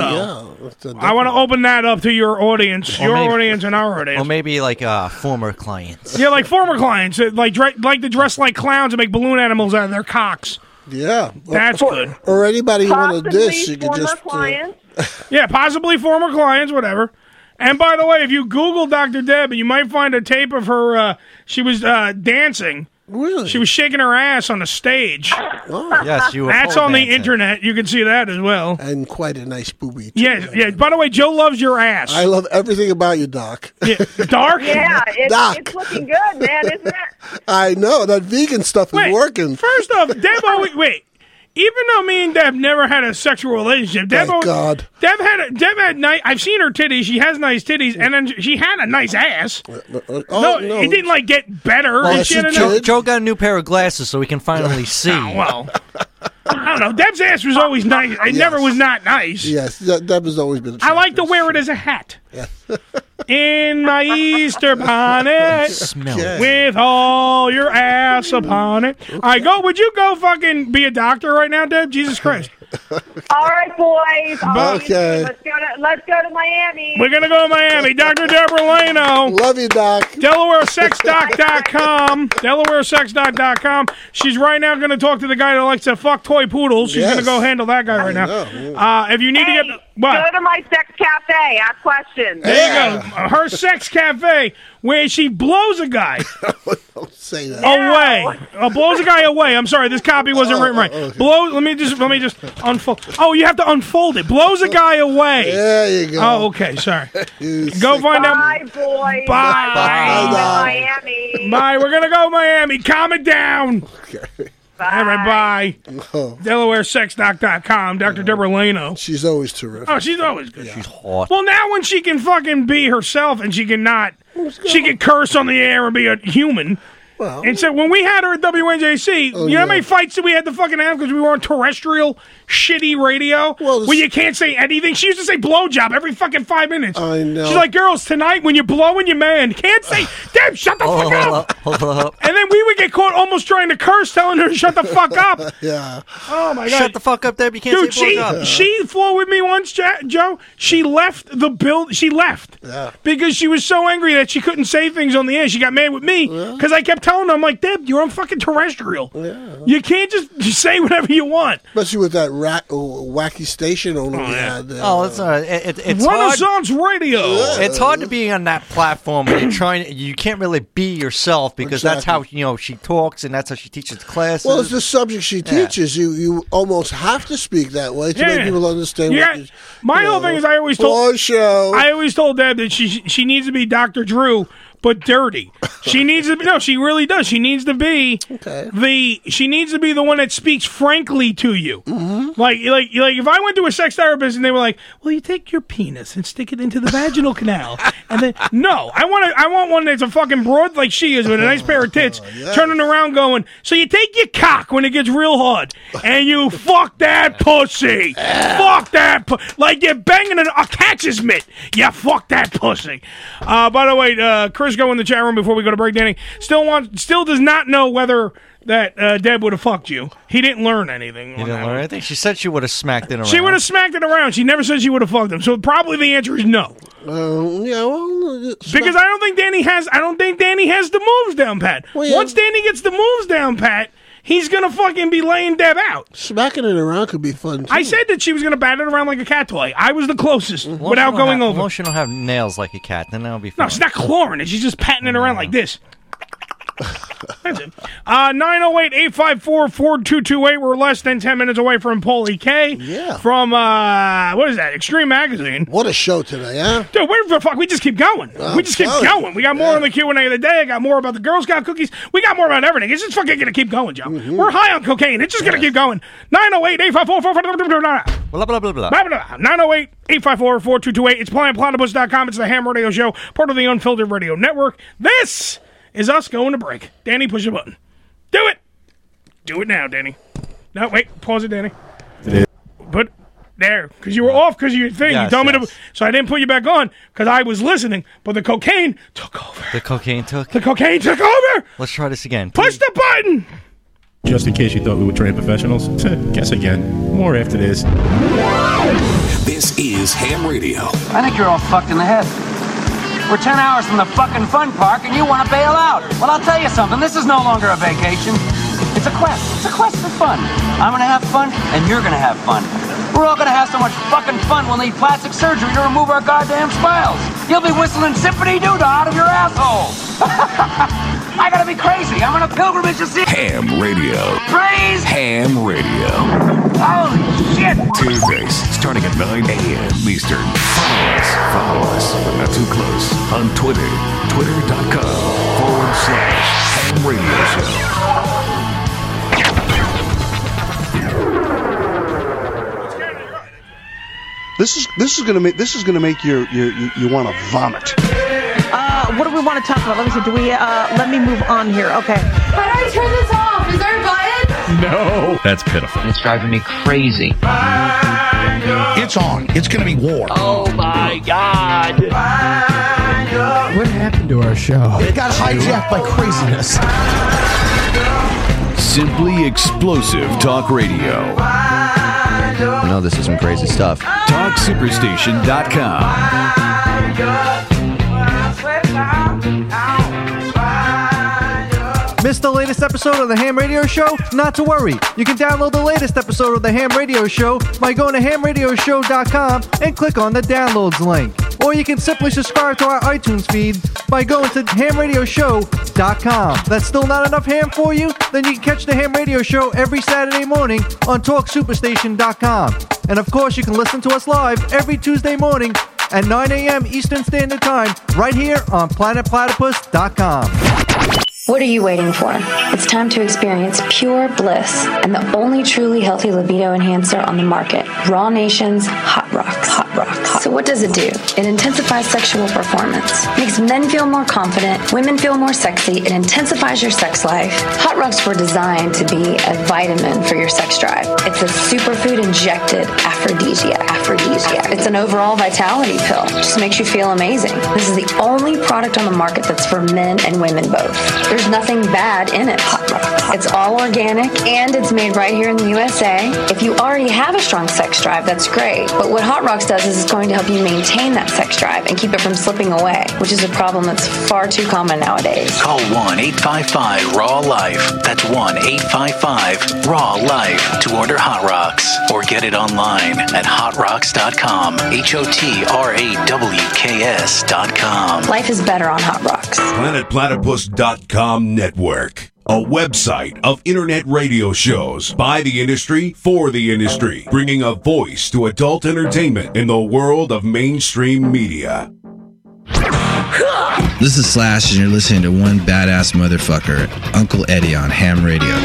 Speaker 8: yeah. It's a-
Speaker 7: I want to open that up to your audience,
Speaker 3: Or
Speaker 7: your
Speaker 3: maybe-
Speaker 7: audience, and our audience.
Speaker 3: Or maybe like uh, former clients.
Speaker 7: Yeah, like former clients, that like dre- like to dress like clowns and make balloon animals out of their cocks.
Speaker 8: Yeah.
Speaker 7: That's
Speaker 8: or,
Speaker 7: good.
Speaker 8: Or anybody you want a
Speaker 7: Possibly
Speaker 8: dish, you could
Speaker 7: former
Speaker 8: just. uh,
Speaker 7: client. Yeah, possibly former clients, whatever. And by the way, if you Google Dr. Deb, you might find a tape of her. Uh, she was uh, dancing.
Speaker 8: Really? Oh.
Speaker 7: She was shaking her ass on a stage.
Speaker 3: Yes, you were
Speaker 7: That's
Speaker 3: pole
Speaker 7: on the
Speaker 3: dancing.
Speaker 7: internet. You can see that as well.
Speaker 8: And quite a nice booby.
Speaker 7: Yeah, yeah. By the way, Joe loves your ass.
Speaker 8: I love everything about you, Doc.
Speaker 7: Dark.
Speaker 6: Yeah, it's,
Speaker 8: Doc.
Speaker 6: it's looking good, man, isn't it?
Speaker 8: I know that vegan stuff is working.
Speaker 7: First off, Deb always wait. Even though me and Deb never had a sexual relationship, Deb
Speaker 8: Thank
Speaker 7: always-
Speaker 8: God.
Speaker 7: Deb had a, Deb had nice. I've seen her titties. She has nice titties, and then she had a nice ass.
Speaker 8: Oh
Speaker 7: no,
Speaker 8: no,
Speaker 7: it didn't like get better.
Speaker 3: Well,
Speaker 7: and she had a
Speaker 3: Joe,
Speaker 7: nice-
Speaker 3: Joe got a new pair of glasses, so he can finally see.
Speaker 7: well, I don't know. Deb's ass was always nice. It never was not nice.
Speaker 8: Yes, that, that has always been.
Speaker 7: I like to wear it as a hat. In my Easter bonnet,
Speaker 8: Smell it.
Speaker 7: with all your ass upon it. I go. Would you go fucking be a doctor right now, Deb? Jesus Christ.
Speaker 6: All right, boys. All right,
Speaker 7: Okay.
Speaker 6: Let's go to let's go to Miami.
Speaker 7: We're gonna go to Miami. Dr. Deborah Leno.
Speaker 8: Love you, Doc.
Speaker 7: DelawareSexDoc.com. DelawareSexDoc.com. She's right now gonna talk to the guy that likes to fuck toy poodles. She's gonna
Speaker 6: Yes.
Speaker 7: go handle that guy right now. Uh, if you need to get
Speaker 6: Go
Speaker 7: what?
Speaker 6: to my sex cafe. Ask questions.
Speaker 7: There you go. Her sex cafe, where she blows a guy
Speaker 8: Say that.
Speaker 7: away. Uh, blows a guy away. I'm sorry, this copy wasn't written
Speaker 8: Oh,
Speaker 7: right. Blow. Let me just let me just unfold. Oh, you have to unfold it. Blows a guy away.
Speaker 8: There you go.
Speaker 7: Oh, okay. Sorry. go
Speaker 8: sick
Speaker 7: find out.
Speaker 6: Bye, boys.
Speaker 7: Bye.
Speaker 6: Bye.
Speaker 7: Bye.
Speaker 6: Miami.
Speaker 7: Bye. We're gonna go Miami. Calm it down. Bye. All right, bye. DelawareSexDoc.com. Dr. Deborah Leno.
Speaker 8: Oh. She's always terrific.
Speaker 7: Oh, she's always good.
Speaker 3: She's hot.
Speaker 7: Well, now when she can fucking be herself and she can not, she can curse on the air and be a human.
Speaker 8: Well- Oh,
Speaker 7: and so when we had her at WNJC, you know how many fights that we had to fucking have because we were on terrestrial shitty radio where you can't say anything. She used to say blowjob every fucking five minutes. I
Speaker 8: know.
Speaker 7: She's like, girls, tonight when you're blowing your man, can't say, damn, Oh, shut
Speaker 8: Oh,
Speaker 7: the fuck up. And then we would get caught almost trying to curse, telling her to shut the fuck up.
Speaker 8: yeah.
Speaker 7: Oh my god!
Speaker 3: Shut the fuck up, Deb. You can't
Speaker 7: Dude,
Speaker 3: say
Speaker 7: she
Speaker 3: blowjob.
Speaker 7: she flew with me once, Ja- Joe. She left the build. She left
Speaker 8: Yeah.
Speaker 7: because she was so angry that she couldn't say things on the air. She got mad with me because I kept telling her, "I'm like Deb, you're on fucking terrestrial. You can't just just say whatever you want."
Speaker 8: Especially with that rat, oh, wacky station owner we had. uh,
Speaker 3: Oh, it's all right. It, it, it's hard.
Speaker 7: Renaissance Radio.
Speaker 3: It's hard to be on that platform. When you're trying. You can't really be yourself because that's how you know she talks and that's how she teaches classes.
Speaker 8: Well, it's the subject she teaches. You you almost have to speak that way to
Speaker 7: Yeah.
Speaker 8: make people understand.
Speaker 7: Yeah.
Speaker 8: What you-
Speaker 7: My
Speaker 8: you
Speaker 7: whole
Speaker 8: know, Oh,
Speaker 7: thing is I always told
Speaker 8: floor show.
Speaker 7: I always told Deb that she she needs to be Dr. Drew, but dirty. She needs to be no, she really does. She needs to be the she needs to be the one that speaks frankly to you.
Speaker 8: Mm-hmm.
Speaker 7: Like like like if I went to a sex therapist and they were like, Well you take your penis and stick it into the vaginal canal and then No, I want to. I want one that's a fucking broad like she is with a nice pair of tits, turning around going, So you take your cock when it gets real hard and you fuck that pussy. fuck that pu- like you're banging a, a catcher's mitt. Yeah, fuck that pussy. Uh, by the way, uh, Chris go in the chat room before we go to break Danny. Still wants still does not know whether that uh, Deb would have fucked you. He didn't learn anything.
Speaker 3: You didn't learn anything. She said she would have smacked it around.
Speaker 7: She would have smacked it around. She never said she would have fucked him. So probably the answer is no.
Speaker 8: Um, yeah, well, it's
Speaker 7: Because I don't think Danny has. I don't think Danny has the moves down pat. Once Danny gets the moves down pat, he's gonna fucking be laying Deb out.
Speaker 8: smacking it around could be fun. Too. Mm-hmm.
Speaker 7: I said that she was gonna bat it around like a cat toy. I was the closest without
Speaker 3: Unless you don't
Speaker 7: going
Speaker 3: have,
Speaker 7: over.
Speaker 3: Unless she don't have nails like a cat, then that'll be fine.
Speaker 7: No, she's not clawing it. She's just patting it around like this. That's it. Uh, 908-854-4228. We're less than 10 minutes away from Paulie K. Yeah. From, uh, what is that? Extreme Magazine.
Speaker 8: What a show today, huh?
Speaker 7: Dude, where the fuck? We just keep going.
Speaker 8: I'm
Speaker 7: we just keep
Speaker 8: telling you.
Speaker 7: going. We got more on the Q&A of the day. I got more about the Girl Scout cookies. We got more about everything. It's just fucking going to keep going, Joe.
Speaker 8: Mm-hmm.
Speaker 7: We're high on cocaine. It's just going to keep going. 908-854-4228.
Speaker 3: Blah blah blah blah.
Speaker 7: Blah, blah, blah. 908 854 4228. It's PlayingPlatypus.com. It's the Ham Radio Show, part of the Unfiltered Radio Network. This is us going to break. Danny, push the button. Do it. Do it now, Danny. No, wait. Pause it, Danny. Put there because you were off because of your thing. you
Speaker 3: Yes,
Speaker 7: told me to, so I didn't put you back on because I was listening. But the cocaine took over.
Speaker 3: The cocaine took.
Speaker 7: The cocaine took over.
Speaker 3: Let's try this again.
Speaker 7: Push the button.
Speaker 27: Just in case you thought we were trained professionals, guess again. More after this.
Speaker 5: This is Ham Radio.
Speaker 2: I think you're all fucked in the head. We're 10 hours from the fucking fun park and you want to bail out. Well, I'll tell you something. This is no longer a vacation. It's a quest. It's a quest for fun. I'm going to have fun and you're going to have fun. We're all going to have so much fucking fun we'll need plastic surgery to remove our goddamn smiles. You'll be whistling symphony doodah out of your asshole. I gotta be crazy. I'm on a pilgrimage to see.
Speaker 5: Ham Radio.
Speaker 2: Praise
Speaker 5: Ham Radio.
Speaker 2: Holy shit!
Speaker 5: Tuesdays, starting at 9 a.m. Eastern. Follow us. Follow us. but Not too close. On Twitter. Twitter.com forward slash Ham Radio Show.
Speaker 16: Uh,
Speaker 29: This is this is gonna make this is gonna make your your you, you want to vomit.
Speaker 16: Uh, what do we want to talk about? Let me see. Do we? Uh, let me move on here. Okay.
Speaker 17: How do I turn this off? Is there a button?
Speaker 29: No,
Speaker 30: that's pitiful. It's driving me crazy.
Speaker 5: It's on. It's going to be war. Oh, my God.
Speaker 31: What happened to our show?
Speaker 5: It got hijacked by craziness.
Speaker 32: Simply explosive talk radio. No, this is some crazy stuff. TalkSuperstation.com.
Speaker 3: Missed the latest episode of the Ham Radio Show? Not to worry. You can download the latest episode of the Ham Radio Show by going to hamradioshow.com and click on the downloads link. Or you can simply subscribe to our iTunes feed by going to hamradioshow.com. That's still not enough ham for you? Then you can catch the Ham Radio Show every Saturday morning on talksuperstation.com. And of course, you can listen to us live every Tuesday morning at 9 a.m. Eastern Standard Time right here on planetplatypus.com.
Speaker 22: What are you waiting for? It's time to experience pure bliss and the only truly healthy libido enhancer on the market, Raw Nation's Hot Rocks. Hot Rocks. So what does it do? It intensifies sexual performance, makes men feel more confident, women feel more sexy, it intensifies your sex life. Hot Rocks were designed to be a vitamin for your sex drive. It's a superfood injected aphrodisiac. Aphrodisiac. It's an overall vitality pill. Just makes you feel amazing. This is the only product on the market that's for men and women both. There's nothing bad in it. Hot Rocks. It's all organic and it's made right here in the USA. If you already have a strong sex drive, that's great. But what Hot Rocks does is it's going to help you maintain that sex drive and keep it from slipping away, which is a problem that's far too common nowadays.
Speaker 18: Call 1 855 Raw Life. That's 1 855 Raw Life to order Hot Rocks or get it online at hotrocks.com. H O T R A W K S.com.
Speaker 22: Life is better on Hot Rocks.
Speaker 19: PlanetPlatypus.com Network. A website of internet radio shows by the industry for the industry, bringing a voice to adult entertainment in the world of mainstream media.
Speaker 11: This is Slash, and you're listening to one badass motherfucker, Uncle Eddie on Ham Radio.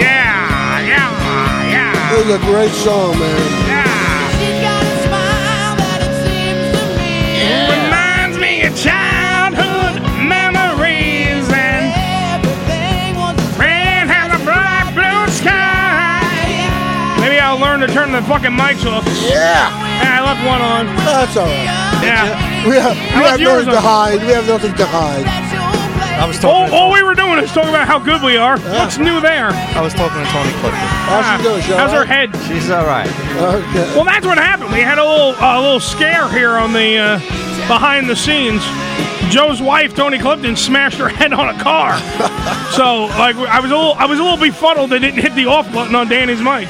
Speaker 7: Ah, Yeah, yeah, yeah.
Speaker 8: It was a great song, man.
Speaker 7: Reminds me of childhood memories and red has a bright blue sky. Maybe I'll learn to turn the fucking mics off. Yeah. I left one on.
Speaker 8: That's all right.
Speaker 7: Yeah.
Speaker 8: We have,
Speaker 7: How
Speaker 8: we
Speaker 7: about
Speaker 8: have nothing
Speaker 7: yours,
Speaker 8: to
Speaker 7: Uncle?
Speaker 8: hide. We have nothing to hide.
Speaker 3: I was
Speaker 7: All, all we were doing is talking about how good we are. What's new there?
Speaker 3: I was talking to Tony Clifton.
Speaker 7: How's she doing? How's her head?
Speaker 3: She's all right.
Speaker 7: Well, that's what happened. We had a little uh, a little scare here on the uh, behind the scenes. Joe's wife, Tony Clifton, smashed her head on a car. so, like, I was a little I was a little befuddled. They didn't hit the off button on Danny's mic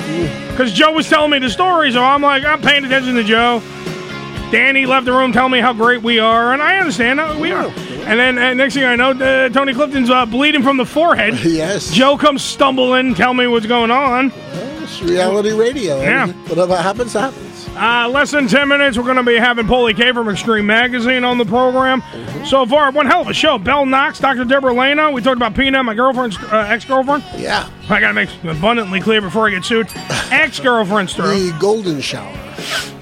Speaker 7: because Joe was telling me the story. So I'm like, I'm paying attention to Joe. Danny left the room telling me how great we are, and I understand uh, we are. And then uh, next thing I know, uh, Tony Clifton's uh, bleeding from the forehead.
Speaker 8: Yes.
Speaker 7: Joe comes stumbling, tell me what's going on.
Speaker 8: It's reality radio.
Speaker 7: Yeah.
Speaker 8: Whatever happens, happens.
Speaker 7: Uh, less than 10 minutes, we're going to be having Polly K from Extreme Magazine on the program.
Speaker 8: Mm-hmm.
Speaker 7: So far, one hell of a show. Bell Knox, Dr. Deborah Lena. We talked about Pina, my girlfriend's uh, ex girlfriend.
Speaker 8: Yeah.
Speaker 7: I got to make it abundantly clear before I get sued. Ex girlfriend's through.
Speaker 8: The golden shower.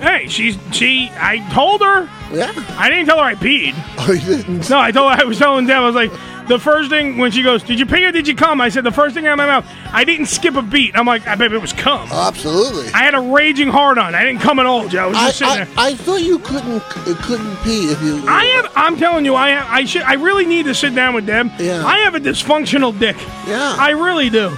Speaker 7: Hey, she's she. I told her.
Speaker 8: Yeah.
Speaker 7: I didn't tell her I peed.
Speaker 8: Oh, you didn't?
Speaker 7: No, I told. I was telling them. I was like, the first thing when she goes, "Did you pee or did you come?" I said, the first thing out of my mouth. I didn't skip a beat. I'm like, I bet it was cum.
Speaker 8: Absolutely.
Speaker 7: I had a raging hard on. I didn't come at all, Joe. I was
Speaker 8: I,
Speaker 7: just
Speaker 8: I,
Speaker 7: sitting there.
Speaker 8: I thought you couldn't c- couldn't pee if you.
Speaker 7: I have. I'm telling you, I have. I should. I really need to sit down with them. Yeah. I have a dysfunctional dick.
Speaker 8: Yeah.
Speaker 7: I really do.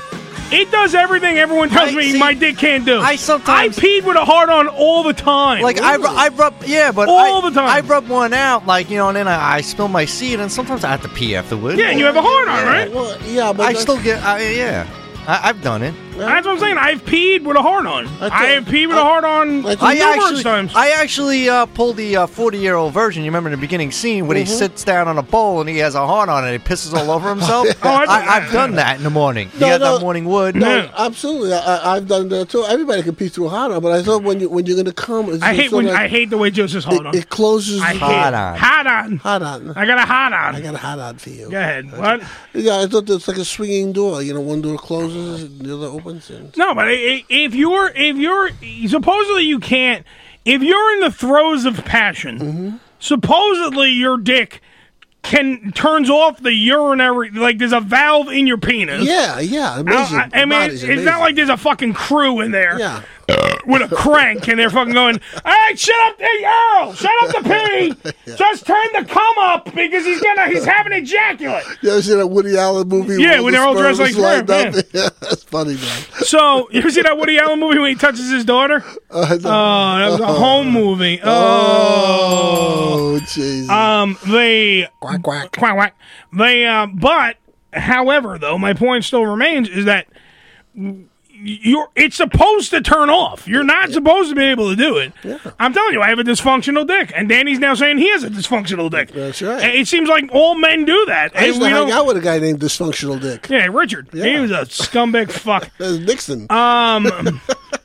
Speaker 7: It does everything everyone tells
Speaker 3: I-
Speaker 7: me
Speaker 3: see,
Speaker 7: my dick can't do.
Speaker 3: I sometimes-
Speaker 7: I peed with a hard on all the time.
Speaker 3: Like I, ru- I rub, yeah, but
Speaker 7: All
Speaker 3: I,
Speaker 7: the time.
Speaker 3: I rub one out, like you know, and then I, I spill my seed, and sometimes I have to pee afterwards.
Speaker 7: Yeah, and you have a hard on,
Speaker 3: Yeah.
Speaker 7: right?
Speaker 8: Well, yeah, but
Speaker 3: I
Speaker 8: that's-
Speaker 3: still get, I, yeah, I, I've done it.
Speaker 7: That's what I'm saying. I've peed with a hard on. I have peed with a hard on
Speaker 3: I
Speaker 7: numerous
Speaker 3: actually,
Speaker 7: times.
Speaker 3: I actually uh, pulled the forty-year-old version. You remember in the beginning scene when
Speaker 7: Mhm.
Speaker 8: Mm-hmm.
Speaker 3: he sits down on a bowl and he has a hard on and he pisses all over himself.
Speaker 8: Oh, I-
Speaker 3: I, I've done that in the morning.
Speaker 8: No,
Speaker 3: you got
Speaker 8: no.
Speaker 3: that morning wood.
Speaker 8: No, absolutely. I, I- I've done that too. Everybody can pee through hard on, but I thought when you when you're going to come, it's
Speaker 7: I hate
Speaker 8: sort
Speaker 7: when
Speaker 8: of like-
Speaker 7: I hate the way Joe says hard on.
Speaker 8: it closes.
Speaker 7: I
Speaker 8: the-
Speaker 7: hate it. Hot on.
Speaker 8: Hot on.
Speaker 7: I got a hot on.
Speaker 8: I got a hot on for you.
Speaker 7: Go ahead. What?
Speaker 8: Yeah, I thought it's like a swinging door. You know, one door closes, and the other opens. And
Speaker 7: No, but i- i- if you're if you're supposedly you can't if you're in the throes of passion,
Speaker 8: Mm-hmm.
Speaker 7: supposedly your dick can turns off the urinary like there's a valve in your penis.
Speaker 8: yeah, yeah, amazing.
Speaker 7: I, I mean,
Speaker 8: Body's
Speaker 7: it's, it's not
Speaker 8: amazing.
Speaker 7: like there's a fucking crew in there
Speaker 8: Yeah.
Speaker 7: with a crank and they're fucking going, "Hey, shut up, hey, Earl, shut up the pee, just turn the cum up because he's gonna he's having ejaculate."
Speaker 8: You ever seen that Woody Allen movie?
Speaker 7: Yeah,
Speaker 8: where
Speaker 7: when
Speaker 8: the
Speaker 7: they're all
Speaker 8: sperm
Speaker 7: dressed like
Speaker 8: is lined
Speaker 7: sperm,
Speaker 8: up? Yeah, that's funny, man.
Speaker 7: So you ever see that Woody Allen movie when he touches his daughter?
Speaker 8: Uh,
Speaker 7: Oh, that was a home movie. Oh,
Speaker 8: jeez.
Speaker 7: Um, they quack
Speaker 8: quack
Speaker 7: quack quack. They uh, but however though, my point still remains is that you're it's supposed to turn off. You're not supposed to be able to do it. I'm telling you, I have a dysfunctional dick, and Danny's now saying he has a dysfunctional dick. That's right. It seems like all men do that.
Speaker 8: I
Speaker 7: and
Speaker 8: used to
Speaker 7: we
Speaker 8: hang
Speaker 7: don't-
Speaker 8: out with a guy named Dysfunctional Dick.
Speaker 7: yeah, Richard. He was a scumbag fuck.
Speaker 8: That's Nixon.
Speaker 7: Um.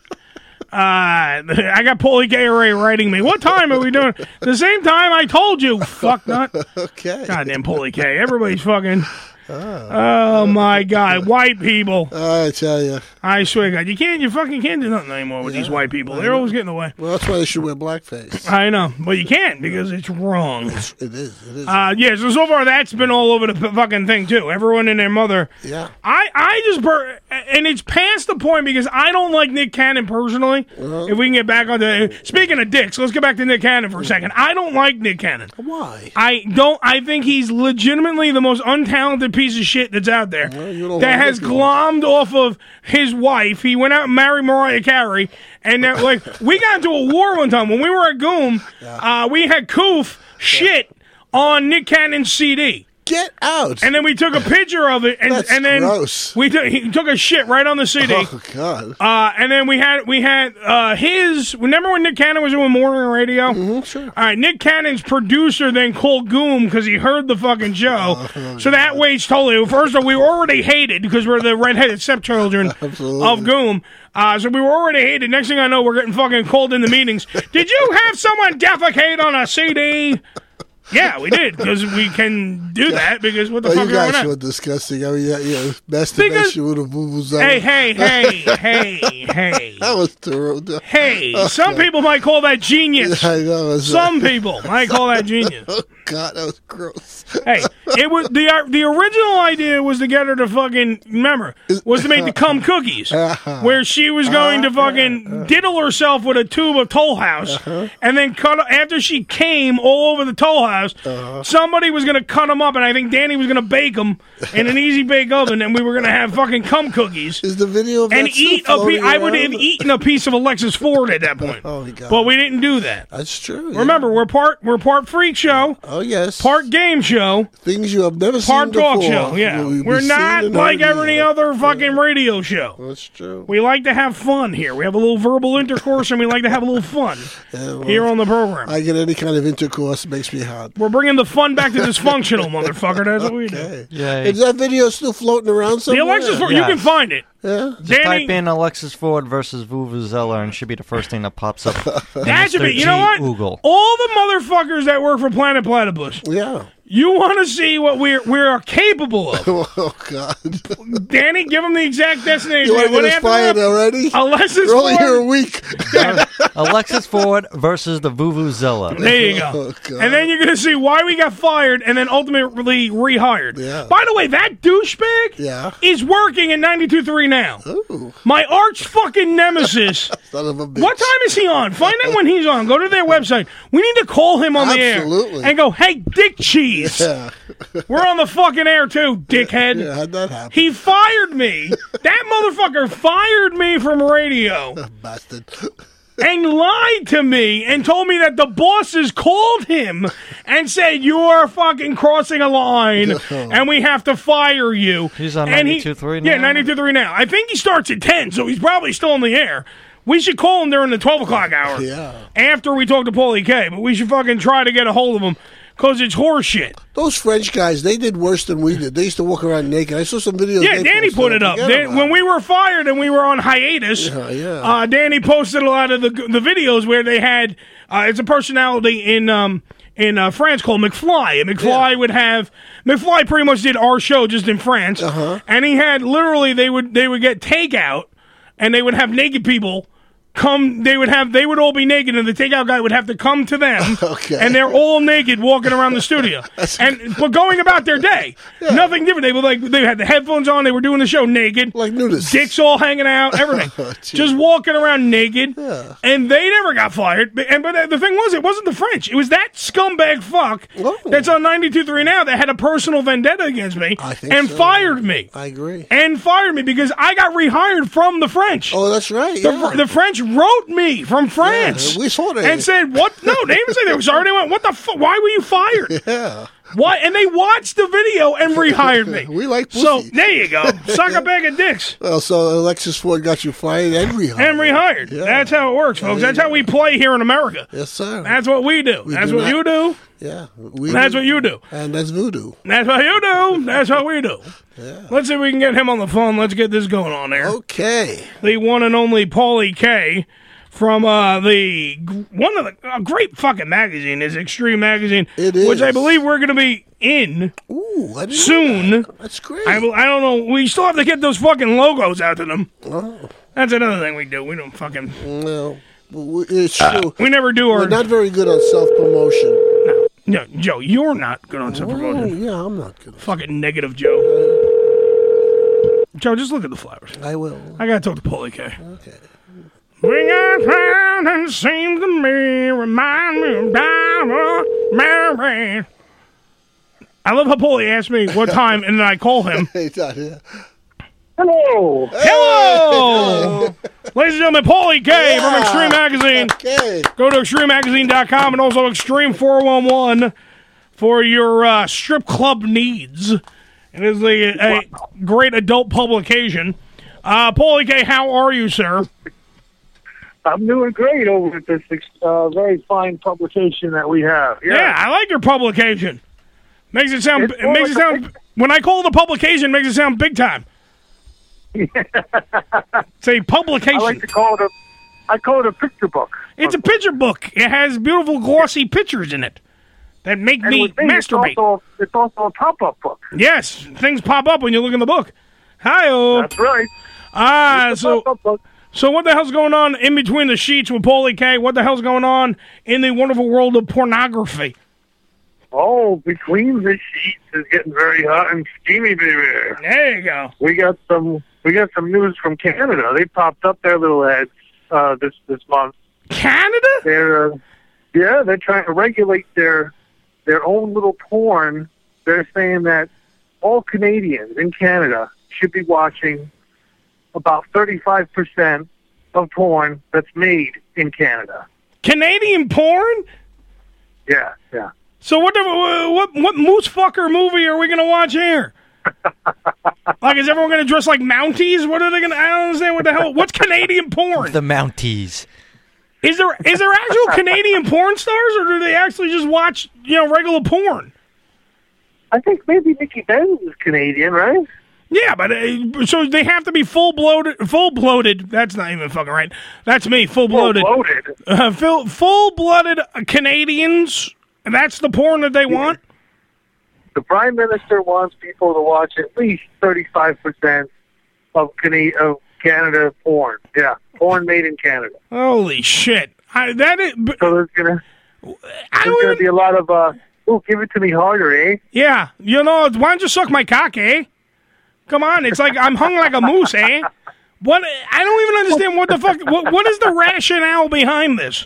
Speaker 7: uh, I got Polly Gay Ray writing me. What time are we doing? The same time I told you. Fuck nut.
Speaker 8: okay.
Speaker 7: Goddamn Polly K. Everybody's fucking. Oh. my God, white people!
Speaker 8: Ah. I tell you,
Speaker 7: I swear to God, you can't, you fucking can't do nothing anymore with these white people. They're always getting away.
Speaker 8: Well, that's why they should wear blackface.
Speaker 7: I know, but you can't because it's wrong.
Speaker 8: It is. It is.
Speaker 7: Uh, yeah, so so far that's been all over the p- fucking thing too. Everyone and their mother.
Speaker 8: Yeah.
Speaker 7: I I just bur- and it's past the point because I don't like Nick Cannon personally. If we can get back on the speaking of dicks, let's get back to Nick Cannon for a second. I don't like Nick Cannon.
Speaker 8: Why?
Speaker 7: I don't. I think he's legitimately the most untalented piece of shit that's out there. that
Speaker 8: like
Speaker 7: has
Speaker 8: him.
Speaker 7: glommed off of his wife. He went out and married Mariah Carey, and now, like we got into a war one time when we were at Goom. Uh, we had Koof shit on Nick Cannon's CD.
Speaker 8: Get out!
Speaker 7: And then we took a picture of it, and,
Speaker 8: That's
Speaker 7: and then
Speaker 8: gross.
Speaker 7: we took he took a shit right on the CD.
Speaker 8: Oh God.
Speaker 7: Uh, and then we had we had uh, his. Remember when Nick Cannon was doing morning radio? Mm-hmm,
Speaker 8: sure.
Speaker 7: All right, Nick Cannon's producer then called Goom because he heard the fucking
Speaker 8: Oh,
Speaker 7: show. so that waged totally. First of all, we were already hated because we're the redheaded stepchildren of Goom. Uh, so we were already hated. Next thing I know, we're getting fucking called in the meetings. Did you have someone defecate on a CD? Yeah, we did because we can do that because what the
Speaker 8: Oh,
Speaker 7: fuck
Speaker 8: you
Speaker 7: are we
Speaker 8: guys
Speaker 7: not?
Speaker 8: were disgusting. I mean, yeah, yeah, masturbation with a booboo.
Speaker 7: Hey, hey, hey, hey, hey.
Speaker 8: that was terrible.
Speaker 7: Hey, some people might call that genius.
Speaker 8: I know. it's-
Speaker 7: Some people might call that genius.
Speaker 8: Oh uh, God, that was gross.
Speaker 7: Hey, it was the uh, the original idea was to get her to fucking remember was to make the cum cookies,
Speaker 8: Uh-huh.
Speaker 7: where she was going to fucking
Speaker 8: Uh-huh.
Speaker 7: diddle herself with a tube of Toll House, and then cut after she came all over the Toll lives.
Speaker 8: Uh-huh.
Speaker 7: Somebody was going to cut them up, and I think Danny was going to bake them in an easy bake oven, and we were going to have fucking cum cookies. Is
Speaker 8: the video of
Speaker 7: and
Speaker 8: that still
Speaker 7: eat a
Speaker 8: floating
Speaker 7: piece? I would have
Speaker 8: around?
Speaker 7: eaten a piece of Alexis Ford at that point.
Speaker 8: Oh my god.
Speaker 7: But we didn't do that.
Speaker 8: That's true.
Speaker 7: Remember, we're part we're part freak show.
Speaker 8: Oh yes.
Speaker 7: Part game show.
Speaker 8: Things you have never
Speaker 7: part
Speaker 8: seen
Speaker 7: talk
Speaker 8: before.
Speaker 7: show. Yeah,
Speaker 8: Will you be
Speaker 7: we're
Speaker 8: seen
Speaker 7: not
Speaker 8: and
Speaker 7: like
Speaker 8: heard
Speaker 7: every other fucking radio show.
Speaker 8: That's true.
Speaker 7: We like to have fun here. We have a little verbal intercourse, and we like to have a little fun here on the program.
Speaker 8: I get any kind of intercourse makes me hot.
Speaker 7: We're bringing the fun back to dysfunctional, motherfucker. That's what we do.
Speaker 3: Yeah.
Speaker 8: Is that video still floating around somewhere?
Speaker 7: Alexis Ford- you can find it.
Speaker 8: Yeah.
Speaker 3: Just
Speaker 7: Danny-
Speaker 3: type in Alexis Ford versus Vuvuzela and should be the first thing that pops up.
Speaker 7: That should be. You know what?
Speaker 3: Google.
Speaker 7: All the motherfuckers that work for Planet Platypus.
Speaker 8: Yeah.
Speaker 7: You want to see what we're we're capable of?
Speaker 8: oh God.
Speaker 7: Danny, give them the exact destination.
Speaker 8: You want to
Speaker 7: What
Speaker 8: get us
Speaker 7: after
Speaker 8: fired
Speaker 7: that-
Speaker 8: already?
Speaker 7: Alexis
Speaker 8: We're only
Speaker 7: Ford-
Speaker 8: here a week.
Speaker 3: Alexis Ford versus the Vuvuzela.
Speaker 7: There you
Speaker 8: Oh,
Speaker 7: go. and then you're going to see why we got fired and then ultimately rehired. By the way, that douchebag
Speaker 8: Yeah.
Speaker 7: is working at 92.3 now. My arch fucking nemesis. What time is he on? Find out when he's on. Go to their website. We need to call him on the
Speaker 8: Absolutely.
Speaker 7: air and go, hey, Dick Cheese.
Speaker 8: Yeah.
Speaker 7: We're on the fucking air too, dickhead.
Speaker 8: Yeah, how'd that happen?
Speaker 7: He fired me. that motherfucker fired me from radio
Speaker 8: Bastard.
Speaker 7: and lied to me and told me that the bosses called him and said you're fucking crossing a line and we have to fire you. He's
Speaker 3: on
Speaker 7: and
Speaker 3: 92.3
Speaker 7: Yeah,
Speaker 3: now?
Speaker 7: 92.3 now. I think he starts at 10, so he's probably still in the air. We should call him during the 12 o'clock hour.
Speaker 8: Yeah.
Speaker 7: After we talk to Paulie K, but we should fucking try to get a hold of him because it's horseshit.
Speaker 8: Those French guys, they did worse than we did. They used to walk around naked. I saw some videos.
Speaker 7: Yeah,
Speaker 8: they
Speaker 7: Danny
Speaker 8: posted
Speaker 7: put it up.
Speaker 8: Forget
Speaker 7: Dan-
Speaker 8: about
Speaker 7: when we were fired and we were on hiatus, Uh, Danny posted a lot of the the videos where they had. Uh, it's a personality in um, in uh, France called McFly, and McFly would have McFly pretty much did our show just in France, uh-huh. and he had literally they would they would get takeout, and they would have naked people. Come, they would have, they would all be naked, and the takeout guy would have to come to them,
Speaker 8: Okay.
Speaker 7: and they're all naked walking around the studio, and but going about their day, nothing different. They were like, they had the headphones on, they were doing the show naked, like Oh, nudists, dicks all hanging out, everything, just walking around naked, and they never got fired. But- And but the thing was, it wasn't the French, it was that scumbag fuck
Speaker 8: Oh.
Speaker 7: that's on 92.3 now that had a personal vendetta against me
Speaker 8: think
Speaker 7: and
Speaker 8: so.
Speaker 7: fired me
Speaker 8: I agree.
Speaker 7: and fired me because I got rehired from the French.
Speaker 8: Oh, that's right.
Speaker 7: The,
Speaker 8: yeah.
Speaker 7: Fr- the French wrote me from France.
Speaker 8: we saw that.
Speaker 7: And said, "What? No, they didn't say they were sorry. They went, what the fuck? Why were you fired?
Speaker 8: Yeah.
Speaker 7: Why?" And they watched the video and rehired me.
Speaker 8: we like pussy.
Speaker 7: so there you go. Suck a bag of dicks
Speaker 8: Well, so Alexis Ford got you fired and rehired.
Speaker 7: and rehired. That's how it works, folks. That's how we play here in America.
Speaker 8: Yes, sir.
Speaker 7: That's what we do. That's
Speaker 8: do
Speaker 7: what
Speaker 8: not-
Speaker 7: you do.
Speaker 8: yeah. We
Speaker 7: That's what you do.
Speaker 8: And that's voodoo.
Speaker 7: That's what you do. That's what we do. Let's see if we can get him on the phone. Let's get this going on there.
Speaker 8: Okay.
Speaker 7: The one and only Paulie K from uh, the gr- one of the a great fucking magazine is Extreme Magazine, it is. which I believe we're going to be in soon.
Speaker 8: That's great.
Speaker 7: I, bel- I don't know. We still have to get those fucking logos out to them.
Speaker 8: Oh.
Speaker 7: That's another thing we do. We don't fucking. Ah.
Speaker 8: No. We- It's true.
Speaker 7: We never do our.
Speaker 8: We're not very good on self promotion.
Speaker 7: no, Joe, you're not good on self promotion.
Speaker 8: Yeah, I'm not good.
Speaker 7: Fucking negative, Joe. Joe, just look at the flowers.
Speaker 8: I will.
Speaker 7: I gotta talk to Paulie K. Okay. We got found and seemed to me remind me of Donna Mary. I love how Paulie asked me what time, and then I call him.
Speaker 11: Hello.
Speaker 7: Hello! Ladies and gentlemen, Paulie K from Extreme Magazine. Go to extrememagazine.com and also Extreme411 for your uh, strip club needs. It is a, a great adult publication. Uh, Paulie K, how are you, sir?
Speaker 11: I'm doing great over at this uh, very fine publication that we have.
Speaker 7: Yeah. I like your publication. Makes it sound.
Speaker 11: It's
Speaker 7: It makes it sound. When I call the publication, it makes it sound big time. it's a publication. I like to
Speaker 11: call it a. I call it a picture book.
Speaker 7: It's a picture book. It has beautiful glossy pictures in it that make
Speaker 11: And
Speaker 7: me
Speaker 11: with me, it's
Speaker 7: masturbate.
Speaker 11: also- it's also a pop-up book.
Speaker 7: Yes, things pop up when you look in the book. Hi. That's
Speaker 11: right.
Speaker 7: Ah, so so what the hell's going on in between the sheets with Paulie K? What the hell's going on in the wonderful world of pornography?
Speaker 11: Oh, between the sheets is getting very hot and steamy, baby.
Speaker 7: There you go.
Speaker 11: We got some. We got some news from Canada. They popped up their little ads uh, this this month.
Speaker 7: Canada?
Speaker 11: They're uh, yeah, they're trying to regulate their their own little porn, they're saying that all Canadians in Canada should be watching about 35% of porn that's made in Canada.
Speaker 7: Canadian porn?
Speaker 11: Yeah, yeah.
Speaker 7: So what? the- What? What moose fucker movie are we gonna watch here? like, is everyone gonna dress like Mounties? What are they gonna? I don't understand what the hell. What's Canadian porn?
Speaker 3: The Mounties.
Speaker 7: Is there is there actual Canadian porn stars, or do they actually just watch you know regular porn?
Speaker 11: I think maybe Nikki Benz is Canadian, right?
Speaker 7: Yeah, but uh, so they have to be full bloated. Full bloated. That's not even fucking right. That's me. Full bloated. Full
Speaker 11: bloated.
Speaker 7: Uh, full full blooded Canadians. And that's the porn that they want.
Speaker 11: The Prime Minister wants people to watch at least 35% of, Cana- of Canada porn. Yeah, porn made in Canada.
Speaker 7: Holy shit! I, that is. But,
Speaker 11: so there's gonna there's gonna be a lot of uh, oh, give it to me harder, eh?
Speaker 7: Yeah, you know, why don't you suck my cock, eh? Come on, it's like I'm hung like a moose, eh? What? I don't even understand what the fuck. What, what is the rationale behind this?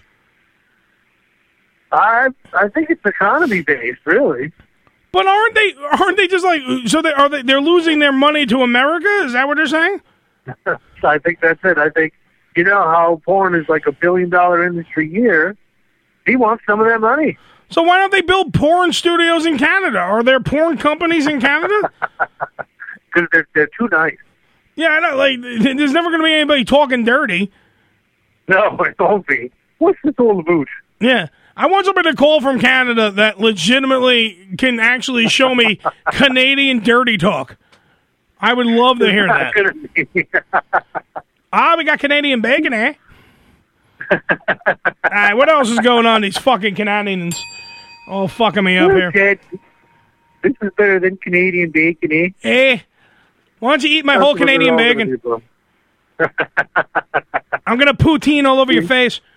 Speaker 11: I I think it's economy based, really.
Speaker 7: But aren't they aren't they just like so they are they they're losing their money to America? Is that what they're saying?
Speaker 11: So I think that's it. I think you know how porn is like a billion dollar industry a year. He wants some of that money.
Speaker 7: So why don't they build porn studios in Canada? Are there porn companies in Canada?
Speaker 11: because they're they're too nice.
Speaker 7: Yeah, I know. Like, th- there's never going to be anybody talking dirty.
Speaker 11: No, it won't be. What's this all about?
Speaker 7: Yeah. I want somebody to call from Canada that legitimately can actually show me Canadian dirty talk. I would love to hear that. ah, we got Canadian bacon, eh? All right, what else is going on? These fucking Canadians, all fucking me up here.
Speaker 11: Ted, this is better than Canadian bacon, eh?
Speaker 7: Hey, why don't you eat my whole Canadian bacon? I'm gonna poutine all over your face.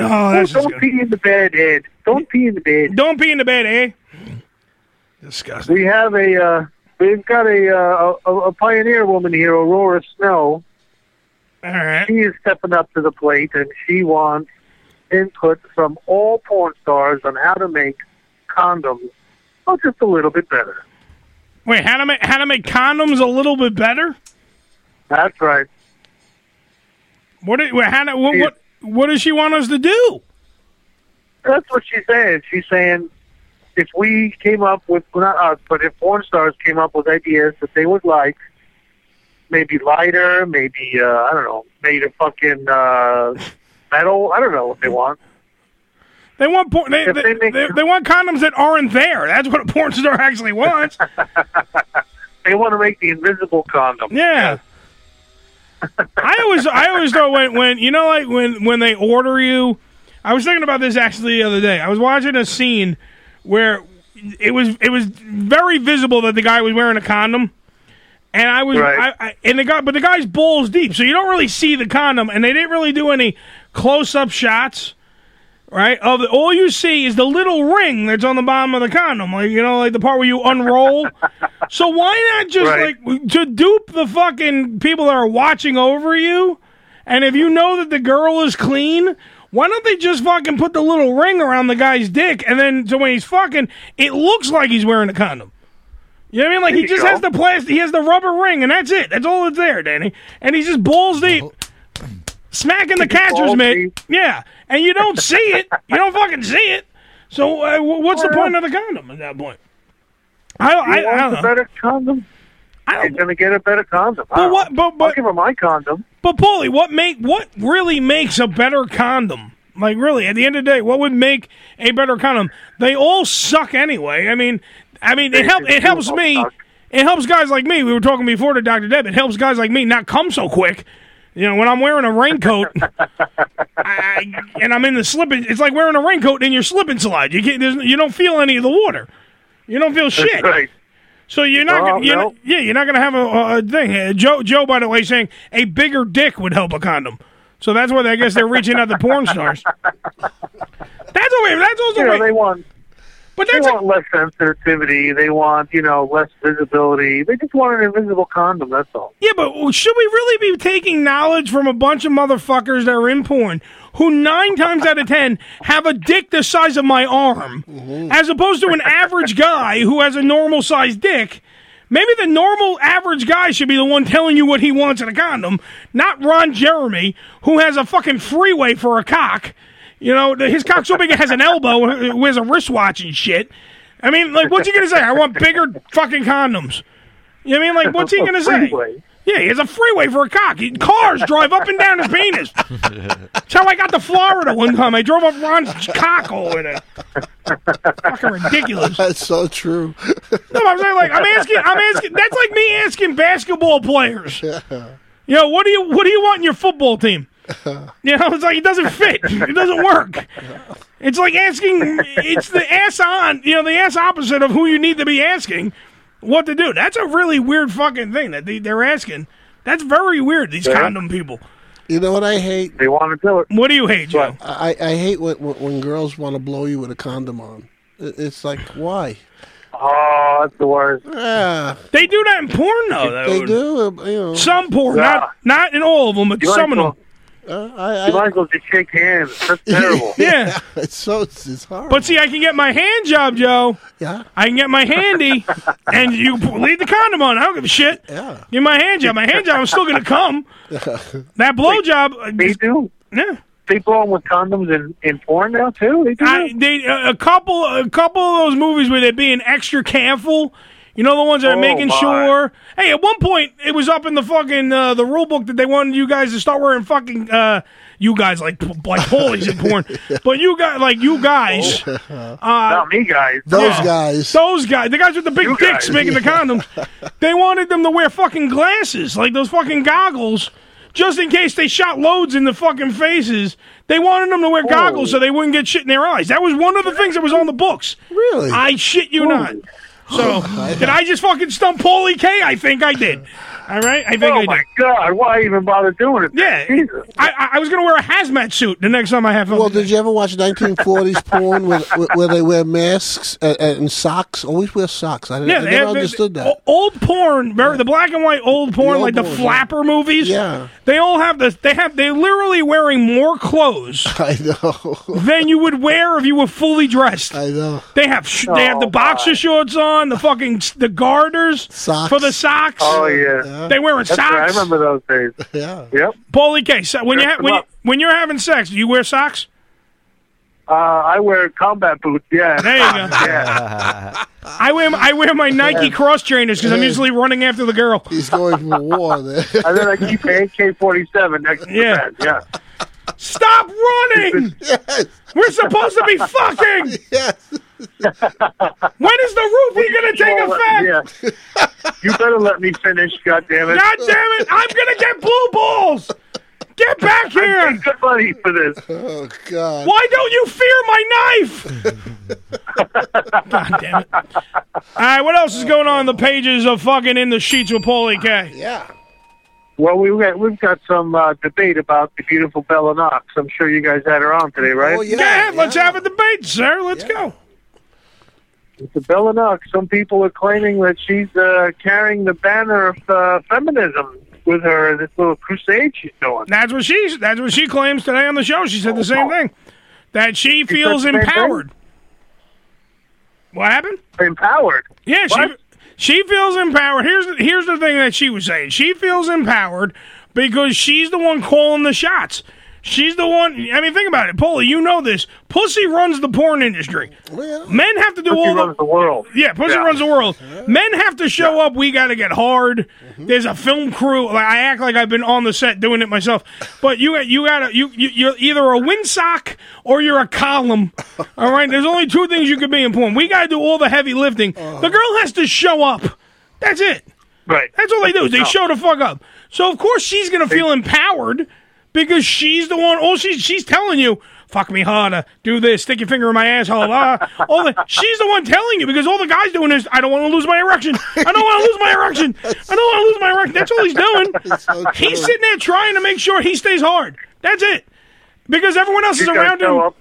Speaker 7: Oh, that's
Speaker 11: don't pee in the bed, Ed. Don't pee in the bed.
Speaker 7: Don't pee in the bed, eh? Disgusting.
Speaker 11: We have a uh, we've got a, uh, a a pioneer woman here, Aurora Snow.
Speaker 7: All right.
Speaker 11: She is stepping up to the plate, and she wants input from all porn stars on how to make condoms oh, just a little bit better.
Speaker 7: Wait, how to make how to make condoms a little bit better?
Speaker 11: That's right.
Speaker 7: What? i- How to, what, what? What does she want us to do?
Speaker 11: That's what she's saying. She's saying if we came up with well, not us, but if porn stars came up with ideas that they would like, maybe lighter, maybe uh, I don't know, made of fucking uh, metal. I don't know what they want.
Speaker 7: They want porn. They,
Speaker 11: If
Speaker 7: they,
Speaker 11: they make-
Speaker 7: they- they want condoms that aren't there. That's what a porn star actually wants.
Speaker 11: They want to make the invisible condom.
Speaker 7: Yeah. I always I always thought when when you know like when when they order you I was thinking about this actually the other day. I was watching a scene where it was it was very visible that the guy was wearing a condom. And I was
Speaker 5: Right.
Speaker 7: I, I, and the guy but the guy's balls deep, so you don't really see the condom and they didn't really do any close up shots. Right? Of the, all you see is the little ring that's on the bottom of the condom, like you know, like the part where you unroll. so why not just
Speaker 5: Right.
Speaker 7: like to dupe the fucking people that are watching over you, and if you know that the girl is clean, why don't they just fucking put the little ring around the guy's dick, and then so when he's fucking, it looks like he's wearing a condom. You know what I mean? Like
Speaker 5: There
Speaker 7: he
Speaker 5: you
Speaker 7: just
Speaker 5: go.
Speaker 7: has the plastic, he has the rubber ring, and that's it. That's all that's there, Danny. And he's just balls deep, smacking the catcher's mitt. Yeah, and you don't see it. You don't fucking see it. So uh, wh- what's the point of the condom at that point? I don't, I,
Speaker 11: You
Speaker 7: I
Speaker 11: want
Speaker 7: don't
Speaker 11: a
Speaker 7: know.
Speaker 11: better condom.
Speaker 7: I'm
Speaker 11: gonna get a better condom. I
Speaker 7: But
Speaker 11: don't
Speaker 7: what?
Speaker 11: know.
Speaker 7: But but
Speaker 11: I'll give her my condom.
Speaker 7: But Paulie, what make what really makes a better condom? Like really, at the end of the day, what would make a better condom? They all suck anyway. I mean, I mean, it help it helps me. It helps guys like me. We were talking before to Doctor Deb. It helps guys like me not come so quick. You know, when I'm wearing a raincoat I, and I'm in the slipping, it's like wearing a raincoat and you're slipping slide. You can't, there's, you don't feel any of the water. You don't feel shit.
Speaker 11: right.
Speaker 7: So you're not,
Speaker 11: Well,
Speaker 7: gonna, you're
Speaker 11: Oh, no.
Speaker 7: not- yeah, you're not going to have a, a thing. Uh, Joe, Joe, by the way, saying a bigger dick would help a condom. So that's why they- I guess they're reaching out to porn stars. That's a way. That's also
Speaker 11: You
Speaker 7: a
Speaker 11: know,
Speaker 7: way.
Speaker 11: they want
Speaker 7: But
Speaker 11: they want less sensitivity. They want you know less visibility. They just want an invisible condom. That's all.
Speaker 7: Yeah, but should we really be taking knowledge from a bunch of motherfuckers that are in porn who nine times out of ten have a dick the size of my arm, as opposed to an average guy who has a normal sized dick? Maybe the normal average guy should be the one telling you what he wants in a condom, not Ron Jeremy, who has a fucking freeway for a cock. You know, th- his cock so big it has an elbow, who has a wristwatch and shit. I mean, like, what's he gonna say? I want bigger fucking condoms. You know what I mean? Like, what's he
Speaker 5: A
Speaker 7: gonna say?
Speaker 5: freeway.
Speaker 7: Yeah, he has a freeway for a cock. He- Cars drive up and down his penis. That's how I got to Florida one time. I drove up Ron's cock hole in it. Fucking ridiculous.
Speaker 8: That's so true.
Speaker 7: No, I'm saying like I'm asking. I'm asking. That's like me asking basketball players. You know, what do you what do you want in your football team? You know, it's like it doesn't fit. It doesn't work. It's like asking. It's the ass on. You know, the ass opposite of who you need to be asking what to do. That's a really weird fucking thing that they, they're asking. That's very weird. These
Speaker 8: Yeah.
Speaker 7: condom people.
Speaker 8: You know what I hate?
Speaker 11: They want to do it.
Speaker 7: What do you hate, Joe?
Speaker 8: I, I hate when, when, when girls want to blow you with a condom on. It- It's like, why?
Speaker 11: Oh, that's the worst.
Speaker 8: Yeah.
Speaker 7: They do that in porn, though.
Speaker 8: They
Speaker 7: though.
Speaker 8: do. uh, You know.
Speaker 7: Some porn, not not in all of them, but
Speaker 8: You like
Speaker 7: some of them.
Speaker 8: porn. Uh, I,
Speaker 11: You might as well just shake hands. That's terrible.
Speaker 7: Yeah.
Speaker 8: it's so it's, it's horrible.
Speaker 7: But see, I can get my hand job, Joe.
Speaker 8: Yeah.
Speaker 7: I can get my handy, and you p- leave the condom on. I don't give a shit.
Speaker 8: Yeah.
Speaker 7: Get my hand job. My hand job. I'm still gonna come. That blow job. They
Speaker 11: do.
Speaker 7: Yeah.
Speaker 11: They blow them with condoms in, in porn now too. They do.
Speaker 7: I, they a a couple a couple of those movies where they're being extra careful. You know the ones that are
Speaker 5: Oh,
Speaker 7: making
Speaker 5: my.
Speaker 7: sure. Hey, at one point it was up in the fucking uh, the rule book that they wanted you guys to start wearing fucking uh, you guys like p- like pulleys in porn, but you got like you guys. Uh,
Speaker 11: Not me guys.
Speaker 7: Yeah. Those guys. The guys with the big dicks
Speaker 11: guys.
Speaker 7: making the condoms. they wanted them to wear fucking glasses, like those fucking goggles, just in case they shot loads in the fucking faces. They wanted them to wear goggles so they wouldn't get shit in their eyes. That was one of the things that was on the books.
Speaker 8: Really?
Speaker 7: I shit you not. So,
Speaker 11: Oh
Speaker 7: did I just fucking stump Paulie K? I think I did. All right? I think I
Speaker 11: oh
Speaker 7: did.
Speaker 11: my god! Why even bother doing it?
Speaker 7: Yeah. I, I- I was going to wear a hazmat suit the next time I have
Speaker 8: Well, did you ever watch 1940s porn where, where they wear masks and, and socks? Always wear socks. I, didn't- I
Speaker 7: they
Speaker 8: never
Speaker 7: have- they-
Speaker 8: understood that.
Speaker 7: o- Old porn, remember the black and white old porn, like the flapper movies.
Speaker 8: Yeah.
Speaker 7: they all have this. They have they literally wearing more clothes.
Speaker 8: I know.
Speaker 7: than you would wear if you were fully dressed. I
Speaker 8: know.
Speaker 7: They have sh- they have the
Speaker 5: Oh,
Speaker 7: boxer shorts on, the fucking s- the garters
Speaker 8: socks.
Speaker 7: for the socks.
Speaker 11: Oh yeah.
Speaker 7: they wearing
Speaker 11: That's
Speaker 7: socks.
Speaker 11: right. I remember those days.
Speaker 8: Yeah.
Speaker 11: Yep.
Speaker 7: Paulie K, so when you
Speaker 11: Dress
Speaker 7: ha-
Speaker 11: them
Speaker 7: when you,
Speaker 11: up.
Speaker 7: when you're having sex, do you wear socks?
Speaker 11: Uh, I wear combat boots. Yeah.
Speaker 7: There you go.
Speaker 11: yeah.
Speaker 7: I wear I wear my Nike cross trainers because I'm usually running after the girl.
Speaker 8: He's going for war there.
Speaker 11: And then I keep an AK-47 next to
Speaker 7: Yeah.
Speaker 11: yeah. Yeah.
Speaker 7: Stop running! We're supposed to be fucking!
Speaker 8: Yes.
Speaker 7: When is the roofie gonna take effect?
Speaker 11: Oh, Yeah. You better let me finish. God damn it.
Speaker 7: God damn it! I'm gonna get blue balls! Get back
Speaker 11: I'm
Speaker 7: here!
Speaker 11: paying good money for this.
Speaker 8: Oh God.
Speaker 7: Why don't you fear my knife? God damn it. Alright, what else is going on in the pages of fucking In the Sheets with Paulie K?
Speaker 8: Ah, Yeah.
Speaker 11: Well, we've got, we've got some uh, debate about the beautiful Bella Knox. I'm sure you guys had her on today, right?
Speaker 8: Oh,
Speaker 7: Go ahead, let's have a debate, sir. Let's go.
Speaker 11: The Bella Knox. Some people are claiming that she's uh, carrying the banner of uh, feminism with her. This little crusade she's doing.
Speaker 7: That's what she that's what she claims today on the show. She said the same thing. That she
Speaker 11: said
Speaker 7: feels
Speaker 11: the same thing?
Speaker 7: empowered. What happened?
Speaker 11: Empowered.
Speaker 7: Yeah, she
Speaker 11: What?
Speaker 7: she feels empowered. Here's the, here's the thing that she was saying. She feels empowered because she's the one calling the shots. She's the one. I mean, think about it, Polly. You know this. Pussy runs the porn industry. Men have to do
Speaker 5: Pussy
Speaker 7: all
Speaker 5: runs the world.
Speaker 7: Yeah, pussy
Speaker 5: Yeah. Mm-hmm.
Speaker 7: runs the world. Men have to show up. We got to get hard. There's a film crew. Like, I act like I've been on the set doing it myself, but you you gotta you, you you're either a windsock or you're a column. all right, there's only two things you could be in porn. We gotta do all the heavy lifting.
Speaker 5: Uh-huh.
Speaker 7: The girl has to show up. That's it.
Speaker 11: Right.
Speaker 7: That's all they do. Is they
Speaker 5: No.
Speaker 7: show the fuck up. So of course she's gonna feel empowered because she's the one. All she's she's telling you, fuck me harder, do this, stick your finger in my asshole. Ah, all the, she's the one telling you because all the guys doing is, I don't want to lose my erection. I don't want to lose my erection. I don't want to lose my erection. That's all he's doing.
Speaker 5: It's so true.
Speaker 7: he's sitting there trying to make sure he stays hard. That's it. Because everyone else
Speaker 5: He's
Speaker 7: is
Speaker 5: gotta
Speaker 7: around
Speaker 5: show
Speaker 7: him.
Speaker 5: up.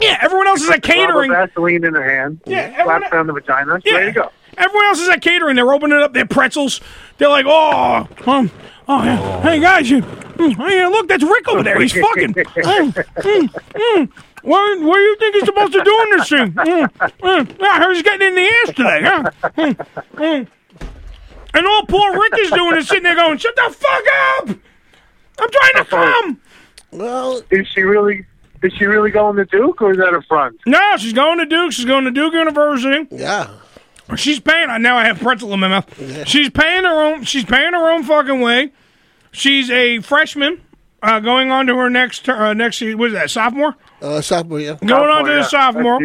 Speaker 7: Yeah, everyone else is at catering.
Speaker 11: Rubber Vaseline in the hand.
Speaker 7: Yeah,
Speaker 11: slaps down the vagina.
Speaker 7: Yeah.
Speaker 11: There you go.
Speaker 7: Everyone else is at catering. They're opening up their pretzels. They're like, oh, um, oh, yeah. hey guys, you, mm, oh, yeah, look, that's Rick over there. He's fucking. Mm, mm, mm. What, what do you think he's supposed to do in this thing? Mm, mm. Yeah, I heard he's getting in the ass today, huh? Mm, mm. And all poor Rick is doing is sitting there going, shut the fuck up! I'm trying to come.
Speaker 8: Well,
Speaker 11: is she really? Is she really going to Duke, or is that a front?
Speaker 7: No, she's going to Duke. She's going to Duke University.
Speaker 8: Yeah.
Speaker 7: She's paying. I now I have pretzel in my mouth. She's paying her own. She's paying her own fucking way. She's a freshman, uh, going on to her next ter- uh, next. se- What is that? Sophomore.
Speaker 8: Uh, sophomore, yeah.
Speaker 7: Oh. Going on to the sophomore.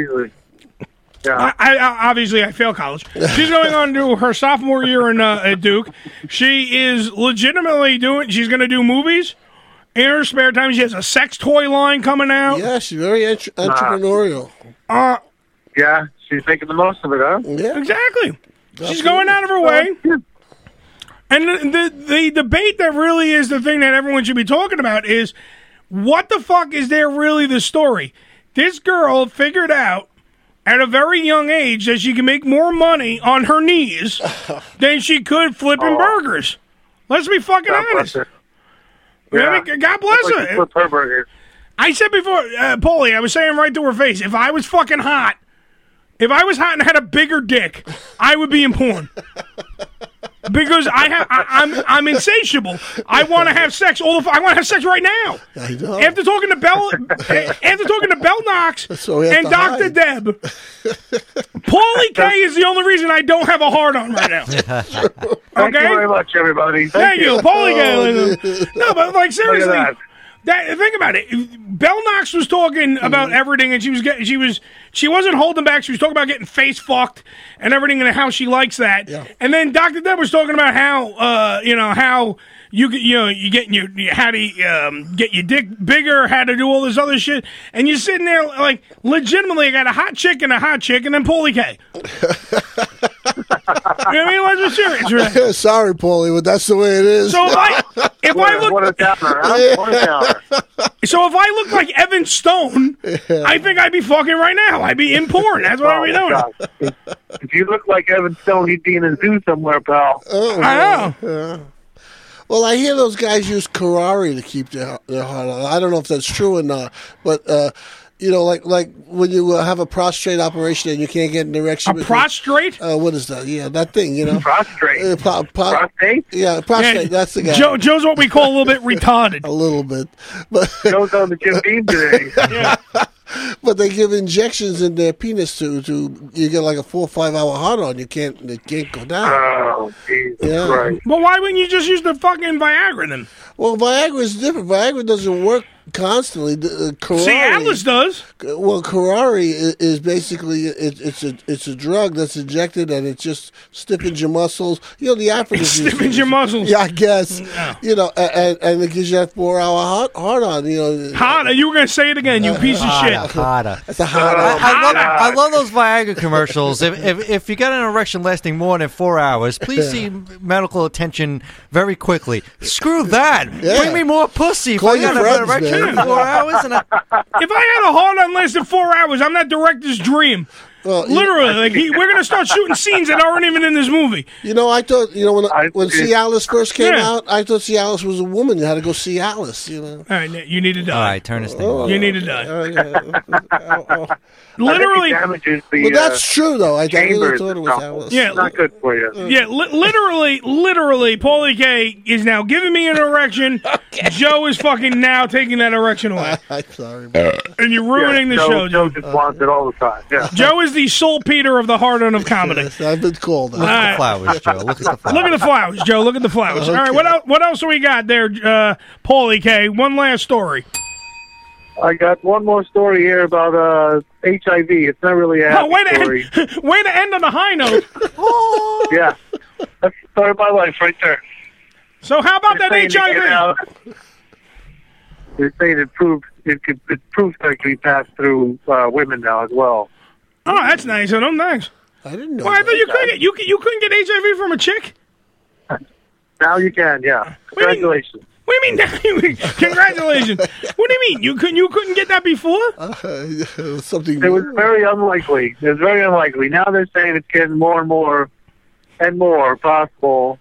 Speaker 11: Yeah.
Speaker 7: I, I, obviously, I fail college. She's going on to her sophomore year in uh, at Duke. She is legitimately doing. She's going to do movies in her spare time. She has a sex toy line coming out.
Speaker 8: Yeah, she's very entre- entrepreneurial.
Speaker 7: Uh,
Speaker 11: yeah, she's making the most of it, huh?
Speaker 8: Yeah.
Speaker 7: Exactly. She's going out of her way.
Speaker 11: Uh-huh.
Speaker 7: And the, the the debate that really is the thing that everyone should be talking about is what the fuck is there really the story? This girl figured out at a very young age that she can make more money on her knees than she could
Speaker 11: Oh.
Speaker 7: flipping burgers. Let's be fucking honest. I mean, God bless
Speaker 11: Looks like
Speaker 7: her.
Speaker 11: she flipped her burger.
Speaker 7: I said before, uh, Paulie, I was saying right to her face, if I was fucking hot, if I was hot and had a bigger dick, I would be in porn. because I have, I, I'm, I'm insatiable. I want to have sex all the. F- I want to have sex right now.
Speaker 8: I know.
Speaker 7: After talking to Bell, after talking to Bell Knox
Speaker 8: what we have
Speaker 7: and
Speaker 8: to
Speaker 7: Doctor
Speaker 8: hide.
Speaker 7: Deb, Paulie K is the only reason I don't have a hard on right now.
Speaker 11: Thank
Speaker 7: Okay.
Speaker 11: you very much, everybody.
Speaker 7: Thank you, Paulie Galen. No, but like seriously,
Speaker 11: Look at
Speaker 7: that. think about it. Bell Knox was talking about everything, and she was getting, she was she wasn't holding back. She was talking about getting face fucked and everything, and how she likes that. And then Doctor Deb was talking about how uh, you know how you get- you know you getting your you- how to um, get your dick bigger, how to do all this other shit, and you're sitting there like legitimately, I got a hot chick and a hot chick, and then Paulie K. you know what I mean? Let's be serious, right?
Speaker 8: Sorry, Paulie, but that's the way it is.
Speaker 7: So if I if I look so if I look like Evan Stone, I think I'd be fucking right now. I'd be in porn. That's what I'd be doing.
Speaker 11: doing. Oh, If you look like Evan Stone, he'd be in a zoo somewhere, pal.
Speaker 8: Oh,
Speaker 7: I
Speaker 8: yeah. Well, I hear those guys use Karari to keep their their heart on. I don't know if that's true or not, but uh, you know, like like when you uh, have a prostrate operation and you can't get an erection.
Speaker 7: A
Speaker 8: because-
Speaker 7: prostrate?
Speaker 8: Uh, what is that? Yeah, that thing. You know,
Speaker 11: prostrate.
Speaker 8: Uh, pro- pro-
Speaker 11: prostate.
Speaker 8: Yeah, prostate. that's the guy.
Speaker 7: Joe, Joe's what we call a little bit retarded.
Speaker 8: a little bit, but
Speaker 11: Joe's on the Jim Beam today.
Speaker 8: but they give injections in their penis to to you get like a four or five hour hard on. You can't it can't go down.
Speaker 11: Oh, Jesus
Speaker 8: Yeah.
Speaker 11: Christ.
Speaker 7: But why wouldn't you just use the fucking Viagra then?
Speaker 8: Well, Viagra is different. Viagra does't work constantly. The, uh, Karari,
Speaker 7: See, Atlas does.
Speaker 8: Well, Karari is, is basically it, it's a it's a drug that's injected and it just stiffens your muscles. You know the Africans
Speaker 7: Stiffens your muscles. Mm,
Speaker 8: Yeah, I guess. You know, a- and, and it gives you that four hour hard, hard on. You know, Uh,
Speaker 7: Hot. You were gonna say it again, you piece of shit.
Speaker 3: Harder.
Speaker 8: That's a hard on.
Speaker 3: I love,
Speaker 7: Ah.
Speaker 3: I love those Viagra commercials. If, if, if you got an erection lasting more than four hours, please see medical attention very quickly. Screw that.
Speaker 8: Yeah.
Speaker 3: Bring me more pussy. if
Speaker 8: Call
Speaker 3: I
Speaker 8: your
Speaker 3: got an
Speaker 8: friends,
Speaker 3: erection
Speaker 8: man.
Speaker 3: in four hours, and I,
Speaker 7: If I had a hard on less than four hours, I'm not director's dream.
Speaker 8: Well, you-
Speaker 7: Literally, like he, we're gonna start shooting scenes that aren't even in this movie.
Speaker 8: You know, I thought you know when when Cialis first came
Speaker 7: Yeah.
Speaker 8: out, I thought Cialis was a woman. You had to go Cialis. You know.
Speaker 7: All right, Nick, you need to
Speaker 3: all
Speaker 7: die. Oh.
Speaker 3: right, turn this thing off.
Speaker 7: You need to die.
Speaker 8: Uh, yeah.
Speaker 7: Literally,
Speaker 11: I think it damages the
Speaker 8: well, that's
Speaker 11: uh,
Speaker 8: true though. I, I really
Speaker 11: chambers.
Speaker 8: thought it was
Speaker 11: itself.
Speaker 8: Alice.
Speaker 7: Yeah.
Speaker 11: not good for you.
Speaker 8: Uh.
Speaker 7: Yeah, li- literally, literally, Paulie K is now giving me an erection. Joe is fucking now taking that erection away,
Speaker 8: I'm sorry.
Speaker 7: and you're ruining
Speaker 11: Yeah,
Speaker 7: the
Speaker 11: Joe,
Speaker 7: show. Joe.
Speaker 11: Joe just wants it all the time. Yeah.
Speaker 7: Joe is the soul Peter of the hard on of comedy.
Speaker 8: Yes, I've been called.
Speaker 3: Look
Speaker 8: out.
Speaker 3: at
Speaker 7: right.
Speaker 3: the flowers, Joe. Look at the flowers.
Speaker 7: Look at the flowers, Joe. Look at the flowers. All right, what else? What else do we got there, uh, Paulie K? One last story.
Speaker 11: I got one more story here about uh, HIV. It's not really a happy
Speaker 7: Oh, way to
Speaker 11: story.
Speaker 7: end, way to end on a high note.
Speaker 11: yeah, that's the story of my life right there.
Speaker 7: So how about that
Speaker 11: Saying to get
Speaker 7: HIV?
Speaker 11: out. They're saying it proves it, could, it proves that it can be passed through uh, women now as well.
Speaker 7: Oh, that's nice. of them. thanks.
Speaker 8: I didn't know.
Speaker 7: Well, I
Speaker 8: that.
Speaker 7: thought you couldn't get you, you couldn't get HIV from a chick.
Speaker 11: Now you can, yeah. Congratulations.
Speaker 7: What do you mean? Congratulations. What do you mean? You couldn't you couldn't get that before?
Speaker 8: something.
Speaker 11: It was very unlikely. It was very unlikely. Now they're saying it's getting more and more and more possible.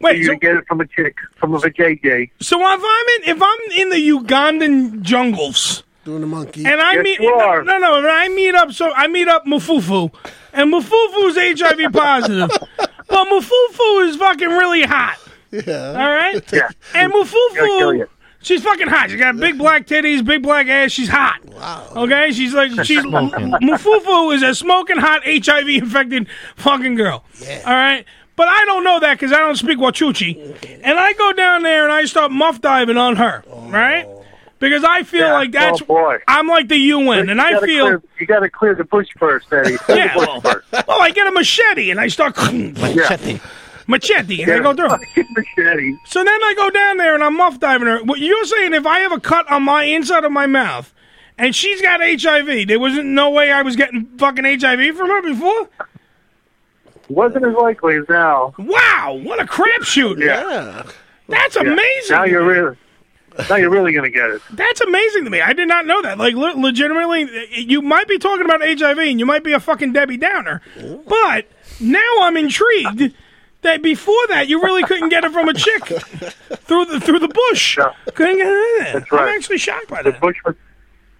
Speaker 7: Wait,
Speaker 11: you
Speaker 7: so-
Speaker 11: can get it from a chick, from a vajayjay.
Speaker 7: So if I'm in if I'm in the Ugandan jungles
Speaker 8: doing the monkey,
Speaker 7: and I
Speaker 11: Yes,
Speaker 7: meet
Speaker 11: you
Speaker 7: no,
Speaker 11: are.
Speaker 7: no no, and I meet up so I meet up Mufufu, and Mufufu's HIV positive, but Mufufu is fucking really hot.
Speaker 8: Yeah.
Speaker 7: All right.
Speaker 8: Yeah.
Speaker 7: And
Speaker 8: Gonna kill
Speaker 7: Mufufu,
Speaker 8: you.
Speaker 7: she's fucking hot. She got big black titties, big black ass. She's hot. Wow. Okay. She's like she's
Speaker 5: Smoking.
Speaker 7: Mufufu is a smoking hot HIV infected fucking girl. Yeah. All right. But I don't know that because I don't speak Wachuchi. And I go down there and I start muff diving on her. Right. Because I feel like that's
Speaker 11: oh, boy.
Speaker 7: I'm like the UN,
Speaker 11: You
Speaker 7: and I
Speaker 11: gotta
Speaker 7: feel
Speaker 11: clear- you got to clear the bush first, Eddie. Clear the
Speaker 7: Yeah,
Speaker 11: bush
Speaker 7: well,
Speaker 11: first.
Speaker 7: well, I get a machete and I start
Speaker 11: Machete.
Speaker 7: machete, and I
Speaker 11: Yeah.
Speaker 7: go through.
Speaker 11: machete.
Speaker 7: So then I go down there and I'm muff diving her. What you're saying? If I have a cut on my inside of my mouth, and she's got HIV, there wasn't no way I was getting fucking HIV from her before.
Speaker 11: Wasn't as likely as now.
Speaker 7: Wow, what a crapshoot!
Speaker 8: Yeah,
Speaker 7: that's
Speaker 11: Yeah.
Speaker 7: amazing.
Speaker 11: Now you're really, now you're really gonna get it.
Speaker 7: That's amazing to me. I did not know that. Like, le- legitimately, you might be talking about HIV and you might be a fucking Debbie Downer, but now I'm intrigued that before that you really couldn't get it from a chick through the through the bush. Couldn't get it in there.
Speaker 11: That's right.
Speaker 7: I'm actually shocked by
Speaker 11: The
Speaker 7: that.
Speaker 11: bush was,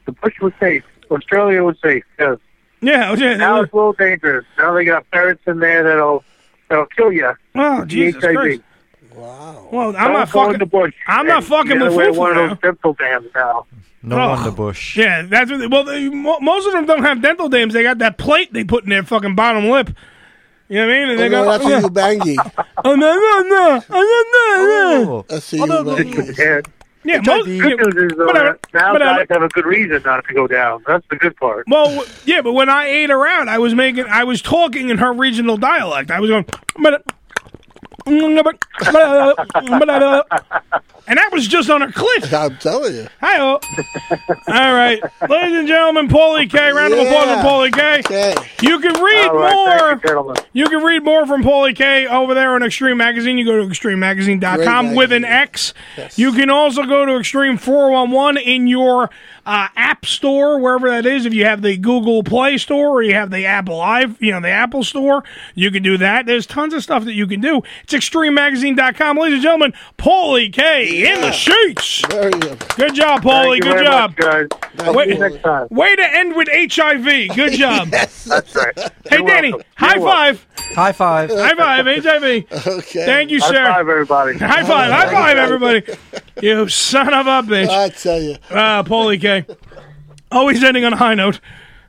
Speaker 11: the bush was safe. Australia was safe. Yes.
Speaker 7: Yeah. yeah
Speaker 11: now it's a little dangerous. Now they got ferrets in there that'll that'll kill you.
Speaker 7: Oh, Jesus
Speaker 11: HIV.
Speaker 7: Christ. Well, I'm
Speaker 11: Don't
Speaker 7: not
Speaker 11: go in
Speaker 7: fucking.
Speaker 11: the bush.
Speaker 7: I'm not
Speaker 11: Hey,
Speaker 7: fucking
Speaker 11: you gotta
Speaker 7: with
Speaker 11: wear
Speaker 7: Fufu
Speaker 11: one
Speaker 7: now.
Speaker 11: of those dental dams now.
Speaker 3: No
Speaker 7: Oh.
Speaker 3: on the bush.
Speaker 7: Yeah, that's what they, well. They, mo- most of them don't have dental dams. They got that plate they put in their fucking bottom lip. You know what I mean? And they
Speaker 8: Oh, no,
Speaker 7: go,
Speaker 8: that's a you bangy.
Speaker 7: Oh no no no! Oh no no no!
Speaker 8: That's a you bangy.
Speaker 11: Yeah.
Speaker 7: Yeah,
Speaker 11: Good
Speaker 7: most,
Speaker 11: news is, though,
Speaker 7: whatever,
Speaker 11: that now guys
Speaker 7: whatever.
Speaker 11: have a good reason not to go down. That's the good part.
Speaker 7: Well, w- yeah, but when I ate her out, I was making, I was talking in her regional dialect. I was going, and that was just on her clit.
Speaker 8: I'm telling you.
Speaker 7: Hi, all right, ladies and gentlemen, Paulie K. Round of applause
Speaker 8: Yeah.
Speaker 7: for Paulie K. You can read
Speaker 11: All right,
Speaker 7: more.
Speaker 11: thank you, gentlemen.
Speaker 7: You can read more from Paulie K over there on Extreme Magazine. You go to extrememagazine.com
Speaker 11: Great
Speaker 7: with an X. You can also go to Extreme 411 in your uh, app store, wherever that is. If you have the Google Play Store or you have the Apple i, you know, the Apple Store, you can do that. There's tons of stuff that you can do. It's extrememagazine.com. Ladies and gentlemen, Paulie K in the sheets. Good job,
Speaker 11: Thank
Speaker 7: Paulie.
Speaker 11: you
Speaker 7: Good
Speaker 11: very
Speaker 7: job.
Speaker 11: much, guys.
Speaker 7: Way,
Speaker 11: See you next time.
Speaker 7: way to end with HIV. Good job.
Speaker 11: That's right.
Speaker 7: Hey,
Speaker 11: You're
Speaker 7: Danny,
Speaker 11: welcome.
Speaker 7: high
Speaker 11: You're
Speaker 7: five.
Speaker 3: High five.
Speaker 7: High five, HIV.
Speaker 8: Okay.
Speaker 7: Thank you,
Speaker 11: High
Speaker 7: sir.
Speaker 11: five, everybody.
Speaker 7: High five, high five, everybody. You son of a bitch.
Speaker 8: I tell you.
Speaker 7: Ah, Paulie K. Always ending on a high note.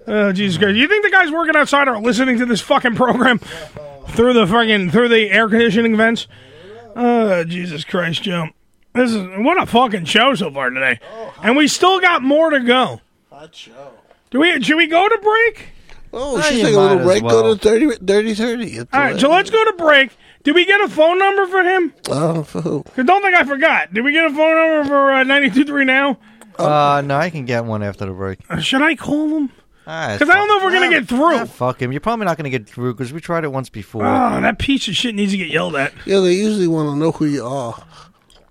Speaker 7: Oh, Jesus Christ. You think the guys working outside are listening to this fucking program through the fucking, through the air conditioning vents? Oh, Jesus Christ, Joe. This is, what a fucking show so far today. And we still got more to go.
Speaker 8: Hot show.
Speaker 7: Do we, should we go to break?
Speaker 8: Oh,
Speaker 7: Ah,
Speaker 8: she's
Speaker 7: you
Speaker 8: taking a
Speaker 7: might
Speaker 8: little
Speaker 7: as
Speaker 8: break.
Speaker 7: well.
Speaker 8: Go to 30, 30, 30.
Speaker 7: All right, so let's go to break. Did we get a phone number for him?
Speaker 8: Oh, for who?
Speaker 7: Cause don't think I forgot. Did we get a phone number for uh, 923 now?
Speaker 3: Uh, no, I can get one after the break.
Speaker 7: Should I call him?
Speaker 3: Because
Speaker 7: Because I don't know if we're going to get through.
Speaker 3: Fuck him. You're probably not going to get through because we tried it once before.
Speaker 7: Oh, that piece of shit needs to get yelled at.
Speaker 8: Yeah, they usually want to know who you are.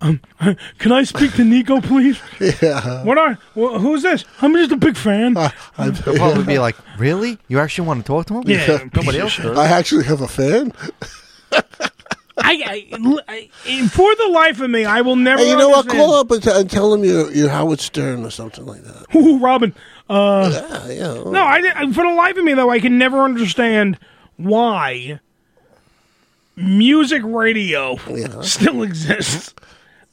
Speaker 7: Um, uh, Can I speak to Nico, please?
Speaker 8: yeah.
Speaker 7: What are? Wh- who's this? I'm just a big fan.
Speaker 3: They'll probably be like, "Really? You actually want to talk to him?
Speaker 7: Yeah, piece
Speaker 3: nobody
Speaker 7: of
Speaker 3: else
Speaker 7: shit.
Speaker 3: does."
Speaker 8: I actually have a fan.
Speaker 7: I, I- l- I- and for the life of me, I will never.
Speaker 8: Hey, you know what?
Speaker 7: understand-
Speaker 8: Call up and, t- and tell them you're, you're Howard Stern or something like that.
Speaker 7: Ooh, Robin. Uh,
Speaker 8: yeah.
Speaker 7: No, I, di- I- for the life of me though, I can never understand why music radio still exists.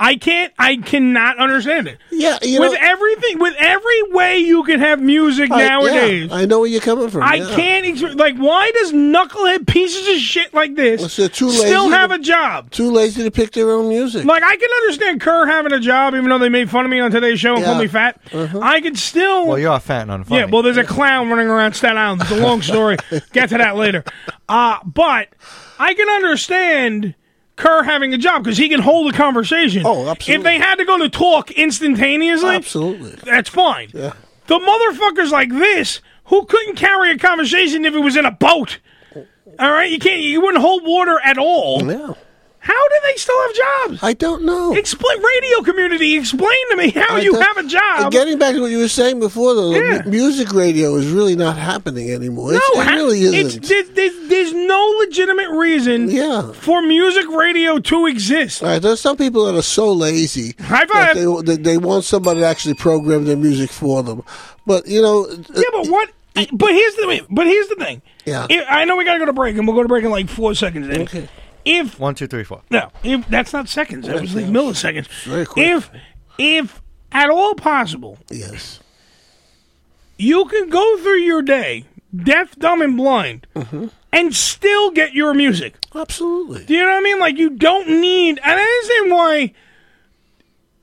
Speaker 7: I can't. I cannot understand it.
Speaker 8: Yeah, you
Speaker 7: with
Speaker 8: know-
Speaker 7: everything, with every way you can have music
Speaker 8: I- yeah,
Speaker 7: nowadays.
Speaker 8: I know where you're coming from.
Speaker 7: I
Speaker 8: yeah.
Speaker 7: can't ex- like. Why does knucklehead pieces of shit like this
Speaker 8: Well, so uh, too lazy
Speaker 7: still
Speaker 8: to-
Speaker 7: have a job?
Speaker 8: Too lazy to pick their own music.
Speaker 7: Like I can understand Kerr having a job, even though they made fun of me on today's show and
Speaker 8: Yeah. Uh-huh.
Speaker 7: called me fat. I could still.
Speaker 3: Well, you're a fat and unfunny.
Speaker 7: Yeah, well, there's a clown running around Staten Island. It's a long story. Get to that later. Uh, but I can understand Kerr having a job because he can hold a conversation. Oh, absolutely. If they had to go to talk instantaneously,
Speaker 8: absolutely,
Speaker 7: that's fine.
Speaker 8: Yeah.
Speaker 7: The motherfuckers like this who couldn't carry a conversation if it was in a boat. All right, you can't. You wouldn't hold water at all.
Speaker 8: Yeah.
Speaker 7: How do they still have jobs?
Speaker 8: I don't know.
Speaker 7: Explain radio community. Explain to me how
Speaker 8: I
Speaker 7: you
Speaker 8: don't-
Speaker 7: have a job.
Speaker 8: And getting back to what you were saying before, though, the
Speaker 7: Yeah.
Speaker 8: mu- music radio is really not happening anymore. It's-
Speaker 7: no,
Speaker 8: it
Speaker 7: how-
Speaker 8: really
Speaker 7: it's-
Speaker 8: isn't.
Speaker 7: there's, there's, there's no legitimate reason for music radio to exist.
Speaker 8: All right, there's some people that are so lazy
Speaker 7: High
Speaker 8: that they, that they want somebody to actually program their music for them. But you know, uh, yeah,
Speaker 7: but what? But here's the but here's the thing.
Speaker 8: Yeah.
Speaker 7: If- I know we gotta go to break, and we'll go to break in like four seconds. Then. If
Speaker 3: One, two, three, four.
Speaker 7: No, if that's not seconds. That was like milliseconds.
Speaker 3: Very quick.
Speaker 7: If if at all possible,
Speaker 8: yes,
Speaker 7: you can go through your day deaf, dumb, and blind,
Speaker 3: Mm-hmm.
Speaker 7: and still get your music.
Speaker 8: Absolutely.
Speaker 7: Do you know what I mean? Like you don't need. And I understand why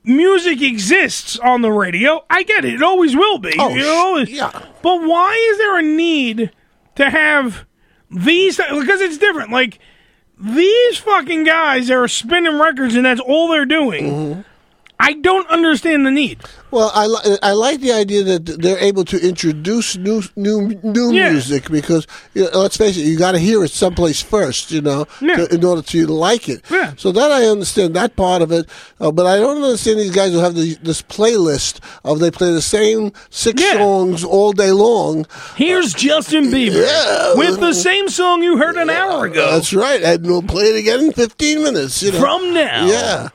Speaker 7: music exists on the radio. I get it. It always will be.
Speaker 5: Oh,
Speaker 7: you know?
Speaker 5: yeah.
Speaker 7: But why is there a need to have these? Because it's different. Like these fucking guys that are spinning records and that's all they're doing.
Speaker 5: Mm-hmm.
Speaker 7: I don't understand the need.
Speaker 8: Well, I, li- I like the idea that they're able to introduce new new new
Speaker 7: Yeah.
Speaker 8: music because you know, let's face it, you got to hear it someplace first, you know, to- in order to like it. Yeah. So that I understand that part of it, uh, but I don't understand these guys who have the, this playlist of they play the same six songs all day long. Uh,
Speaker 7: Here's Justin Bieber with the same song you heard an hour ago.
Speaker 8: That's right, and we'll play it again in fifteen minutes. You know,
Speaker 7: From now.
Speaker 8: Yeah.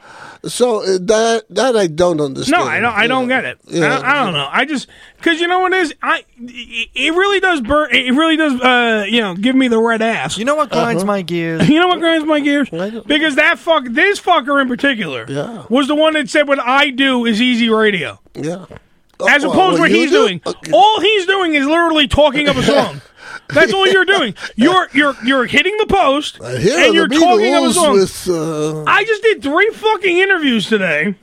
Speaker 8: So uh, that that I don't understand.
Speaker 7: No, I don't. I don't get it.
Speaker 8: Yeah.
Speaker 7: I, I don't know. I just because you know what it is. I it it really does burn. It really does. Uh, you know, give me the red ass. You
Speaker 3: know
Speaker 8: Uh-huh.
Speaker 3: what grinds my gears?
Speaker 7: You know what grinds my gears? Because that fuck, this fucker in particular,
Speaker 8: Yeah.
Speaker 7: was the one that said what I do is easy radio.
Speaker 8: Yeah.
Speaker 7: As
Speaker 8: Oh,
Speaker 7: opposed
Speaker 8: what
Speaker 7: to what
Speaker 8: you
Speaker 7: he's
Speaker 8: do?
Speaker 7: doing, all he's doing is literally talking up a song. That's all you're doing. You're you're you're hitting the post,
Speaker 8: I hear
Speaker 7: and
Speaker 8: the
Speaker 7: you're talking up a
Speaker 8: Beatles
Speaker 7: song.
Speaker 8: with, uh,
Speaker 7: I just did three fucking interviews today.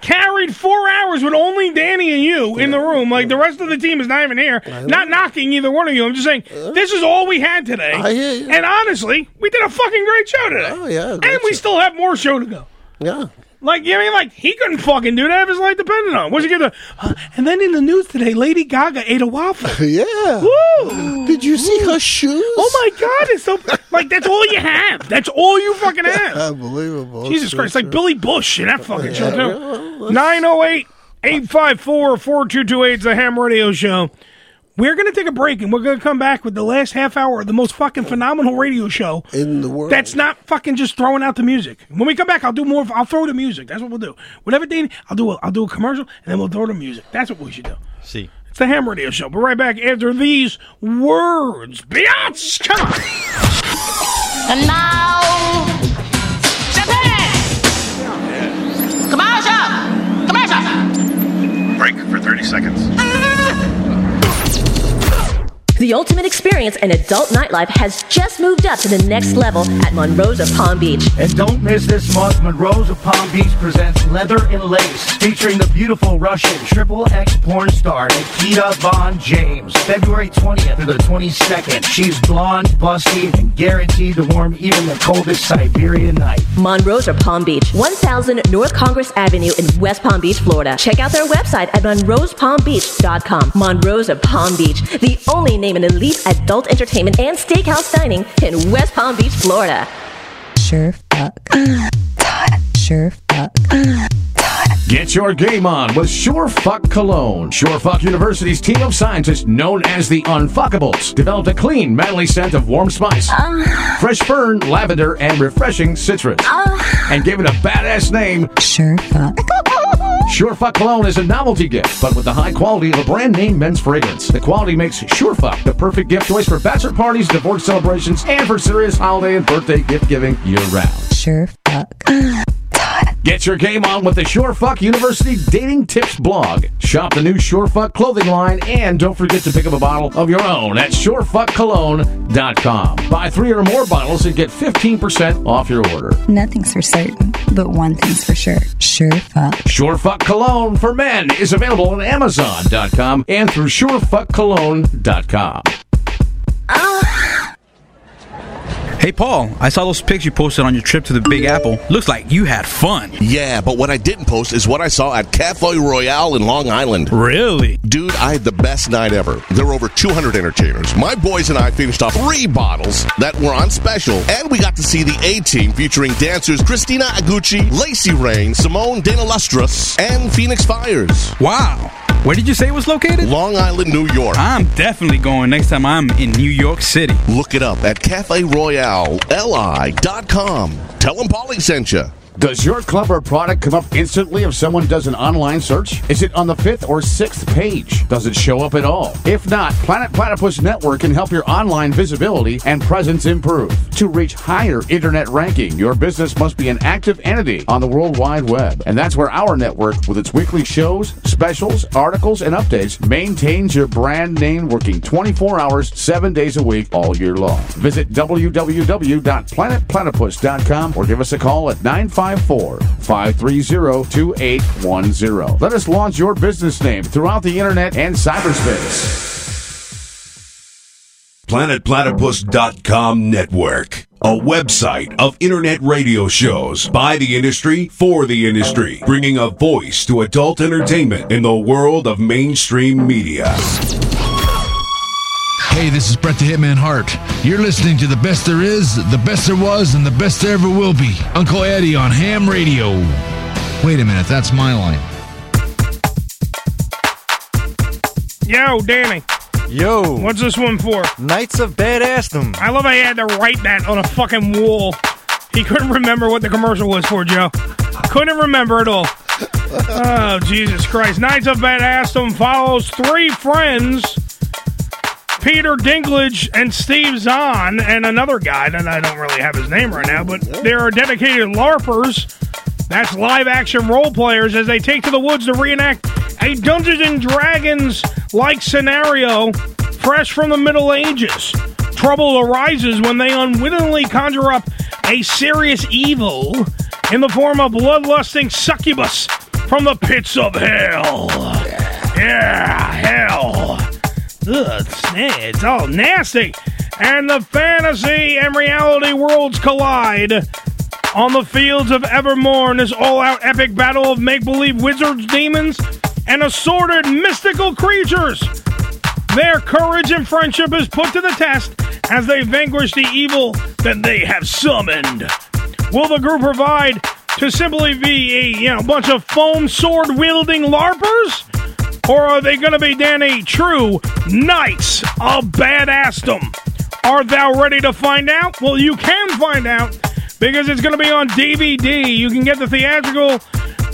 Speaker 7: Carried four hours with only Danny and you in the room. Like the rest of the team is not even here. Not knocking either one of you. I'm just saying this is all we had today. And honestly, we did a fucking great show today. Oh
Speaker 8: yeah,
Speaker 7: and we still have more show to go.
Speaker 8: Yeah.
Speaker 7: Like you know, what I mean, like he couldn't fucking do that if his life depended on. it. What's he gonna? Uh, and then in the news today, Lady Gaga ate a waffle.
Speaker 8: yeah.
Speaker 7: Woo!
Speaker 8: Did you see her shoes?
Speaker 7: Oh my god! It's so like that's all you have. That's all you fucking have.
Speaker 8: Unbelievable.
Speaker 7: Jesus
Speaker 8: So
Speaker 7: Christ, like
Speaker 8: true.
Speaker 7: Billy Bush in that fucking show,
Speaker 8: Yeah,
Speaker 7: too. 908 854 4228 is the Ham Radio Show. We're going to take a break and we're going to come back with the last half hour of the most fucking phenomenal radio show
Speaker 8: in the world.
Speaker 7: That's not fucking just throwing out the music. When we come back, I'll do more. I'll throw the music. That's what we'll do. Whatever thing, I'll do. A, I'll do a commercial and then we'll throw the music. That's what we should do.
Speaker 3: See.
Speaker 7: It's the Ham Radio Show. We're right back after these words. Beyonce, come on.
Speaker 17: And now, commercial, commercial.
Speaker 11: Break for 30 seconds.
Speaker 1: The ultimate experience in adult nightlife has just moved up to the next level at Monroe's of Palm Beach.
Speaker 33: And don't miss this month, Monroe's of Palm Beach presents Leather and Lace, featuring the beautiful Russian triple X porn star Nikita Von James. February 20th through the 22nd. She's blonde, busty, and guaranteed to warm even the coldest Siberian night.
Speaker 1: Monroe's of Palm Beach, 1000 North Congress Avenue in West Palm Beach, Florida. Check out their website at monroespalmbeach.com. Monroe's of Palm Beach, the only name in elite adult entertainment and steakhouse dining in West Palm Beach, Florida.
Speaker 34: Sure fuck. Sure fuck.
Speaker 9: Get your game on with Sure Fuck Cologne. Sure Fuck University's team of scientists known as the Unfuckables developed a clean, manly scent of warm spice,
Speaker 34: Uh.
Speaker 9: fresh fern, lavender, and refreshing citrus, and gave it a badass name,
Speaker 34: Sure fuck.
Speaker 9: Sure Fuck Cologne is a novelty gift, but with the high quality of a brand name men's fragrance. The quality makes Sure Fuck the perfect gift choice for bachelor parties, divorce celebrations, and for serious holiday and birthday gift giving year round.
Speaker 34: Sure fuck.
Speaker 9: Get your game on with the SureFuck University Dating Tips blog. Shop the new SureFuck clothing line and don't forget to pick up a bottle of your own at surefuckcologne.com. Buy three or more bottles and get 15% off your order.
Speaker 34: Nothing's for certain, but one thing's for sure. Sure fuck.
Speaker 9: SureFuck Cologne for men is available on Amazon.com and through surefuckcologne.com.
Speaker 10: Hey, Paul, I saw those pics you posted on your trip to the Big Apple. Looks like you had fun.
Speaker 13: Yeah, but what I didn't post is what I saw at Cafe Royale in Long Island.
Speaker 10: Really?
Speaker 13: Dude, I had the best night ever. There were over 200 entertainers. My boys and I finished off three bottles that were on special, and we got to see the A Team featuring dancers Christina Aguchi, Lacey Rain, Simone De La Lustras, and Phoenix Fires.
Speaker 10: Wow. Where did you say it was located?
Speaker 13: Long Island, New York.
Speaker 10: I'm definitely going next time I'm in New York City.
Speaker 13: Look it up at Cafe Royale, li.com. Tell them Polly sent you.
Speaker 9: Does your club or product come up instantly if someone does an online search? Is it on the fifth or sixth page? Does it show up at all? If not, Planet Platypus Network can help your online visibility and presence improve. To reach higher internet ranking, your business must be an active entity on the World Wide Web. And that's where our network, with its weekly shows, specials, articles, and updates, maintains your brand name working 24 hours, 7 days a week, all year long. Visit www.planetplatypus.com or give us a call at 955. 554-530-2810. Let us launch your business name throughout the internet and cyberspace.
Speaker 19: PlanetPlatypus.com Network, a website of internet radio shows by the industry for the industry, bringing a voice to adult entertainment in the world of mainstream media.
Speaker 14: Hey, this is Brett the Hitman Hart. You're listening to the best there is, the best there was, and the best there ever will be. Uncle Eddie on Ham Radio. Wait a minute, that's my line.
Speaker 7: Yo, Danny.
Speaker 3: Yo.
Speaker 7: What's this one for?
Speaker 3: Knights of Badassdom.
Speaker 7: I love how he had to write that on a fucking wall. He couldn't remember what the commercial was for, Joe. Couldn't remember at all. Oh, Jesus Christ. Knights of Badassdom follows three friends. Peter Dinklage and Steve Zahn and another guy that I don't really have his name right now, but they are dedicated LARPers. That's live action role players as they take to the woods to reenact a Dungeons and Dragons like scenario fresh from the Middle Ages. Trouble arises when they unwittingly conjure up a serious evil in the form of bloodlusting succubus from the pits of hell. Yeah, hell. Ugh, it's, it's all nasty. And the fantasy and reality worlds collide. On the fields of Evermore in this all out epic battle of make believe wizards, demons, and assorted mystical creatures. Their courage and friendship is put to the test as they vanquish the evil that they have summoned. Will the group provide to simply be a you know, bunch of foam sword wielding LARPers? Or are they going to be, Danny, true knights of badassdom? Are thou ready to find out? Well, you can find out because it's going to be on DVD. You can get the theatrical.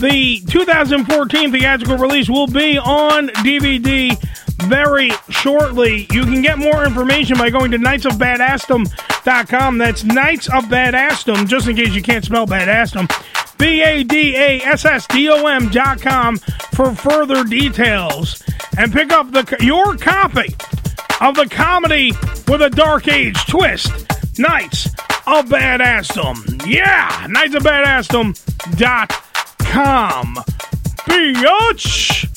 Speaker 7: The 2014 theatrical release will be on DVD very shortly. You can get more information by going to knightsofbadassdom.com. That's Knights of Badassdom, just in case you can't spell badassdom. B A D A S S D O M dot com for further details. And pick up the your copy of the comedy with a dark age twist. Knights of Badassdom. Yeah, Knights of Badassdom dot com. Biatch.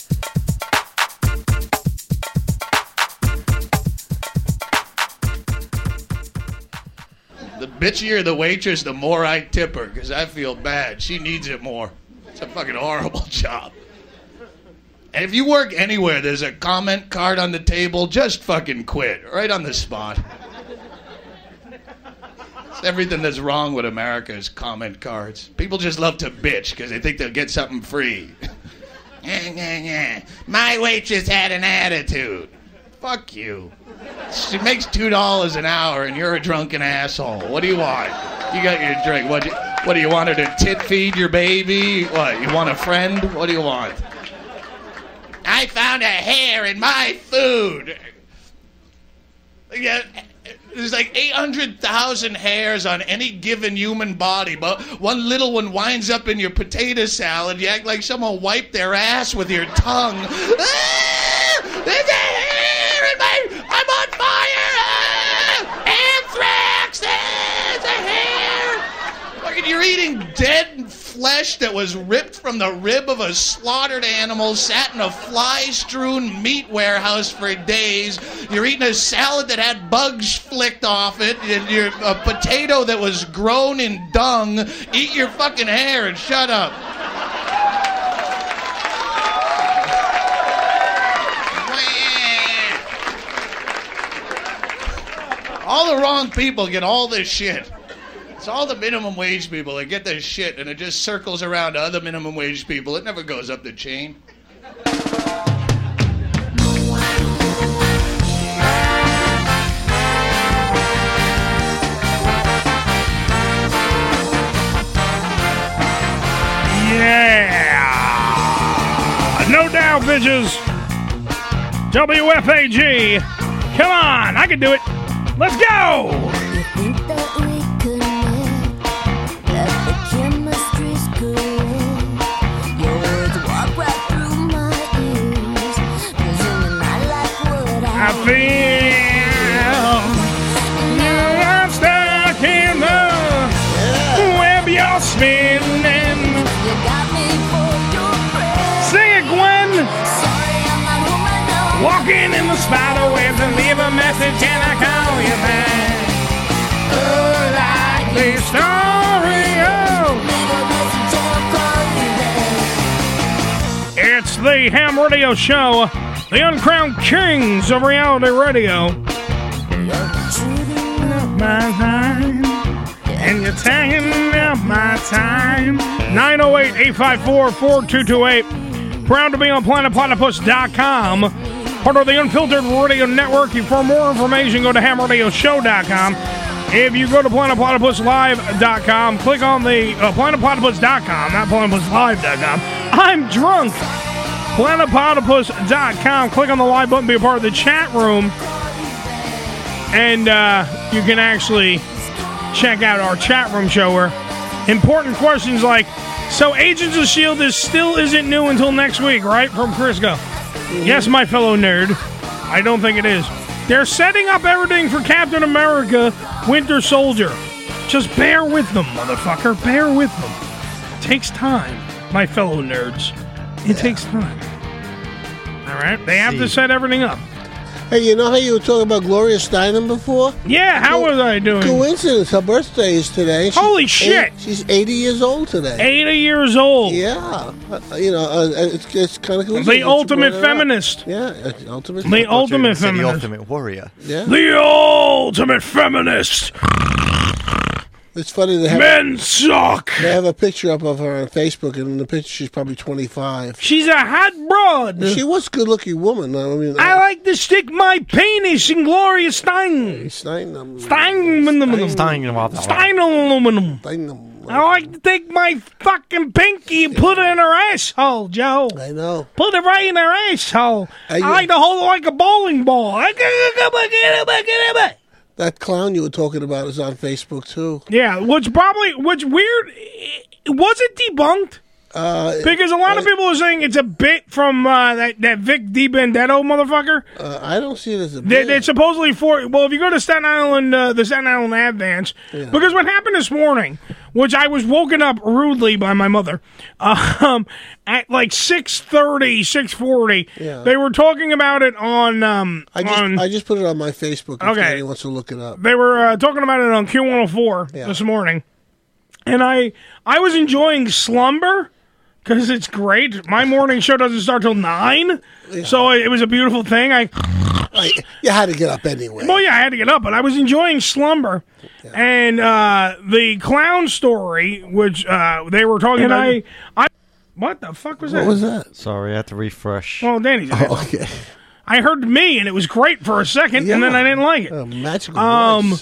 Speaker 20: The bitchier the waitress, the more I tip her, because I feel bad. She needs it more. It's a fucking horrible job. And if you work anywhere, there's a comment card on the table, just fucking quit, right on the spot. Everything that's wrong with America is comment cards. People just love to bitch because they think they'll get something free. My waitress had an attitude. Fuck you. She makes two dollars an hour, and you're a drunken asshole. What do you want? You got your drink. What? do you- What do you want her to tit feed your baby? What? You want a friend? What do you want? I found a hair in my food. Yeah, there's like 800,000 hairs on any given human body, but one little one winds up in your potato salad. You act like someone wiped their ass with your tongue. Ah, there's a hair in my. I'm on fire! Ah, anthrax! Ah, there's a hair! Fucking, you're eating dead flesh flesh that was ripped from the rib of a slaughtered animal, sat in a fly strewn meat warehouse for days. You're eating a salad that had bugs flicked off it, and you're a potato that was grown in dung. Eat your fucking hair and shut up. All the wrong people get all this shit. It's all the minimum wage people that get this shit, and it just circles around to other minimum wage people. It never goes up the chain.
Speaker 7: Yeah! No doubt, bitches! WFAG! Come on, I can do it! Let's go! I feel now I'm stuck in the web you're spinning. Sing it, Gwen. Walking in the spider web and leave a message and I call you back. Oh, likely story. oh. It's the Ham Radio Show, the uncrowned kings of reality radio. My mind, and you're taking up my time. 908-854-4228. Proud to be on planetplatypus.com. Part of the Unfiltered Radio Network. And For more information, go to hamradioshow.com. If you go to planetplatypuslive.com, click on the uh, planetplatypus.com, not planetpuslive.com. I'm drunk. Planetplatypus.com. Click on the live button, be a part of the chat room, and uh, you can actually check out our chat room show where important questions like So, Agents of S.H.I.E.L.D. E is still isn't new until next week, right? From Crisco. Yes, my fellow nerd. I don't think it is. They're setting up everything for Captain America Winter Soldier. Just bear with them, motherfucker. Bear with them. Takes time, my fellow nerds. It takes time. All right? They have to set everything up.
Speaker 8: Hey, you know how you were talking about Gloria Steinem before?
Speaker 7: Yeah, how was I doing?
Speaker 8: Coincidence, her birthday is today.
Speaker 7: Holy
Speaker 8: eight-
Speaker 7: shit!
Speaker 8: she's 80 years old today.
Speaker 7: 80 years old.
Speaker 8: Yeah. Uh, you know, uh, it's, it's kind of coincidence.
Speaker 7: The
Speaker 8: you
Speaker 7: ultimate
Speaker 8: brought it up.
Speaker 7: feminist.
Speaker 8: Yeah, uh, ultimate
Speaker 7: The ultimate
Speaker 3: Say The
Speaker 7: feminist.
Speaker 3: ultimate warrior.
Speaker 8: Yeah.
Speaker 7: The ultimate feminist.
Speaker 8: It's funny they have
Speaker 7: Men suck.
Speaker 8: They have a picture up of her on Facebook, and in the picture she's probably twenty five.
Speaker 7: She's a hot broad.
Speaker 8: She was a good looking woman. I mean,
Speaker 7: I like to stick my penis in Gloria Stein.
Speaker 8: Stein.
Speaker 7: Stein. Stein aluminum. I like to take my fucking pinky and put it in her asshole, Joe.
Speaker 8: I know.
Speaker 7: Put it right in her asshole. I
Speaker 8: you-
Speaker 7: like to hold it like a bowling ball.
Speaker 8: that clown you were talking about is on Facebook too.
Speaker 7: Yeah, which probably, which weird, was it debunked?
Speaker 8: Uh,
Speaker 7: Because a lot of people are saying it's a bit from uh, that that Vic DiBendetto motherfucker.
Speaker 8: Uh, I don't see it as a
Speaker 7: They, they supposedly for well, if you go to Staten Island, uh, the Staten Island Advance, because what happened this morning, which I was woken up rudely by my mother, um, at like 6.30, 6.40,
Speaker 8: Yeah.
Speaker 7: they were talking about it on um,
Speaker 8: I just
Speaker 7: on
Speaker 8: I just put it on my Facebook. If
Speaker 7: Okay.
Speaker 8: anybody wants to look it up.
Speaker 7: they were uh, talking about it on Q104
Speaker 8: Yeah.
Speaker 7: this morning, and I I was enjoying slumber because it's great. My morning show doesn't start till nine, so it was a beautiful thing. I
Speaker 8: You had to get up anyway.
Speaker 7: well, yeah, I had to get up, but I was enjoying slumber, and uh, the clown story, which uh, they were talking.
Speaker 3: And
Speaker 7: I,
Speaker 3: I-
Speaker 7: I, what the fuck was that?
Speaker 3: Sorry, I had to refresh.
Speaker 7: Well, Danny's. okay. I heard me, and it was great for a second, and then I didn't like it.
Speaker 8: magical
Speaker 7: um,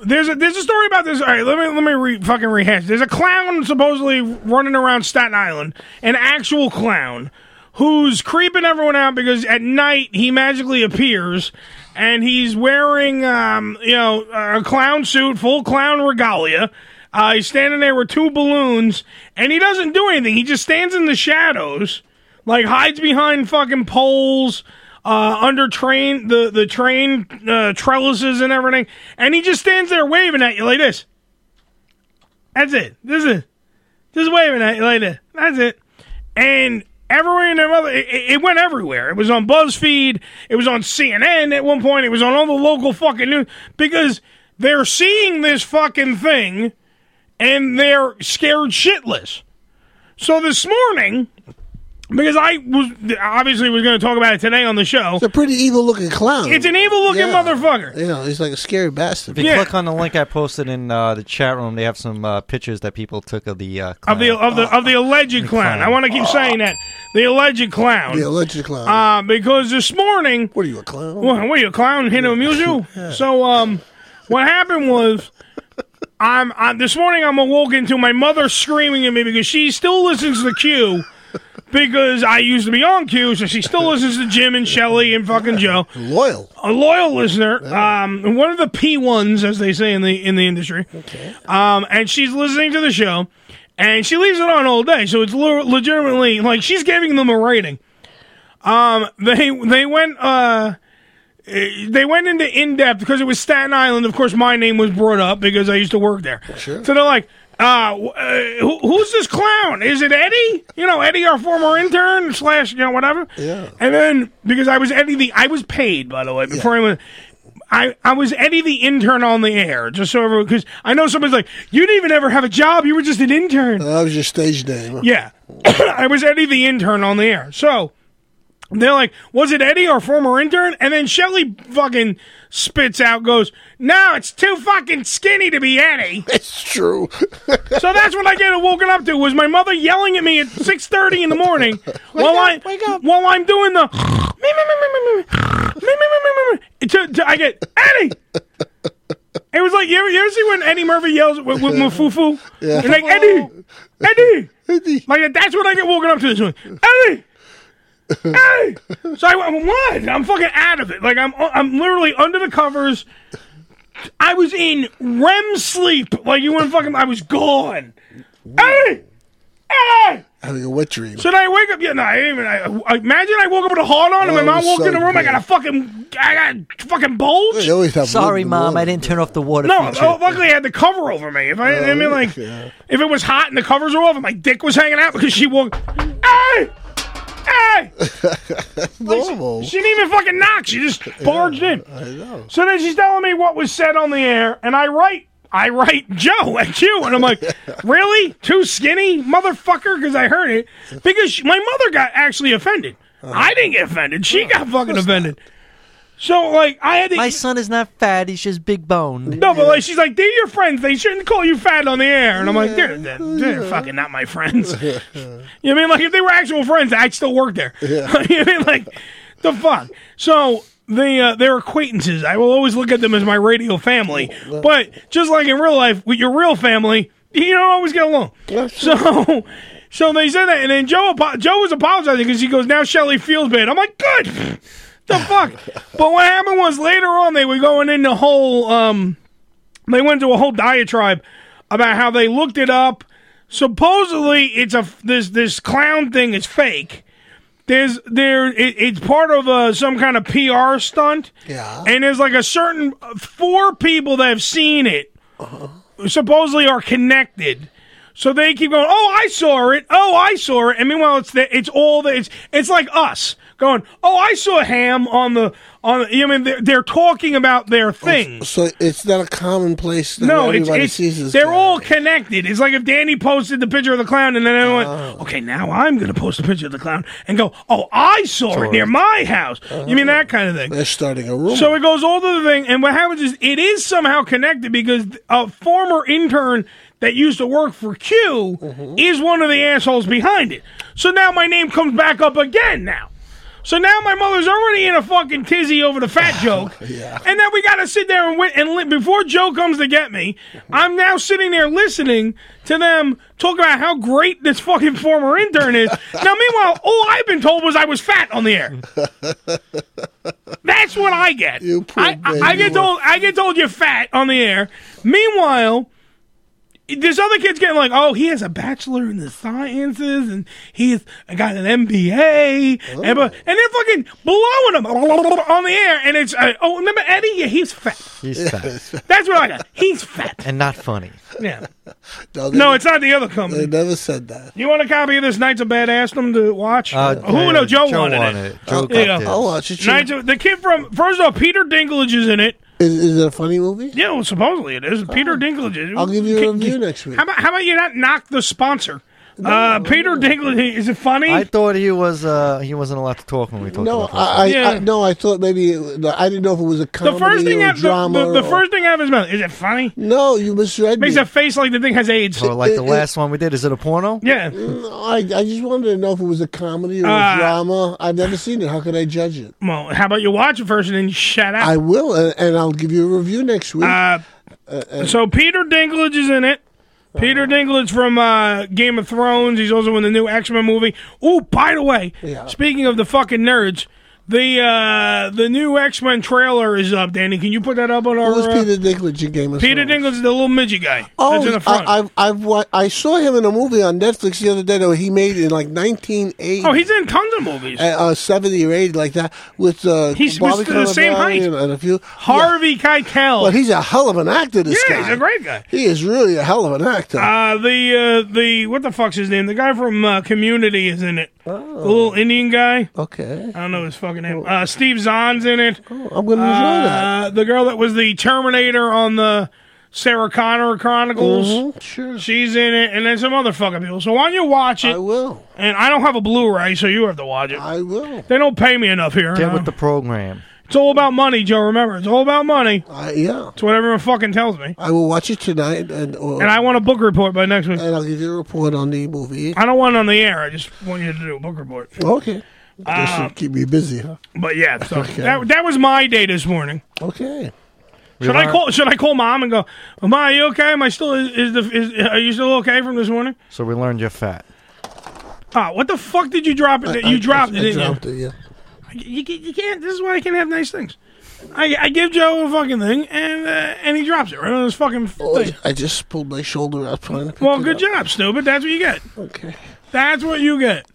Speaker 7: There's a there's a story about this. All right, let me let me re- fucking rehash. There's a clown supposedly running around Staten Island, an actual clown who's creeping everyone out because at night he magically appears and he's wearing um, you know a clown suit, full clown regalia. Uh, he's standing there with two balloons, and he doesn't do anything. He just stands in the shadows like hides behind fucking poles uh, under train the the train uh, trellises and everything and he just stands there waving at you like this that's it this is Just waving at you like this. That's it. And everywhere in their mother, it, it it went everywhere. It was on BuzzFeed. It was on CNN at one point. It was on all the local fucking news because they're seeing this fucking thing and they're scared shitless. So this morning, because I was obviously was going to talk about it today on the show. It's a
Speaker 8: pretty evil looking clown.
Speaker 7: It's an evil looking
Speaker 8: Yeah.
Speaker 7: motherfucker.
Speaker 8: Yeah, he's like a scary bastard.
Speaker 3: If you click on the link I posted in uh, the chat room, they have some uh, pictures that people took of the. Uh,
Speaker 7: of the of the of the alleged clown. I want to keep saying that the alleged clown.
Speaker 8: The alleged clown.
Speaker 7: Uh, because this morning, what
Speaker 8: are you a clown?
Speaker 7: What, what are you a clown? Here to amuse you? So, um, what happened was, I'm, i this morning I'm awoken to my mother screaming at me because she still listens to Q. Because I used to be on Q, so she still listens to Jim and Shelly and fucking Joe.
Speaker 8: Loyal,
Speaker 7: a loyal listener. Um, one of the P ones, as they say in the in the industry. Okay. Um, and she's listening to the show, and she leaves it on all day, so it's le- legitimately like she's giving them a rating. Um, they they went uh, eh, they went into in depth because it was Staten Island. Of course, my name was brought up because I used to work there. Sure. So they're like, uh, wh- uh who, who's this clown? Is it Eddie? You know, Eddie, our former intern slash you know whatever.
Speaker 8: Yeah.
Speaker 7: And then because I was Eddie the I was paid by the way before I went. I, I was Eddie the intern on the air, just so everyone, because I know somebody's like, you didn't even ever have a job. You were just an intern.
Speaker 8: That was your stage name.
Speaker 7: Yeah. I was Eddie the intern on the air. So they're like, was it Eddie, our former intern? And then Shelly fucking spits out, goes, no, it's too fucking skinny to be Eddie.
Speaker 8: It's true.
Speaker 7: so that's what I get woken up to was my mother yelling at me at 6.30 in the morning while, I, while I'm doing the... me, me, me, me, me, me, me, me, me, me, me, to- to- I get, Eddie! It was like, you ever, you ever see when Eddie Murphy yells with, with Mufufu?
Speaker 8: Yeah.
Speaker 7: And like, Eddie! Eddie! Like, that's what I get woken up to this morning. Eddie! Eddie! So I went, what? I'm fucking out of it. Like, I'm, I'm literally under the covers. I was in REM sleep. Like, you wouldn't fucking, I was gone. Eddie! Eddie!
Speaker 8: Having a wet dream.
Speaker 7: So then I wake up. Yeah, no, I didn't even. I, I- imagine I woke up with a hard on, and my
Speaker 8: Oh,
Speaker 7: mom walked
Speaker 8: so
Speaker 7: in the room. I
Speaker 8: good.
Speaker 7: got a fucking, I got fucking bulge.
Speaker 8: They always have
Speaker 15: Sorry,
Speaker 8: wood in the
Speaker 15: mom,
Speaker 8: water.
Speaker 15: I didn't turn off the water.
Speaker 7: No,
Speaker 15: feature.
Speaker 7: oh, luckily I had the cover over me. If I, I mean,
Speaker 8: Oh,
Speaker 7: like, if it was hot and the covers were off, and my dick was hanging out because she walked. Hey, hey!
Speaker 8: Normal.
Speaker 7: She didn't even fucking knock. She just barged in. I know. So then she's telling me what was said on the air, and I write, I write Joe at you, and I'm like, really? Too skinny, motherfucker? Because I heard it. Because she, my mother got actually offended. I didn't get offended. She got fucking offended. So like, I had to.
Speaker 15: My son is not fat. He's just big boned.
Speaker 7: No, but like she's like, they're your friends. They shouldn't call you fat on the air. And I'm like, they're, they're, they're fucking not my friends. you know what I mean? Like if they were actual friends, I'd still work there. you know what I mean? Like the fuck. So they uh, they're acquaintances. I will always look at them as my radio family. But just like in real life, with your real family, you don't always get along. So. So they said that, and then Joe apo- Joe was apologizing because he goes, "Now Shelly feels bad." I'm like, "Good, the fuck." but what happened was later on they were going into whole um, they went into a whole diatribe about how they looked it up. Supposedly, it's a this this clown thing is fake. There's there it, it's part of uh some kind of PR stunt. Yeah, and there's like a certain four people that have seen it. Supposedly are connected. So they keep going. Oh, I saw it. Oh, I saw it. And meanwhile, it's the, it's all the it's it's like us going. Oh, I saw Ham on the on. The, I mean, they're, they're talking about their thing.
Speaker 8: So it's not a commonplace thing.
Speaker 7: No, it's,
Speaker 8: everybody
Speaker 7: it's
Speaker 8: sees this.
Speaker 7: they're all connected. It's like if Danny posted the picture of the clown, and then everyone,
Speaker 8: Oh.
Speaker 7: went, okay, now I'm going to post a picture of the clown and go, oh, I saw it near my house. You mean that kind of thing?
Speaker 8: Oh. They're starting a rumor.
Speaker 7: So it goes all to the thing, and what happens is it is somehow connected because a former intern that used to work for Q
Speaker 8: Mm-hmm.
Speaker 7: is one of the assholes behind it. So now my name comes back up again now. So now my mother's already in a fucking tizzy over the fat joke, and then we got to sit there and wait. And li- before Joe comes to get me, I'm now sitting there listening to them talk about how great this fucking former intern is. now, meanwhile, all I've been told was I was fat on the air. That's what I get. I, I- I get told I get told you're fat on the air. Meanwhile, There's other kids getting like, oh, he has a bachelor in the sciences, and he's got an MBA, and, but, and they're fucking blowing him on the air. And it's uh, oh, remember Eddie? Yeah, he's fat.
Speaker 3: He's fat
Speaker 7: That's what I got. He's fat.
Speaker 3: and not funny.
Speaker 7: Yeah.
Speaker 8: No,
Speaker 7: No, it's not the other company.
Speaker 8: They never said that.
Speaker 7: You want a copy of this Knights of Badass them to watch?
Speaker 8: Uh,
Speaker 7: Who
Speaker 8: yeah,
Speaker 7: no Joe,
Speaker 8: Joe
Speaker 7: wanted
Speaker 8: wanted
Speaker 7: it.
Speaker 8: it. Joe
Speaker 7: There you
Speaker 8: got
Speaker 7: go.
Speaker 8: it. I'll watch it, too.
Speaker 7: Knights of- the kid from first off, Peter Dinklage is in it.
Speaker 8: Is, is it a funny movie? Oh.
Speaker 7: Yeah, well, supposedly it is. Peter Dinklage.
Speaker 8: I'll give you a review next week.
Speaker 7: How about how about you not knock the sponsor? uh, Peter Dinklage. Is it funny?
Speaker 3: I thought he was uh, he wasn't allowed to talk when we talked
Speaker 8: No,
Speaker 3: about this.
Speaker 8: I, I,
Speaker 7: Yeah.
Speaker 8: I no, I thought maybe it, no, I didn't know if it was a comedy
Speaker 7: the first thing
Speaker 8: or
Speaker 7: out the,
Speaker 8: drama.
Speaker 7: the, the
Speaker 8: or-
Speaker 7: first thing out of his mouth is it funny?
Speaker 8: No, you misread
Speaker 7: Makes
Speaker 8: me.
Speaker 7: a face like the thing has AIDS.
Speaker 3: Or like the last one we did, is it a porno?
Speaker 7: Yeah.
Speaker 8: No, Mm, I, I just wanted to know if it was a comedy or
Speaker 7: Uh,
Speaker 8: a drama. I've never seen it. How could I judge it?
Speaker 7: Well, how about you watch it first and then you shout out?
Speaker 8: I will, and, and I'll give you a review next week.
Speaker 7: Uh, so Peter Dinklage is in it. Peter
Speaker 8: Uh-huh.
Speaker 7: Dinklage from uh, Game of Thrones. He's also in the new X Men movie. Oh, by the way, speaking of the fucking nerds, the uh, the new X Men trailer is up. Danny, can you put that up on our?
Speaker 8: Who was
Speaker 7: uh,
Speaker 8: Peter Dinklage in Game of
Speaker 7: Peter Dinklage is the little midget guy.
Speaker 8: Oh,
Speaker 7: that's in the front.
Speaker 8: I, I've, I've wa- I saw him in a movie on Netflix the other day that he made in like 1980.
Speaker 7: oh, he's in tons of movies.
Speaker 8: uh, uh, 70 or 80 like that with uh,
Speaker 7: He's
Speaker 8: Bobby
Speaker 7: Mr. the same
Speaker 8: Cannavale
Speaker 7: height.
Speaker 8: and, and a few
Speaker 7: Harvey Keitel.
Speaker 8: But he's a hell of an actor. This
Speaker 7: yeah,
Speaker 8: guy.
Speaker 7: he's a great guy.
Speaker 8: He is really a hell of an actor.
Speaker 7: Uh, the uh, the what the fuck's his name? The guy from uh, Community is in it. The little Indian guy.
Speaker 8: Oh. Okay. Oh,
Speaker 7: I don't know his fucking name. Uh, Steve Zahn's in it.
Speaker 8: I'm gonna enjoy
Speaker 7: uh, that. The girl that was the Terminator on the Sarah Connor Chronicles.
Speaker 8: Mm-hmm. Sure.
Speaker 7: She's in it, and then some other fucking people. So why don't you watch it? I
Speaker 8: will.
Speaker 7: And I don't have a Blu-ray, so you have to watch it.
Speaker 8: I will.
Speaker 7: They don't pay me enough here.
Speaker 3: Get
Speaker 7: no.
Speaker 3: with the program.
Speaker 7: It's all about money, Joe. Remember, it's all about money.
Speaker 8: yeah.
Speaker 7: It's what everyone fucking tells me.
Speaker 8: I will watch it tonight, and or,
Speaker 7: And I want a book report by next week.
Speaker 8: and I'll give you a report on the movie.
Speaker 7: I don't want it on the air. I just want you to do a book report.
Speaker 8: Okay. This
Speaker 7: Uh,
Speaker 8: should keep me busy, huh?
Speaker 7: but yeah, so
Speaker 8: Okay.
Speaker 7: that, that was my day this morning.
Speaker 8: Okay.
Speaker 7: Should I call? Should I call mom and go, "Am I okay? Am I still is, is the is, are you still okay from this morning?"
Speaker 3: So we learned you're fat.
Speaker 7: Ah, what the fuck did you drop? It? you dropped it.
Speaker 8: I,
Speaker 7: didn't you?
Speaker 8: dropped it. Yeah.
Speaker 7: You, ca- you can't. This is why I can't have nice things. I, I give Joe a fucking thing, and uh, and he drops it right on his fucking thing.
Speaker 8: I just pulled my shoulder out trying to Oh, pick
Speaker 7: Well,
Speaker 8: it
Speaker 7: good
Speaker 8: up.
Speaker 7: job, stupid. That's what you get.
Speaker 8: Okay.
Speaker 7: That's what you get.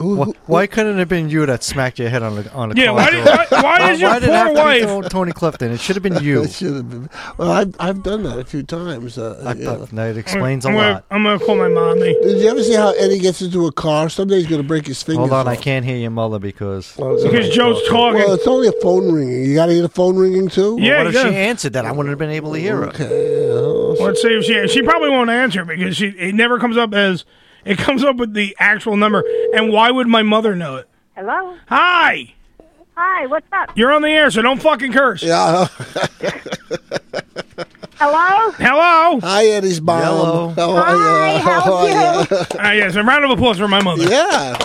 Speaker 3: Why, why couldn't it have been you that smacked your head on the on the
Speaker 7: Yeah,
Speaker 3: car
Speaker 7: why did-
Speaker 3: door?
Speaker 7: why- why is your
Speaker 3: why did it
Speaker 7: poor
Speaker 3: have to be
Speaker 7: wife-
Speaker 3: Tony- Tony Clifton? It should have been you.
Speaker 8: It should have been. Well, I've, I've done that a few times. Uh,
Speaker 3: I
Speaker 8: yeah.
Speaker 3: thought that explains a
Speaker 7: I'm gonna,
Speaker 3: lot.
Speaker 7: I'm gonna call my mommy.
Speaker 8: Did you ever see how Eddie gets into a car? Somebody's going to break his fingers.
Speaker 3: Hold on, I
Speaker 8: off.
Speaker 3: can't hear your mother because
Speaker 7: Because Joe's talking.
Speaker 8: Well, it's only a phone ringing. You got to hear the phone ringing too.
Speaker 3: what if she answered that? I wouldn't have been able to hear her.
Speaker 7: Let's see if she she probably won't answer because she it never comes up as it comes up with the actual number. And why would my mother know it?
Speaker 6: Hello.
Speaker 7: Hi,
Speaker 6: Hi. What's up?
Speaker 7: you're on the air, so don't fucking curse.
Speaker 8: Yeah.
Speaker 6: Hello.
Speaker 7: Hello.
Speaker 8: Hi, Eddie's mom. How
Speaker 7: Hello.
Speaker 8: are you? How are you?
Speaker 7: Ah, yes, a round of applause for my mother.
Speaker 8: Yeah.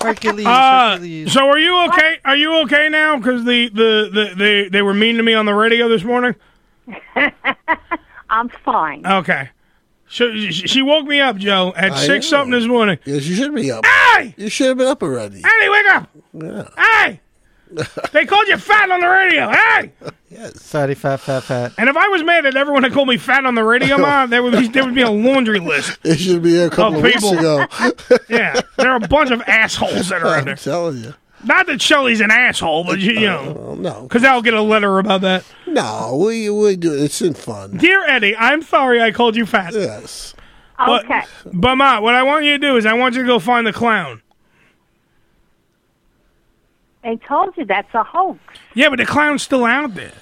Speaker 3: Hercules.
Speaker 7: Uh, so are you okay? Are you okay now? Because the, the, the they they were mean to me on the radio this morning.
Speaker 6: I'm fine.
Speaker 7: Okay. So she, she woke me up, Joe, at
Speaker 8: I
Speaker 7: six
Speaker 8: know.
Speaker 7: something this morning.
Speaker 8: Yes, you should be up.
Speaker 7: Hey,
Speaker 8: You should have been up already.
Speaker 7: Eddie, wake up!
Speaker 8: Yeah.
Speaker 7: Hey, they called you fat on the radio. Hey,
Speaker 3: Fatty, fat, fat, fat.
Speaker 7: and if I was mad at everyone that called me fat on the radio, ma, there would be there would be a laundry list.
Speaker 8: It should be here a couple
Speaker 7: Of
Speaker 8: of weeks
Speaker 7: Oh, people.
Speaker 8: ago.
Speaker 7: Yeah, there are a bunch of assholes that are in
Speaker 8: I'm
Speaker 7: there.
Speaker 8: telling you.
Speaker 7: Not that Shelly's an asshole, but you, you know,
Speaker 8: Uh, no,
Speaker 7: because I'll get a letter about that.
Speaker 8: No, we we do. It's in fun.
Speaker 7: Dear Eddie, I'm sorry I called you fat.
Speaker 8: Yes.
Speaker 7: But,
Speaker 6: Okay.
Speaker 7: But Ma, what I want you to do is I want you to go find the clown.
Speaker 6: They told you that's a hoax.
Speaker 7: Yeah, but the clown's still out there.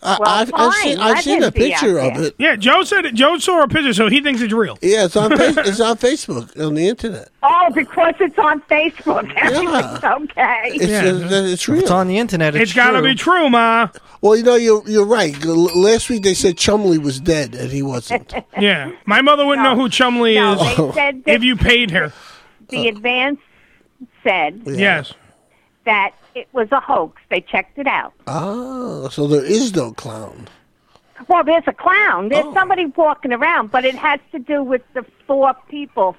Speaker 8: I,
Speaker 6: Well, I've- I've fine. seen- I've Let seen him a be out picture of there. it.
Speaker 7: Yeah, Joe said it. Joe saw a picture, so he thinks it's real.
Speaker 8: Yeah, it's on face, it's on Facebook on the internet.
Speaker 6: Oh, because it's on Facebook. Everything's okay.
Speaker 8: It's uh, it's real.
Speaker 3: It's on the internet. It's,
Speaker 7: It's gotta
Speaker 3: true.
Speaker 7: be true, Ma.
Speaker 8: Well, you know you're you're right. L- Last week they said Chumley was dead, and he wasn't.
Speaker 7: Yeah, my mother wouldn't know who Chumley
Speaker 6: No,
Speaker 7: is
Speaker 8: Oh.
Speaker 6: they said that
Speaker 7: if you paid her.
Speaker 6: the advance said
Speaker 7: Yes.
Speaker 6: that it was a hoax. They checked it out.
Speaker 8: Ah, so there is no clown.
Speaker 6: Well, there's a clown.
Speaker 8: Oh.
Speaker 6: There's somebody walking around, but it has to do with the four people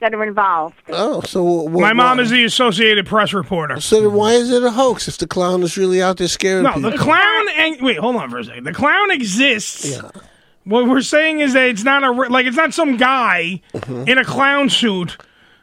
Speaker 6: that are involved.
Speaker 8: Oh, so wh- wh-
Speaker 7: My mom
Speaker 8: why-
Speaker 7: is the Associated Press reporter.
Speaker 8: So then why is it a hoax if the clown is really out there scaring
Speaker 7: No,
Speaker 8: people?
Speaker 7: the clown. And, wait, hold on for a second. The clown exists What we're saying is that it's not a re- like it's not some guy
Speaker 8: Mm-hmm.
Speaker 7: in a clown suit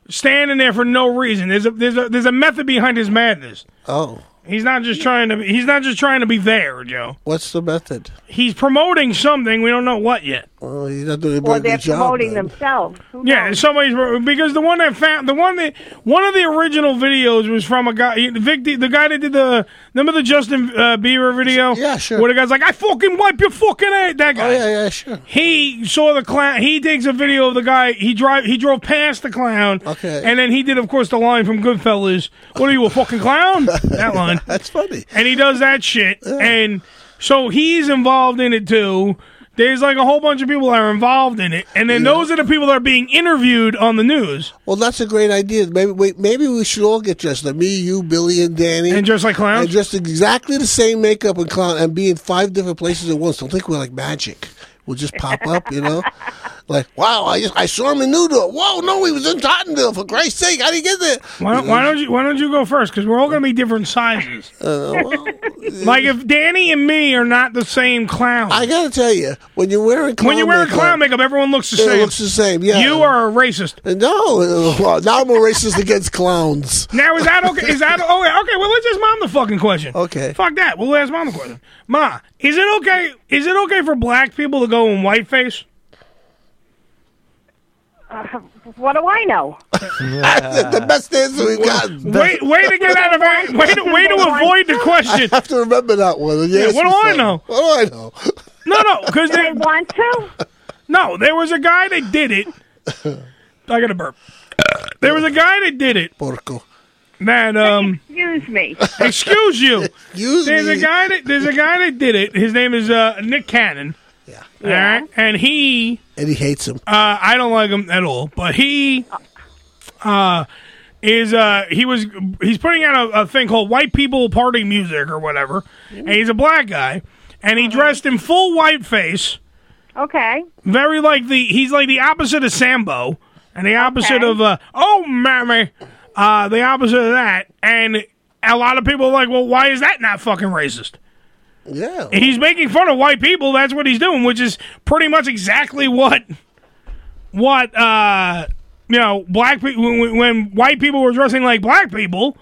Speaker 7: standing there for no reason. There's a there's a there's a method behind his madness.
Speaker 8: Oh,
Speaker 7: He's not just trying to he's not just trying to be there, Joe.
Speaker 8: what's the method?
Speaker 7: He's promoting something we don't know what yet.
Speaker 8: Well, he's not doing a
Speaker 6: Or
Speaker 8: very
Speaker 6: they're
Speaker 8: good job.
Speaker 6: promoting themselves. Who
Speaker 7: Yeah, somebody's because the one that found the one that one of the original videos was from a guy, Vic, the guy that did the remember the Justin uh, Bieber video? Yeah, sure. Where the guy's like, "I fucking wipe your fucking ass." That guy. Oh
Speaker 8: yeah, yeah, sure.
Speaker 7: He saw the clown. He takes a video of the guy. He drive. He drove past the clown.
Speaker 8: Okay.
Speaker 7: And then he did, of course, the line from Goodfellas. What are you, a fucking clown? that line.
Speaker 8: That's funny.
Speaker 7: And he does that shit. And so he's involved in it too. There's like a whole bunch of people that are involved in it. And then those are the people that are being interviewed on the news.
Speaker 8: Well, that's a great idea. Maybe wait, maybe we should all get dressed like me, you, Billy, and Danny, and
Speaker 7: dress like clowns,
Speaker 8: and dressed exactly the same makeup and clown, and be in five different places at once. Don't think we're like magic. We'll just pop up, you know. Like, wow, I just, I saw him in Newdale. Whoa, no, he was in Tottenville. For Christ's sake, how did he get there?
Speaker 7: Why don't, why don't you why don't you go first? Because we're all gonna be different sizes.
Speaker 8: Uh,
Speaker 7: like if Danny and me are not the same clown. I
Speaker 8: gotta tell you, when you're wearing
Speaker 7: when you
Speaker 8: clown
Speaker 7: wear
Speaker 8: makeup-
Speaker 7: clown makeup, everyone looks the
Speaker 8: It
Speaker 7: same.
Speaker 8: looks the same, yeah.
Speaker 7: You are a racist.
Speaker 8: Uh, No, well, now I'm a racist against clowns.
Speaker 7: Now is that okay? Is that oh yeah, okay? Well, let's ask mom the fucking question.
Speaker 8: Okay.
Speaker 7: Fuck that. We'll ask mom the question. Ma, is it okay? Is it okay for black people to go in whiteface?
Speaker 6: uh, What do I know?
Speaker 8: the best answer we got.
Speaker 7: Way, way to get out of it. Way to, way to avoid the question.
Speaker 8: I have to remember that one.
Speaker 7: Yeah,
Speaker 8: Yes,
Speaker 7: what do I
Speaker 8: so-
Speaker 7: know?
Speaker 8: What do I know?
Speaker 7: No, no, because they
Speaker 6: want to.
Speaker 7: No, there was a guy that did it. I got a burp. There was a guy that did it.
Speaker 8: Porco.
Speaker 7: That um.
Speaker 6: Excuse me.
Speaker 7: Excuse you. there's
Speaker 6: me.
Speaker 7: a guy that there's a guy that did it. His name is uh, Nick Cannon. Yeah. All right. And he
Speaker 8: And he hates him.
Speaker 7: uh, I don't like him at all, but he uh, is uh, he was he's putting out a, a thing called White People Party Music or whatever, and he's a black guy, and he dressed in full white face,
Speaker 6: Okay.
Speaker 7: very like the he's like the opposite of Sambo and the opposite of uh, oh mammy, uh, the opposite of that, and a lot of people are like, well, why is that not fucking racist?
Speaker 8: Yeah.
Speaker 7: He's making fun of white people. That's what he's doing, which is pretty much exactly what what uh you know black people when, when- when white people were dressing like black people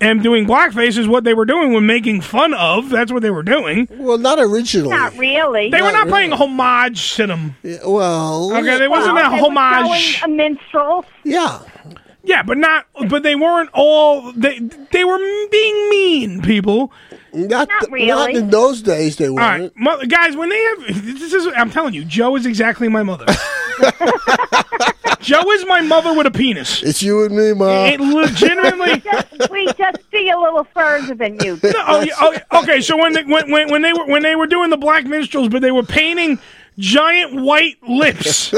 Speaker 7: and doing blackface is what they were doing when making fun of. That's what they were doing.
Speaker 8: Well, not originally.
Speaker 6: Not really.
Speaker 7: They were not playing homage to them.
Speaker 8: well,
Speaker 7: okay, there wasn't
Speaker 6: Well,
Speaker 7: a
Speaker 6: they were
Speaker 7: homage.
Speaker 6: showing A minstrel.
Speaker 8: Yeah.
Speaker 7: Yeah, but not. But they weren't all. They they were being mean people.
Speaker 8: Not,
Speaker 6: Not really. not in
Speaker 8: those days they
Speaker 7: All right, mo- guys. When they have this is, I'm telling you, Joe is exactly my mother. Joe is my mother with a penis.
Speaker 8: It's you and me, Ma.
Speaker 7: It legitimately.
Speaker 6: we just see a little further than you. do.
Speaker 7: No, oh, yeah, oh, okay, so when they, when, when when they were when they were doing the black minstrels, but they were painting giant white lips.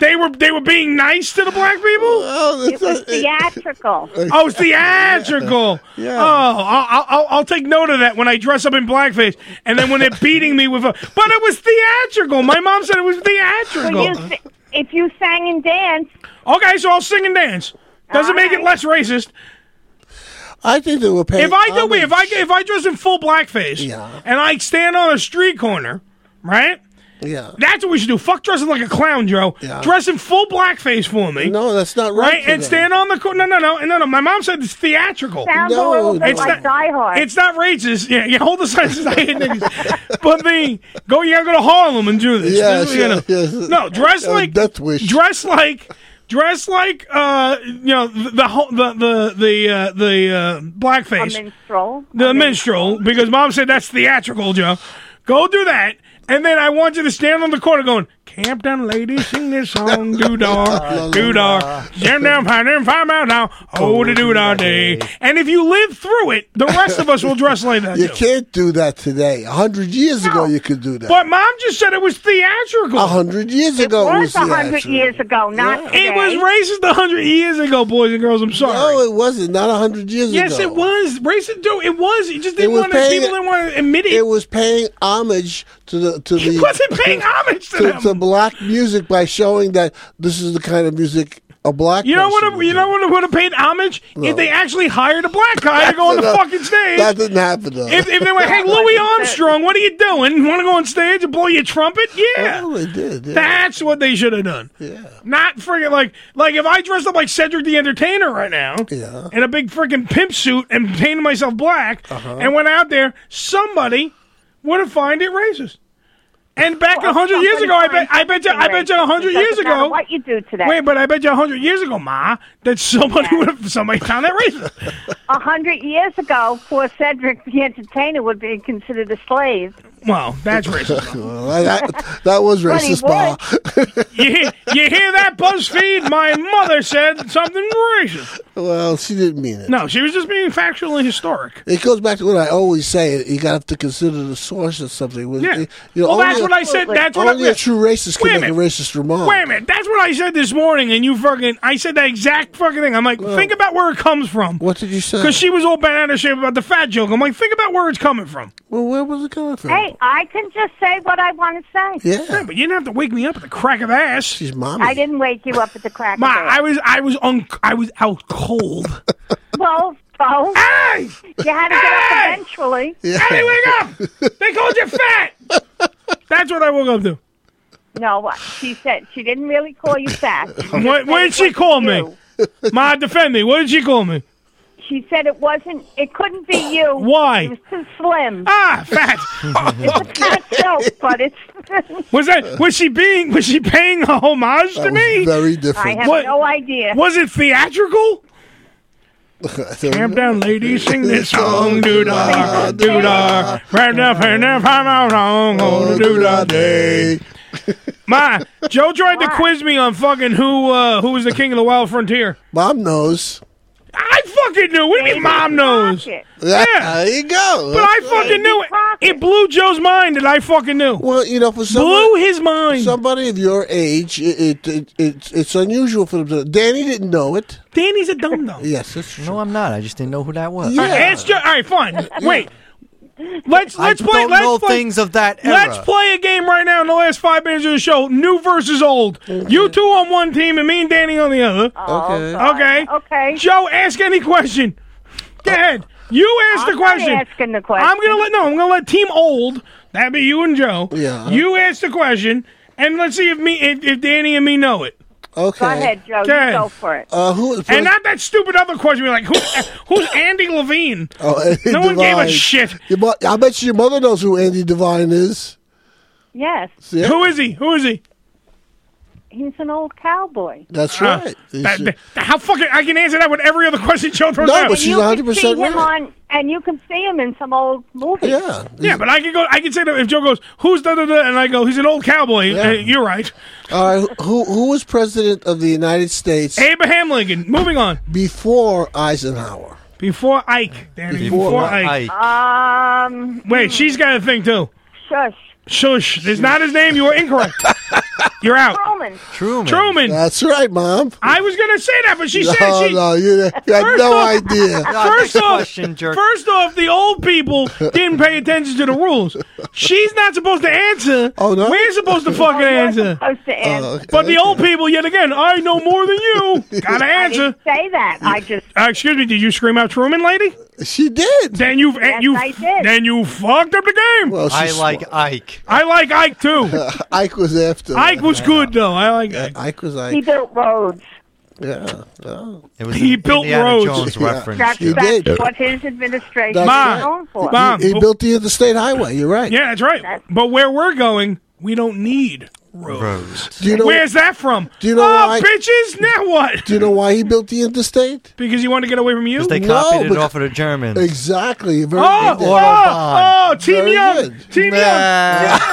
Speaker 7: they were they were being nice to the black people.
Speaker 6: Oh, It was theatrical.
Speaker 7: Oh, it's theatrical.
Speaker 6: Yeah.
Speaker 7: Oh, I'll, I'll- I'll, I'll take note of that when I dress up in blackface, and then when they're beating me with a. But it was theatrical. My mom said it was
Speaker 6: Well, you
Speaker 7: theatrical.
Speaker 6: si- if you sang and danced,
Speaker 7: Okay, so I'll sing and dance. Doesn't make it less racist.
Speaker 8: I think they were paying.
Speaker 7: if I do, wait, if I if I dress in full blackface, and I stand on a street corner, right?
Speaker 8: Yeah.
Speaker 7: That's what we should do. Fuck dressing like a clown, Joe.
Speaker 8: Yeah.
Speaker 7: Dress in full blackface for me.
Speaker 8: No, that's not right
Speaker 7: Right?
Speaker 8: for
Speaker 7: And
Speaker 8: them.
Speaker 7: stand on the corner. No, no, no, no, no. My mom said it's theatrical.
Speaker 6: sounds a little bit like Die Hard.
Speaker 7: It's not racist. Yeah, yeah. Hold the sign says I hate niggas. But the go, you gotta go to Harlem and do this.
Speaker 8: Yeah,
Speaker 7: This is, you know.
Speaker 8: sure, yes.
Speaker 7: No, dress
Speaker 8: Uh,
Speaker 7: like
Speaker 8: Death Wish.
Speaker 7: Dress like. Dress like uh, you know the the ho- the the the, uh, the uh,
Speaker 6: a
Speaker 7: blackface,
Speaker 6: minstrel.
Speaker 7: the minstrel, because mom said that's theatrical, Joe. Go do that, and then I want you to stand on the corner going, "Camp down, lady, sing this song, doodar, doodar, jam down, pound down, five out now, oh the doodar day." And if you live through it, the rest of us will dress like that.
Speaker 8: You
Speaker 7: Joe.
Speaker 8: can't do that today. A hundred years ago, you could do that.
Speaker 7: But mom just said it was theatrical.
Speaker 8: A hundred years ago,
Speaker 6: was a
Speaker 8: the
Speaker 6: hundred
Speaker 8: answer.
Speaker 6: years ago, not
Speaker 7: It was racist a hundred years ago, boys and girls. I'm sorry.
Speaker 8: No, it wasn't. Not a hundred years
Speaker 7: yes,
Speaker 8: ago.
Speaker 7: it was racist. Dude, it was. It just didn't
Speaker 8: was
Speaker 7: want to, people didn't want to admit it.
Speaker 8: It was paying homage to the to the
Speaker 7: wasn't paying homage to
Speaker 8: to,
Speaker 7: them.
Speaker 8: to black music by showing that this is the kind of music A black
Speaker 7: You know what? You know what would have paid homage
Speaker 8: No.
Speaker 7: if they actually hired a black guy to go on the
Speaker 8: No,
Speaker 7: fucking stage.
Speaker 8: That didn't happen though.
Speaker 7: If, if they went, hey, Louis Armstrong, what are you doing? Want to go on stage and blow your trumpet? Yeah.
Speaker 8: Well, Oh, they did. yeah.
Speaker 7: That's what they should have done.
Speaker 8: Yeah.
Speaker 7: Not friggin' like like if I dressed up like Cedric the Entertainer right now,
Speaker 8: Yeah.
Speaker 7: in a big freaking pimp suit and painted myself black
Speaker 8: Uh-huh.
Speaker 7: and went out there, somebody would have fined it racist. And back a
Speaker 6: Well,
Speaker 7: hundred years
Speaker 6: somebody
Speaker 7: ago, I bet I bet you I
Speaker 6: finds
Speaker 7: bet you
Speaker 6: it
Speaker 7: a
Speaker 6: racist.
Speaker 7: hundred
Speaker 6: It
Speaker 7: years
Speaker 6: doesn't matter
Speaker 7: ago.
Speaker 6: what you do today.
Speaker 7: Wait, but I bet you a hundred years ago, Ma, that somebody would have somebody found that racist.
Speaker 6: A hundred years ago, poor Cedric the Entertainer would be considered a slave.
Speaker 7: Wow, that's racist.
Speaker 8: Well, that, that was
Speaker 6: But he
Speaker 8: racist, Bob.
Speaker 7: you, hear, you hear that, BuzzFeed? My mother said something racist.
Speaker 8: Well, she didn't mean it.
Speaker 7: No, she was just being factual and historic.
Speaker 8: It goes back to what I always say. You got to have to consider the source of something. With-
Speaker 7: Yeah.
Speaker 8: You know,
Speaker 7: Well, that's
Speaker 8: only
Speaker 7: what I said. That's what I-
Speaker 8: only a true racist
Speaker 7: Wait a
Speaker 8: can make a
Speaker 7: minute.
Speaker 8: racist remark.
Speaker 7: Wait a minute, that's what I said this morning, and you fucking, I said that exact fucking thing. I'm like, think about where it comes from.
Speaker 8: What did you say?
Speaker 7: Because she was all bent out of shape about the fat joke. I'm like, think about where it's coming from.
Speaker 8: Well, where was it coming from?
Speaker 6: Hey, I can just say what I want to say.
Speaker 8: Yeah.
Speaker 7: but you didn't have to wake me up at the crack of ass. She's
Speaker 8: mommy.
Speaker 6: I didn't wake you up at the crack.
Speaker 7: Ma,
Speaker 6: of dawn.
Speaker 7: I was, I was on, I was out cold.
Speaker 6: Well, so
Speaker 7: hey!
Speaker 6: you had to get up eventually.
Speaker 7: Ah! How did you wake up? They called you fat. That's what I woke up to.
Speaker 6: No, what she said she didn't really call you fat.
Speaker 7: What, what did she call me? Ma, defend me. What did she call me?
Speaker 6: She said it wasn't. It couldn't be you.
Speaker 7: Why?
Speaker 6: It was too slim.
Speaker 7: Ah, fat.
Speaker 6: it's a fat joke, but it's.
Speaker 7: Was that was she being was she paying a homage to
Speaker 6: That was
Speaker 7: me?
Speaker 8: very
Speaker 6: I have
Speaker 7: What-
Speaker 6: no idea.
Speaker 7: Was it theatrical? Camp
Speaker 8: Camp
Speaker 7: down, ladies, sing this
Speaker 8: Oh,
Speaker 7: song. Do da, do da. Right now, right now, right now,
Speaker 8: Oh,
Speaker 7: wrong, do da day. oh, My Joe tried to quiz me on fucking who uh, who was the king of the wild frontier.
Speaker 8: Mom knows.
Speaker 7: I fucking knew. What do you mean, mom knows? Yeah,
Speaker 8: There you go.
Speaker 7: But I fucking knew it. It blew Joe's mind that I fucking knew.
Speaker 8: Well, you know, for someone,
Speaker 7: blew his mind.
Speaker 8: Somebody of your age, it, it, it, it's it's unusual for them to. Danny didn't know it.
Speaker 7: Danny's a dumb though.
Speaker 8: Yes, that's true.
Speaker 15: No, I'm not. I just didn't know who that was.
Speaker 7: All right, ask Joe. All right, fine. Wait. Let's
Speaker 15: I
Speaker 7: let's play.
Speaker 15: don't
Speaker 7: let's
Speaker 15: know
Speaker 7: play,
Speaker 15: things of that era.
Speaker 7: Let's play a game right now in the last five minutes of the show. New versus old. You two on one team and me and Danny on the other.
Speaker 6: Oh, Okay.
Speaker 7: Okay.
Speaker 6: Okay.
Speaker 7: Joe, ask any question.
Speaker 15: Uh,
Speaker 7: Go ahead. You ask
Speaker 6: I'm not
Speaker 7: the question.
Speaker 6: asking the question.
Speaker 7: I'm gonna let no. I'm gonna let Team Old. That'd be you and Joe.
Speaker 8: Yeah.
Speaker 7: You ask the question, and let's see if me if, if Danny and me know it.
Speaker 8: Okay.
Speaker 6: Go ahead, Joe.
Speaker 7: Okay.
Speaker 6: You go for it.
Speaker 8: Uh, who?
Speaker 7: And not that stupid other question. We're like, who, who's Andy Levine?
Speaker 8: Oh, Andy
Speaker 7: no one gave a
Speaker 8: Devine.
Speaker 7: shit.
Speaker 8: Your mo- I bet your mother knows who Andy Devine is.
Speaker 6: Yes,
Speaker 8: See?
Speaker 7: Who is he? Who is he?
Speaker 6: he's an old cowboy.
Speaker 8: That's
Speaker 7: Uh,
Speaker 8: right.
Speaker 7: that- that- how fucking I can answer that with every other question Joe throws
Speaker 8: No,
Speaker 7: out.
Speaker 8: but she's
Speaker 6: You can
Speaker 8: 100%
Speaker 6: see him
Speaker 8: right.
Speaker 6: on, and you can see him in some old movie.
Speaker 8: Yeah.
Speaker 7: yeah, but I can go. I can say that if Joe goes, "Who's da da da," and I go, "He's an old cowboy." Uh, you're right.
Speaker 8: All right. Who who was president of the United States
Speaker 7: Abraham Lincoln. Moving on.
Speaker 8: before Eisenhower?
Speaker 7: Before Ike, Danny. Before, Ike.
Speaker 6: Um.
Speaker 7: Wait, she's got a thing too.
Speaker 6: Shush.
Speaker 7: Shush. It's not his name. You are incorrect. you're out.
Speaker 6: Truman.
Speaker 7: Truman. Truman.
Speaker 8: That's right, Mom.
Speaker 7: I was gonna say that, but she
Speaker 8: no,
Speaker 7: said she.
Speaker 8: no, you, you had
Speaker 7: First
Speaker 8: no
Speaker 7: off-
Speaker 8: idea.
Speaker 7: First off, first off, the old people didn't pay attention to the rules. She's not supposed to answer. Oh no, we're supposed to fucking
Speaker 6: Oh,
Speaker 7: answer.
Speaker 6: Supposed to
Speaker 8: Uh, Oh,
Speaker 6: answer.
Speaker 7: But the old people, yet again, I know more than you. Gotta
Speaker 6: I
Speaker 7: answer.
Speaker 6: didn't say that. I just
Speaker 7: Uh, excuse me, did you scream out Truman, lady?
Speaker 8: She did.
Speaker 7: Then you eh,
Speaker 6: Yes,
Speaker 7: you
Speaker 6: I did.
Speaker 7: then you fucked up the game.
Speaker 8: Well,
Speaker 15: I like Ike.
Speaker 7: I like Ike too.
Speaker 8: Ike was after.
Speaker 7: Ike
Speaker 8: that.
Speaker 7: was good though. I like Ike.
Speaker 8: Ike was
Speaker 6: he
Speaker 8: Ike.
Speaker 6: built roads.
Speaker 8: Yeah. Oh.
Speaker 15: It was
Speaker 7: He
Speaker 15: an
Speaker 7: built
Speaker 15: Indiana
Speaker 7: roads.
Speaker 15: Jones
Speaker 8: Yeah.
Speaker 15: reference.
Speaker 6: That's,
Speaker 8: He
Speaker 6: that's
Speaker 8: did.
Speaker 6: what his administration
Speaker 8: That's
Speaker 6: is
Speaker 8: right.
Speaker 6: known for.
Speaker 7: Mom.
Speaker 8: he built the interstate highway. You're right.
Speaker 7: Yeah, that's right. But where we're going, we don't need roads.
Speaker 8: Do you know?
Speaker 7: Where's that from?
Speaker 8: Do you know
Speaker 7: oh,
Speaker 8: why-
Speaker 7: bitches! Now what?
Speaker 8: do you know why he built the interstate?
Speaker 7: Because you want to get away from you?
Speaker 15: They
Speaker 8: No,
Speaker 15: copied it
Speaker 8: but-
Speaker 15: off of the Germans.
Speaker 8: Exactly. Very
Speaker 7: Oh,
Speaker 8: good.
Speaker 7: oh, oh, Team
Speaker 8: Very
Speaker 7: Young,
Speaker 8: good.
Speaker 7: Team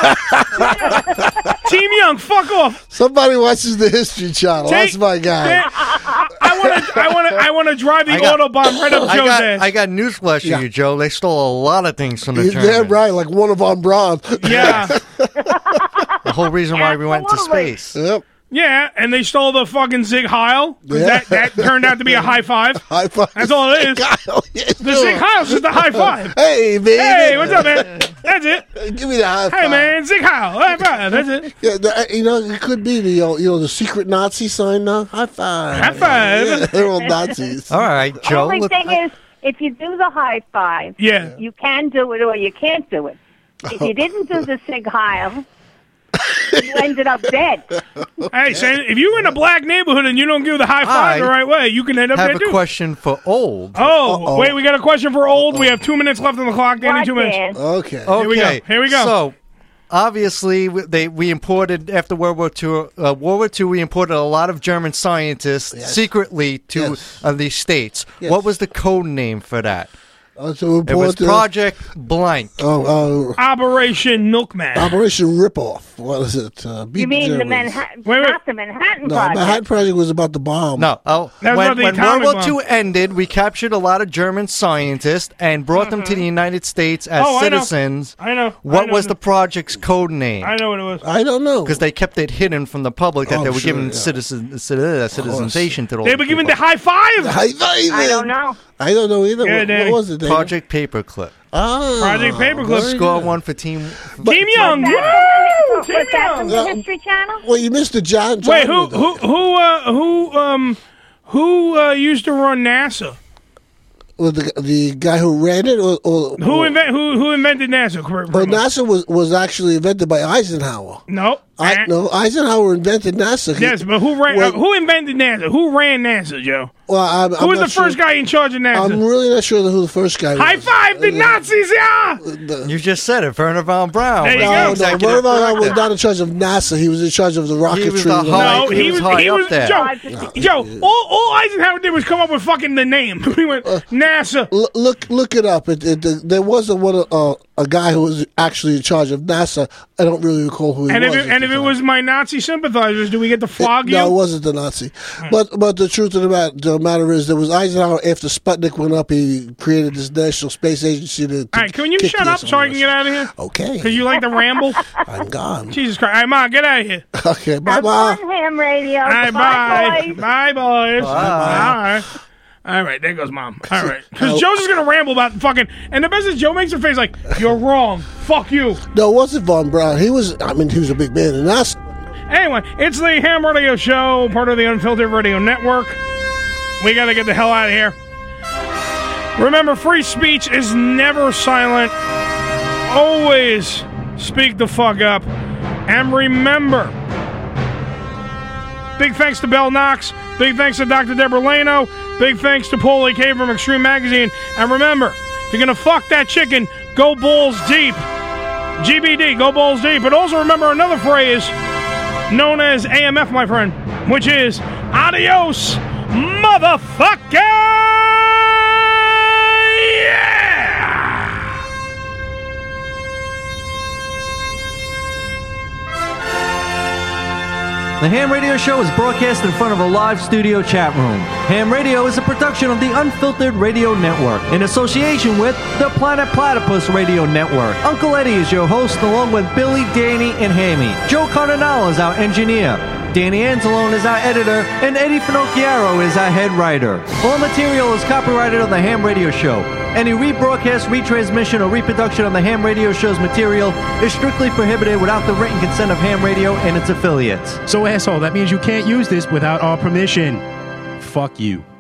Speaker 7: Young, Team Young, fuck off!
Speaker 8: Somebody watches the History Channel.
Speaker 7: Take-
Speaker 8: Oh, That's my guy.
Speaker 7: There- I want to, I want to, I want to drive the
Speaker 15: I got-
Speaker 7: autobomb right up
Speaker 15: I
Speaker 7: Joe's
Speaker 15: got,
Speaker 7: ass.
Speaker 15: I got newsflash for
Speaker 8: Yeah.
Speaker 15: you, Joe. They stole a lot of things from the
Speaker 8: You're damn
Speaker 15: Germans.
Speaker 8: right, like one of on Braun.
Speaker 7: Yeah,
Speaker 15: The whole reason why we went to
Speaker 6: Absolutely.
Speaker 15: space.
Speaker 8: yep.
Speaker 7: yeah, and they stole the fucking Zig Heil. 'cause
Speaker 8: Yeah.
Speaker 7: That, that turned out to be a high five.
Speaker 8: High five.
Speaker 7: That's all it is.
Speaker 8: Kyle, yes,
Speaker 7: The Zig
Speaker 8: sure.
Speaker 7: Heil's just a high five.
Speaker 8: Hey, baby.
Speaker 7: Hey, what's up, man? That's it.
Speaker 8: Give me the high
Speaker 7: Hey,
Speaker 8: five.
Speaker 7: man, Zig Heil. High five. That's it.
Speaker 8: Yeah, the, uh, you know, it could be the uh, you know the secret Nazi sign now. High five.
Speaker 7: High five.
Speaker 8: Yeah, they're all Nazis.
Speaker 3: All right, Joe.
Speaker 6: Only
Speaker 3: Look,
Speaker 6: thing is, if you do the high five,
Speaker 3: Yeah.
Speaker 6: you can do it or you can't do it. If
Speaker 8: Oh.
Speaker 6: you didn't do the sig heil, you ended up dead.
Speaker 7: Hey, Sam, if you're in a black neighborhood and you don't give the high
Speaker 3: I
Speaker 7: five the right way, you can end up
Speaker 3: have
Speaker 7: dead
Speaker 3: a
Speaker 7: too.
Speaker 3: question for old.
Speaker 7: Oh, wait, we got a question for old. We have two minutes left on the clock. Danny, two minutes.
Speaker 8: Okay.
Speaker 3: Okay.
Speaker 7: Here we go. Here we go.
Speaker 3: So, obviously, we- they we imported after World War II. Uh, World War II, we imported a lot of German scientists secretly to uh, these states.
Speaker 8: Yes.
Speaker 3: What was the code name for that?
Speaker 8: Uh, so
Speaker 3: It was
Speaker 8: report the-
Speaker 3: Project Blank.
Speaker 8: Oh, uh,
Speaker 7: Operation Milkman.
Speaker 8: Operation Ripoff. What is it? Uh, beat
Speaker 6: You mean the
Speaker 8: Germans.
Speaker 6: Manhattan? Not the Manhattan
Speaker 8: No,
Speaker 6: Project.
Speaker 8: Manhattan Project was about the bomb.
Speaker 3: No, oh,
Speaker 8: That was
Speaker 3: when,
Speaker 8: about the
Speaker 3: when World
Speaker 8: atomic
Speaker 3: War
Speaker 8: bomb.
Speaker 3: II ended, we captured a lot of German scientists and brought them to the United States as
Speaker 7: Mm-hmm. Oh, I know.
Speaker 3: citizens.
Speaker 7: I know. I
Speaker 3: What
Speaker 7: know.
Speaker 3: was the project's code name?
Speaker 7: I know what it was.
Speaker 8: I don't know
Speaker 3: because they kept it hidden from the public that
Speaker 7: Oh,
Speaker 3: they were
Speaker 7: sure,
Speaker 3: giving
Speaker 7: yeah.
Speaker 3: citizen citizen citizenization to all.
Speaker 7: They
Speaker 3: the
Speaker 7: were giving the
Speaker 3: Uh, people.
Speaker 7: high five.
Speaker 8: High five. I don't
Speaker 6: know.
Speaker 8: I don't know either.
Speaker 7: Yeah,
Speaker 8: what,
Speaker 7: Danny.
Speaker 8: what was it? David?
Speaker 3: Project Paperclip.
Speaker 8: Oh,
Speaker 7: Project Paperclip.
Speaker 8: very
Speaker 3: Score
Speaker 8: good.
Speaker 3: one for team.
Speaker 7: Team Young.
Speaker 6: Was that, from, was that from the
Speaker 8: Yeah.
Speaker 6: History Channel?
Speaker 8: Well, you missed the John. John
Speaker 7: Wait, who, who, who, uh, who, um, who uh, used to run NASA?
Speaker 8: Well, the, the guy who ran it, or, or
Speaker 7: Who
Speaker 8: or-
Speaker 7: invent, who, who invented NASA? Cor-
Speaker 8: Well,
Speaker 7: pretty much?
Speaker 8: NASA was, was actually invented by Eisenhower.
Speaker 7: No,
Speaker 8: I, no, Eisenhower invented NASA. He-
Speaker 7: Yes, but who ran?
Speaker 8: Well-
Speaker 7: uh, who invented NASA? Who ran NASA, Joe?
Speaker 8: Well, I'm,
Speaker 7: who
Speaker 8: I'm
Speaker 7: was
Speaker 8: not
Speaker 7: the first
Speaker 8: sure.
Speaker 7: guy in charge of NASA?
Speaker 8: I'm really not sure who the first guy
Speaker 7: High
Speaker 8: was.
Speaker 7: five the Nazis! Yeah.
Speaker 3: You just said it, Werner von Braun. was
Speaker 7: There you
Speaker 3: the
Speaker 7: go.
Speaker 8: No,
Speaker 3: executive
Speaker 8: Werner Heisenhower was
Speaker 3: director.
Speaker 8: not in charge of NASA. He was in charge of the rocketry.
Speaker 3: was the high-
Speaker 7: No, he, was, he was Joe. Joe, all, all Eisenhower did was come up with fucking the name. he went NASA.
Speaker 8: Uh, L- look, look it up. It, it, there was a one uh, a guy who was actually in charge of NASA. I don't really recall who he
Speaker 7: And if
Speaker 8: was.
Speaker 7: it, and if it was my Nazi sympathizers, do we get to flog you?
Speaker 8: no, it wasn't the Nazi.
Speaker 7: Hmm.
Speaker 8: But but the truth of the matter, the matter is, there was Eisenhower after Sputnik went up. He created this National Space Agency to. to
Speaker 7: All right, can you
Speaker 8: kick
Speaker 7: shut
Speaker 8: the
Speaker 7: up so I can get out of here?
Speaker 8: Okay.
Speaker 7: Because you like to ramble.
Speaker 8: I'm gone.
Speaker 7: Jesus Christ! All right, Ma, get out of here.
Speaker 8: Okay, bye
Speaker 6: On
Speaker 8: bye.
Speaker 6: ham radio.
Speaker 7: All right, bye, bye, boys. All right. All right, there goes mom. All right, because Joe's just gonna ramble about fucking. And the best is Joe makes a face like, "You're wrong. Fuck you."
Speaker 8: No, it wasn't Von Braun. He was. I mean, he was a big man in NASA.
Speaker 7: Anyway, it's the Ham Radio Show, part of the Unfiltered Radio Network. We got to get the hell out of here. Remember, free speech is never silent. Always speak the fuck up. And remember, big thanks to Bell Knox. Big thanks to Dr. Deborah Leno. Big thanks to Paul A.K. from Extreme Magazine. And remember, if you're going to fuck that chicken, go balls deep. GBD, go balls deep. But also remember another phrase known as AMF, my friend, which is adios, motherfucker! Yeah!
Speaker 27: The Ham Radio Show is broadcast in front of a live studio chat room. Ham Radio is a production of the Unfiltered Radio Network in association with the Planet Platypus Radio Network. Uncle Eddie is your host, along with Billy, Danny, and Hammy. Joe Cardinale is our engineer. Danny Anzalone is our editor, and Eddie Finocchiaro is our head writer. All material is copyrighted on the Ham Radio Show. Any rebroadcast, retransmission, or reproduction of the Ham Radio Show's material is strictly prohibited without the written consent of Ham Radio and its affiliates.
Speaker 2: So, asshole, that means you can't use this without our permission. Fuck you.